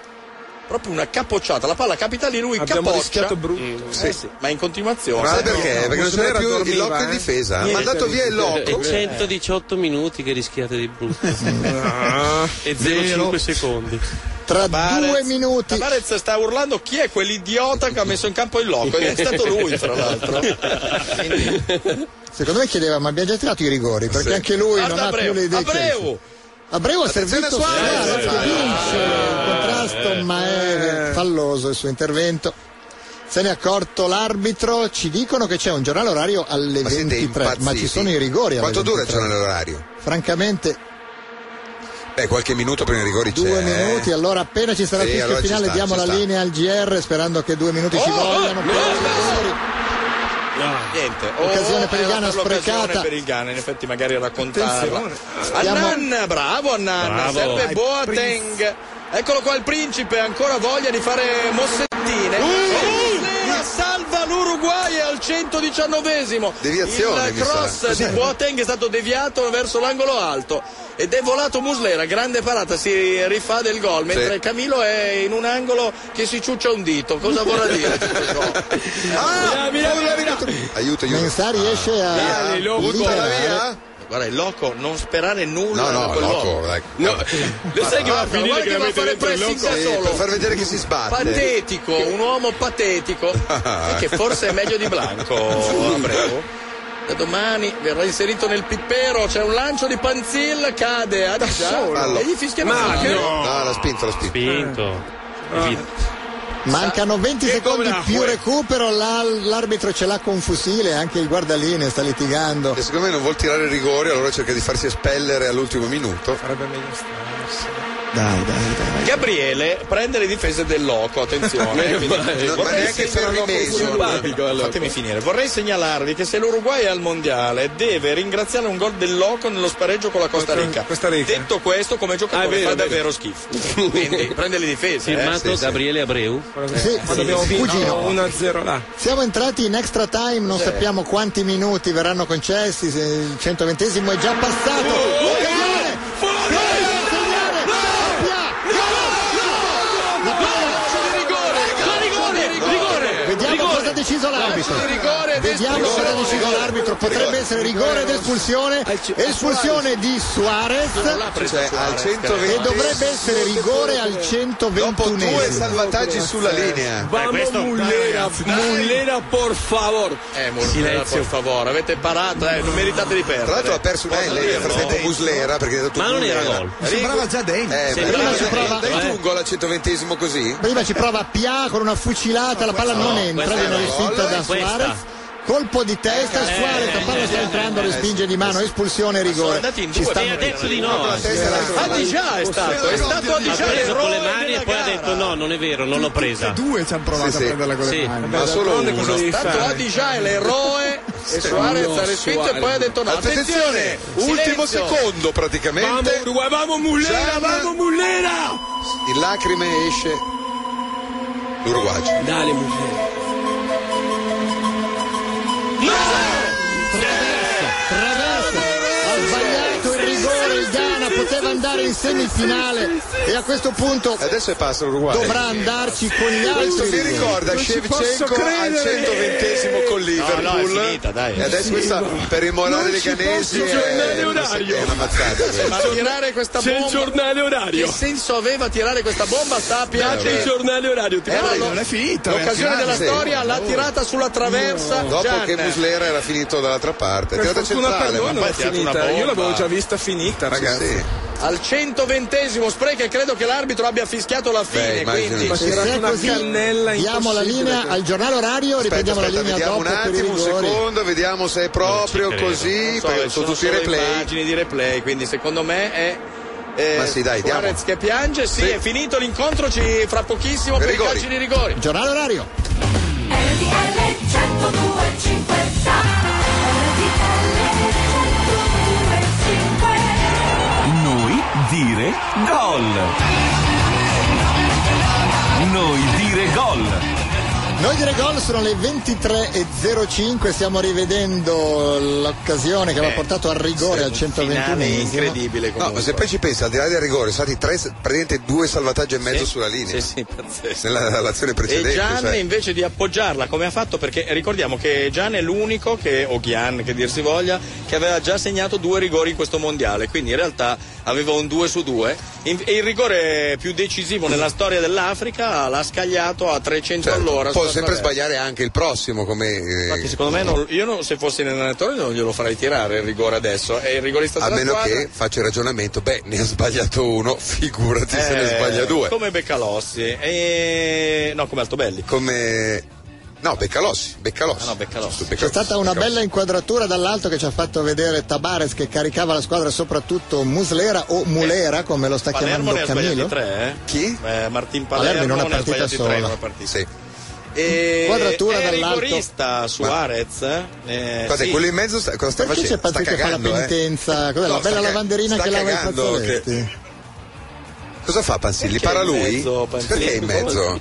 S12: Proprio una capocciata, la palla capita lì, lui
S9: Abbiamo
S12: capoccia.
S9: rischiato brutto.
S12: Sì, sì, ma in continuazione.
S3: Ma perché? Perché non c'era
S12: Muslera
S3: più il
S12: dormiva,
S3: loco in
S12: eh.
S3: difesa. Ha
S7: Niente,
S3: mandato via il
S7: niente.
S3: loco.
S7: E 118 minuti che rischiate di brutto. e 0,5
S12: Zero.
S7: secondi.
S2: Tra
S12: due minuti. Tabarez sta urlando chi è quell'idiota che ha messo in campo il loco. Ed è stato lui, tra l'altro.
S2: Secondo me chiedeva, ma abbiamo già tirato i rigori, perché
S12: Sì.
S2: anche lui
S12: Guarda
S2: non ha
S12: Abreu,
S2: più le idee
S12: Abreu!
S2: chiare. Abreu ha servito Suarez, che vince il contrasto,
S3: Eh.
S2: ma è falloso il suo intervento. Se ne è accorto l'arbitro, ci dicono che c'è un giornale orario alle
S3: Ma siete
S2: 23, ma
S3: impazziti.
S2: ci sono i rigori alle
S3: Quanto dura il
S2: 23?
S3: giornale orario?
S2: Francamente,
S3: Beh, qualche minuto prima i rigori c'è.
S2: due minuti, allora appena ci sarà
S3: Sì,
S2: il fischio
S3: allora ci
S2: finale
S3: sta,
S2: diamo
S3: ci
S2: la
S3: sta. Oh,
S2: linea al GR sperando che due minuti ci vogliano. per-
S12: Niente.
S2: Occasione
S12: Oh,
S2: per il
S12: era
S2: Ghana
S12: per l'occasione
S2: sprecata.
S12: per il Ghana, in effetti magari raccontarla.
S2: Attenzione.
S12: Annan, bravo Annan,
S7: Bravo.
S12: serve
S7: Dai,
S12: Boateng. Eccolo qua il principe, ancora voglia di fare mossettine. Muslera salva l'Uruguay al 119esimo.
S3: Deviazione,
S12: Il
S3: mi sa.
S12: cross di
S3: Cos'è?
S12: Boateng è stato deviato verso l'angolo alto ed è volato Muslera, grande parata, si rifà del gol, mentre
S3: Sì.
S12: Camilo è in un angolo che si ciuccia un dito. Cosa vorrà dire tutto ciò? Ah,
S3: Aiuto, aiuto. Ah.
S2: Mensah riesce a
S12: Dai, Loco.
S2: liberare.
S12: Guarda, il loco, non sperare nulla
S3: No,
S12: da
S3: no,
S12: quel
S3: loco.
S12: loco. eh.
S3: dai.
S12: Lo sai che va a
S3: Guarda,
S12: finire
S3: guarda
S12: che la mette
S3: fare
S12: dentro il
S3: pressing
S12: loco?
S3: da
S12: Sì,
S3: solo.
S12: per far
S3: Eh, vedere che si sbatte.
S12: Patetico, <laughs> un uomo patetico. e che forse è meglio di Blanco, Abreu. da domani verrà inserito nel pippero, c'è un lancio di Panzil, cade a
S3: Fallo.
S12: e gli
S6: Eh,
S12: fischiano
S3: Ma
S12: anche.
S3: no. No, l'ha spinto, l'ha spinto.
S7: Eh,
S6: Ah.
S2: Mancano 20 secondi
S3: la
S2: più
S3: fue?
S2: recupero, la- l'arbitro ce l'ha con fucile, anche il guardaline sta litigando.
S3: E secondo me non vuol tirare il rigore, allora cerca di farsi espellere all'ultimo minuto. Sarebbe meglio
S12: Dai, dai, dai. Gabriele prende le difese del loco, attenzione. eh, quindi-
S3: Ma neanche
S12: vorrei
S3: per
S12: segnalarvi-
S3: rimesso, allora.
S12: Simpatico, allora. Fatemi finire. Vorrei segnalarvi che se l'Uruguay è al mondiale deve ringraziare un gol del loco nello spareggio con la Costa Rica. Detto questo, come giocatore
S6: vero,
S12: fa
S6: è vero.
S12: davvero schifo. Quindi prende le difese.
S7: Firmato
S12: eh.
S7: Gabriele Abreu.
S2: Sì, sì, sì. Cugino.
S12: 1-0 là.
S2: Siamo entrati in extra time, non
S7: Sì.
S2: sappiamo quantti minuti verranno concessi, se il 120 è già passato. Luca Viale! Vediamo cosa ha deciso l'arbitro. Vediamo cosa ha deciso l'arbitro. Potrebbe essere rigore ed espulsione. Espulsione di Suarez.
S3: Cioè, al 120
S2: E dovrebbe essere rigore al 121.
S3: Dopo due salvataggi sulla linea.
S12: Vamos, Mullera, Mullera, por favor. Eh, Mullera,
S3: Silenzio.
S12: por favor. Avete parato, eh, non meritate di perdere.
S3: Tra l'altro ha perso una
S12: Posso
S3: L, nel
S12: dirlo?
S3: frattempo Muslera, perché è stato
S12: Ma non era gol.
S3: Sembrava già dentro. Eh,
S12: Sembrava
S3: ma-
S12: già
S3: dai,
S12: dentro,
S3: dai tu
S12: eh.
S3: un gol al 120 così?
S2: Prima ci prova Pia con una fucilata, la palla non entra,
S3: questa
S2: viene
S3: era
S2: respinta
S3: gol,
S2: da
S3: eh,
S2: Suarez.
S3: questa.
S2: Colpo di testa,
S3: Eh,
S2: Suarez, la palla sta entrando, respinge di mano, espulsione e
S12: Sono
S2: rigore.
S12: andati in
S2: Ci
S12: due,
S2: sta
S12: beh, ha detto di no.
S7: Con la testa
S12: A Digià è stato, è stato a
S7: Ha preso
S12: Digià
S7: con le
S12: l'errore
S7: mani e
S12: Diciamo della
S7: poi ha
S12: gara.
S7: detto no, non è vero, non l'ho presa.
S28: Due ci hanno provato
S7: Sì,
S28: a
S7: sì.
S28: prenderla con
S7: Sì.
S28: le mani.
S7: Ma solo
S28: d'altronde
S7: uno.
S28: cosa devi
S12: Tanto
S28: fare?
S12: a Digià è l'eroe e Suarez ha respinto e poi ha detto no.
S3: Attenzione,
S12: Attenzione,
S3: ultimo
S12: silenzio.
S3: secondo praticamente.
S12: Vamo, Uruguay, vamo, Muslera, vamo,
S3: Mullera! In lacrime esce l'Uruguay. Dale Mullera.
S2: Traverso, ha sbagliato il rigore, il Ghana poteva andare in semifinale e a questo punto
S3: Adesso è passa l'Uruguay.
S2: dovrà andarci con gli
S3: Questo
S2: altri.
S3: mi ricorda Shevchenko al 120 con Liverpool.
S12: No, no, è finita, dai.
S3: E adesso
S12: Sì,
S3: questa
S12: ma-
S3: per il morale
S12: Non
S3: dei
S12: ci
S3: canesi
S12: posso, giornale
S3: è, una-
S12: orario.
S3: è una mazzata.
S12: Ma
S3: questa.
S12: tirare questa
S3: C'è il
S12: bomba.
S3: giornale orario.
S12: Che senso aveva tirare questa bomba? Sta a piace.
S3: C'è il
S12: giornale orario.
S3: Eh, dai, non è finita,
S12: L'occasione
S3: ragazzi,
S12: della
S3: sì.
S12: storia l'ha tirata sulla traversa.
S3: Dopo
S12: Gian. eh,
S3: che Muslera era finito dall'altra parte,
S12: Per
S3: tirata
S12: fortuna per
S3: centrale,
S12: noi
S3: ma
S12: non
S3: poi
S12: è
S3: ha tirato
S12: finita,
S3: una bomba.
S12: io l'avevo già
S3: vista finita,
S12: ragazzi. Al 120 spreco e credo che l'arbitro abbia fischiato la fine.
S3: immagino.
S12: quindi
S3: Ma
S2: E se è così, diamo la linea al giornale orario,
S3: Aspetta,
S2: riprendiamo
S3: aspetta,
S2: la linea
S3: vediamo
S2: dopo
S3: un
S2: per i
S3: attimo, un
S2: rigori.
S3: secondo, vediamo se è proprio
S12: credo.
S3: così,
S12: Non so,
S3: perché
S12: ci
S3: sono tutti i
S12: solo
S3: replay.
S12: immagini di replay, quindi secondo me è eh,
S3: Ma sì, dai, diamo.
S12: Suarez che piange, sì, è finito l'incontro ci, fra pochissimo per i calci di rigori.
S2: Giornale orario.
S9: Noi dire gol. Noi dire gol.
S2: Noi dire gol sono le 23.05, stiamo rivedendo l'occasione
S3: Eh,
S2: che aveva portato al rigore al 121
S12: incredibile
S3: No, ma se poi ci pensi, al di là del rigore, sono stati tre, praticamente due salvataggi e mezzo sulla linea.
S12: Sì, sì, pazzesco.
S3: Nella relazione precedente.
S12: E Gian
S3: cioè.
S12: invece di appoggiarla come ha fatto, perché ricordiamo che Gian è l'unico che, o Gian che dir si voglia, che aveva già segnato due rigori in questo mondiale, quindi in realtà aveva un 2 su 2 e il rigore più decisivo nella storia dell'Africa l'ha scagliato a 300 all'ora.
S3: certo. Può
S12: sulla
S3: sempre
S12: traversa.
S3: sbagliare anche il prossimo, come. eh,
S12: Infatti, secondo me, non- io non- se fossi allenatore non glielo farei tirare il rigore adesso. È il rigorista
S3: A
S12: della
S3: meno
S12: squadra.
S3: che faccia il ragionamento, beh, ne ha sbagliato uno, <laughs> figurati se ne
S12: Eh,
S3: sbaglia due.
S12: Come Beccalossi, e... no, come Altobelli.
S3: Come. No, Beccalossi. Beccalossi. no, Beccalossi.
S2: C'è stata una bella inquadratura dall'alto che ci ha fatto vedere Tabares che caricava la squadra soprattutto Muslera o
S3: Eh,
S2: Mulera come lo sta chiamando
S12: Palermo ne ha sbagliati
S2: Camillo.
S12: tre, eh?
S3: Chi?
S12: Martin Palermo,
S2: Palermo in una
S12: ne ha
S2: partita
S12: sbagliati
S2: sola.
S12: tre in una partita.
S3: Sì.
S12: E
S2: Inquadratura
S12: è
S2: dall'alto.
S12: rigorista Suarez. eh,
S3: Guarda,
S12: sì.
S3: quello in mezzo sta- cosa sta
S2: Perché c'è
S3: facendo?
S2: Pazzi
S3: sta
S2: che fa la
S3: cagando, eh.
S2: penitenza? Cos'è,
S3: No,
S2: la bella
S3: sta ca-
S2: lavanderina
S3: sta
S2: che lava i
S3: cagando,
S2: fazzoletti?
S3: Cosa fa Panzilli? Gli
S7: Perché
S3: Parla
S7: in
S3: lui?
S7: mezzo, Panzilli?
S3: Perché è in mezzo?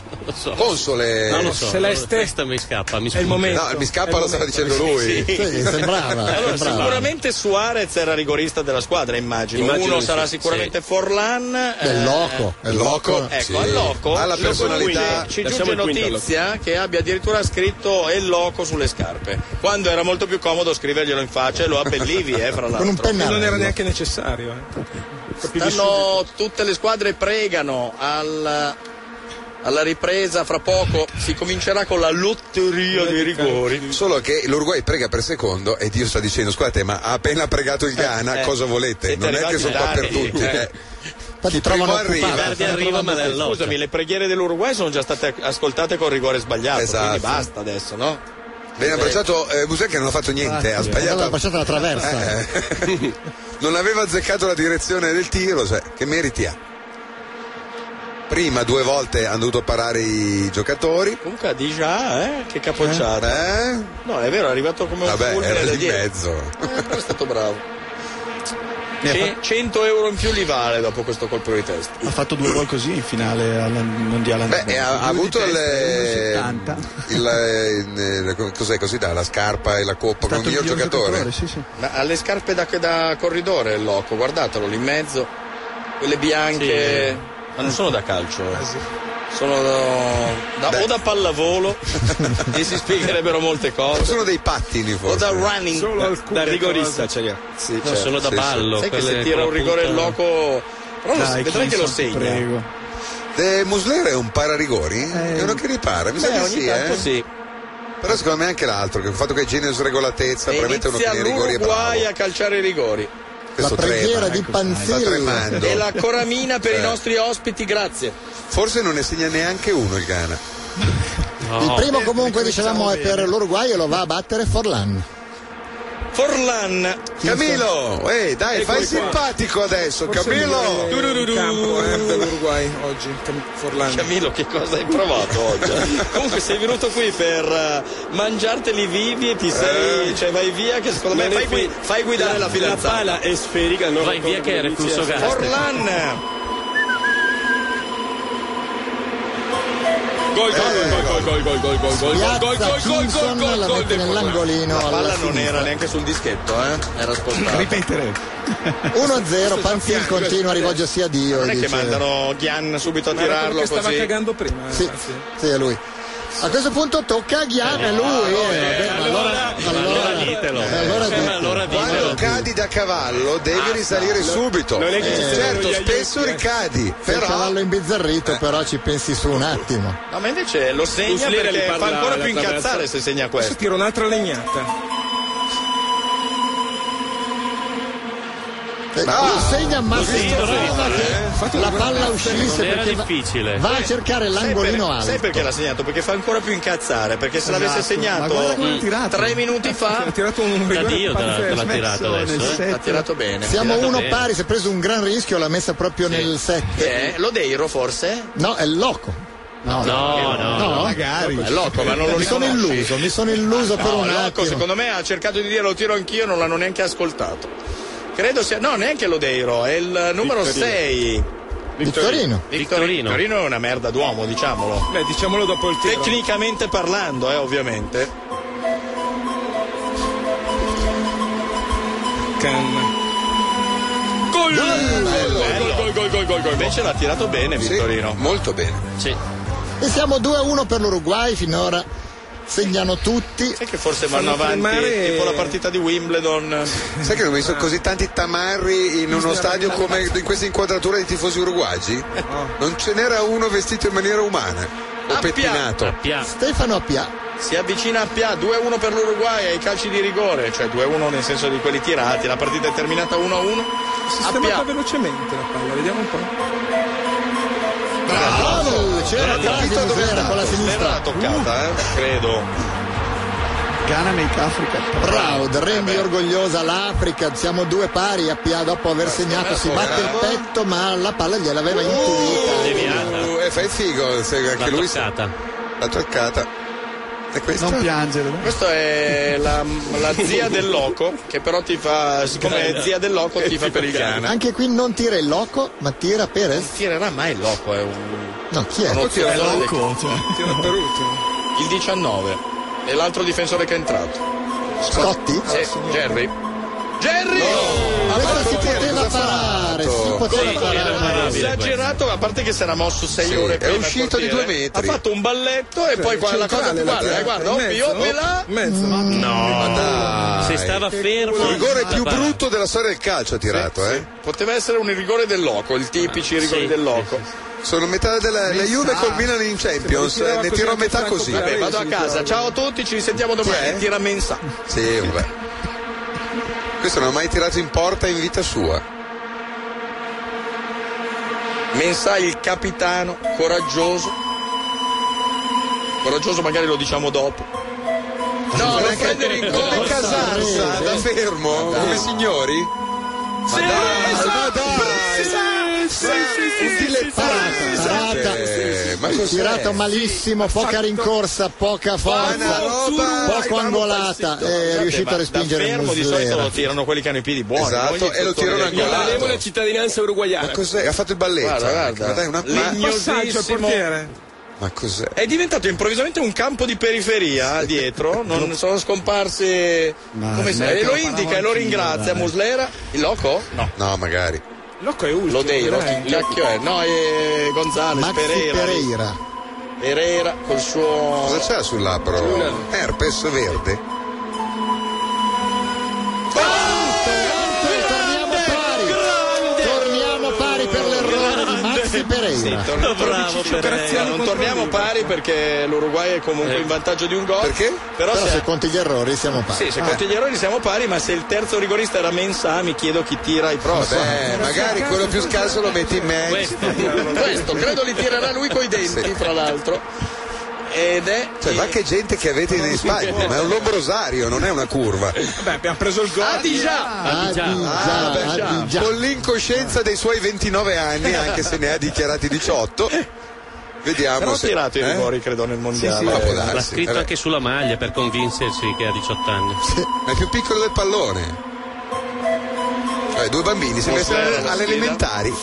S3: Console.
S7: Non lo so. Se la testa mi scappa, mi scusi.
S3: No, mi scappa lo stava dicendo lui.
S12: Allora, sicuramente Suarez era rigorista della squadra, immagino.
S3: Immagino
S12: Uno
S3: di
S12: sarà
S3: sì.
S12: sicuramente Forlan.
S2: Del Loco,
S12: eh,
S2: del Loco.
S12: Ecco,
S2: Sì.
S12: al Loco.
S2: Ha la
S12: Loco
S2: personalità.
S12: Guidi. Ci
S2: Lasciamo il quinto
S12: giunge
S2: al Loco.
S12: notizia che abbia addirittura scritto El Loco sulle scarpe. Quando era molto più comodo scriverglielo in
S2: <laughs>
S12: faccia e lo abbellivi, eh, fra l'altro.
S29: Non era neanche necessario. eh.
S12: Stanno, tutte le squadre pregano al- alla ripresa fra poco si comincerà con la lotteria dei rigori.
S3: Solo che l'Uruguay prega per secondo e Dio sta dicendo scusate ma ha appena pregato il Ghana
S12: eh,
S3: cosa volete?
S12: siete
S3: Non è che
S12: arrivati
S3: sono qua per
S12: tardi,
S3: tutti.
S12: eh.
S3: eh.
S2: Infatti trovano occupata.
S12: Scusami, le preghiere dell'Uruguay sono già state ascoltate col rigore sbagliato, quindi basta adesso, no?
S3: Viene abbracciato eh, Busè che non ha fatto niente, ha
S2: Allora,
S3: sbagliato.
S2: lasciate la traversa.
S3: Eh. non aveva azzeccato la direzione del tiro, cioè, che meriti ha? Prima due volte hanno dovuto parare i giocatori.
S12: Comunque Adija, eh, che capocciata.
S3: Eh?
S12: No, è vero, è arrivato come un
S3: Vabbè,
S12: fulmine
S3: era
S12: da
S3: lì in
S12: dietro.
S3: mezzo.
S12: Eh, però <laughs> è stato bravo. Ce- 100 euro in più li vale dopo questo colpo di testa.
S30: Ha fatto due gol così in finale al mondiale.
S3: Beh,
S30: andante.
S3: e ha,
S30: Due
S3: ha
S30: di
S3: avuto
S30: testa, 1,70.
S3: le- il, eh, eh, cos'è così dà la scarpa e la coppa come
S30: stato il
S3: miglior
S30: miglior
S3: giocatore.
S30: giocatore, sì, sì.
S12: Ma ha le scarpe da, da corridore il loco, guardatelo lì in mezzo. Quelle bianche. Ma non sono da calcio. Sono da, da- o da
S3: <laughs>
S12: pallavolo e si spiegherebbero molte cose.
S3: Sono dei pattini
S12: O
S3: forse.
S12: da running,
S3: Solo
S12: da,
S3: alcune
S12: da rigorista
S3: cose.
S12: ce li ha.
S3: Sì, No, certo. solo da
S12: Sì, sì.
S3: ballo,
S12: Sai che
S3: quelle
S12: se tira
S3: con
S12: un
S3: la
S12: rigore il
S3: punta-
S12: loco. Però lo-
S3: Dai,
S12: vedrai che lo
S3: Kinson,
S12: segna.
S3: prego. Eh, Muslera è un pararigori? È uno che ripara, mi sa
S12: Beh,
S3: che
S12: ogni
S3: sì,
S12: tanto
S3: eh?
S12: sì.
S3: Però secondo me anche l'altro, che il fatto che genio sregolatezza, probabilmente uno che
S12: Inizia
S3: nei rigori è bravo.
S12: l'Uruguay a calciare i rigori.
S3: Questo trema, ecco, Sta tremando.
S12: E la coramina per
S3: Eh.
S12: i nostri ospiti, grazie.
S3: Forse non ne segna neanche uno il Ghana.
S2: Il primo comunque dicevamo è per l'Uruguay e lo va a battere Forlan.
S12: Forlan
S3: Camilo, eh, dai, fai
S31: Eccoli qua.
S3: simpatico adesso,
S31: Forse
S3: Camilo.
S31: il migliore in campo eh, dell'Uruguay oggi, Cam- Forlani.
S12: Camilo, che cosa hai provato oggi? <laughs> Comunque sei venuto qui per eh, mangiarteli vivi e ti sei. cioè vai via che secondo me
S6: Non è
S12: fai, gui-
S6: qui-
S12: fai guidare la,
S6: la
S12: fidanzata.
S6: pala è sferica, non
S12: Vai
S6: ricordo
S12: via che è
S6: come
S12: recluso
S6: inizia.
S12: Gaster. Forlan!
S6: Gol, gol, gol, gol, gol, gol, gol, gol, gol, gol,
S2: Piazza
S6: gol, gol, gol,
S2: Kingston la mette nell'angolino.
S12: La
S2: alla
S12: palla non
S2: sinistra.
S12: era neanche sul dischetto, eh? Era spostata.
S30: Ripetere.
S2: 1-0, Panfil continua a rivolgersi a Dio.
S12: Non
S2: e
S12: è che
S2: dice-
S12: mandano Ghian subito a
S2: Ma era quello
S12: tirarlo
S2: che stava
S12: così.
S2: cagando
S12: prima.
S2: Sì, sì, è lui. A questo punto tocca a Ghian, è lui. eh, vabbè, ma allora, allora, ditelo. Allora
S3: Quando cadi da cavallo devi risalire subito.
S2: Non è che ci
S3: Eh,
S2: sono
S3: certo,
S2: gli
S3: spesso ricadi,
S2: Se il
S3: però
S2: cavallo è imbizzarrito, però ci pensi su un attimo.
S12: No, ma invece lo segna
S2: Muslera
S12: perché
S2: gli
S12: fa
S2: parla
S12: ancora più
S2: alla traversa.
S12: incazzare se segna questo.
S9: Adesso tiro un'altra legnata.
S2: Eh, lo segna ma
S12: Sì,
S2: senza
S12: dovrei
S2: cosa
S12: fare, eh.
S2: che la palla uscisse perché va- va a cercare l'angolino
S12: sai per-
S2: alto.
S12: Sai perché l'ha segnato? Perché fa ancora più incazzare. Perché se l'avesse
S2: Esatto. Ma
S12: segnato
S2: guarda come l'ha
S12: mm,
S2: tirato.
S12: tre minuti fa,
S2: Ha tirato un rigore Da Dio te l'ha- pazzesco. te l'ha tirato adesso, eh.
S12: L'ha tirato bene.
S2: Siamo
S12: tirato
S2: uno
S12: bene.
S2: pari, si è preso un gran rischio, l'ha messa proprio nel
S12: Chi
S2: 7.
S12: è? Lodeiro forse?
S2: No, è loco. No,
S12: no, no, no,
S2: magari.
S12: È loco, ma non lo
S2: mi sono
S12: riconosci.
S2: illuso, mi sono illuso per
S12: No,
S2: un
S12: Rocco,
S2: attimo.
S12: secondo me ha cercato di dire lo tiro anch'io, non l'hanno neanche ascoltato. Credo sia. No, neanche Lodeiro, è il numero
S9: Vittorino.
S12: 6.
S2: Vittorino.
S12: Vittorino. Vittorino è una merda d'uomo, diciamolo.
S9: Beh, diciamolo dopo il tiro.
S12: Tecnicamente parlando, eh, ovviamente.
S6: Gol!
S12: Bello.
S6: Gol, gol, gol, gol, gol.
S12: Invece l'ha tirato bene Vittorino.
S3: molto bene.
S12: Sì.
S2: E siamo 2-1 per l'Uruguai finora. Segnano tutti.
S12: Sai che forse vanno avanti tipo la partita di Wimbledon.
S3: sai che non mi sono così tanti tamarri in uno stadio come in questa inquadratura di tifosi uruguagi? Non ce n'era uno vestito in maniera umana o pettinato.
S2: Stefano Appia.
S12: Si avvicina a Pia 2-1 per l'Uruguay ai calci di rigore, cioè 2-1 nel senso di quelli tirati, la partita è terminata 1-1.
S9: Sistemata velocemente la palla, vediamo un po'.
S2: Bravo!
S12: C'era
S2: capito dove era con la sinistra.
S12: l'ha toccata, eh? credo.
S30: Ghana make Africa.
S2: Proud,
S12: Eh
S2: rendi orgogliosa l'Africa, siamo due pari, Appia dopo aver segnato si batte il petto ma la palla gliel'aveva intuita.
S3: Uh, eh, fai figo, se anche
S2: L'ha
S3: lui. L'ha toccata. E questa?
S30: Non piangere. no?
S12: Questa è la, la zia del loco, che però ti fa, siccome è zia del loco, ti fa per il Ghana.
S2: Anche qui non tira il loco, ma tira Perez.
S12: Tirerà mai il loco, è un...
S2: No, chi è?
S12: uno
S2: Tira
S12: zozzone
S2: Loco.
S12: del-
S3: cioè.
S12: Il 19. E l'altro difensore che è entrato.
S2: Scotti?
S12: Sì, Jerry. Jerry!
S2: Questa si poteva parare, si poteva
S12: Era
S2: parare.
S12: esagerato, a parte che si era mosso 6
S3: Sì,
S12: ore
S3: è
S12: prima. al
S3: uscito di due
S12: portiere.
S3: metri.
S12: Ha fatto un balletto e
S3: Cioè,
S12: poi qua la cosa
S3: centrale,
S12: più guarda,
S3: laterale,
S12: eh, guarda,
S3: in mezzo,
S12: oppio,
S3: no?
S12: là. Mm.
S3: Mezzo. Ma dai.
S7: Se stava fermo.
S3: Il rigore più
S7: Guarda.
S3: brutto della storia del calcio ha tirato, eh.
S12: Poteva essere un rigore del loco, il tipici rigore del loco.
S3: Sono metà della la Juve col Milan in Champions, eh, ne tirò metà così.
S12: Vabbè, vado a casa. Ciao a tutti, ci risentiamo domani.
S3: Sì.
S12: Tira mensa.
S3: Sì, vabbè. Questo non ha mai tirato in porta in vita sua.
S12: Mensa il capitano, coraggioso. Coraggioso magari lo diciamo dopo. No, non prendere in
S3: Come
S12: conto.
S3: Casarsa, da fermo, come signori?
S12: Sì,
S3: ma dai!
S2: Tirata, tirato malissimo, poca rincorsa, poca forza, poco angolata. E è riuscito a respingere il
S12: fermo di solito lo
S2: Muslera.
S12: tirano quelli che hanno i piedi buoni.
S3: Esatto,
S12: Poi gli
S3: e lo tirano
S12: sottolinei.
S3: angolato.
S12: Onorevole cittadinanza uruguayana.
S3: Ma cos'è? Ha fatto il balletto.
S12: Guarda,
S3: anche. Ma
S12: guarda.
S3: dai, una
S12: Legnosissimo.
S3: Ma cos'è?
S12: È diventato improvvisamente un campo di periferia dietro, non sono scomparsi.
S3: Ma
S12: come si-
S3: neanche
S12: e lo
S3: la
S12: indica e lo ringrazia.
S3: dai.
S12: Muslera, il loco? No.
S3: No, magari.
S12: Loco è ultimo. Lodeiro,
S3: dai.
S12: chi cacchio è? eh, No, è Gonzales,
S3: Maxi
S12: Pereira.
S3: Pereira.
S12: Pereira col suo.
S3: Cosa c'ha sul labbro? Herpes verde.
S2: Torniamo pari. Torniamo pari per l'errore di Maxi Pereira.
S12: Torna- Bravo, Pereira. Eh. non torniamo pari perché l'Uruguay è comunque in vantaggio di un gol. Perché? Però,
S2: Però
S12: se,
S2: se conti gli errori siamo pari.
S12: sì, se
S2: Eh.
S12: conti gli errori siamo pari, ma se il terzo rigorista era Mensa, mi chiedo chi tira i prossimi.
S3: Vabbè, magari quello più scarso lo metti in mezzo.
S12: Questo credo li tirerà lui coi denti, fra l'altro. Ed è.
S3: Cioè, ma che gente che avete nei spagni, ma è un lombrosario, non è una curva.
S12: Beh, abbiamo preso il gol. Ah, di già!
S3: Ah, vabbè, Con l'incoscienza dei suoi 29 anni, anche se ne ha dichiarati 18. Vediamo
S12: Però ha
S3: se
S12: tirato i
S3: eh?
S12: rigori, credo, nel mondiale.
S3: Ma può
S7: L'ha
S3: darsi,
S7: scritto
S3: vabbè.
S7: anche sulla maglia per convincersi che ha 18 anni.
S3: Ma è più piccolo del pallone. Cioè, due bambini, si
S7: Forse
S3: mettono
S7: era una
S3: alle
S7: sfida.
S3: elementari.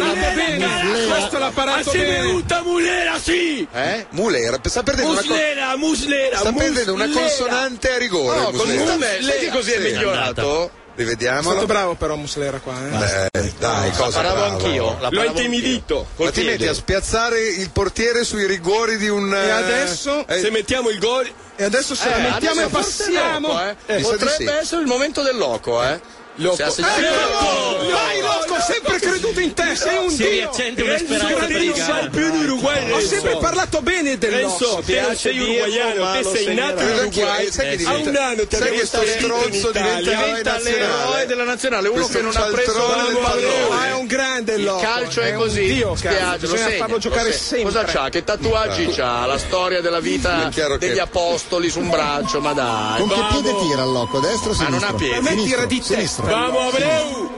S6: Questo l'ha parato bene.
S3: Mulera, sì! Eh? Mulera, sta perdendo una
S6: Muslera,
S3: co-
S6: Muslera,
S3: Sta perdendo una
S6: Muslera.
S3: consonante a rigore.
S6: No, con
S3: Muslera.
S6: Muslera. Sai che così è migliorato?
S3: Rivediamolo.
S9: È stato bravo però Muslera qua, eh.
S3: Eh, dai, cosa
S9: paravo
S3: bravo.
S9: anch'io, la paravo
S12: anch'io.
S3: Ma
S12: col
S3: ti
S12: piede.
S3: metti a spiazzare il portiere sui rigori di un. eh,
S12: E adesso, se mettiamo il gol.
S3: E adesso
S12: Eh, adesso forse Loco, eh. Potrebbe essere il momento del loco, eh. Loco.
S32: Se ha segnato-
S12: Ecco!
S32: Loco!
S12: Vai, loco, ho sempre creduto in te, sei un
S32: Si
S12: dio.
S32: riaccende una
S12: Renzo,
S32: speranza
S12: grande,
S32: per il
S12: non sai
S32: Ghana.
S12: più di Uruguay,
S32: Ho
S12: Renzo.
S32: sempre parlato bene del
S12: Renzo,
S32: Loco.
S12: te non sei uruguaiano, te sei nato in Uruguay. Eh, A un anno ti
S3: sai
S12: abbiamo
S3: che sto
S12: inserito in
S3: stronzo
S12: Italia.
S3: diventa eroe
S12: Diventa
S3: nazionale.
S12: l'eroe della nazionale, uno
S3: Questo
S12: che non ha preso
S3: cialtrone del
S12: la
S3: pallone.
S12: pallone.
S3: Ma è un
S12: grande Il
S3: Loco,
S12: calcio
S3: è
S12: è
S3: un
S12: così,
S3: dio, cazzo,
S12: spiace, lo
S3: bisogna
S12: segna,
S3: farlo
S12: lo
S3: giocare
S12: segna. Cosa
S3: sempre.
S12: c'ha? Che tatuaggi
S3: Eh.
S12: c'ha? La storia della
S3: È
S12: vita
S3: chiaro che-
S12: degli apostoli su un braccio, ma dai.
S2: Con che
S12: bravo.
S2: piede tira il loco? Destro o
S12: Ma Ah, non
S2: sinistro?
S12: ha piede. A me
S2: Sinistro,
S12: tira di testa.
S2: sinistro.
S12: Vamos, Abreu!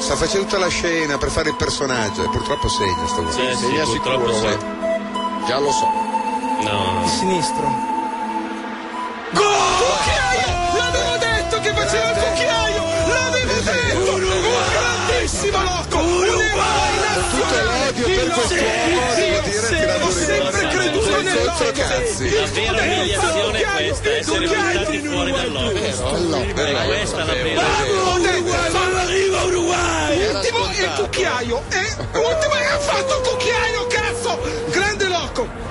S3: Sta facendo tutta la scena per fare il personaggio e purtroppo segna sto
S12: Sì, sì, purtroppo segna. Già lo so.
S7: No.
S33: Sinistro.
S32: Cucchiaio! L'avevo detto che faceva il cucchiaio! L'avevo detto! Un grandissimo loco! Un eroe nazionale!
S3: Tutto l'odio per questo uomo, devo dire, tirato
S32: Ho
S3: fuori.
S32: sempre creduto nel
S3: Senza
S32: loco!
S3: cazzi.
S32: Il
S3: La vera
S32: Loco,
S3: umiliazione è
S32: il
S3: questa,
S32: Loco, il
S3: essere
S32: Loco,
S3: buttati
S32: il
S3: fuori
S32: Loco.
S3: dall'Oco. È questa la vera-
S32: Bravo, Uruguay! Ma arriva Uruguay!
S3: Era
S32: Ultimo il
S3: scontato.
S32: cucchiaio! E ultimo e ha fatto il cucchiaio, cazzo! Grande loco!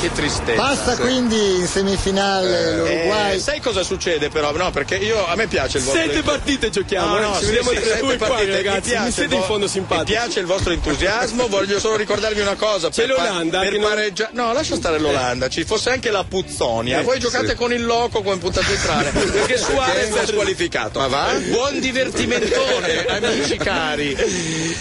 S12: Che tristezza.
S2: Passa quindi in semifinale l'Uruguay.
S12: Eh, sai cosa succede però? No, perché io a me piace il vostro.
S6: Sette partite giochiamo, eh, ci vediamo tra due qua, ragazzi,
S12: Mi
S6: mi siete in fondo simpatici.
S12: Mi piace il vostro entusiasmo, voglio solo ricordarvi una cosa.
S6: C'è
S12: per pa-
S6: l'Olanda
S12: per
S6: che non-
S12: pareggia- No, lascia stare l'Olanda, ci fosse anche la Puzzonia.
S6: Eh,
S12: Voi giocate
S6: sì.
S12: con il loco come punta
S6: <laughs>
S12: centrale, perché Suarez è squalificato.
S3: Ma va?
S6: <laughs>
S12: Buon divertimentone, amici cari.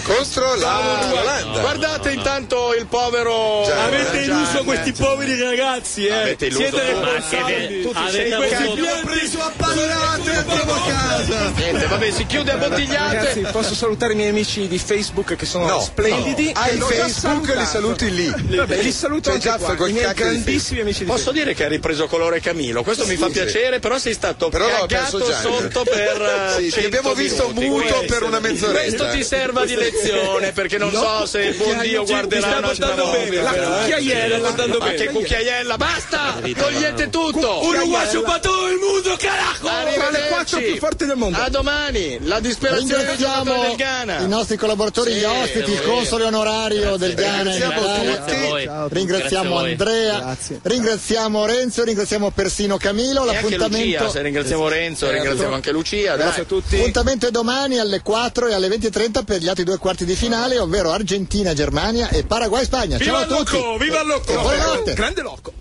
S3: Contro la
S6: Ah,
S12: Bravo,
S3: Olanda.
S12: Guardate intanto il povero.
S3: Già,
S6: Avete
S12: Gian,
S6: illuso questi poveri ragazzi, eh.
S12: Avete illuso
S6: Siete
S12: tutti.
S6: responsabili.
S12: Tutti
S6: Avete
S12: siete
S6: avuto-
S12: questi
S6: abbiamo preso a pallonate andiamo a casa.
S12: Niente, vabbè, si chiude a bottigliate.
S9: Ragazzi, posso salutare i miei amici di Facebook che sono
S3: No,
S9: splendidi.
S3: no. Hai
S9: e
S3: il
S9: l'ho già
S3: Facebook,
S9: salutato.
S3: li saluti lì.
S9: Vabbè, li saluto
S3: Sei
S9: anche
S3: già
S9: qua,
S3: col
S9: i miei
S3: cacchio di
S9: grandissimi amici di
S12: Posso
S9: Facebook.
S12: dire che hai ripreso colore Camilo? Questo mi
S3: Sì,
S12: fa
S3: sì.
S12: piacere, però sei stato
S3: Però l'ho
S12: cagato
S3: perso già.
S12: sotto per
S3: Sì,
S12: eh,
S3: ti
S12: 100
S3: abbiamo visto
S12: minuti.
S3: muto
S12: Questo-
S3: per una mezz'oretta.
S12: Questo ti serva di lezione perché non so se il buon Dio guarda ti sta portando bene. La cucchiaiella sta portando bene. Che eh. cucchiaiella, basta! Togliete tutto!
S34: Uruguay todo il mondo, carajo!
S12: Tra le quattro più
S2: forti del mondo.
S12: A domani, la disperazione del giocatore del Ghana.
S2: i nostri collaboratori, gli ospiti, il console onorario del Ghana. in Italia. Ringraziamo Andrea, ringraziamo Renzo, ringraziamo persino Camilo.
S12: E anche Lucia,
S2: L'appuntamento
S12: se ringraziamo Renzo, ringraziamo anche Lucia. dai.
S2: Appuntamento è domani alle 4 e alle 20.30 per gli altri due quarti di finale, ovvero Argentina-Germania e Paraguay-Spagna. Ciao
S34: Viva
S2: a tutti!
S34: Loco, viva
S2: E
S34: Loco!
S2: buonanotte!
S34: Grande Loco!